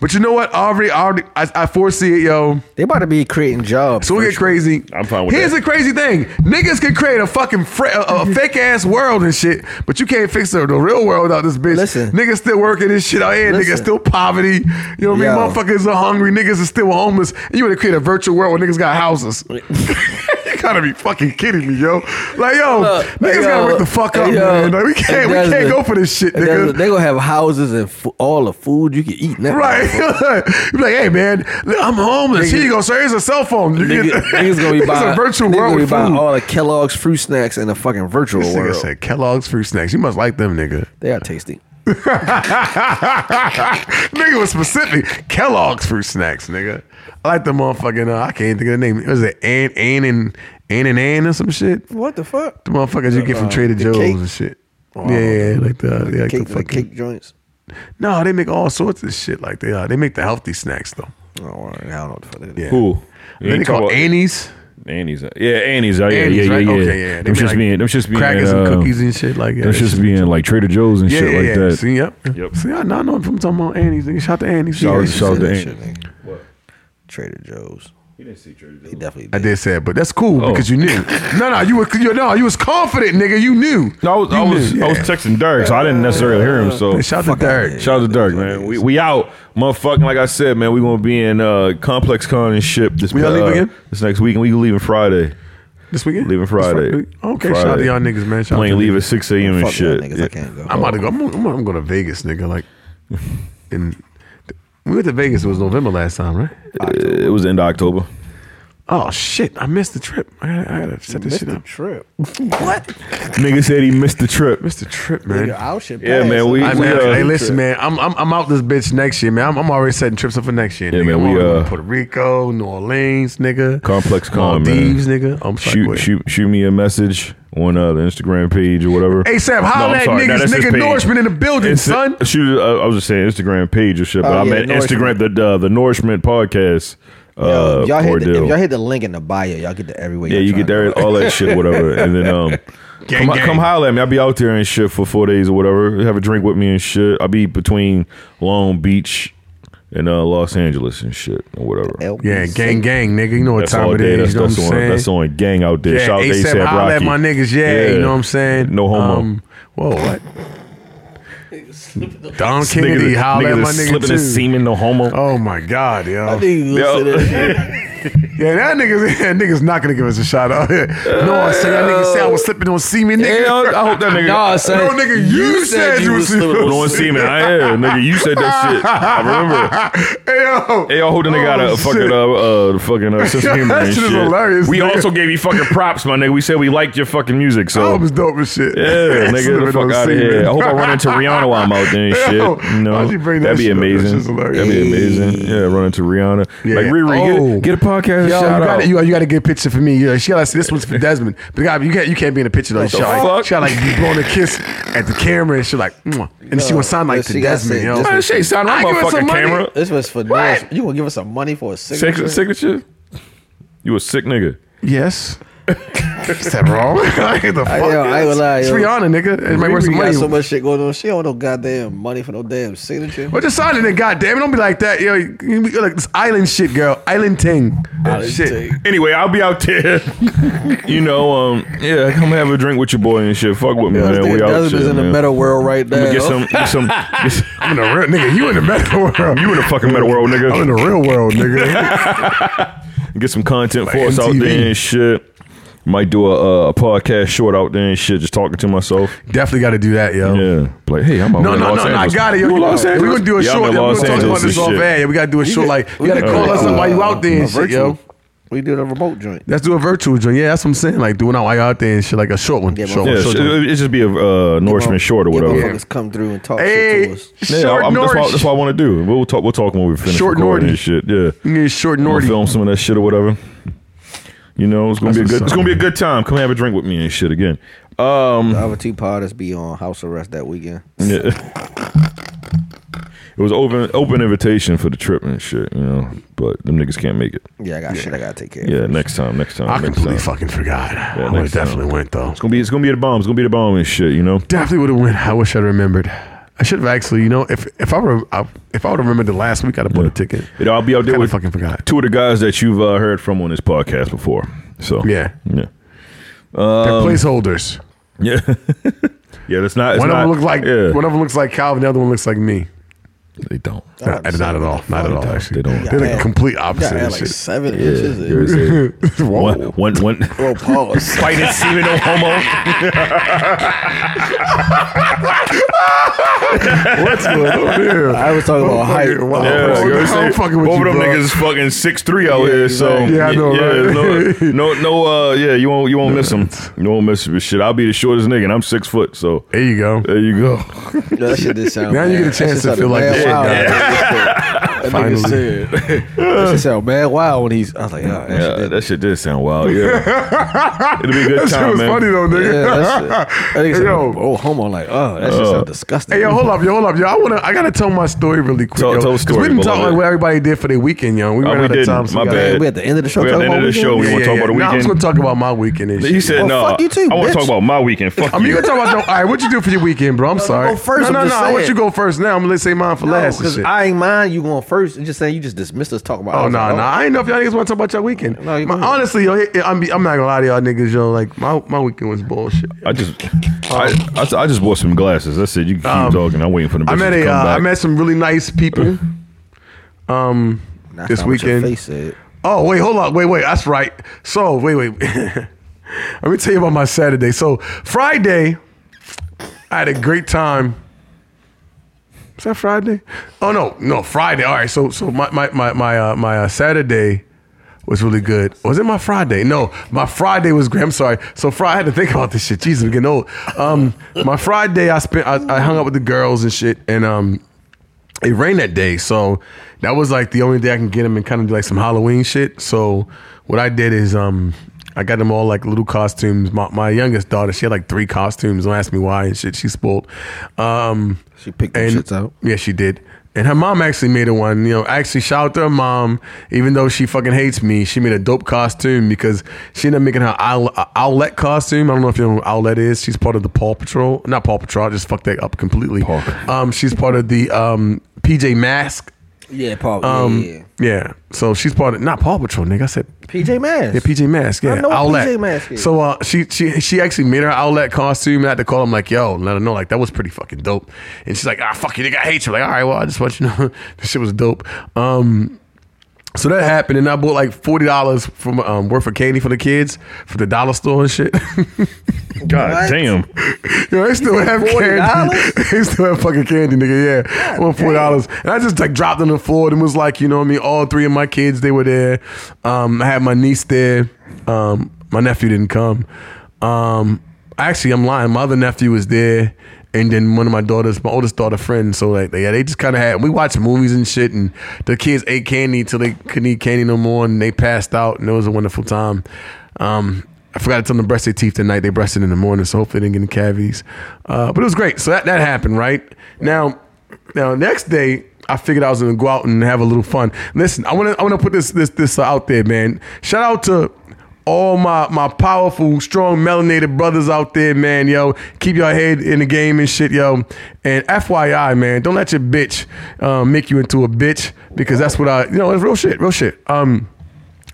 Speaker 3: but you know what? Already, already, I, I foresee it, yo.
Speaker 4: They about to be creating jobs.
Speaker 3: So we get crazy.
Speaker 8: I'm fine with
Speaker 3: Here's
Speaker 8: that.
Speaker 3: the crazy thing: niggas can create a fucking fra- a,
Speaker 4: *laughs*
Speaker 3: a fake ass world and shit, but you can't fix the, the real world out this bitch.
Speaker 4: Listen.
Speaker 3: niggas still working this shit out here. Niggas
Speaker 4: Listen.
Speaker 3: still poverty. You know what I mean?
Speaker 4: Yo.
Speaker 3: Motherfuckers are hungry. Niggas are still homeless. And you want to create a virtual world where niggas got
Speaker 4: *laughs*
Speaker 3: houses? you gotta be fucking kidding me, yo. Like, yo, niggas
Speaker 4: Look, hey,
Speaker 3: gotta
Speaker 4: yo,
Speaker 3: wake the fuck up,
Speaker 4: hey, yo,
Speaker 3: man. Like, we can't,
Speaker 4: hey,
Speaker 3: we can't
Speaker 4: Desmond,
Speaker 3: go for this shit,
Speaker 4: hey,
Speaker 3: nigga.
Speaker 4: Desmond, They gonna have houses and f- all the food you can eat. Now.
Speaker 3: Right. *laughs* you be like, hey man, look, I'm homeless. Here you go, sir. Here's a cell phone. You
Speaker 4: Nigga,
Speaker 3: can-
Speaker 4: niggas gonna
Speaker 3: *laughs*
Speaker 4: be
Speaker 3: it's
Speaker 4: buying
Speaker 3: a virtual
Speaker 4: niggas
Speaker 3: world
Speaker 4: gonna be
Speaker 3: with
Speaker 4: buying
Speaker 3: food.
Speaker 4: all the Kellogg's fruit snacks in the fucking virtual
Speaker 3: *laughs* This nigga
Speaker 4: world.
Speaker 3: said Kellogg's fruit snacks. You must like them, nigga. *laughs*
Speaker 4: They are tasty.
Speaker 3: nigga was specific. Kellogg's fruit snacks, nigga. I like the motherfucking. Uh, I can't think of the name. Was it Ann Ann and Ann and Ann or some shit?
Speaker 4: What the fuck?
Speaker 3: The motherfuckers you get from
Speaker 4: Uh,
Speaker 3: Trader
Speaker 4: the
Speaker 3: Joe's
Speaker 4: cake?
Speaker 3: and shit. yeah, yeah, like the, yeah, like
Speaker 4: Cake,
Speaker 3: the
Speaker 4: the
Speaker 3: fucking.
Speaker 4: cake joints.
Speaker 3: No, they make all sorts of shit like they are. They make the healthy snacks though.
Speaker 4: Oh, all right. I don't know what the fuck that is.
Speaker 3: Yeah.
Speaker 8: cool.
Speaker 3: Then
Speaker 8: You ain't
Speaker 3: they
Speaker 8: talking
Speaker 3: call
Speaker 8: about-
Speaker 3: Annie's.
Speaker 8: Annie's. uh, Yeah, Annie's. Oh, yeah,
Speaker 3: Annie's,
Speaker 8: yeah, yeah,
Speaker 3: right?
Speaker 8: yeah.
Speaker 3: Okay, yeah. They
Speaker 8: Them
Speaker 3: be
Speaker 8: just
Speaker 3: like
Speaker 8: being, them just being
Speaker 3: crackers
Speaker 8: at,
Speaker 3: and
Speaker 8: uh,
Speaker 3: cookies and shit like yeah,
Speaker 8: them
Speaker 3: that shit-
Speaker 8: just being like Trader Joe's and
Speaker 3: Yeah,
Speaker 8: shit
Speaker 3: yeah,
Speaker 8: like
Speaker 3: yeah.
Speaker 8: that.
Speaker 3: See, yep.
Speaker 8: Yep.
Speaker 3: See, I, know- I know if I'm talking about Annie's. Nigga, shout to Annie's.
Speaker 8: Shout out-
Speaker 3: Yeah.
Speaker 8: shout out to
Speaker 4: That
Speaker 8: Annie.
Speaker 4: shit, nigga. Trader Joe's.
Speaker 8: He didn't see Trader Joe's.
Speaker 4: He definitely
Speaker 3: I
Speaker 4: did.
Speaker 3: did say it, but that's cool
Speaker 8: Oh.
Speaker 3: because you knew. no, no, you were you, no, you was confident, nigga. You knew.
Speaker 8: No, I was, I
Speaker 3: You
Speaker 8: was,
Speaker 3: knew,
Speaker 8: I was
Speaker 3: yeah.
Speaker 8: texting Dirk, so I didn't necessarily hear him. So
Speaker 3: Hey, shout out to Derek.
Speaker 8: Shout out to Dirk, man. We, we out, motherfucking. Like I said, man, we gonna be in uh, Complex Con and ship this.
Speaker 3: We all
Speaker 8: uh,
Speaker 3: leave again?
Speaker 8: This next week, and we leaving Friday.
Speaker 3: This weekend,
Speaker 8: Leaving
Speaker 3: This fuck-
Speaker 8: Friday.
Speaker 3: Okay,
Speaker 8: Friday.
Speaker 3: shout out to y'all niggas, man. Shout out
Speaker 8: Plane
Speaker 3: to
Speaker 8: leave
Speaker 3: niggas.
Speaker 8: at six a.m. and
Speaker 4: Fuck
Speaker 8: shit.
Speaker 4: y'all niggas. I can't go.
Speaker 3: I'm about to go. I'm, I'm, I'm going to Vegas, nigga.
Speaker 8: *laughs*
Speaker 3: Like, and we went to Vegas. It was November last time, right?
Speaker 8: Uh, It was the end of October.
Speaker 3: Oh shit, I missed the trip. I gotta, I gotta set this shit up.
Speaker 4: trip.
Speaker 8: Nigga said he missed the trip.
Speaker 3: Missed the trip, man.
Speaker 4: I'll ship
Speaker 8: Yeah,
Speaker 4: past.
Speaker 8: man, we-
Speaker 3: I mean,
Speaker 8: uh,
Speaker 3: hey, listen, man. I'm, I'm I'm out this bitch next year, man. I'm, I'm already setting trips up for next year.
Speaker 8: Yeah,
Speaker 3: nigga.
Speaker 8: man,
Speaker 3: I'm
Speaker 8: we,
Speaker 3: already going
Speaker 8: uh,
Speaker 3: to Puerto Rico, New Orleans, nigga.
Speaker 8: Complex Con,
Speaker 3: Maldives,
Speaker 8: man.
Speaker 3: nigga. I'm sorry,
Speaker 8: Shoot,
Speaker 3: go ahead.
Speaker 8: shoot, shoot me a message on uh, the Instagram page or whatever.
Speaker 3: Hey, Sam, holla
Speaker 8: I'm
Speaker 3: at
Speaker 8: sorry.
Speaker 3: niggas.
Speaker 8: that's his
Speaker 3: Nigga
Speaker 8: page.
Speaker 3: Nourishment in the building, son.
Speaker 8: Shoot, uh, I was just saying Instagram page or shit, but
Speaker 4: Oh,
Speaker 8: I
Speaker 4: yeah,
Speaker 8: meant
Speaker 4: Nourishment.
Speaker 8: Instagram the uh, the Nourishment podcast.
Speaker 4: Yo,
Speaker 8: Uh,
Speaker 4: y'all hit the,
Speaker 8: ordeal.
Speaker 4: if y'all hit the link in the bio. Y'all get the everywhere.
Speaker 8: Yeah,
Speaker 4: y'all
Speaker 8: you
Speaker 4: trying
Speaker 8: get
Speaker 4: to
Speaker 8: there,
Speaker 4: go.
Speaker 8: all that shit, whatever.
Speaker 4: *laughs*
Speaker 8: And then um,
Speaker 3: Gang,
Speaker 8: come,
Speaker 3: gang.
Speaker 8: come holler at me. I'll be out there and shit for four days or whatever. Have a drink with me and shit. I'll be between Long Beach and uh, Los Angeles and shit or whatever.
Speaker 3: Yeah,
Speaker 4: LBC.
Speaker 3: gang, gang, nigga. You know what
Speaker 8: That's
Speaker 3: time
Speaker 8: all
Speaker 3: it
Speaker 8: day.
Speaker 3: is.
Speaker 8: That's,
Speaker 3: You know
Speaker 8: that's,
Speaker 3: what I'm
Speaker 8: on,
Speaker 3: saying?
Speaker 8: that's on gang out there.
Speaker 3: Yeah,
Speaker 8: Shout out to
Speaker 3: ASAP,
Speaker 8: ASAP
Speaker 3: holla at
Speaker 8: Rocky.
Speaker 3: my niggas. Yeah, you know what I'm saying?
Speaker 8: No homo.
Speaker 3: Um, whoa, what? Don
Speaker 8: This nigga-
Speaker 3: Kennedy, holla at
Speaker 8: niggas
Speaker 3: my
Speaker 8: is
Speaker 3: nigga,
Speaker 8: slipping his
Speaker 3: too.
Speaker 8: semen, no homo.
Speaker 3: Oh, my God, yo.
Speaker 4: I think you
Speaker 8: Yo.
Speaker 4: gonna
Speaker 3: *laughs*
Speaker 4: say that
Speaker 8: *laughs*
Speaker 4: shit.
Speaker 3: Yeah, that nigga's, *laughs* that nigga's not gonna give us a shot out *laughs* here. No, I said that nigga said I was slipping on semen, nigga.
Speaker 8: Yeah, I hope that
Speaker 3: *laughs*
Speaker 8: nigga.
Speaker 4: Nah, son.
Speaker 3: No, nigga, you, said, you was slipping
Speaker 8: Put on semen. I am, nigga. You said that shit. I remember.
Speaker 3: Hey, yo.
Speaker 8: Hey, yo, who the nigga got
Speaker 3: Oh,
Speaker 8: a fucking
Speaker 3: shit.
Speaker 8: uh, uh fucking uh, sense of
Speaker 3: *laughs*
Speaker 8: humor
Speaker 3: That
Speaker 8: and
Speaker 3: shit
Speaker 8: shit.
Speaker 3: is hilarious,
Speaker 8: we
Speaker 3: nigga.
Speaker 8: also gave you fucking props, my nigga. We said we liked your fucking music, so
Speaker 3: Album's dope as shit. *laughs*
Speaker 8: yeah, nigga,
Speaker 3: Slipping
Speaker 8: the
Speaker 3: on
Speaker 8: fuck out of
Speaker 3: semen.
Speaker 8: here. I hope I run into Rihanna while I'm out
Speaker 3: *laughs*
Speaker 8: there and
Speaker 3: Yo,
Speaker 8: shit. You know,
Speaker 3: why'd you bring that
Speaker 8: that'd be
Speaker 3: shit up? That
Speaker 8: amazing.
Speaker 3: shit's hilarious.
Speaker 8: that'd be amazing. Yeah, run into Rihanna.
Speaker 3: *laughs* Yeah.
Speaker 8: Like Riri, get-
Speaker 3: Oh.
Speaker 8: get, a podcast
Speaker 3: Yo, you
Speaker 8: shout out.
Speaker 3: gotta, you, you gotta get a picture for me. Yeah, she gotta see this one's for Desmond. But God, you can't you can't be in a picture though. She
Speaker 8: the
Speaker 3: gotta, like,
Speaker 8: fuck?
Speaker 3: she gotta like be blowing a kiss at the camera and she like, "Mwah." and she
Speaker 4: No,
Speaker 3: gonna sound like
Speaker 4: yeah,
Speaker 3: to
Speaker 4: she gotta
Speaker 3: Desmond.
Speaker 4: say
Speaker 3: Yo,
Speaker 4: Desmond.
Speaker 8: Man, she ain't signed my
Speaker 3: I give her some
Speaker 8: motherfucking
Speaker 3: money.
Speaker 8: camera.
Speaker 4: This was for
Speaker 3: What?
Speaker 4: Norris. You gonna give us some money for a
Speaker 8: Signature,
Speaker 4: signature?
Speaker 8: *laughs* signature. You a sick nigga.
Speaker 3: yes. Is that wrong? *laughs* I ain't the fuck.
Speaker 4: yo, I ain't gonna lie,
Speaker 3: It's
Speaker 4: yo.
Speaker 3: Rihanna, nigga. It might worth
Speaker 4: Riri
Speaker 3: some
Speaker 4: got
Speaker 3: money.
Speaker 4: so much shit going on. She don't want no goddamn money for no damn signature.
Speaker 3: But just sign it then, goddamn it. Don't be like that. Yo, you- you be like this island shit, girl. Island ting. shit.
Speaker 4: ting.
Speaker 8: Anyway, I'll be out
Speaker 3: *laughs*
Speaker 8: there. you know, um, yeah, come have a drink with your boy and shit. Fuck with me,
Speaker 4: This
Speaker 8: man. We
Speaker 4: nigga
Speaker 8: out
Speaker 4: husband's
Speaker 8: shit,
Speaker 4: in the
Speaker 8: man.
Speaker 4: metal world right now.
Speaker 8: I'ma Get some, get some, get some-
Speaker 3: I'm in the real nigga. You in the metal world.
Speaker 8: *laughs* you in the fucking metal
Speaker 3: *laughs*
Speaker 8: world, nigga.
Speaker 3: I'm in the real world,
Speaker 8: *laughs*
Speaker 3: nigga.
Speaker 8: get some content for us out
Speaker 3: MTV.
Speaker 8: there and shit. Might do a, uh, a podcast short out there and shit, just talking to myself.
Speaker 3: Definitely got to do that, yo.
Speaker 8: Yeah, like hey, I'm out
Speaker 3: Oh. No,
Speaker 8: in
Speaker 3: no,
Speaker 8: Los
Speaker 3: no, no, I
Speaker 8: Angeles.
Speaker 3: got it. Yo.
Speaker 8: You in Los
Speaker 3: We're
Speaker 8: Angeles?
Speaker 3: gonna do a
Speaker 8: Yeah, I'm
Speaker 3: short.
Speaker 8: in
Speaker 3: Yo, We're
Speaker 8: Los
Speaker 3: gonna talk about
Speaker 8: Angeles
Speaker 3: this off
Speaker 8: and shit.
Speaker 3: air. Yeah, we gotta do a short. Like, you gotta
Speaker 8: uh,
Speaker 3: call us up while you out
Speaker 4: uh,
Speaker 3: there and shit, yo.
Speaker 4: We do the remote joint.
Speaker 3: Let's do a virtual joint. Yeah, that's what I'm saying. Like, doing out while you out there and shit, like a short one.
Speaker 4: Yeah,
Speaker 3: short
Speaker 8: Yeah,
Speaker 3: one,
Speaker 8: it,
Speaker 3: short one.
Speaker 8: it, it just be a uh, Norseman short or
Speaker 4: Get
Speaker 8: whatever.
Speaker 4: motherfuckers come through and talk shit to
Speaker 3: Hey,
Speaker 4: us.
Speaker 8: Yeah,
Speaker 3: short
Speaker 8: I'm- that's, what,
Speaker 3: Nordish.
Speaker 8: that's what I want to do. We'll talk. We'll talk when we finish
Speaker 3: Short
Speaker 8: recording
Speaker 3: Nordy.
Speaker 8: and shit. Yeah,
Speaker 3: You need short
Speaker 8: I'ma
Speaker 3: Nordy.
Speaker 8: film some of that shit or whatever. You know, it's gonna
Speaker 3: That's
Speaker 8: be a
Speaker 3: what's
Speaker 8: good. It's
Speaker 3: up,
Speaker 8: gonna be a good time. Come have a drink with me and shit again. Um,
Speaker 4: The other two podders be on house arrest that weekend.
Speaker 8: yeah. it was open open invitation for the trip and shit. You know, but them niggas can't make it.
Speaker 4: Yeah, I got shit I gotta take care of.
Speaker 8: Yeah, next time. Next time.
Speaker 3: I
Speaker 8: next
Speaker 3: completely
Speaker 8: time.
Speaker 3: fucking forgot. I would have
Speaker 8: next time.
Speaker 3: definitely went though.
Speaker 8: It's gonna be. It's gonna be the bomb. It's gonna be the bomb and shit. You know.
Speaker 3: Definitely would have went. I wish I'd remembered. I should have actually. You know, if if I were I, if I would have remembered the last week, I'd have bought a ticket.
Speaker 8: It, I'll be out there
Speaker 3: Kinda
Speaker 8: with
Speaker 3: fucking forgot.
Speaker 8: two of the guys that you've uh, heard from on this podcast before. So
Speaker 3: Yeah.
Speaker 8: yeah, *laughs*
Speaker 3: They're
Speaker 8: Um,
Speaker 3: placeholders.
Speaker 8: yeah, yeah. That's not. It's
Speaker 3: One of
Speaker 8: not,
Speaker 3: them looks like
Speaker 8: Yeah.
Speaker 3: one of them looks like Calvin. The other one looks like me.
Speaker 8: they don't.
Speaker 3: Not, not at all. Not at all. Actually,
Speaker 8: They don't.
Speaker 3: They're the
Speaker 4: Yeah.
Speaker 3: complete
Speaker 4: You
Speaker 3: opposite.
Speaker 4: gotta add
Speaker 3: and
Speaker 4: like
Speaker 3: shit.
Speaker 4: seven inches.
Speaker 8: There
Speaker 4: in.
Speaker 8: is
Speaker 3: *laughs*
Speaker 8: a-
Speaker 3: Whoa.
Speaker 8: one, one, one.
Speaker 3: *laughs*
Speaker 4: Bro, pause.
Speaker 8: Fight *laughs* and semen, no homo.
Speaker 3: What's going on here?
Speaker 4: *laughs* I was talking about height.
Speaker 3: Wow. Oh,
Speaker 8: Yeah,
Speaker 3: I'm,
Speaker 8: you know what I'm
Speaker 3: I'm
Speaker 8: saying?
Speaker 3: fucking with
Speaker 8: Both
Speaker 3: you,
Speaker 8: of them
Speaker 3: bro.
Speaker 8: niggas fucking six three out here. So
Speaker 3: exactly. Yeah, I know,
Speaker 8: yeah,
Speaker 3: right? *laughs*
Speaker 8: no, no, no, uh, yeah, you won't, you won't miss them. You won't miss this shit. I'll be the shortest nigga, and I'm six foot. So
Speaker 3: There you go.
Speaker 8: there
Speaker 3: *laughs*
Speaker 8: you go.
Speaker 4: No, that shit did sound
Speaker 3: Now you
Speaker 4: bad.
Speaker 3: get a
Speaker 4: That
Speaker 3: chance
Speaker 4: shit
Speaker 3: to
Speaker 4: sounded
Speaker 3: feel like
Speaker 4: mad
Speaker 3: the shit
Speaker 4: wild.
Speaker 3: guy.
Speaker 4: That nigga
Speaker 3: Finally.
Speaker 4: said. That shit sound mad wild when he's. I was like, oh, that shit
Speaker 8: Yeah,
Speaker 4: did-
Speaker 8: that shit did sound wild. Yeah,
Speaker 3: *laughs*
Speaker 8: it'll be a good
Speaker 3: That shit
Speaker 8: time,
Speaker 3: was
Speaker 8: man.
Speaker 3: funny though, nigga.
Speaker 4: Yeah,
Speaker 3: *laughs*
Speaker 4: that shit. That nigga said,
Speaker 3: Yo. Uh.
Speaker 4: oh, homo. Like, oh, that shit sound disgusting.
Speaker 3: Hey yo, hold up, yo, hold up, yo. I wanna, I gotta tell my story really quick.
Speaker 8: Tell-
Speaker 3: yo,
Speaker 8: tell the
Speaker 3: 'Cause
Speaker 8: story,
Speaker 3: We didn't
Speaker 8: beloved.
Speaker 3: talk like what everybody did for their weekend, yo. We
Speaker 8: Oh,
Speaker 3: ran out
Speaker 8: we
Speaker 3: of
Speaker 8: didn't.
Speaker 3: time. so
Speaker 8: My
Speaker 3: we gotta-
Speaker 8: bad.
Speaker 4: We at the end of the show.
Speaker 8: We're at
Speaker 4: talk
Speaker 8: the end
Speaker 4: about
Speaker 8: of the
Speaker 4: weekend?
Speaker 8: show. We want to talk about
Speaker 3: Nah,
Speaker 8: the
Speaker 3: I was gonna
Speaker 8: weekend.
Speaker 3: talk about my weekend. And
Speaker 8: He
Speaker 3: shit.
Speaker 8: said
Speaker 4: Oh,
Speaker 8: no.
Speaker 4: fuck you too,
Speaker 8: I want
Speaker 4: bitch.
Speaker 8: to talk about my weekend. Fuck
Speaker 3: I mean, you
Speaker 8: you.
Speaker 3: can talk about your. All right, what you do for your weekend, bro? I'm sorry.
Speaker 4: go first,
Speaker 3: No,
Speaker 4: I'm
Speaker 3: no,
Speaker 4: just
Speaker 3: no. I want
Speaker 4: saying.
Speaker 3: you to go first now. I'm gonna say mine for last. and
Speaker 4: because
Speaker 3: shit.
Speaker 4: I ain't mind you going first. It's just saying you just dismissed us talking about. I
Speaker 3: Oh
Speaker 4: was
Speaker 3: no,
Speaker 4: like,
Speaker 3: no! I ain't know if y'all niggas want to talk about your weekend.
Speaker 4: No, you
Speaker 3: My-
Speaker 4: go ahead.
Speaker 3: honestly, yo, it- I'm, be- I'm not gonna lie to y'all niggas, yo. Like my, my weekend was bullshit.
Speaker 8: I just, I, I, I just bought some glasses. That's it. You can keep talking. I'm waiting for the.
Speaker 3: Um, I
Speaker 8: bitches
Speaker 3: met
Speaker 8: to
Speaker 3: a,
Speaker 8: come
Speaker 3: uh, I
Speaker 8: back.
Speaker 3: met some really nice
Speaker 4: *laughs*
Speaker 3: people. Um,
Speaker 4: That's
Speaker 3: this
Speaker 4: not what your
Speaker 3: weekend.
Speaker 4: face said.
Speaker 3: Oh wait, hold on, wait, wait. That's right. So wait, wait. *laughs* Let me tell you about my Saturday. So Friday, I had a great time. Is that Friday? Oh no, no Friday. All right. So so my my my my uh, my uh, Saturday was really good. Was it my Friday? No, my Friday was great. I'm sorry. So Friday, I had to think about this shit. Jesus, I'm getting old. Um, my Friday, I spent I, I hung out with the girls and shit, and um, it rained that day, so that was like the only day I can get them and kind of do like some Halloween shit. So what I did is um I got them all like little costumes. My, my youngest daughter, she had like three costumes. Don't ask me why and shit. She spoiled. Um,
Speaker 4: She picked them shits out.
Speaker 3: Yeah, she did. And her mom actually made her one. You know, actually shout out to her mom, even though she fucking hates me. She made a dope costume because she ended up making her owl- uh, outlet costume. I don't know if you know what outlet is. She's part of the Paw Patrol. Not Paw Patrol. I just fucked that up completely.
Speaker 8: Paw.
Speaker 3: Um, she's part of the um, PJ Mask.
Speaker 4: Yeah, Paul.
Speaker 3: Um,
Speaker 4: yeah.
Speaker 3: yeah. So she's part of not Paw Patrol, nigga. I said
Speaker 4: PJ Masks.
Speaker 3: yeah, PJ Mask. Yeah,
Speaker 4: I know what
Speaker 3: outlet.
Speaker 4: PJ Masks is.
Speaker 3: So uh, she she she actually made her outlet costume. I had to call him like, yo, let her know like that was pretty fucking dope. And she's like, ah, fuck you, nigga, I hate you. like, all right, well, I just want you to know *laughs* this shit was dope. Um, so that happened, and I bought like forty dollars from um, worth of candy for the kids for the dollar store and shit. *laughs*
Speaker 8: God
Speaker 4: What?
Speaker 8: damn.
Speaker 3: Yo, they still have candy. *laughs*
Speaker 4: $40?
Speaker 3: they still have fucking candy, nigga. Yeah, I want four dollars, and I just like dropped on the floor. And it was like, you know what I mean? All three of my kids, they were there. Um, I had my niece there. Um, my nephew didn't come. Um, actually, I'm lying. My other nephew was there, and then one of my daughters, my oldest daughter friend. So like, they, yeah, they just kind of had. We watched movies and shit, and the kids ate candy till they couldn't eat candy no more, and they passed out, and it was a wonderful time. Um, I forgot to tell them to brush their teeth tonight. They brushed it in the morning, so hopefully they didn't get any cavities. Uh, but it was great. So that, that happened, right? Now, now next day, I figured I was gonna go out and have a little fun. Listen, I wanna I wanna put this this this out there, man. Shout out to all my my powerful, strong, melanated brothers out there, man. Yo, keep your head in the game and shit, yo. And FYI, man, don't let your bitch um, make you into a bitch because that's what I, you know, it's real shit, real shit. Um,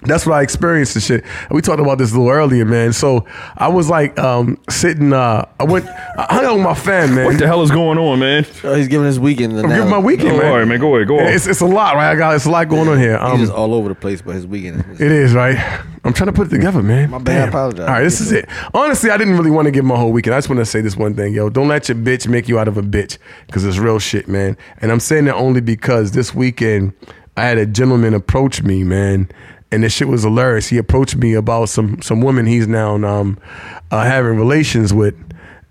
Speaker 3: that's what I experienced and shit. And we talked about this a little earlier, man. So I was like um, sitting. Uh, I went. I hung out with my fam, man.
Speaker 6: What the hell is going
Speaker 3: *laughs*
Speaker 6: on, man?
Speaker 8: Oh, he's giving his weekend.
Speaker 3: I'm giving my weekend,
Speaker 6: Go
Speaker 3: man.
Speaker 6: ahead, man. Go ahead. Go
Speaker 3: It's,
Speaker 6: ahead.
Speaker 3: it's a lot, right? I got it's a lot going on here.
Speaker 8: He's
Speaker 3: Um,
Speaker 8: just all over the place, but his weekend. Is,
Speaker 3: it is right. I'm trying to put it together, man. My
Speaker 8: bad. I apologize.
Speaker 3: All right, this is it. Honestly, I didn't really want to give my whole weekend. I just want to say this one thing, yo. Don't let your bitch make you out of a bitch, because it's real shit, man. And I'm saying that only because this weekend I had a gentleman approach me, man, and this shit was hilarious. He approached me about some some woman he's now um uh, having relations with.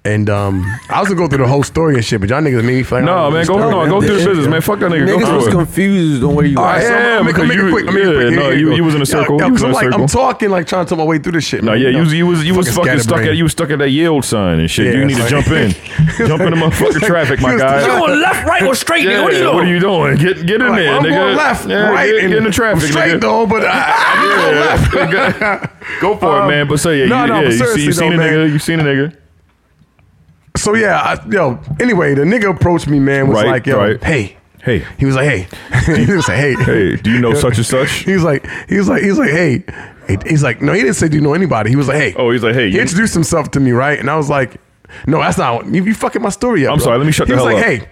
Speaker 3: And um, I was gonna go through the whole story and shit, but y'all niggas made me feel like I
Speaker 6: No,
Speaker 3: don't know the story,
Speaker 6: man. Go no. Go through the business, man. Fuck that nigga.
Speaker 8: niggas
Speaker 6: Go
Speaker 8: was
Speaker 6: through it.
Speaker 8: confused on where you.
Speaker 3: All right, so
Speaker 6: Yeah,
Speaker 3: I'm gonna
Speaker 6: because
Speaker 3: make, it
Speaker 6: you-
Speaker 3: quick. I'll make it
Speaker 6: yeah,
Speaker 3: quick. Here
Speaker 6: no,
Speaker 3: here
Speaker 6: you-
Speaker 3: go.
Speaker 6: you was in a circle.
Speaker 3: Yeah,
Speaker 6: You was
Speaker 3: 'cause
Speaker 6: in a
Speaker 3: I'm like, I'm
Speaker 6: circle.
Speaker 3: talking like trying to talk my way through this shit.
Speaker 6: No,
Speaker 3: man.
Speaker 6: yeah, you
Speaker 3: No.
Speaker 6: was you was you was
Speaker 3: Fucking
Speaker 6: fucking stuck
Speaker 3: scatterbrain.
Speaker 6: at you was stuck at that yield sign and shit.
Speaker 3: Yeah,
Speaker 6: you need to
Speaker 3: sorry.
Speaker 6: jump
Speaker 3: *laughs*
Speaker 6: in, jump in the motherfucking traffic, my guy.
Speaker 3: You
Speaker 6: going left, right, or straight? Yeah, what, are you doing? Get get in
Speaker 3: Like,
Speaker 6: there,
Speaker 3: I'm
Speaker 6: nigga.
Speaker 3: going left,
Speaker 6: Yeah,
Speaker 3: right,
Speaker 6: get,
Speaker 3: and
Speaker 6: get in the
Speaker 3: I'm
Speaker 6: traffic,
Speaker 3: straight
Speaker 6: nigga.
Speaker 3: though,
Speaker 6: *laughs*
Speaker 3: but I, I, I go
Speaker 6: Yeah,
Speaker 3: left.
Speaker 6: yeah. Oh, *laughs* Go for it,
Speaker 3: Um,
Speaker 6: man. But say yeah,
Speaker 3: no,
Speaker 6: you,
Speaker 3: no,
Speaker 6: yeah,
Speaker 3: but
Speaker 6: you see,
Speaker 3: seriously
Speaker 6: you seen
Speaker 3: though,
Speaker 6: a
Speaker 3: man.
Speaker 6: nigga, you seen a nigga.
Speaker 3: So yeah, I, yo. Anyway, the nigga approached me, man. Was
Speaker 6: Right,
Speaker 3: like, yo,
Speaker 6: right.
Speaker 3: hey,
Speaker 6: Hey,
Speaker 3: He was like, hey. *laughs* he was like, hey.
Speaker 6: hey, do
Speaker 3: *laughs*
Speaker 6: you know such and such?
Speaker 3: He was like, he was like, he was like, hey. He- He's like, no, he didn't say, do you know anybody? He was like, hey.
Speaker 6: Oh, he's like, hey,
Speaker 3: He
Speaker 6: you-
Speaker 3: introduced himself to me, right? And I was like, no, that's not, you, you fucking my story up.
Speaker 6: I'm
Speaker 3: bro."
Speaker 6: sorry, let me shut
Speaker 3: he
Speaker 6: the
Speaker 3: was
Speaker 6: hell
Speaker 3: like,
Speaker 6: up.
Speaker 3: hey,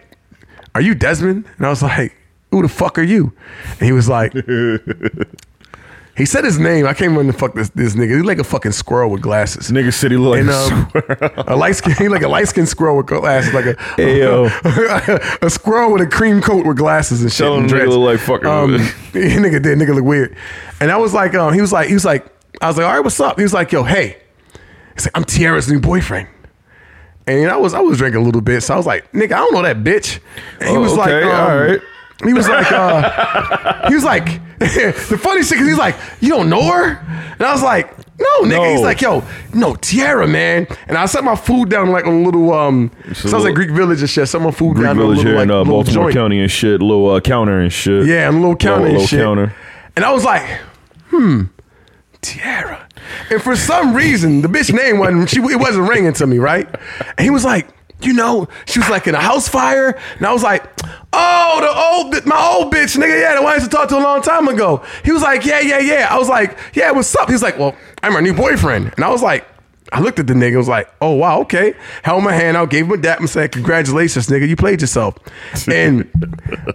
Speaker 3: are you Desmond? And I was like, who the fuck are you? And he was
Speaker 6: *laughs*
Speaker 3: like, he said his name. I can't remember the fuck this, this nigga. He's like a fucking squirrel with glasses.
Speaker 6: Nigga City look like
Speaker 3: And
Speaker 6: a *laughs*
Speaker 3: um, a light skin, he like a light skin squirrel with glasses, like a
Speaker 6: Ayo.
Speaker 3: *laughs* a squirrel with a cream coat with glasses and shit.
Speaker 6: Tell him
Speaker 3: and
Speaker 6: nigga
Speaker 3: dreads.
Speaker 6: look like fucking-
Speaker 3: Um, *laughs* yeah, nigga did. Nigga look weird. And I was like, um, he was like, he was like, I was like, all right, what's up? He was like, yo, hey. He's like, I'm Tiara's new boyfriend. And I was I was drinking a little bit, so I was like, nigga, I don't know that bitch. And he
Speaker 6: Oh,
Speaker 3: was like,
Speaker 6: okay,
Speaker 3: um,
Speaker 6: all right.
Speaker 3: He was like, uh, he was like, *laughs* the funny shit, cause he's like, you don't know her? And I was like, no, nigga.
Speaker 6: No.
Speaker 3: He's like, yo, Oh, no, Tierra, man. And I set my food down like on a little um
Speaker 6: It's a
Speaker 3: sounds like
Speaker 6: little-
Speaker 3: Greek village and shit. Set my food
Speaker 6: Greek
Speaker 3: down
Speaker 6: Village
Speaker 3: on a
Speaker 6: here
Speaker 3: little,
Speaker 6: in
Speaker 3: like,
Speaker 6: uh,
Speaker 3: little
Speaker 6: Baltimore
Speaker 3: joint.
Speaker 6: County and shit. Little uh, counter and shit.
Speaker 3: Yeah, and a little counter
Speaker 6: Little-
Speaker 3: and
Speaker 6: little
Speaker 3: shit.
Speaker 6: counter.
Speaker 3: And I was like, hmm, Tierra. And for some reason, the bitch name wasn't she it wasn't ringing to me, right? And he was like, you know, she was like in a house fire, and I was like, oh, the old my old bitch, nigga, yeah, the one I used to talk to a long time ago. He was like, yeah, yeah, yeah. I was like, yeah, what's up? He's like, well, I'm her new boyfriend, and I was like. I looked at the nigga and was like, oh, wow, okay. Held my hand out, gave him a dap, and said, congratulations, nigga, you played yourself. And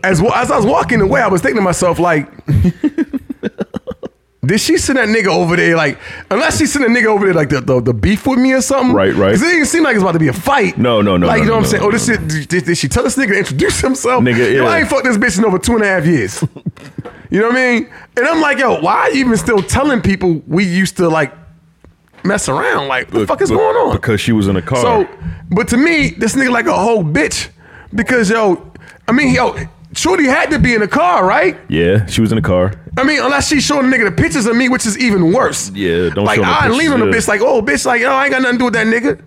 Speaker 3: as, wa- as I was walking away, I was thinking to myself, like, did she send that nigga over there? Like, unless she sent a nigga over there, like the, the, the beef with me or something.
Speaker 6: Right, right.
Speaker 3: Because it didn't seem like it's about to be a fight.
Speaker 6: No, no, no,
Speaker 3: Like, you know
Speaker 6: no, no,
Speaker 3: what I'm saying?
Speaker 6: no,
Speaker 3: oh, this
Speaker 6: no,
Speaker 3: shit, did, did- did she tell this nigga to introduce himself?
Speaker 6: Nigga,
Speaker 3: Yo,
Speaker 6: yeah.
Speaker 3: I ain't fucked this bitch in over two and a half years. *laughs* you know what I mean? And I'm like, yo, why are you even still telling people we used to, like, mess around? Like, what the
Speaker 6: Look,
Speaker 3: fuck is
Speaker 6: look,
Speaker 3: going on?
Speaker 6: Because she was in a car.
Speaker 3: So, but to me, this nigga like a whole bitch because yo, I mean, yo, Shorty had to be in the car, right?
Speaker 6: yeah, she was in a
Speaker 3: *laughs*
Speaker 6: car.
Speaker 3: I mean, unless she showing the nigga the pictures of me, which is even worse.
Speaker 6: Yeah, don't
Speaker 3: like
Speaker 6: show no
Speaker 3: I
Speaker 6: pictures,
Speaker 3: lean on the
Speaker 6: yeah.
Speaker 3: bitch like, oh, bitch, like yo, I ain't got nothing to do with that nigga.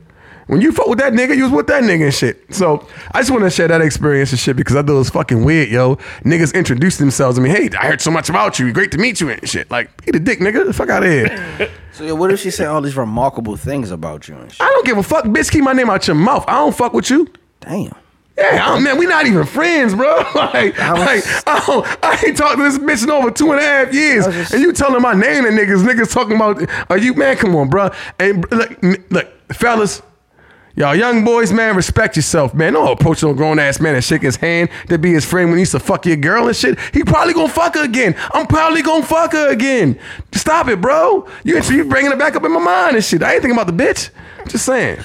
Speaker 3: When you fuck with that nigga, you was with that nigga and shit. So I just want to share that experience and shit because I thought it was fucking weird, yo. Niggas introduced themselves. I mean, hey, I heard so much about you. Great to meet you and shit. Like, eat a dick, nigga. The fuck out of here.
Speaker 4: So yeah, what if she said all these remarkable things about you and shit?
Speaker 3: I don't give a fuck, bitch. Keep my name out your mouth. I don't fuck with you.
Speaker 4: Damn.
Speaker 3: Yeah, I don't- man, we not even friends, bro. *laughs* Like,
Speaker 4: I was-
Speaker 3: like I, don't, I ain't talked to this bitch in over two and a half years,
Speaker 4: I was just-
Speaker 3: and you telling my name to niggas, niggas talking about, are you man? Come on, bro. And look, n- look, fellas, y'all young boys, man, respect yourself, man. Don't approach no grown ass man and shake his hand to be his friend when he used to fuck your girl and shit. He probably gonna fuck her again. I'm probably gonna fuck her again. Stop it, bro. You you bringing it back up in my mind and shit. I ain't thinking about the bitch. Just saying.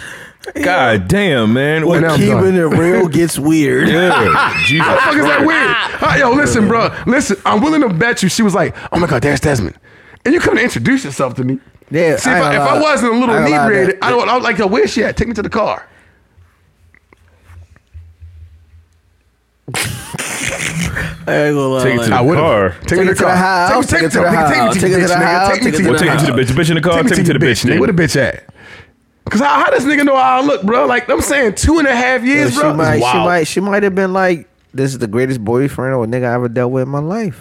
Speaker 6: God damn, man. What
Speaker 3: And I'm done.
Speaker 4: Keeping it real gets weird.
Speaker 6: yeah. Jesus
Speaker 3: How the fuck is that
Speaker 6: Christ.
Speaker 3: weird? Huh, yo, listen, bro. Listen, I'm willing to bet you she was like, oh my God, there's Desmond. And you couldn't introduce yourself to me.
Speaker 4: Yeah,
Speaker 3: See,
Speaker 4: I
Speaker 3: if,
Speaker 4: ain't
Speaker 3: I, if
Speaker 4: gonna
Speaker 3: I
Speaker 4: lie.
Speaker 3: wasn't a little
Speaker 4: I ain't gonna lie,
Speaker 3: inebriated,
Speaker 4: that-
Speaker 3: I, don't, I was like, yo, where's she at? Take me to the car.
Speaker 4: *laughs* I ain't gonna lie,
Speaker 6: Take it to
Speaker 4: like-
Speaker 6: the
Speaker 3: I would've.
Speaker 6: car.
Speaker 3: Take, me to the car.
Speaker 4: house,
Speaker 3: Take me to the house. Take me to the bitch,
Speaker 4: house,
Speaker 3: nigga. Take me to
Speaker 6: We'll take
Speaker 3: your
Speaker 6: you to the bitch. The bitch in the car. Take, me to the bitch.
Speaker 3: nigga.
Speaker 6: nigga.
Speaker 3: Where the bitch at? Cause how, how does nigga know how I look, bro? Like I'm saying, two and a half
Speaker 4: Yeah,
Speaker 3: years,
Speaker 4: she
Speaker 3: bro.
Speaker 4: might,
Speaker 3: Wow.
Speaker 4: she might, she might have been like, "This is the greatest boyfriend or nigga I ever dealt with in my life."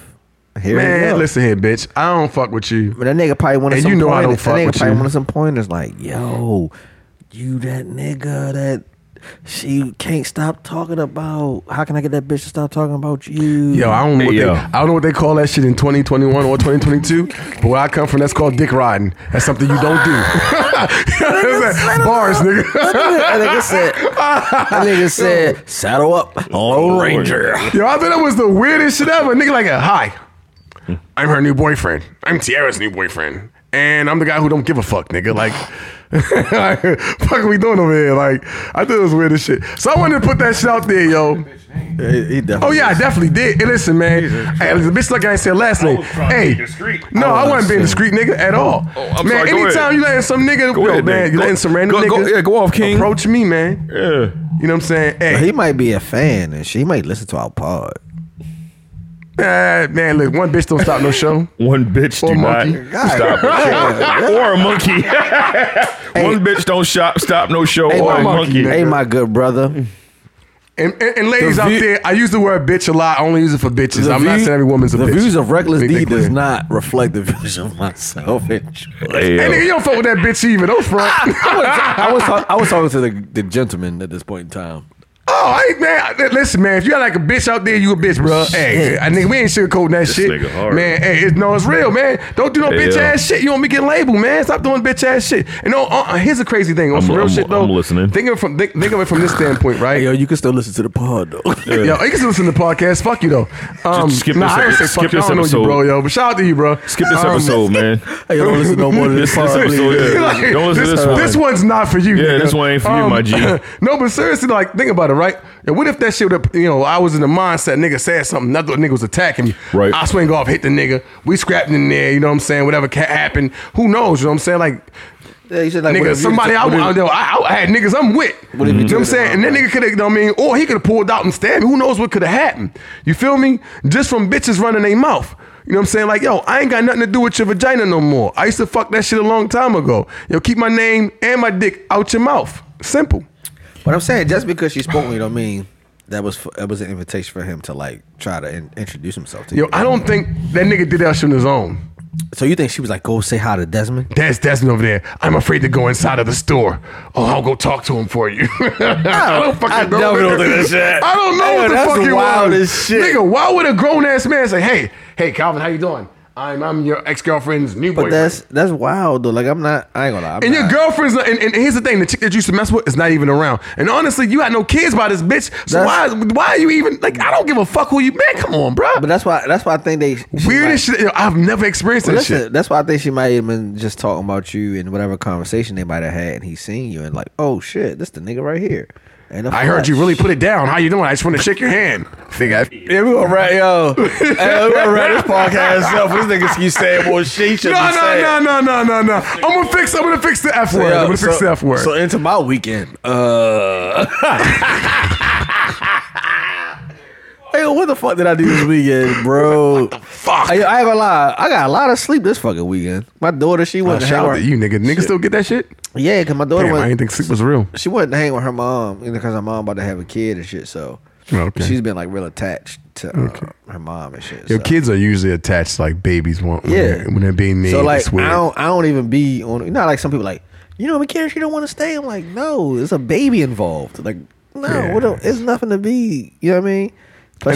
Speaker 4: Here we
Speaker 3: Man,
Speaker 4: go.
Speaker 3: listen here, bitch. I don't fuck with you.
Speaker 4: But that nigga probably wanted
Speaker 3: And
Speaker 4: some
Speaker 3: you know I
Speaker 4: pointers.
Speaker 3: don't fuck
Speaker 4: that nigga
Speaker 3: with
Speaker 4: probably
Speaker 3: you.
Speaker 4: wanted some pointers like, yo, you that nigga that she can't stop talking about. How can I get that bitch to stop talking about you?
Speaker 3: Yo, I don't know what
Speaker 8: Mm. Hey,
Speaker 3: they,
Speaker 8: yo.
Speaker 3: I don't know what they call that shit in 2021 or 2022, but where I come from, that's called dick riding. That's something you don't do. *laughs* Bars, nigga.
Speaker 4: *laughs* that nigga said, that
Speaker 3: *laughs*
Speaker 4: nigga said, saddle up, Lone Ranger. *laughs*
Speaker 3: Yo, I thought that was the weirdest shit ever. Nigga, like, hi, I'm her new boyfriend. I'm Tiara's new boyfriend, and I'm the guy who don't give a fuck, nigga. Like, *laughs* fuck, are we doing over here? Like, I thought it was weird as shit. So I wanted to put that shit out there, yo.
Speaker 9: He, he definitely
Speaker 3: Oh yeah, I definitely did. Hey, listen, man. Hey, the bitch like I ain't said last name.
Speaker 10: was trying to
Speaker 3: Hey,
Speaker 10: be discreet.
Speaker 9: Oh,
Speaker 3: no,
Speaker 10: I
Speaker 3: I wasn't being discreet, nigga, at all.
Speaker 8: Oh, I'm
Speaker 3: man,
Speaker 8: sorry, go
Speaker 3: anytime
Speaker 8: ahead.
Speaker 3: you letting some nigga,
Speaker 8: Go
Speaker 3: yo,
Speaker 8: ahead,
Speaker 3: man,
Speaker 8: nigga.
Speaker 3: you
Speaker 8: Go-
Speaker 3: letting some random
Speaker 8: go- go-
Speaker 3: nigga,
Speaker 8: yeah, go off, King.
Speaker 3: Approach me, man.
Speaker 8: Yeah.
Speaker 3: You know what I'm saying? Hey,
Speaker 4: He might be a fan and she might listen to our pod.
Speaker 3: uh, man, look, one bitch don't stop no show.
Speaker 8: One bitch
Speaker 3: Or
Speaker 8: do
Speaker 3: monkey.
Speaker 6: *laughs*
Speaker 8: not stop the show. or a monkey. One bitch don't shop stop no show or a monkey.
Speaker 3: monkey,
Speaker 4: Hey, my good brother.
Speaker 3: And, and, and ladies
Speaker 4: The
Speaker 3: out
Speaker 4: view-
Speaker 3: there, I use the word bitch a lot. I only use it for bitches. I'm not
Speaker 4: view-
Speaker 3: saying every woman's a
Speaker 4: the
Speaker 3: bitch.
Speaker 4: views of Reckless
Speaker 3: Make that
Speaker 4: D does
Speaker 3: clear.
Speaker 4: not reflect the views of myself. and Troy.
Speaker 3: Hey,
Speaker 8: Hey, yo.
Speaker 3: nigga, you don't fuck with that bitch even. Don't front.
Speaker 4: *laughs* I was, I was, talk, I was talking to the, the gentleman at this point in time.
Speaker 3: *laughs* Oh, I ain't man. I- Listen, man, if you got like a bitch out there, you a bitch, bro. Hey, I nigga, we ain't sugarcoating that shit,
Speaker 8: nigga hard.
Speaker 3: man. Hey, it's, no, it's real, man. Don't do no bitch
Speaker 8: Yeah.
Speaker 3: ass shit. You want me get labeled, man? Stop doing bitch ass shit. And no, uh, uh, here's the crazy thing. On
Speaker 8: I'm-
Speaker 3: some real
Speaker 8: I'm-
Speaker 3: shit though,
Speaker 8: I'm listening.
Speaker 3: Think of it from think, think of it from this standpoint, right?
Speaker 4: *laughs* Hey, yo,
Speaker 3: yo,
Speaker 4: you can still listen to the pod though. *laughs*
Speaker 3: you can still listen to the podcast. Fuck you though. Um,
Speaker 8: Just skip
Speaker 3: nah,
Speaker 8: this-
Speaker 3: I don't say
Speaker 8: skip
Speaker 3: fuck you.
Speaker 8: this
Speaker 3: I don't know you,
Speaker 8: episode.
Speaker 3: bro, yo. But shout out to you, bro.
Speaker 8: Skip this
Speaker 3: Um, *laughs*
Speaker 8: episode, man.
Speaker 4: Hey, yo, don't listen no more to this
Speaker 6: *laughs*
Speaker 8: *laughs* This, this
Speaker 4: pod.
Speaker 8: episode,
Speaker 4: please.
Speaker 8: yeah.
Speaker 3: Like,
Speaker 8: don't listen to this one.
Speaker 3: one's not for you.
Speaker 8: Yeah,
Speaker 3: nigga. Um,
Speaker 8: this one ain't for you, my G.
Speaker 3: *laughs* no, but seriously, like, think about it, right? And what if that shit would have, you know, I was in the mindset, nigga said something, another nigga was attacking me.
Speaker 8: Right.
Speaker 3: I swing off, hit the nigga. We scrapping in there, you know what I'm saying? Whatever ca- happened, who knows, you know what I'm saying? Like,
Speaker 4: Yeah, you said, like, what
Speaker 3: nigga,
Speaker 4: if you-
Speaker 3: somebody I,
Speaker 4: what if-
Speaker 3: I, yo, I, I had niggas I'm with. you know what I'm saying? And that nigga could have, you know what I mean? Or he could have pulled out and stabbed me. Who knows what could have happened? You feel me? Just from bitches running their mouth. You know what I'm saying? Like, yo, I ain't got nothing to do with your vagina no more. I used to fuck that shit a long time ago. Yo, keep my name and my dick out your mouth. Simple.
Speaker 4: But I'm saying just because she spoke to me don't mean that was that was an invitation for him to like try to in, introduce himself to
Speaker 3: Yo,
Speaker 4: you.
Speaker 3: I don't think that nigga did that shit on his own.
Speaker 4: So you think she was like, go say hi to Desmond?
Speaker 3: That's Desmond over there. I'm afraid to go inside of the store. Oh, I'll go talk to him for you. *laughs* I don't fucking
Speaker 4: Oh, I
Speaker 3: know.
Speaker 4: definitely don't think
Speaker 3: nigga. *laughs*
Speaker 4: that's shit.
Speaker 3: I don't know
Speaker 4: Yo,
Speaker 3: what the
Speaker 4: that's
Speaker 3: fuck you
Speaker 4: wild
Speaker 3: want.
Speaker 4: as shit.
Speaker 3: Nigga, why would a grown ass man say, "Hey, hey, Calvin, how you doing? I'm I'm your ex girlfriend's new
Speaker 4: But
Speaker 3: boyfriend."
Speaker 4: that's that's wild though. Like I'm not. I ain't gonna lie. I'm
Speaker 3: and your
Speaker 4: not-
Speaker 3: girlfriend's not, and, and here's the thing: the chick that you used to mess with is not even around. And honestly, you had no kids by this bitch. So why
Speaker 4: That's-
Speaker 3: why are you even like? I don't give a fuck who you man. Come on, bro.
Speaker 4: But that's why that's why I think they she might-
Speaker 3: Weirdest shit. yo, I've never experienced that
Speaker 4: Listen,
Speaker 3: shit.
Speaker 4: that's why I think she might have been just talking about you and whatever conversation they might have had, and he seen you and like, oh shit, this the nigga right here. And
Speaker 3: I heard you really put it down. How you doing? I just want to shake your hand. Fig ass.
Speaker 9: Yeah, we gonna wrap
Speaker 3: *laughs*
Speaker 9: yo. hey, we gonna wrap this podcast up. This nigga keep saying more shit. he shouldn't
Speaker 3: No,
Speaker 9: be saying.
Speaker 3: no, no, no, no, no, no. I'm gonna fix. I'm gonna fix the F word.
Speaker 9: Yeah,
Speaker 3: I'm gonna fix the F word.
Speaker 9: So into my weekend.
Speaker 4: *laughs*
Speaker 9: Uh, hey, what the fuck did I do this weekend,
Speaker 3: *laughs*
Speaker 9: bro?
Speaker 3: Fuck.
Speaker 4: I, I ain't gonna lie, I got a lot of sleep this fucking weekend. My daughter, she
Speaker 3: Oh,
Speaker 4: went to hang
Speaker 3: shout out to
Speaker 4: with,
Speaker 3: you, nigga. Niggas still get that shit.
Speaker 4: yeah, cause my daughter
Speaker 3: Damn, I
Speaker 4: went,
Speaker 3: didn't think sleep was real.
Speaker 4: she went to hang with her mom, you know, cause her mom about to have a kid and shit. So
Speaker 3: Okay.
Speaker 4: she's been like real attached to uh, her mom and shit.
Speaker 3: Your
Speaker 4: so.
Speaker 3: kids are usually attached like babies want when,
Speaker 4: Yeah.
Speaker 3: they're, when they're being made.
Speaker 4: So like,
Speaker 3: it's weird.
Speaker 4: I don't, I don't even be on. You know, like some people like, you know, McKenna, she don't want to stay. I'm like, no, there's a baby involved. Like, no,
Speaker 3: Yeah.
Speaker 4: what the- it's nothing to be. You know what I mean? But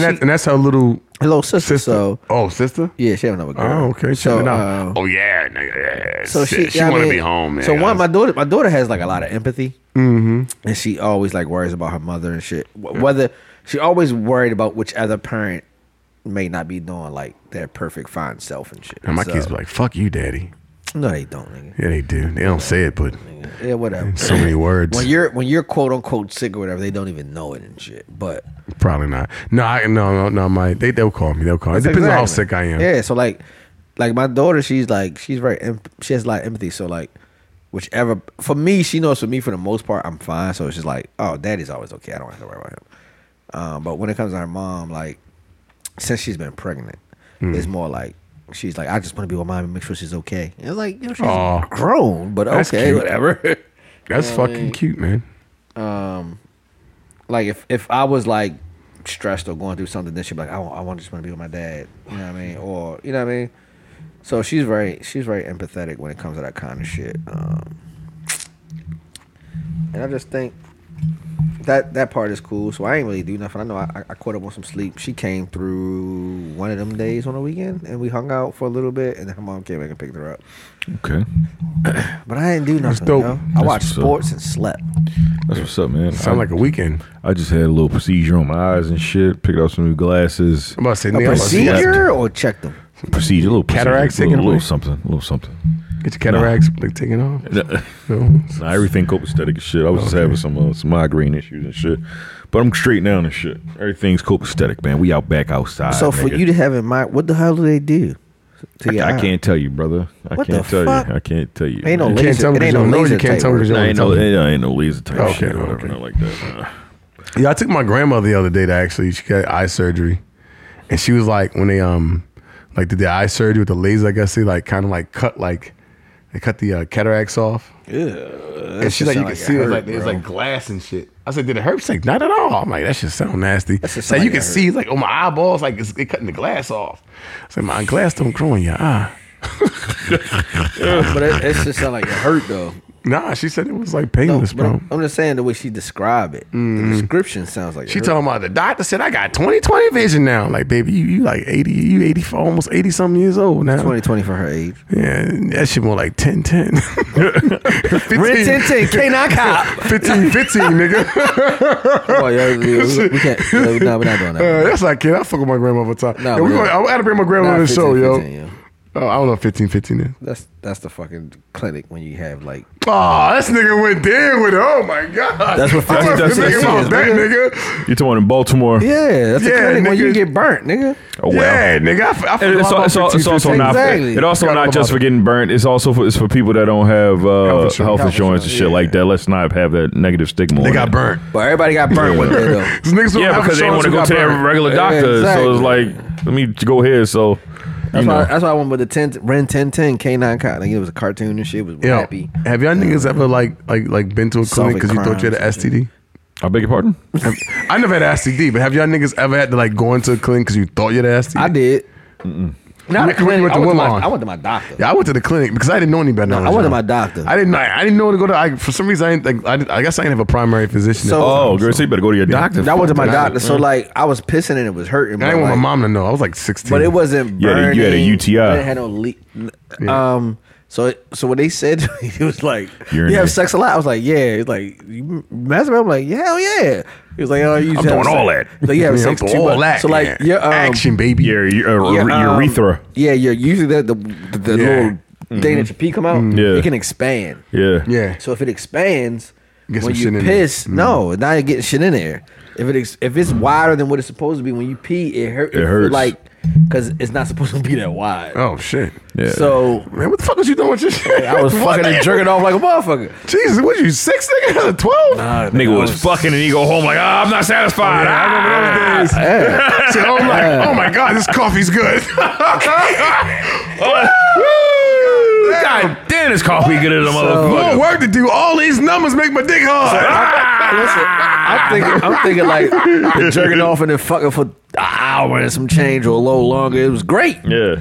Speaker 3: and,
Speaker 4: she,
Speaker 3: that, and that's her little
Speaker 4: her little sister,
Speaker 3: sister.
Speaker 4: So
Speaker 3: oh, sister.
Speaker 4: yeah, she have another girl.
Speaker 3: Oh, okay.
Speaker 4: So
Speaker 3: Check it out.
Speaker 4: uh,
Speaker 3: oh yeah, nigga. Yeah.
Speaker 4: so she,
Speaker 3: she
Speaker 4: I
Speaker 3: want to
Speaker 4: mean,
Speaker 3: be home, man.
Speaker 4: So one, my daughter, my daughter has like a lot of empathy, mm-hmm. and she always like worries about her mother and shit. Wh- Whether she always worried about which other parent may not be doing like their perfect fine self and shit.
Speaker 3: and my
Speaker 4: So-
Speaker 3: kids be like, "Fuck you, daddy."
Speaker 4: no, they don't. Nigga.
Speaker 3: Yeah, they do. They don't say it, but
Speaker 4: Yeah, whatever.
Speaker 3: *laughs* so many words.
Speaker 4: When you're when you're quote unquote sick or whatever, they don't even know it and shit. But
Speaker 3: Probably not. No, I, no, no, no. My they they'll call me. They'll call. It depends on how sick I am.
Speaker 4: Yeah, so like, like my daughter, she's like, she's very, emp- she has a lot of empathy. So like, whichever for me, she knows for me for the most part, I'm fine. So it's just like, oh, daddy's always okay. I don't have to worry about him. Um, but when it comes to her mom, like, since she's been pregnant,
Speaker 3: Hmm.
Speaker 4: it's more like. She's like, I just want to be with mom and make sure she's okay. And it's like, you know, she's
Speaker 3: Aw.
Speaker 4: grown, but
Speaker 3: That's
Speaker 4: okay,
Speaker 3: cute.
Speaker 4: whatever.
Speaker 3: That's fucking cute, man.
Speaker 4: like if if I was like stressed or going through something, then she'd be like, I, want, I want, just want to be with my dad. You know what I mean? Or, you know what I mean? So she's very, she's very empathetic when it comes to that kind of shit. Um, and I just think that that part is cool. So I ain't really do nothing. I know I, I caught up on some sleep. She came through one of them days on the weekend, and we hung out for a little bit, and then her mom came back and picked her up.
Speaker 8: Okay,
Speaker 4: But I didn't do nothing.
Speaker 3: dope.
Speaker 4: yo. I
Speaker 8: That's
Speaker 4: watched
Speaker 8: what's up.
Speaker 4: sports and slept.
Speaker 8: that's what's up, man.
Speaker 3: Sound
Speaker 8: I,
Speaker 3: like a weekend.
Speaker 8: I just had a little procedure on my eyes and shit. Picked up some new glasses.
Speaker 3: I'm about to say,
Speaker 4: A
Speaker 3: nigga, I'm about to say,
Speaker 4: procedure or check them?
Speaker 8: Procedure, a little
Speaker 3: Cataracts
Speaker 8: procedure, a
Speaker 3: taken
Speaker 8: little,
Speaker 3: away?
Speaker 8: little something, a little something.
Speaker 3: Get your cataracts like, taken off.
Speaker 8: No.
Speaker 3: No.
Speaker 8: *laughs* Nah, everything copacetic and shit. I was just having some uh, some migraine issues and shit, but I'm straight down and shit. Everything's copacetic, man. We out back outside.
Speaker 4: So for
Speaker 8: nigga.
Speaker 4: you to have in mind, what the hell do they do? to your
Speaker 8: I, I
Speaker 4: eye?
Speaker 8: can't tell you, brother. I
Speaker 4: What
Speaker 8: can't
Speaker 4: the
Speaker 8: tell
Speaker 4: fuck?
Speaker 8: you. I can't tell you.
Speaker 4: Ain't no
Speaker 8: man.
Speaker 3: You can't
Speaker 4: laser.
Speaker 3: tell me
Speaker 4: it
Speaker 3: 'cause
Speaker 4: ain't
Speaker 3: you
Speaker 4: no
Speaker 3: don't know.
Speaker 4: laser
Speaker 3: You can't
Speaker 4: type
Speaker 3: tell me
Speaker 4: work.
Speaker 3: 'cause you
Speaker 8: Nah, ain't
Speaker 3: don't
Speaker 8: no,
Speaker 3: know.
Speaker 8: ain't no, ain't no laser type
Speaker 3: Okay,
Speaker 8: shit or whatever,
Speaker 3: okay.
Speaker 8: nothing like that. nah.
Speaker 3: Yeah, I took my grandmother the other day to actually she got eye surgery. And she was like when they um like did the eye surgery with the laser, I guess they like kinda like cut like they cut the uh, cataracts off. Yeah. And she's like, you can
Speaker 4: sound like it
Speaker 3: see it, was
Speaker 4: hurt,
Speaker 3: like there's like glass and shit. I said, did it hurt? She's like, not at all. I'm like, that shit sound nasty.
Speaker 4: just
Speaker 3: She's
Speaker 4: sound
Speaker 3: like, you
Speaker 4: like
Speaker 3: can
Speaker 4: it hurt.
Speaker 3: see, it's like, oh, my eyeballs, like, it's, it cutting the glass off. I said, my glass don't grow in your eye.
Speaker 4: But it, it's just sound like it hurt *laughs* though.
Speaker 3: Nah, she said it was like
Speaker 4: No,
Speaker 3: painless,
Speaker 4: but
Speaker 3: bro.
Speaker 4: I'm, I'm just saying the way she described it. The description sounds like it
Speaker 3: She
Speaker 4: hurt.
Speaker 3: talking about the doctor said I got 20/20 vision now. I'm Like, baby, you, you like 80, you 80, almost 80 something years old now.
Speaker 4: 2020 for her *laughs* age.
Speaker 3: Yeah, that shit more like 10
Speaker 4: *laughs*
Speaker 3: 10. 15,
Speaker 4: Rin Tin Tin,
Speaker 3: *laughs*
Speaker 4: K9 Cop.
Speaker 3: 15 15, nigga.
Speaker 4: Oh, yo, we, we, we can't. No, we're not *laughs* doing
Speaker 3: Uh,
Speaker 4: that.
Speaker 3: that's like kid. I fuck with my grandma all the time.
Speaker 4: Nah,
Speaker 3: yeah, we
Speaker 4: we
Speaker 3: gonna,
Speaker 4: don't.
Speaker 3: I gotta bring my grandma
Speaker 4: Nah,
Speaker 3: on the show,
Speaker 4: 15,
Speaker 3: yo.
Speaker 4: 15, yo.
Speaker 3: Oh, I don't know what 15 15 is.
Speaker 4: That's that's the fucking clinic when you have like
Speaker 8: *laughs*
Speaker 3: Oh, this nigga went down with it. Oh my god.
Speaker 4: *laughs*
Speaker 3: *laughs*
Speaker 4: That's what
Speaker 3: I must
Speaker 4: 15,
Speaker 3: be thinking
Speaker 4: 15
Speaker 3: about
Speaker 4: is,
Speaker 3: that, nigga.
Speaker 8: You're talking in Baltimore.
Speaker 4: yeah, that's
Speaker 3: Yeah,
Speaker 4: the clinic
Speaker 3: nigga.
Speaker 4: when you get burnt, nigga.
Speaker 8: Oh wow.
Speaker 3: Yeah, nigga. I, f- I forgot
Speaker 8: And It's,
Speaker 3: about
Speaker 8: it's, it's,
Speaker 3: 15,
Speaker 8: it's also
Speaker 3: 15.
Speaker 8: not.
Speaker 4: Exactly.
Speaker 8: It also
Speaker 3: Forgot
Speaker 8: not
Speaker 3: about
Speaker 8: just for
Speaker 3: that.
Speaker 8: getting burnt. It's also for it's for people that don't have uh, health
Speaker 3: insurance.
Speaker 8: insurance,
Speaker 3: Health
Speaker 8: and shit like that. Let's not have that negative stigma.
Speaker 3: They
Speaker 8: on
Speaker 3: got
Speaker 8: it.
Speaker 3: burnt.
Speaker 4: But everybody got burnt one day though.
Speaker 3: These niggas who
Speaker 8: Yeah,
Speaker 3: have
Speaker 8: because they
Speaker 3: insurance
Speaker 8: didn't want
Speaker 3: who
Speaker 8: to go
Speaker 3: got
Speaker 8: to their
Speaker 3: burnt.
Speaker 8: regular doctor. So it's
Speaker 4: exactly.
Speaker 8: like, let me go here. So you
Speaker 4: That's
Speaker 8: know.
Speaker 4: why, that's why I went with the 10, Ren 1010 K9 Cop. Like, it was a cartoon and shit. It was
Speaker 3: Yo,
Speaker 4: happy.
Speaker 3: have y'all niggas ever like like like been to a clinic
Speaker 4: Solving
Speaker 3: because you thought you had an
Speaker 4: crimes.
Speaker 3: STD?
Speaker 8: I beg your pardon.
Speaker 3: I never had an STD, but have y'all niggas ever had to like go into a clinic because you thought you had an STD?
Speaker 4: I did.
Speaker 3: Not
Speaker 4: I went to my- I went to my doctor.
Speaker 3: Yeah, I went to the clinic because I didn't know any better.
Speaker 4: No,
Speaker 3: than
Speaker 4: I went to
Speaker 3: y'all.
Speaker 4: my doctor.
Speaker 3: I didn't. I, I didn't know to go to. I, for some reason, I didn't. Like, I, did- I guess I didn't have a primary physician.
Speaker 4: So-
Speaker 8: Oh, girl, so you better go to your doctor.
Speaker 4: That wasn't my
Speaker 3: that.
Speaker 4: doctor. So like I was pissing and it was hurting.
Speaker 3: I
Speaker 4: but,
Speaker 3: didn't want
Speaker 4: like-
Speaker 3: my mom to know. I was like sixteen.
Speaker 4: But it wasn't
Speaker 8: You had a-
Speaker 4: burning.
Speaker 8: you had a UTI.
Speaker 4: I didn't have no leak. Um. So it- so when they said to me, *laughs* it was like
Speaker 8: Urinary.
Speaker 4: you have sex a lot. I was like, yeah. He's like you masturbate. I'm like, yeah, hell yeah. He was like, oh, you. I'm
Speaker 8: doing all that.
Speaker 4: Like you have
Speaker 3: Yeah, *laughs*
Speaker 4: sex
Speaker 3: I'm
Speaker 4: too
Speaker 3: all
Speaker 4: much.
Speaker 3: that,
Speaker 4: So like
Speaker 3: yeah.
Speaker 4: your um,
Speaker 3: action, baby.
Speaker 8: Your, your,
Speaker 4: your, um,
Speaker 8: urethra.
Speaker 4: Yeah, you're usually the the, the
Speaker 3: Yeah. Mm-hmm.
Speaker 4: little thing that your pee come out.
Speaker 8: Yeah.
Speaker 4: It can expand.
Speaker 8: Yeah.
Speaker 3: Yeah.
Speaker 4: So if it expands,
Speaker 3: Get some
Speaker 4: when you
Speaker 3: shit in
Speaker 4: piss,
Speaker 3: there. Mm.
Speaker 4: no, now you're getting shit in there. If it ex- if it's wider than what it's supposed to be when you pee, it hurt.
Speaker 8: It
Speaker 4: feel
Speaker 8: hurts.
Speaker 4: like because it's not supposed to be that wide.
Speaker 3: Oh shit,
Speaker 8: Yeah.
Speaker 4: So
Speaker 3: man! What the fuck was you doing with your shit?
Speaker 4: I
Speaker 3: *laughs*
Speaker 4: was
Speaker 3: What
Speaker 4: fucking
Speaker 3: the-
Speaker 4: and jerking off like a motherfucker.
Speaker 3: Jesus, what you six nigga? *laughs* Twelve? Nah,
Speaker 8: nigga was, fucking and he go home like, ah, I'm not satisfied.
Speaker 3: Oh,
Speaker 8: Ah."
Speaker 3: I remember those days. *laughs*
Speaker 4: Yeah.
Speaker 3: So I'm like, oh my god, this coffee's good. *laughs*
Speaker 8: *laughs* God damn, this coffee good as a
Speaker 3: More
Speaker 4: Oh.
Speaker 8: motherfucker.
Speaker 3: work to do. All these numbers make my dick hard.
Speaker 4: Listen, I'm thinking, I'm thinking like the jerking off and then fucking for an hour and some change or a little longer. It was great.
Speaker 8: yeah.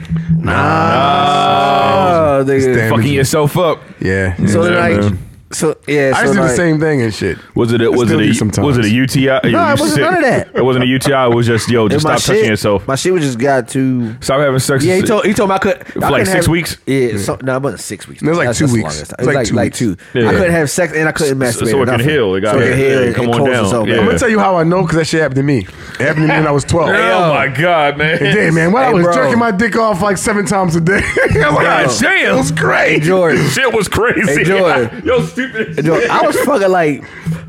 Speaker 4: Oh, nigga.
Speaker 3: Damn.
Speaker 8: Fucking yourself up.
Speaker 3: *laughs* Yeah.
Speaker 4: So
Speaker 8: Yeah,
Speaker 4: then like,
Speaker 8: man.
Speaker 4: so yeah,
Speaker 3: I used
Speaker 4: so
Speaker 3: to do the
Speaker 4: like-
Speaker 3: same thing and shit.
Speaker 8: Was it a, was
Speaker 3: still
Speaker 8: it
Speaker 3: do
Speaker 8: a,
Speaker 3: sometimes.
Speaker 8: was it a UTI? No, it
Speaker 4: wasn't none of that.
Speaker 8: It wasn't a UTI. It was just yo,
Speaker 4: and
Speaker 8: just
Speaker 4: my
Speaker 8: stop touching
Speaker 4: shit-
Speaker 8: yourself.
Speaker 4: My shit was just got too.
Speaker 8: Stop having sex. *laughs*
Speaker 4: Yeah, he told he told me I could
Speaker 8: like six weeks?
Speaker 4: Yeah, so, no, it wasn't six weeks.
Speaker 3: It was like
Speaker 4: That's-
Speaker 3: two
Speaker 4: that's the
Speaker 3: weeks.
Speaker 4: longest time. It was like, like two.
Speaker 8: Yeah.
Speaker 4: I couldn't have sex and I couldn't
Speaker 8: So-
Speaker 4: masturbate.
Speaker 8: so it
Speaker 4: or
Speaker 8: can
Speaker 4: nothing.
Speaker 8: heal. It got-
Speaker 4: so it
Speaker 8: yeah,
Speaker 4: can heal.
Speaker 8: yeah,
Speaker 4: and
Speaker 8: come on
Speaker 4: close
Speaker 8: down.
Speaker 4: itself,
Speaker 8: Yeah.
Speaker 3: I'm
Speaker 4: man.
Speaker 3: gonna tell you how I know because that shit happened to me. It happened to me when I was 12.
Speaker 8: Oh my god, man.
Speaker 3: It did, man. When I
Speaker 4: Hey,
Speaker 3: was
Speaker 4: bro.
Speaker 3: jerking my dick off like seven times a day. *laughs* I was like,
Speaker 8: God damn.
Speaker 3: it was great.
Speaker 4: George.
Speaker 8: Shit was crazy.
Speaker 4: Hey, Jordan.
Speaker 8: *laughs* yo, stupid.
Speaker 4: Yo, I was fucking like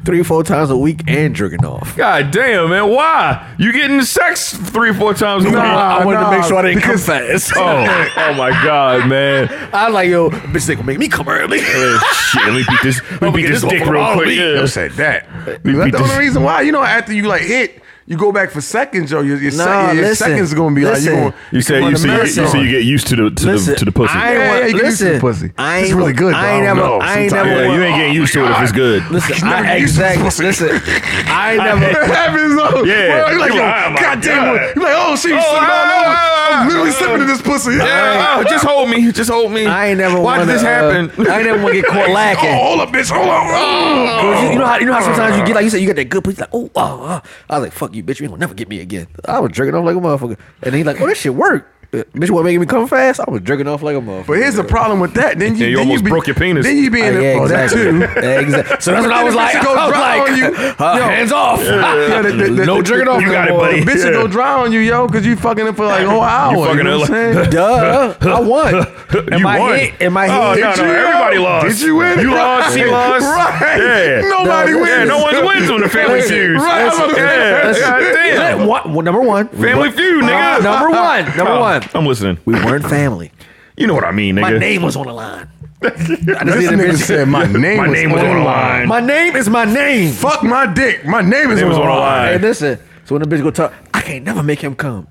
Speaker 4: three, four times a week and jerking off.
Speaker 8: God damn, man. Why? You getting sex three, four times a
Speaker 3: Nah,
Speaker 4: I
Speaker 8: week?
Speaker 4: wanted
Speaker 3: nah,
Speaker 4: to make sure I didn't
Speaker 3: because-
Speaker 4: come fast.
Speaker 3: *laughs*
Speaker 8: *laughs* Oh, oh my god, man.
Speaker 4: I was like, yo, bitch, they gonna make me come early.
Speaker 3: *laughs*
Speaker 8: Uh, shit, let me beat this. Let me beat this dick real quick.
Speaker 3: You
Speaker 8: Yeah.
Speaker 3: said that. That's
Speaker 8: beat
Speaker 3: the
Speaker 8: this-
Speaker 3: only reason why. You know, after you like hit, You go back for seconds, yo. Your, your, se-
Speaker 4: Nah,
Speaker 3: your
Speaker 4: listen.
Speaker 3: seconds gonna be like
Speaker 4: Listen.
Speaker 3: you. Gonna,
Speaker 8: You say
Speaker 4: on
Speaker 8: you
Speaker 4: the
Speaker 8: see you,
Speaker 4: medicine.
Speaker 8: say you get used to the to,
Speaker 4: Listen,
Speaker 8: the, to the pussy.
Speaker 4: I ain't
Speaker 3: yeah,
Speaker 4: want-
Speaker 3: yeah, you can use
Speaker 4: listen,
Speaker 3: the pussy.
Speaker 4: I
Speaker 3: it's
Speaker 4: ain't
Speaker 3: really
Speaker 4: wa-
Speaker 3: good.
Speaker 4: I
Speaker 3: but
Speaker 4: ain't
Speaker 3: don't
Speaker 4: never-
Speaker 3: know.
Speaker 4: I ain't
Speaker 3: Sometimes-
Speaker 4: never
Speaker 8: yeah,
Speaker 4: wa-
Speaker 8: you ain't
Speaker 3: *laughs*
Speaker 8: getting used to it if it's good.
Speaker 4: Listen,
Speaker 3: never
Speaker 4: I,
Speaker 3: used to
Speaker 4: exactly.
Speaker 3: pussy.
Speaker 4: Listen,
Speaker 8: *laughs*
Speaker 4: I
Speaker 3: *laughs*
Speaker 4: never.
Speaker 3: Heavens, oh, Bro,
Speaker 8: Yeah.
Speaker 3: you're like, yo,
Speaker 8: You're like, oh my
Speaker 3: God damn
Speaker 8: God.
Speaker 3: it. You're like, oh, she's slipping all over. I'm literally slipping in this pussy. Yeah.
Speaker 8: Yeah, oh, just hold me. Just hold me.
Speaker 4: I ain't never.
Speaker 8: Why
Speaker 4: wanna,
Speaker 8: did this
Speaker 4: uh,
Speaker 8: happen?
Speaker 4: I ain't never want to get caught
Speaker 3: Oh,
Speaker 8: *laughs*
Speaker 4: lacking.
Speaker 3: hold up, bitch. Hold on.
Speaker 4: Cause you,
Speaker 3: Oh.
Speaker 4: you know how you know how sometimes you get like you said you got that good pussy like oh, oh, oh. I was like fuck you bitch you ain't gonna never get me again I was jerking off like a motherfucker and then he like oh this shit work Uh, bitch you want making me come fast I was jerking off like a motherfucker
Speaker 3: But here's the problem with that. Then you,
Speaker 8: you
Speaker 3: then
Speaker 8: almost
Speaker 3: be,
Speaker 8: broke your penis.
Speaker 3: Then you be
Speaker 4: Uh,
Speaker 3: in
Speaker 4: yeah,
Speaker 3: the oh, that
Speaker 4: exactly.
Speaker 3: too.
Speaker 4: *laughs* exactly. So that's what I was
Speaker 3: *laughs*
Speaker 4: like.
Speaker 8: *laughs*
Speaker 3: Bitch
Speaker 4: I
Speaker 3: go
Speaker 4: was
Speaker 3: dry
Speaker 4: like,
Speaker 3: on you.
Speaker 4: uh, *laughs*
Speaker 3: Yo.
Speaker 4: hands off.
Speaker 3: Yeah, the- the- the-
Speaker 4: no
Speaker 3: the-
Speaker 4: jerking off.
Speaker 8: You
Speaker 4: no
Speaker 8: got it,
Speaker 4: more.
Speaker 8: buddy.
Speaker 3: The bitch
Speaker 8: Yeah.
Speaker 3: will go dry on you, yo, because you fucking it for like a
Speaker 8: *laughs*
Speaker 3: whole hour. You
Speaker 8: fucking
Speaker 3: know
Speaker 8: it
Speaker 3: what I'm
Speaker 8: *laughs*
Speaker 3: saying?
Speaker 4: Duh, I won. Am
Speaker 8: you
Speaker 4: I
Speaker 8: won.
Speaker 4: hit? Am I
Speaker 8: oh,
Speaker 4: hit?
Speaker 8: no,
Speaker 3: Did
Speaker 8: no.
Speaker 3: you?
Speaker 8: Everybody lost.
Speaker 3: Did you win?
Speaker 8: You
Speaker 3: *laughs*
Speaker 8: lost. She lost.
Speaker 3: Right.
Speaker 8: Yeah.
Speaker 3: Nobody
Speaker 4: No,
Speaker 3: wins.
Speaker 8: Yeah, no
Speaker 3: *laughs*
Speaker 8: one wins on the family
Speaker 3: Listen,
Speaker 8: series.
Speaker 3: right, I'm about to say, *laughs*
Speaker 8: yeah,
Speaker 3: listen,
Speaker 8: goddamn.
Speaker 4: Let- one- well, number one.
Speaker 8: Family feud, nigga.
Speaker 4: Uh,
Speaker 8: *laughs*
Speaker 4: number one. Number
Speaker 8: Oh,
Speaker 4: one.
Speaker 8: I'm listening.
Speaker 4: We weren't family.
Speaker 8: You know what I mean, nigga.
Speaker 4: My name was on the line.
Speaker 3: This nigga said my name
Speaker 8: *laughs* My
Speaker 3: was
Speaker 8: name was on the line.
Speaker 4: My name is my name.
Speaker 3: Fuck my dick. My name is
Speaker 8: Name was on the line.
Speaker 4: Hey, listen. So when the bitch go talk, I can't never make him come.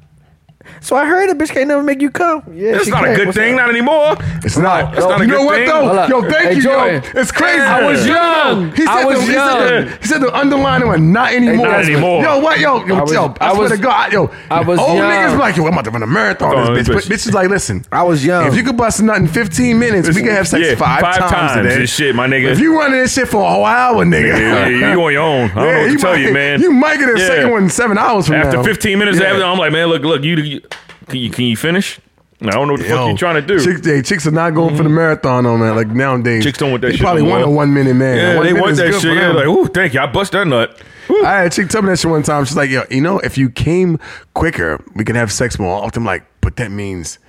Speaker 4: So I heard the bitch can't never make you come. Yeah,
Speaker 8: That's
Speaker 4: she
Speaker 8: not a
Speaker 4: can.
Speaker 8: good
Speaker 4: What's
Speaker 8: thing.
Speaker 4: up?
Speaker 8: Not anymore.
Speaker 3: It's not.
Speaker 8: It's not a
Speaker 3: you know
Speaker 8: good
Speaker 3: what
Speaker 8: thing.
Speaker 3: though?
Speaker 4: Hold
Speaker 3: Yo,
Speaker 4: up.
Speaker 3: thank
Speaker 4: Hey,
Speaker 3: you, yo.
Speaker 4: Jordan.
Speaker 3: It's crazy.
Speaker 8: I was
Speaker 4: young.
Speaker 3: He said
Speaker 4: I was
Speaker 3: the, He said,
Speaker 4: young.
Speaker 3: the, he said the underlining one. Not anymore.
Speaker 8: Not anymore.
Speaker 3: Yo, what? Yo, yo,
Speaker 4: I was-
Speaker 3: yo. I,
Speaker 4: I
Speaker 3: swear
Speaker 4: was-
Speaker 3: to God, yo.
Speaker 4: I was
Speaker 3: old
Speaker 4: young.
Speaker 3: niggas be like, yo, I'm about to run a marathon. on This
Speaker 8: Oh,
Speaker 3: bitch,
Speaker 8: bitch.
Speaker 3: but bitch is like, listen.
Speaker 4: I was young.
Speaker 3: If you could bust a nut in 15 minutes, we
Speaker 8: Listen,
Speaker 3: can have sex
Speaker 8: yeah,
Speaker 3: five,
Speaker 8: five times
Speaker 3: today.
Speaker 8: this shit, my nigga.
Speaker 3: If you running this shit for a whole hour, nigga.
Speaker 8: Yeah, you you on your own. I don't know
Speaker 3: Yeah,
Speaker 8: what to
Speaker 3: you
Speaker 8: tell
Speaker 3: might,
Speaker 8: you, man.
Speaker 3: You might get a
Speaker 8: Yeah.
Speaker 3: second one in seven hours from
Speaker 8: After
Speaker 3: now.
Speaker 8: 15 minutes,
Speaker 3: Yeah.
Speaker 8: after, I'm like, man, look, look, you, you can you can you finish? I don't know what the fuck you trying to do. Mm-hmm.
Speaker 3: Chicks, hey, chicks are not going for the marathon on that. Like nowadays,
Speaker 8: Chicks don't want that
Speaker 3: they
Speaker 8: shit
Speaker 3: Probably
Speaker 8: no
Speaker 3: want a
Speaker 8: more.
Speaker 3: one minute man.
Speaker 8: yeah,
Speaker 3: One
Speaker 8: they
Speaker 3: minute
Speaker 8: want
Speaker 3: is
Speaker 8: that
Speaker 3: good for
Speaker 8: shit. Yeah,
Speaker 3: them.
Speaker 8: like, ooh, thank you. I bust that nut. Woo.
Speaker 3: I had a chick tell me that shit one time. She's like, yo, you know, if you came quicker, we could have sex more often. I'm like, but that means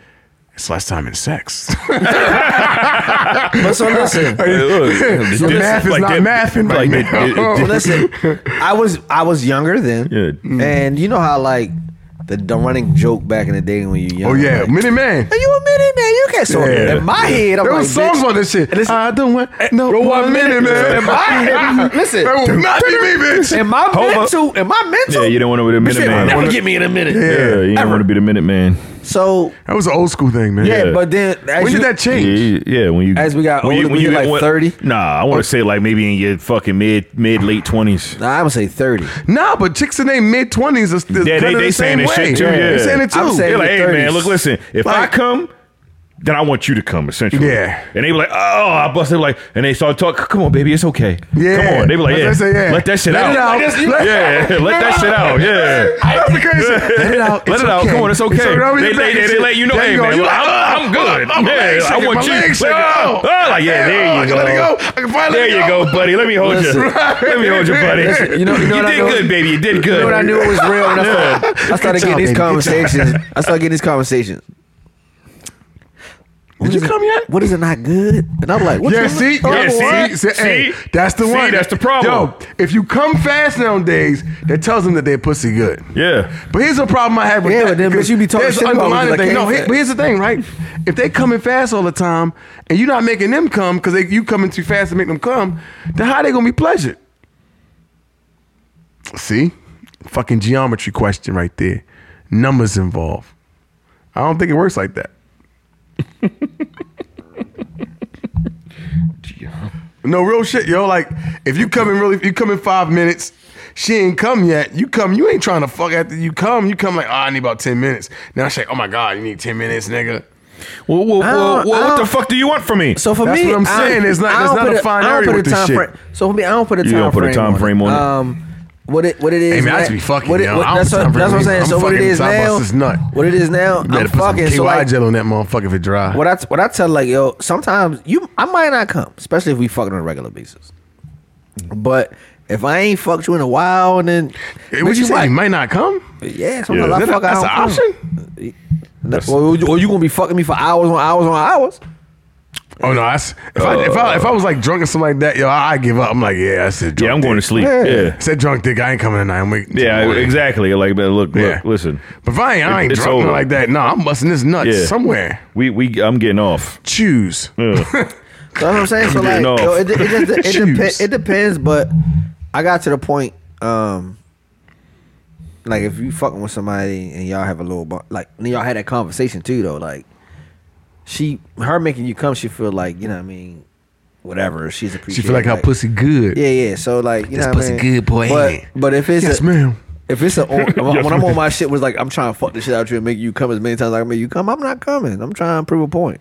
Speaker 3: it's less time in sex. *laughs*
Speaker 4: But so listen.
Speaker 8: Hey, look,
Speaker 3: *laughs*
Speaker 8: this-
Speaker 3: The math is
Speaker 8: like
Speaker 3: not
Speaker 8: that-
Speaker 3: mathing right
Speaker 8: like that-
Speaker 3: now.
Speaker 8: it-
Speaker 3: *laughs*
Speaker 8: it-
Speaker 4: Well, listen. I was I was younger then.
Speaker 8: Yeah.
Speaker 3: Mm-hmm.
Speaker 4: And you know how like the, the running joke back in the day when you young.
Speaker 3: oh yeah,
Speaker 4: like,
Speaker 3: minute man.
Speaker 4: Are you a minute man? You can't. So
Speaker 3: Yeah.
Speaker 4: in my head, I'm
Speaker 3: There
Speaker 4: like,
Speaker 3: was songs
Speaker 4: bitch,
Speaker 3: about this shit. Uh,
Speaker 4: listen- *laughs*
Speaker 3: I don't want no
Speaker 4: Bro,
Speaker 3: one, minute, man.
Speaker 4: In my head, listen.
Speaker 3: That will not be me, bitch.
Speaker 4: Am I
Speaker 8: Hold up.
Speaker 4: mental? Am I mental?
Speaker 8: Yeah, you don't want to be the
Speaker 4: Bitch,
Speaker 8: minute
Speaker 4: they
Speaker 8: man.
Speaker 4: Never get me in a minute.
Speaker 8: Yeah, you don't
Speaker 4: Ever.
Speaker 8: want to be the minute man.
Speaker 4: So
Speaker 3: That was an old school thing, man.
Speaker 4: yeah,
Speaker 8: Yeah.
Speaker 4: but then as
Speaker 3: When
Speaker 4: you,
Speaker 3: did that
Speaker 8: Yeah,
Speaker 3: change?
Speaker 8: you- yeah, when you
Speaker 4: As we got older, we hit like
Speaker 8: what-
Speaker 4: 30.
Speaker 8: Nah, I want to say like maybe in your fucking mid mid late twenties.
Speaker 4: Nah, I would say thirty.
Speaker 3: Nah, but chicks in their mid twenties are still
Speaker 8: Yeah, they,
Speaker 3: kinda
Speaker 8: they
Speaker 3: the same
Speaker 8: saying this
Speaker 3: way.
Speaker 8: shit too. Yeah,
Speaker 3: They saying it too.
Speaker 4: I'm saying
Speaker 8: They're like,
Speaker 4: in
Speaker 8: hey
Speaker 4: the
Speaker 8: man,
Speaker 4: 30s.
Speaker 8: look, listen, if I
Speaker 3: Like-
Speaker 8: come, then I want you to come essentially.
Speaker 3: Yeah.
Speaker 8: and they be like, oh, I busted like, and they start talking. Come on, baby, it's okay.
Speaker 3: Yeah.
Speaker 8: come on. They be like,
Speaker 3: That's
Speaker 8: yeah,
Speaker 3: what I say, yeah.
Speaker 8: let that shit
Speaker 3: Let
Speaker 8: out.
Speaker 3: it out.
Speaker 8: Like this, you- *laughs* yeah, let that shit out. Yeah.
Speaker 3: That's the crazy. Let it out.
Speaker 8: *laughs* Let
Speaker 3: It's
Speaker 8: it out.
Speaker 3: okay.
Speaker 8: Come on, it's okay.
Speaker 3: alright.
Speaker 8: They, they, they, they let you know,
Speaker 3: There
Speaker 8: hey
Speaker 3: go.
Speaker 8: man,
Speaker 3: You
Speaker 8: well,
Speaker 3: like,
Speaker 8: I'm,
Speaker 3: ah,
Speaker 8: I'm good.
Speaker 3: I'm- my
Speaker 8: yeah,
Speaker 3: leg's
Speaker 8: I
Speaker 3: shaking,
Speaker 8: want
Speaker 3: my
Speaker 8: you.
Speaker 3: leg's shaking.
Speaker 8: oh, oh, like, yeah,
Speaker 3: oh, I
Speaker 8: there you
Speaker 3: can Let it go.
Speaker 8: go.
Speaker 3: I can finally
Speaker 8: There
Speaker 3: let it
Speaker 8: you go, buddy. Let me hold
Speaker 4: Listen.
Speaker 8: you. Let me
Speaker 3: *laughs*
Speaker 8: hold you, buddy.
Speaker 4: Listen, you know- you know what I
Speaker 8: did
Speaker 4: know?
Speaker 8: good, baby. You did good.
Speaker 4: You know what I knew it was real when I started, *laughs* I
Speaker 3: Good
Speaker 4: started
Speaker 3: job,
Speaker 4: getting these
Speaker 3: baby. Good job.
Speaker 4: conversations. I started getting these conversations.
Speaker 3: Did you come yet?
Speaker 4: What is it not good? And I'm like, what
Speaker 3: Yeah,
Speaker 4: the-
Speaker 3: see,
Speaker 4: oh,
Speaker 3: yeah,
Speaker 4: what?
Speaker 3: see, see, hey,
Speaker 8: See?
Speaker 3: that's the
Speaker 8: See,
Speaker 3: one.
Speaker 8: that's the problem.
Speaker 3: Yo, if you come fast nowadays, that tells them that they're pussy good.
Speaker 8: Yeah.
Speaker 3: But here's the problem I have with
Speaker 4: Yeah,
Speaker 3: that.
Speaker 4: but then- but
Speaker 3: because
Speaker 4: you be talking
Speaker 3: there's
Speaker 4: shit
Speaker 3: an
Speaker 4: about them
Speaker 3: underlying
Speaker 4: because I
Speaker 3: thing.
Speaker 4: came
Speaker 3: No, he-
Speaker 4: fast.
Speaker 3: but here's the thing, right? If they coming fast all the time and you're not making them come because you coming too fast to make them come, then how they gonna be pleasured? See, fucking geometry question right there. Numbers involved. I don't think it works like that. No real shit, yo. Like if you come in really, you come in five minutes. She ain't come yet. You come, you ain't trying to fuck after you come. You come like, oh, I need about ten minutes. Now she's like, oh my god, you need ten minutes, nigga.
Speaker 8: Whoa, whoa, whoa,
Speaker 4: don't- I
Speaker 8: whoa, what the
Speaker 4: don't-
Speaker 8: fuck do you want from me?
Speaker 4: So for
Speaker 3: That's
Speaker 4: me,
Speaker 3: what I'm
Speaker 4: I-
Speaker 3: saying. It's not-
Speaker 4: I
Speaker 3: there's
Speaker 4: don't
Speaker 3: not
Speaker 4: put
Speaker 3: a fine
Speaker 4: I don't
Speaker 3: area
Speaker 4: put
Speaker 3: with
Speaker 4: a
Speaker 3: this
Speaker 4: time
Speaker 3: shit.
Speaker 4: frame. So for me, I don't put a time
Speaker 8: don't put a
Speaker 4: frame
Speaker 8: time frame on it.
Speaker 4: Um, what it what it is?
Speaker 3: Hey, man, I
Speaker 4: now-
Speaker 3: just be fucking,
Speaker 4: What it,
Speaker 3: yo.
Speaker 4: what,
Speaker 3: I don't
Speaker 4: that's
Speaker 3: put
Speaker 4: what,
Speaker 3: time frame
Speaker 4: that's what I'm
Speaker 3: on it.
Speaker 4: saying.
Speaker 3: I'm
Speaker 4: so what it
Speaker 3: fucking
Speaker 4: is
Speaker 3: top
Speaker 4: now?
Speaker 3: bust this nut.
Speaker 4: What it is now?
Speaker 3: You better
Speaker 4: I'm
Speaker 3: put
Speaker 4: fucking.
Speaker 3: some KY
Speaker 4: So like,
Speaker 3: gel on that motherfucker if it dry.
Speaker 4: what I what I tell like yo, sometimes you I might not come, especially if we fucking on a regular basis. But if I ain't fucked you in a while, and then
Speaker 3: Hey, what
Speaker 4: Bitch,
Speaker 3: you say? You
Speaker 4: might-
Speaker 3: might not come.
Speaker 4: Yeah, sometimes
Speaker 8: Yeah.
Speaker 4: I
Speaker 8: Is that
Speaker 4: fuck. I
Speaker 3: That's an
Speaker 4: don't come.
Speaker 3: option.
Speaker 4: That's- Or, you- or you gonna be fucking me for hours on hours on hours?
Speaker 3: Oh no, I s if I if I if
Speaker 4: Uh,
Speaker 3: I was like drunk or something like that, yo, I, I give up. I'm like, yeah, I said drunk.
Speaker 8: yeah, I'm going to
Speaker 3: dick.
Speaker 8: sleep. Yeah.
Speaker 3: Said drunk dick. I ain't coming tonight. I'm waiting. till
Speaker 8: Yeah,
Speaker 3: morning.
Speaker 8: exactly. Like, but look, look,
Speaker 3: Yeah.
Speaker 8: listen.
Speaker 3: But if I ain't, I ain't
Speaker 8: It's
Speaker 3: drunk
Speaker 8: over.
Speaker 3: like that. No, I'm busting this nut
Speaker 8: Yeah.
Speaker 3: somewhere.
Speaker 8: We, we, I'm getting off.
Speaker 3: Choose.
Speaker 4: So
Speaker 8: Ugh.
Speaker 4: that's what I'm saying. So like,
Speaker 8: No.
Speaker 4: yo, it, it, it,
Speaker 3: *laughs*
Speaker 4: it,
Speaker 3: Shoes.
Speaker 4: depe- it depends. But I got to the point. Um, Like if you fucking with somebody and y'all have a little bu- like and y'all had that conversation too though like she her making you come she feel like you know what I mean whatever she's
Speaker 3: She
Speaker 4: appreciated.
Speaker 3: feel like her pussy good.
Speaker 4: Yeah, yeah. So like you
Speaker 3: This
Speaker 4: know what I
Speaker 3: pussy
Speaker 4: mean?
Speaker 3: good, boy.
Speaker 4: But but if it's
Speaker 3: Yes,
Speaker 4: a,
Speaker 3: ma'am.
Speaker 4: if it's a
Speaker 8: *laughs*
Speaker 4: on, when I'm on my shit was like I'm trying to fuck the shit out you and make you come as many times as I can make you come. I'm not coming. I'm trying to prove a point.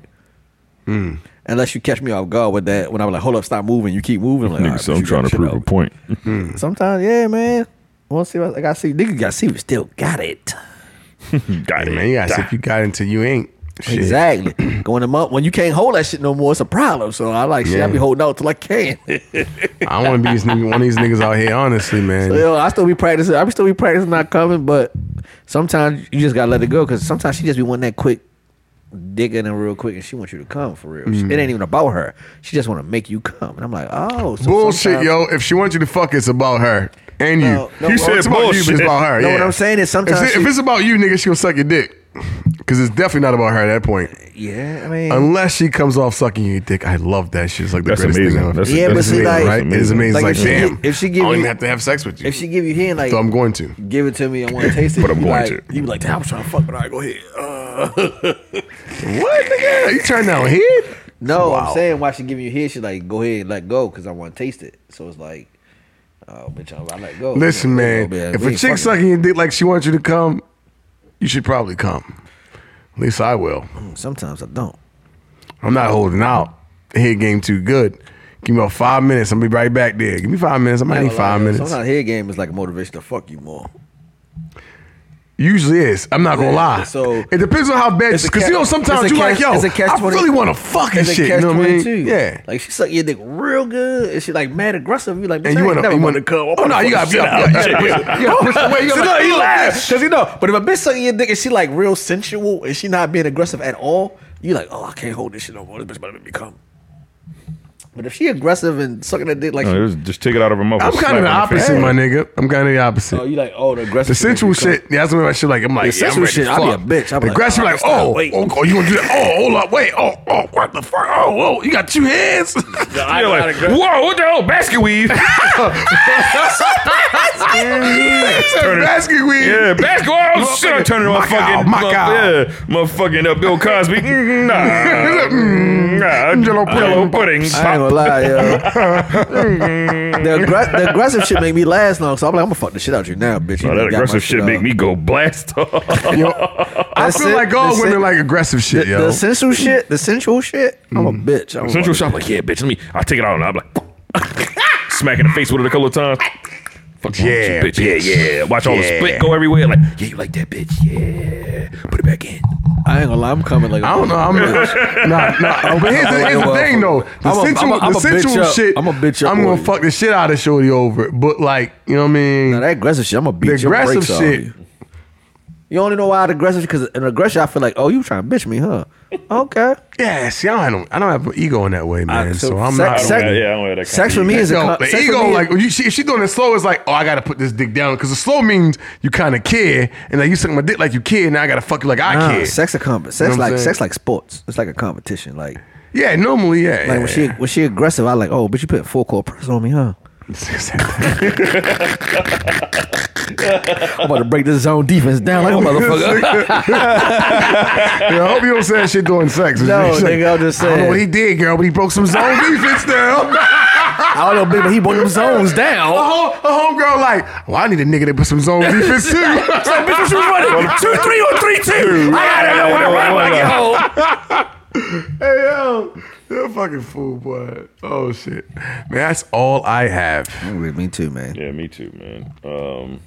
Speaker 8: Hmm.
Speaker 4: Unless you catch me off guard with that when I'm like, hold up, stop moving. You keep moving. I'm like,
Speaker 8: Nigga,
Speaker 4: "All right,
Speaker 8: so
Speaker 4: bitch,
Speaker 8: I'm
Speaker 4: you
Speaker 8: trying
Speaker 4: got
Speaker 8: to
Speaker 4: shit
Speaker 8: prove a
Speaker 4: out."
Speaker 8: point. *laughs*
Speaker 4: Sometimes, yeah, man. Once see, like I see, niggas got see, we still got it.
Speaker 8: Got
Speaker 3: Hey,
Speaker 8: it.
Speaker 3: man, you gotta see if you got it until you ain't. Shit.
Speaker 4: Exactly. *clears throat* Going to month when you can't hold that shit no more, it's a problem. So I like shit. I be
Speaker 3: Yeah.
Speaker 4: holding out till I can.
Speaker 3: I want to be this nigga, one of these niggas out here, honestly, man.
Speaker 4: Yo, I still be practicing. I be still be practicing not coming, but sometimes you just gotta let it go because sometimes she just be wanting that quick dick in her real quick, and she wants you to come for real. It ain't even about her. She just want to make you come, and I'm like, oh, so
Speaker 3: Bullshit,
Speaker 4: sometimes-
Speaker 3: yo. If she wants you to fuck, it's about her and you.
Speaker 4: No, no, He
Speaker 8: said
Speaker 3: it's about you, but
Speaker 8: bullshit.
Speaker 3: it's about her.
Speaker 4: No,
Speaker 3: yeah.
Speaker 4: what I'm saying is sometimes
Speaker 3: if, it- if
Speaker 4: she-
Speaker 3: it's about you, nigga, she gonna suck your dick. Cause it's definitely not about her at that point.
Speaker 4: Yeah, I mean,
Speaker 3: Unless she comes off sucking your dick, I love that shit. It's like the
Speaker 8: That's
Speaker 3: greatest
Speaker 8: amazing.
Speaker 3: thing ever.
Speaker 8: That's,
Speaker 4: Yeah,
Speaker 8: that's
Speaker 4: but see,
Speaker 8: amazing.
Speaker 4: like-
Speaker 3: right? It is amazing.
Speaker 4: Like,
Speaker 3: Like,
Speaker 4: if she
Speaker 3: damn,
Speaker 4: gi- if she
Speaker 3: I
Speaker 4: give
Speaker 3: don't
Speaker 4: you-
Speaker 3: even have to have sex with you.
Speaker 4: if she give you hand like
Speaker 3: so I'm going to.
Speaker 4: give it to me, I *coughs* want to taste it.
Speaker 8: But I'm
Speaker 4: you
Speaker 8: going
Speaker 4: like,
Speaker 8: to.
Speaker 4: You be like, damn, I'm trying to fuck, but all right, go ahead. Uh,
Speaker 3: *laughs* What nigga? You turn down head?
Speaker 4: no,
Speaker 3: Wow.
Speaker 4: I'm saying why she giving you head? She like, go ahead, let go, because I want to taste it. So it's like. Oh, bitch, I I let go.
Speaker 3: Listen,
Speaker 4: Let go,
Speaker 3: man.
Speaker 4: bitch.
Speaker 3: If
Speaker 4: We
Speaker 3: a
Speaker 4: ain't
Speaker 3: chick
Speaker 4: fucking.
Speaker 3: sucking your dick like she wants you to come, you should probably come. At least I will.
Speaker 4: sometimes I don't.
Speaker 3: I'm not holding out. Hit game too good. Give me about five minutes. I'll be right back there. Give me five minutes. I might need five minutes.
Speaker 4: Sometimes head game is like a motivation to fuck you more.
Speaker 3: Usually is. I'm not gonna lie.
Speaker 4: So-
Speaker 3: it depends on how bad.
Speaker 4: It's a
Speaker 3: Because
Speaker 4: catch-
Speaker 3: you know sometimes
Speaker 4: it's a
Speaker 3: you like
Speaker 4: catch-
Speaker 3: yo.
Speaker 4: it's a catch
Speaker 3: I
Speaker 4: 20
Speaker 3: really want to fuck and
Speaker 4: It's
Speaker 3: shit.
Speaker 4: a
Speaker 3: You
Speaker 4: catch
Speaker 3: know what I
Speaker 4: twenty
Speaker 3: mean?
Speaker 4: two.
Speaker 3: Yeah.
Speaker 4: Like she suck your dick real good, and she like mad aggressive. You like, bitch,
Speaker 3: and
Speaker 4: I
Speaker 3: you
Speaker 4: ain't
Speaker 3: want to,
Speaker 4: never
Speaker 3: you want
Speaker 4: wanna
Speaker 3: to
Speaker 4: come.
Speaker 3: Oh no, you gotta be
Speaker 4: *laughs*
Speaker 3: up. You gotta push- you gotta push away. You
Speaker 4: So
Speaker 3: gotta
Speaker 4: no,
Speaker 3: like,
Speaker 4: he
Speaker 3: oh,
Speaker 4: laughs
Speaker 3: bitch.
Speaker 4: because you know. But if a bitch sucking your dick and she like real sensual and she not being aggressive at all, you like, oh, I can't hold this shit no more. This bitch better make me come. But if she aggressive and sucking that dick like,
Speaker 8: No, it
Speaker 4: she,
Speaker 8: was- just take it out of her mouth.
Speaker 3: I'm
Speaker 8: Slap
Speaker 3: kind of
Speaker 8: her
Speaker 3: the
Speaker 8: in face.
Speaker 3: opposite, my nigga. I'm kind of the opposite.
Speaker 4: oh, you like, oh, the aggressive.
Speaker 3: The
Speaker 4: shit make
Speaker 3: sensual
Speaker 4: me come.
Speaker 3: shit, yeah, that's when I shit like I'm like, yeah, I'm
Speaker 4: sensual
Speaker 3: ready
Speaker 4: shit,
Speaker 3: to
Speaker 4: I be a
Speaker 3: fuck.
Speaker 4: bitch. I be
Speaker 3: The
Speaker 4: like,
Speaker 3: aggressive,
Speaker 4: oh,
Speaker 3: like,
Speaker 4: stop,
Speaker 3: oh,
Speaker 4: wait.
Speaker 3: oh, oh, you gonna do that? Oh, hold up, wait, oh, oh, what the fuck? Oh, oh, you got two hands?
Speaker 8: You're like, whoa, what the hell? Basket *laughs* weave.
Speaker 3: Turn basket weave.
Speaker 8: Yeah, basket. Oh shit! I'm turning my
Speaker 3: My God,
Speaker 8: fucking
Speaker 3: my
Speaker 8: my
Speaker 3: God.
Speaker 8: yeah, motherfucking uh, Bill *laughs* Cosby. Mm, nah, nah,
Speaker 3: Jello pudding.
Speaker 8: Jello pudding. Oh,
Speaker 4: I ain't gonna lie, yo. the, aggra- the aggressive shit make me last long, so I'm like, I'm gonna fuck the shit out you now, bitch. You
Speaker 8: Oh,
Speaker 4: got
Speaker 8: that
Speaker 4: my
Speaker 8: aggressive shit
Speaker 4: off.
Speaker 8: make me go blast *laughs* off.
Speaker 3: Yo, I
Speaker 4: That's
Speaker 3: feel
Speaker 4: it.
Speaker 3: like all
Speaker 4: That's
Speaker 3: women
Speaker 4: it.
Speaker 3: like aggressive
Speaker 4: The,
Speaker 3: shit, yo. Mm.
Speaker 4: the sensual shit, the sensual shit. I'm a bitch. I'm a
Speaker 8: Central
Speaker 4: fucking-
Speaker 8: shop, like, yeah, bitch, let me. I'll take it out, and I'm like, *laughs* smack in the face with it a couple of times. Fuck wrong
Speaker 3: Yeah,
Speaker 8: with you, bitch. Yeah, yeah. Watch all the
Speaker 3: Yeah.
Speaker 8: spit go everywhere. Like, yeah, you like that, bitch. Yeah, put it back in.
Speaker 4: I ain't gonna lie, I'm coming like. a-
Speaker 3: I don't know.
Speaker 4: *laughs*
Speaker 3: I'm nah, nah. But here's the, here's the thing, though. The
Speaker 4: I'm a-
Speaker 3: sensual,
Speaker 4: I'm a- I'm
Speaker 3: the
Speaker 4: a bitch
Speaker 3: sensual
Speaker 4: up.
Speaker 3: shit.
Speaker 4: I'm a bitch up
Speaker 3: I'm
Speaker 4: on
Speaker 3: gonna
Speaker 4: you.
Speaker 3: fuck the shit out of shorty over it. But like, you know what I mean?
Speaker 4: Now, that aggressive shit, I'm gonna beat
Speaker 3: the
Speaker 4: your
Speaker 3: aggressive
Speaker 4: brakes off
Speaker 3: shit.
Speaker 4: you. You only know why I'm aggressive because an aggression, I feel like, oh, you trying to bitch me, huh?
Speaker 3: *laughs*
Speaker 4: Okay.
Speaker 3: Yeah, see, I don't, have no- I don't have an ego in that way, man. so,
Speaker 4: so
Speaker 3: I'm
Speaker 4: sex-
Speaker 3: not.
Speaker 4: sex-
Speaker 8: Yeah, yeah, I don't have that.
Speaker 4: Sex for
Speaker 8: kind of-
Speaker 4: me is a
Speaker 3: Yo,
Speaker 4: con-
Speaker 3: the
Speaker 4: sex for
Speaker 3: ego,
Speaker 4: me-
Speaker 3: like, when you, she, if she doing it slow, it's like, oh, I gotta put this dick down. Cause the slow means you kinda care. And like, you suck my dick like you care. Now I gotta fuck you like I
Speaker 4: Nah,
Speaker 3: care.
Speaker 4: sex a comp. Sex
Speaker 3: oh, know what I'm
Speaker 4: like
Speaker 3: saying?
Speaker 4: sex like sports. It's like a competition. Like
Speaker 3: yeah, normally, yeah.
Speaker 4: like
Speaker 3: *laughs*
Speaker 4: when she when she aggressive, I like oh, but you put full court press on me, huh? I'm about to break this zone defense down *laughs* like a motherfucker.
Speaker 3: *laughs* Yeah, I hope you don't say that shit during sex.
Speaker 4: No,
Speaker 3: It's like,
Speaker 4: nigga, I'm just
Speaker 3: I don't know
Speaker 4: saying.
Speaker 3: what he did, girl, but he broke some zone defense down.
Speaker 4: I don't know, big, but he broke them zones
Speaker 3: A
Speaker 4: down.
Speaker 3: whole, a whole girl like, well, I need a nigga that put some zone
Speaker 4: *laughs*
Speaker 3: defense too.
Speaker 4: Bitch, what you running? Two, three, or three, two. I gotta know where I'm running.
Speaker 3: *laughs* hey, yo, you're a fucking fool, boy. Oh shit, man, that's all I have.
Speaker 4: Me too, man.
Speaker 8: Yeah, me too, man. Um,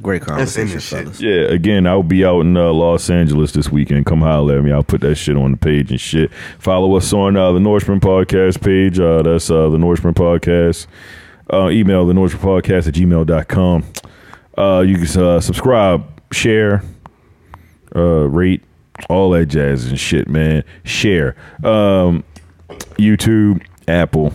Speaker 4: Great
Speaker 3: That's in
Speaker 4: conversation,
Speaker 3: this shit.
Speaker 4: fellas.
Speaker 8: Yeah, again, I'll be out in uh, Los Angeles this weekend. Come holler at me. I'll put that shit on the page and shit. Follow us on uh, the Norseman Podcast page. Uh, that's uh, the Norseman Podcast. Uh, email the Norseman Podcast at gmail.com. Uh, you can uh, subscribe, share, uh, rate, all that jazz and shit, man. Share. Um, YouTube, Apple,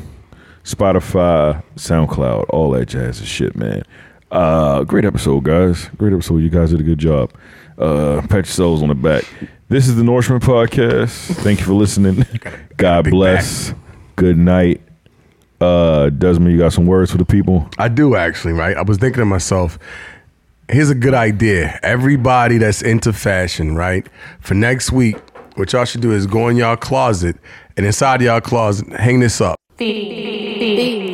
Speaker 8: Spotify, SoundCloud, all that jazz and shit, man. Uh, great episode, guys. Great episode. You guys did a good job. Uh, pat yourselves on the back. This is the Norseman Podcast. Thank you for listening. God bless. Good night. Uh, Desmond, you got some words for the people?
Speaker 3: I do actually, right? I was thinking to myself, here's a good idea. Everybody that's into fashion, right? For next week, what y'all should do is go in y'all closet and inside y'all closet, hang this up.
Speaker 1: The, the, the,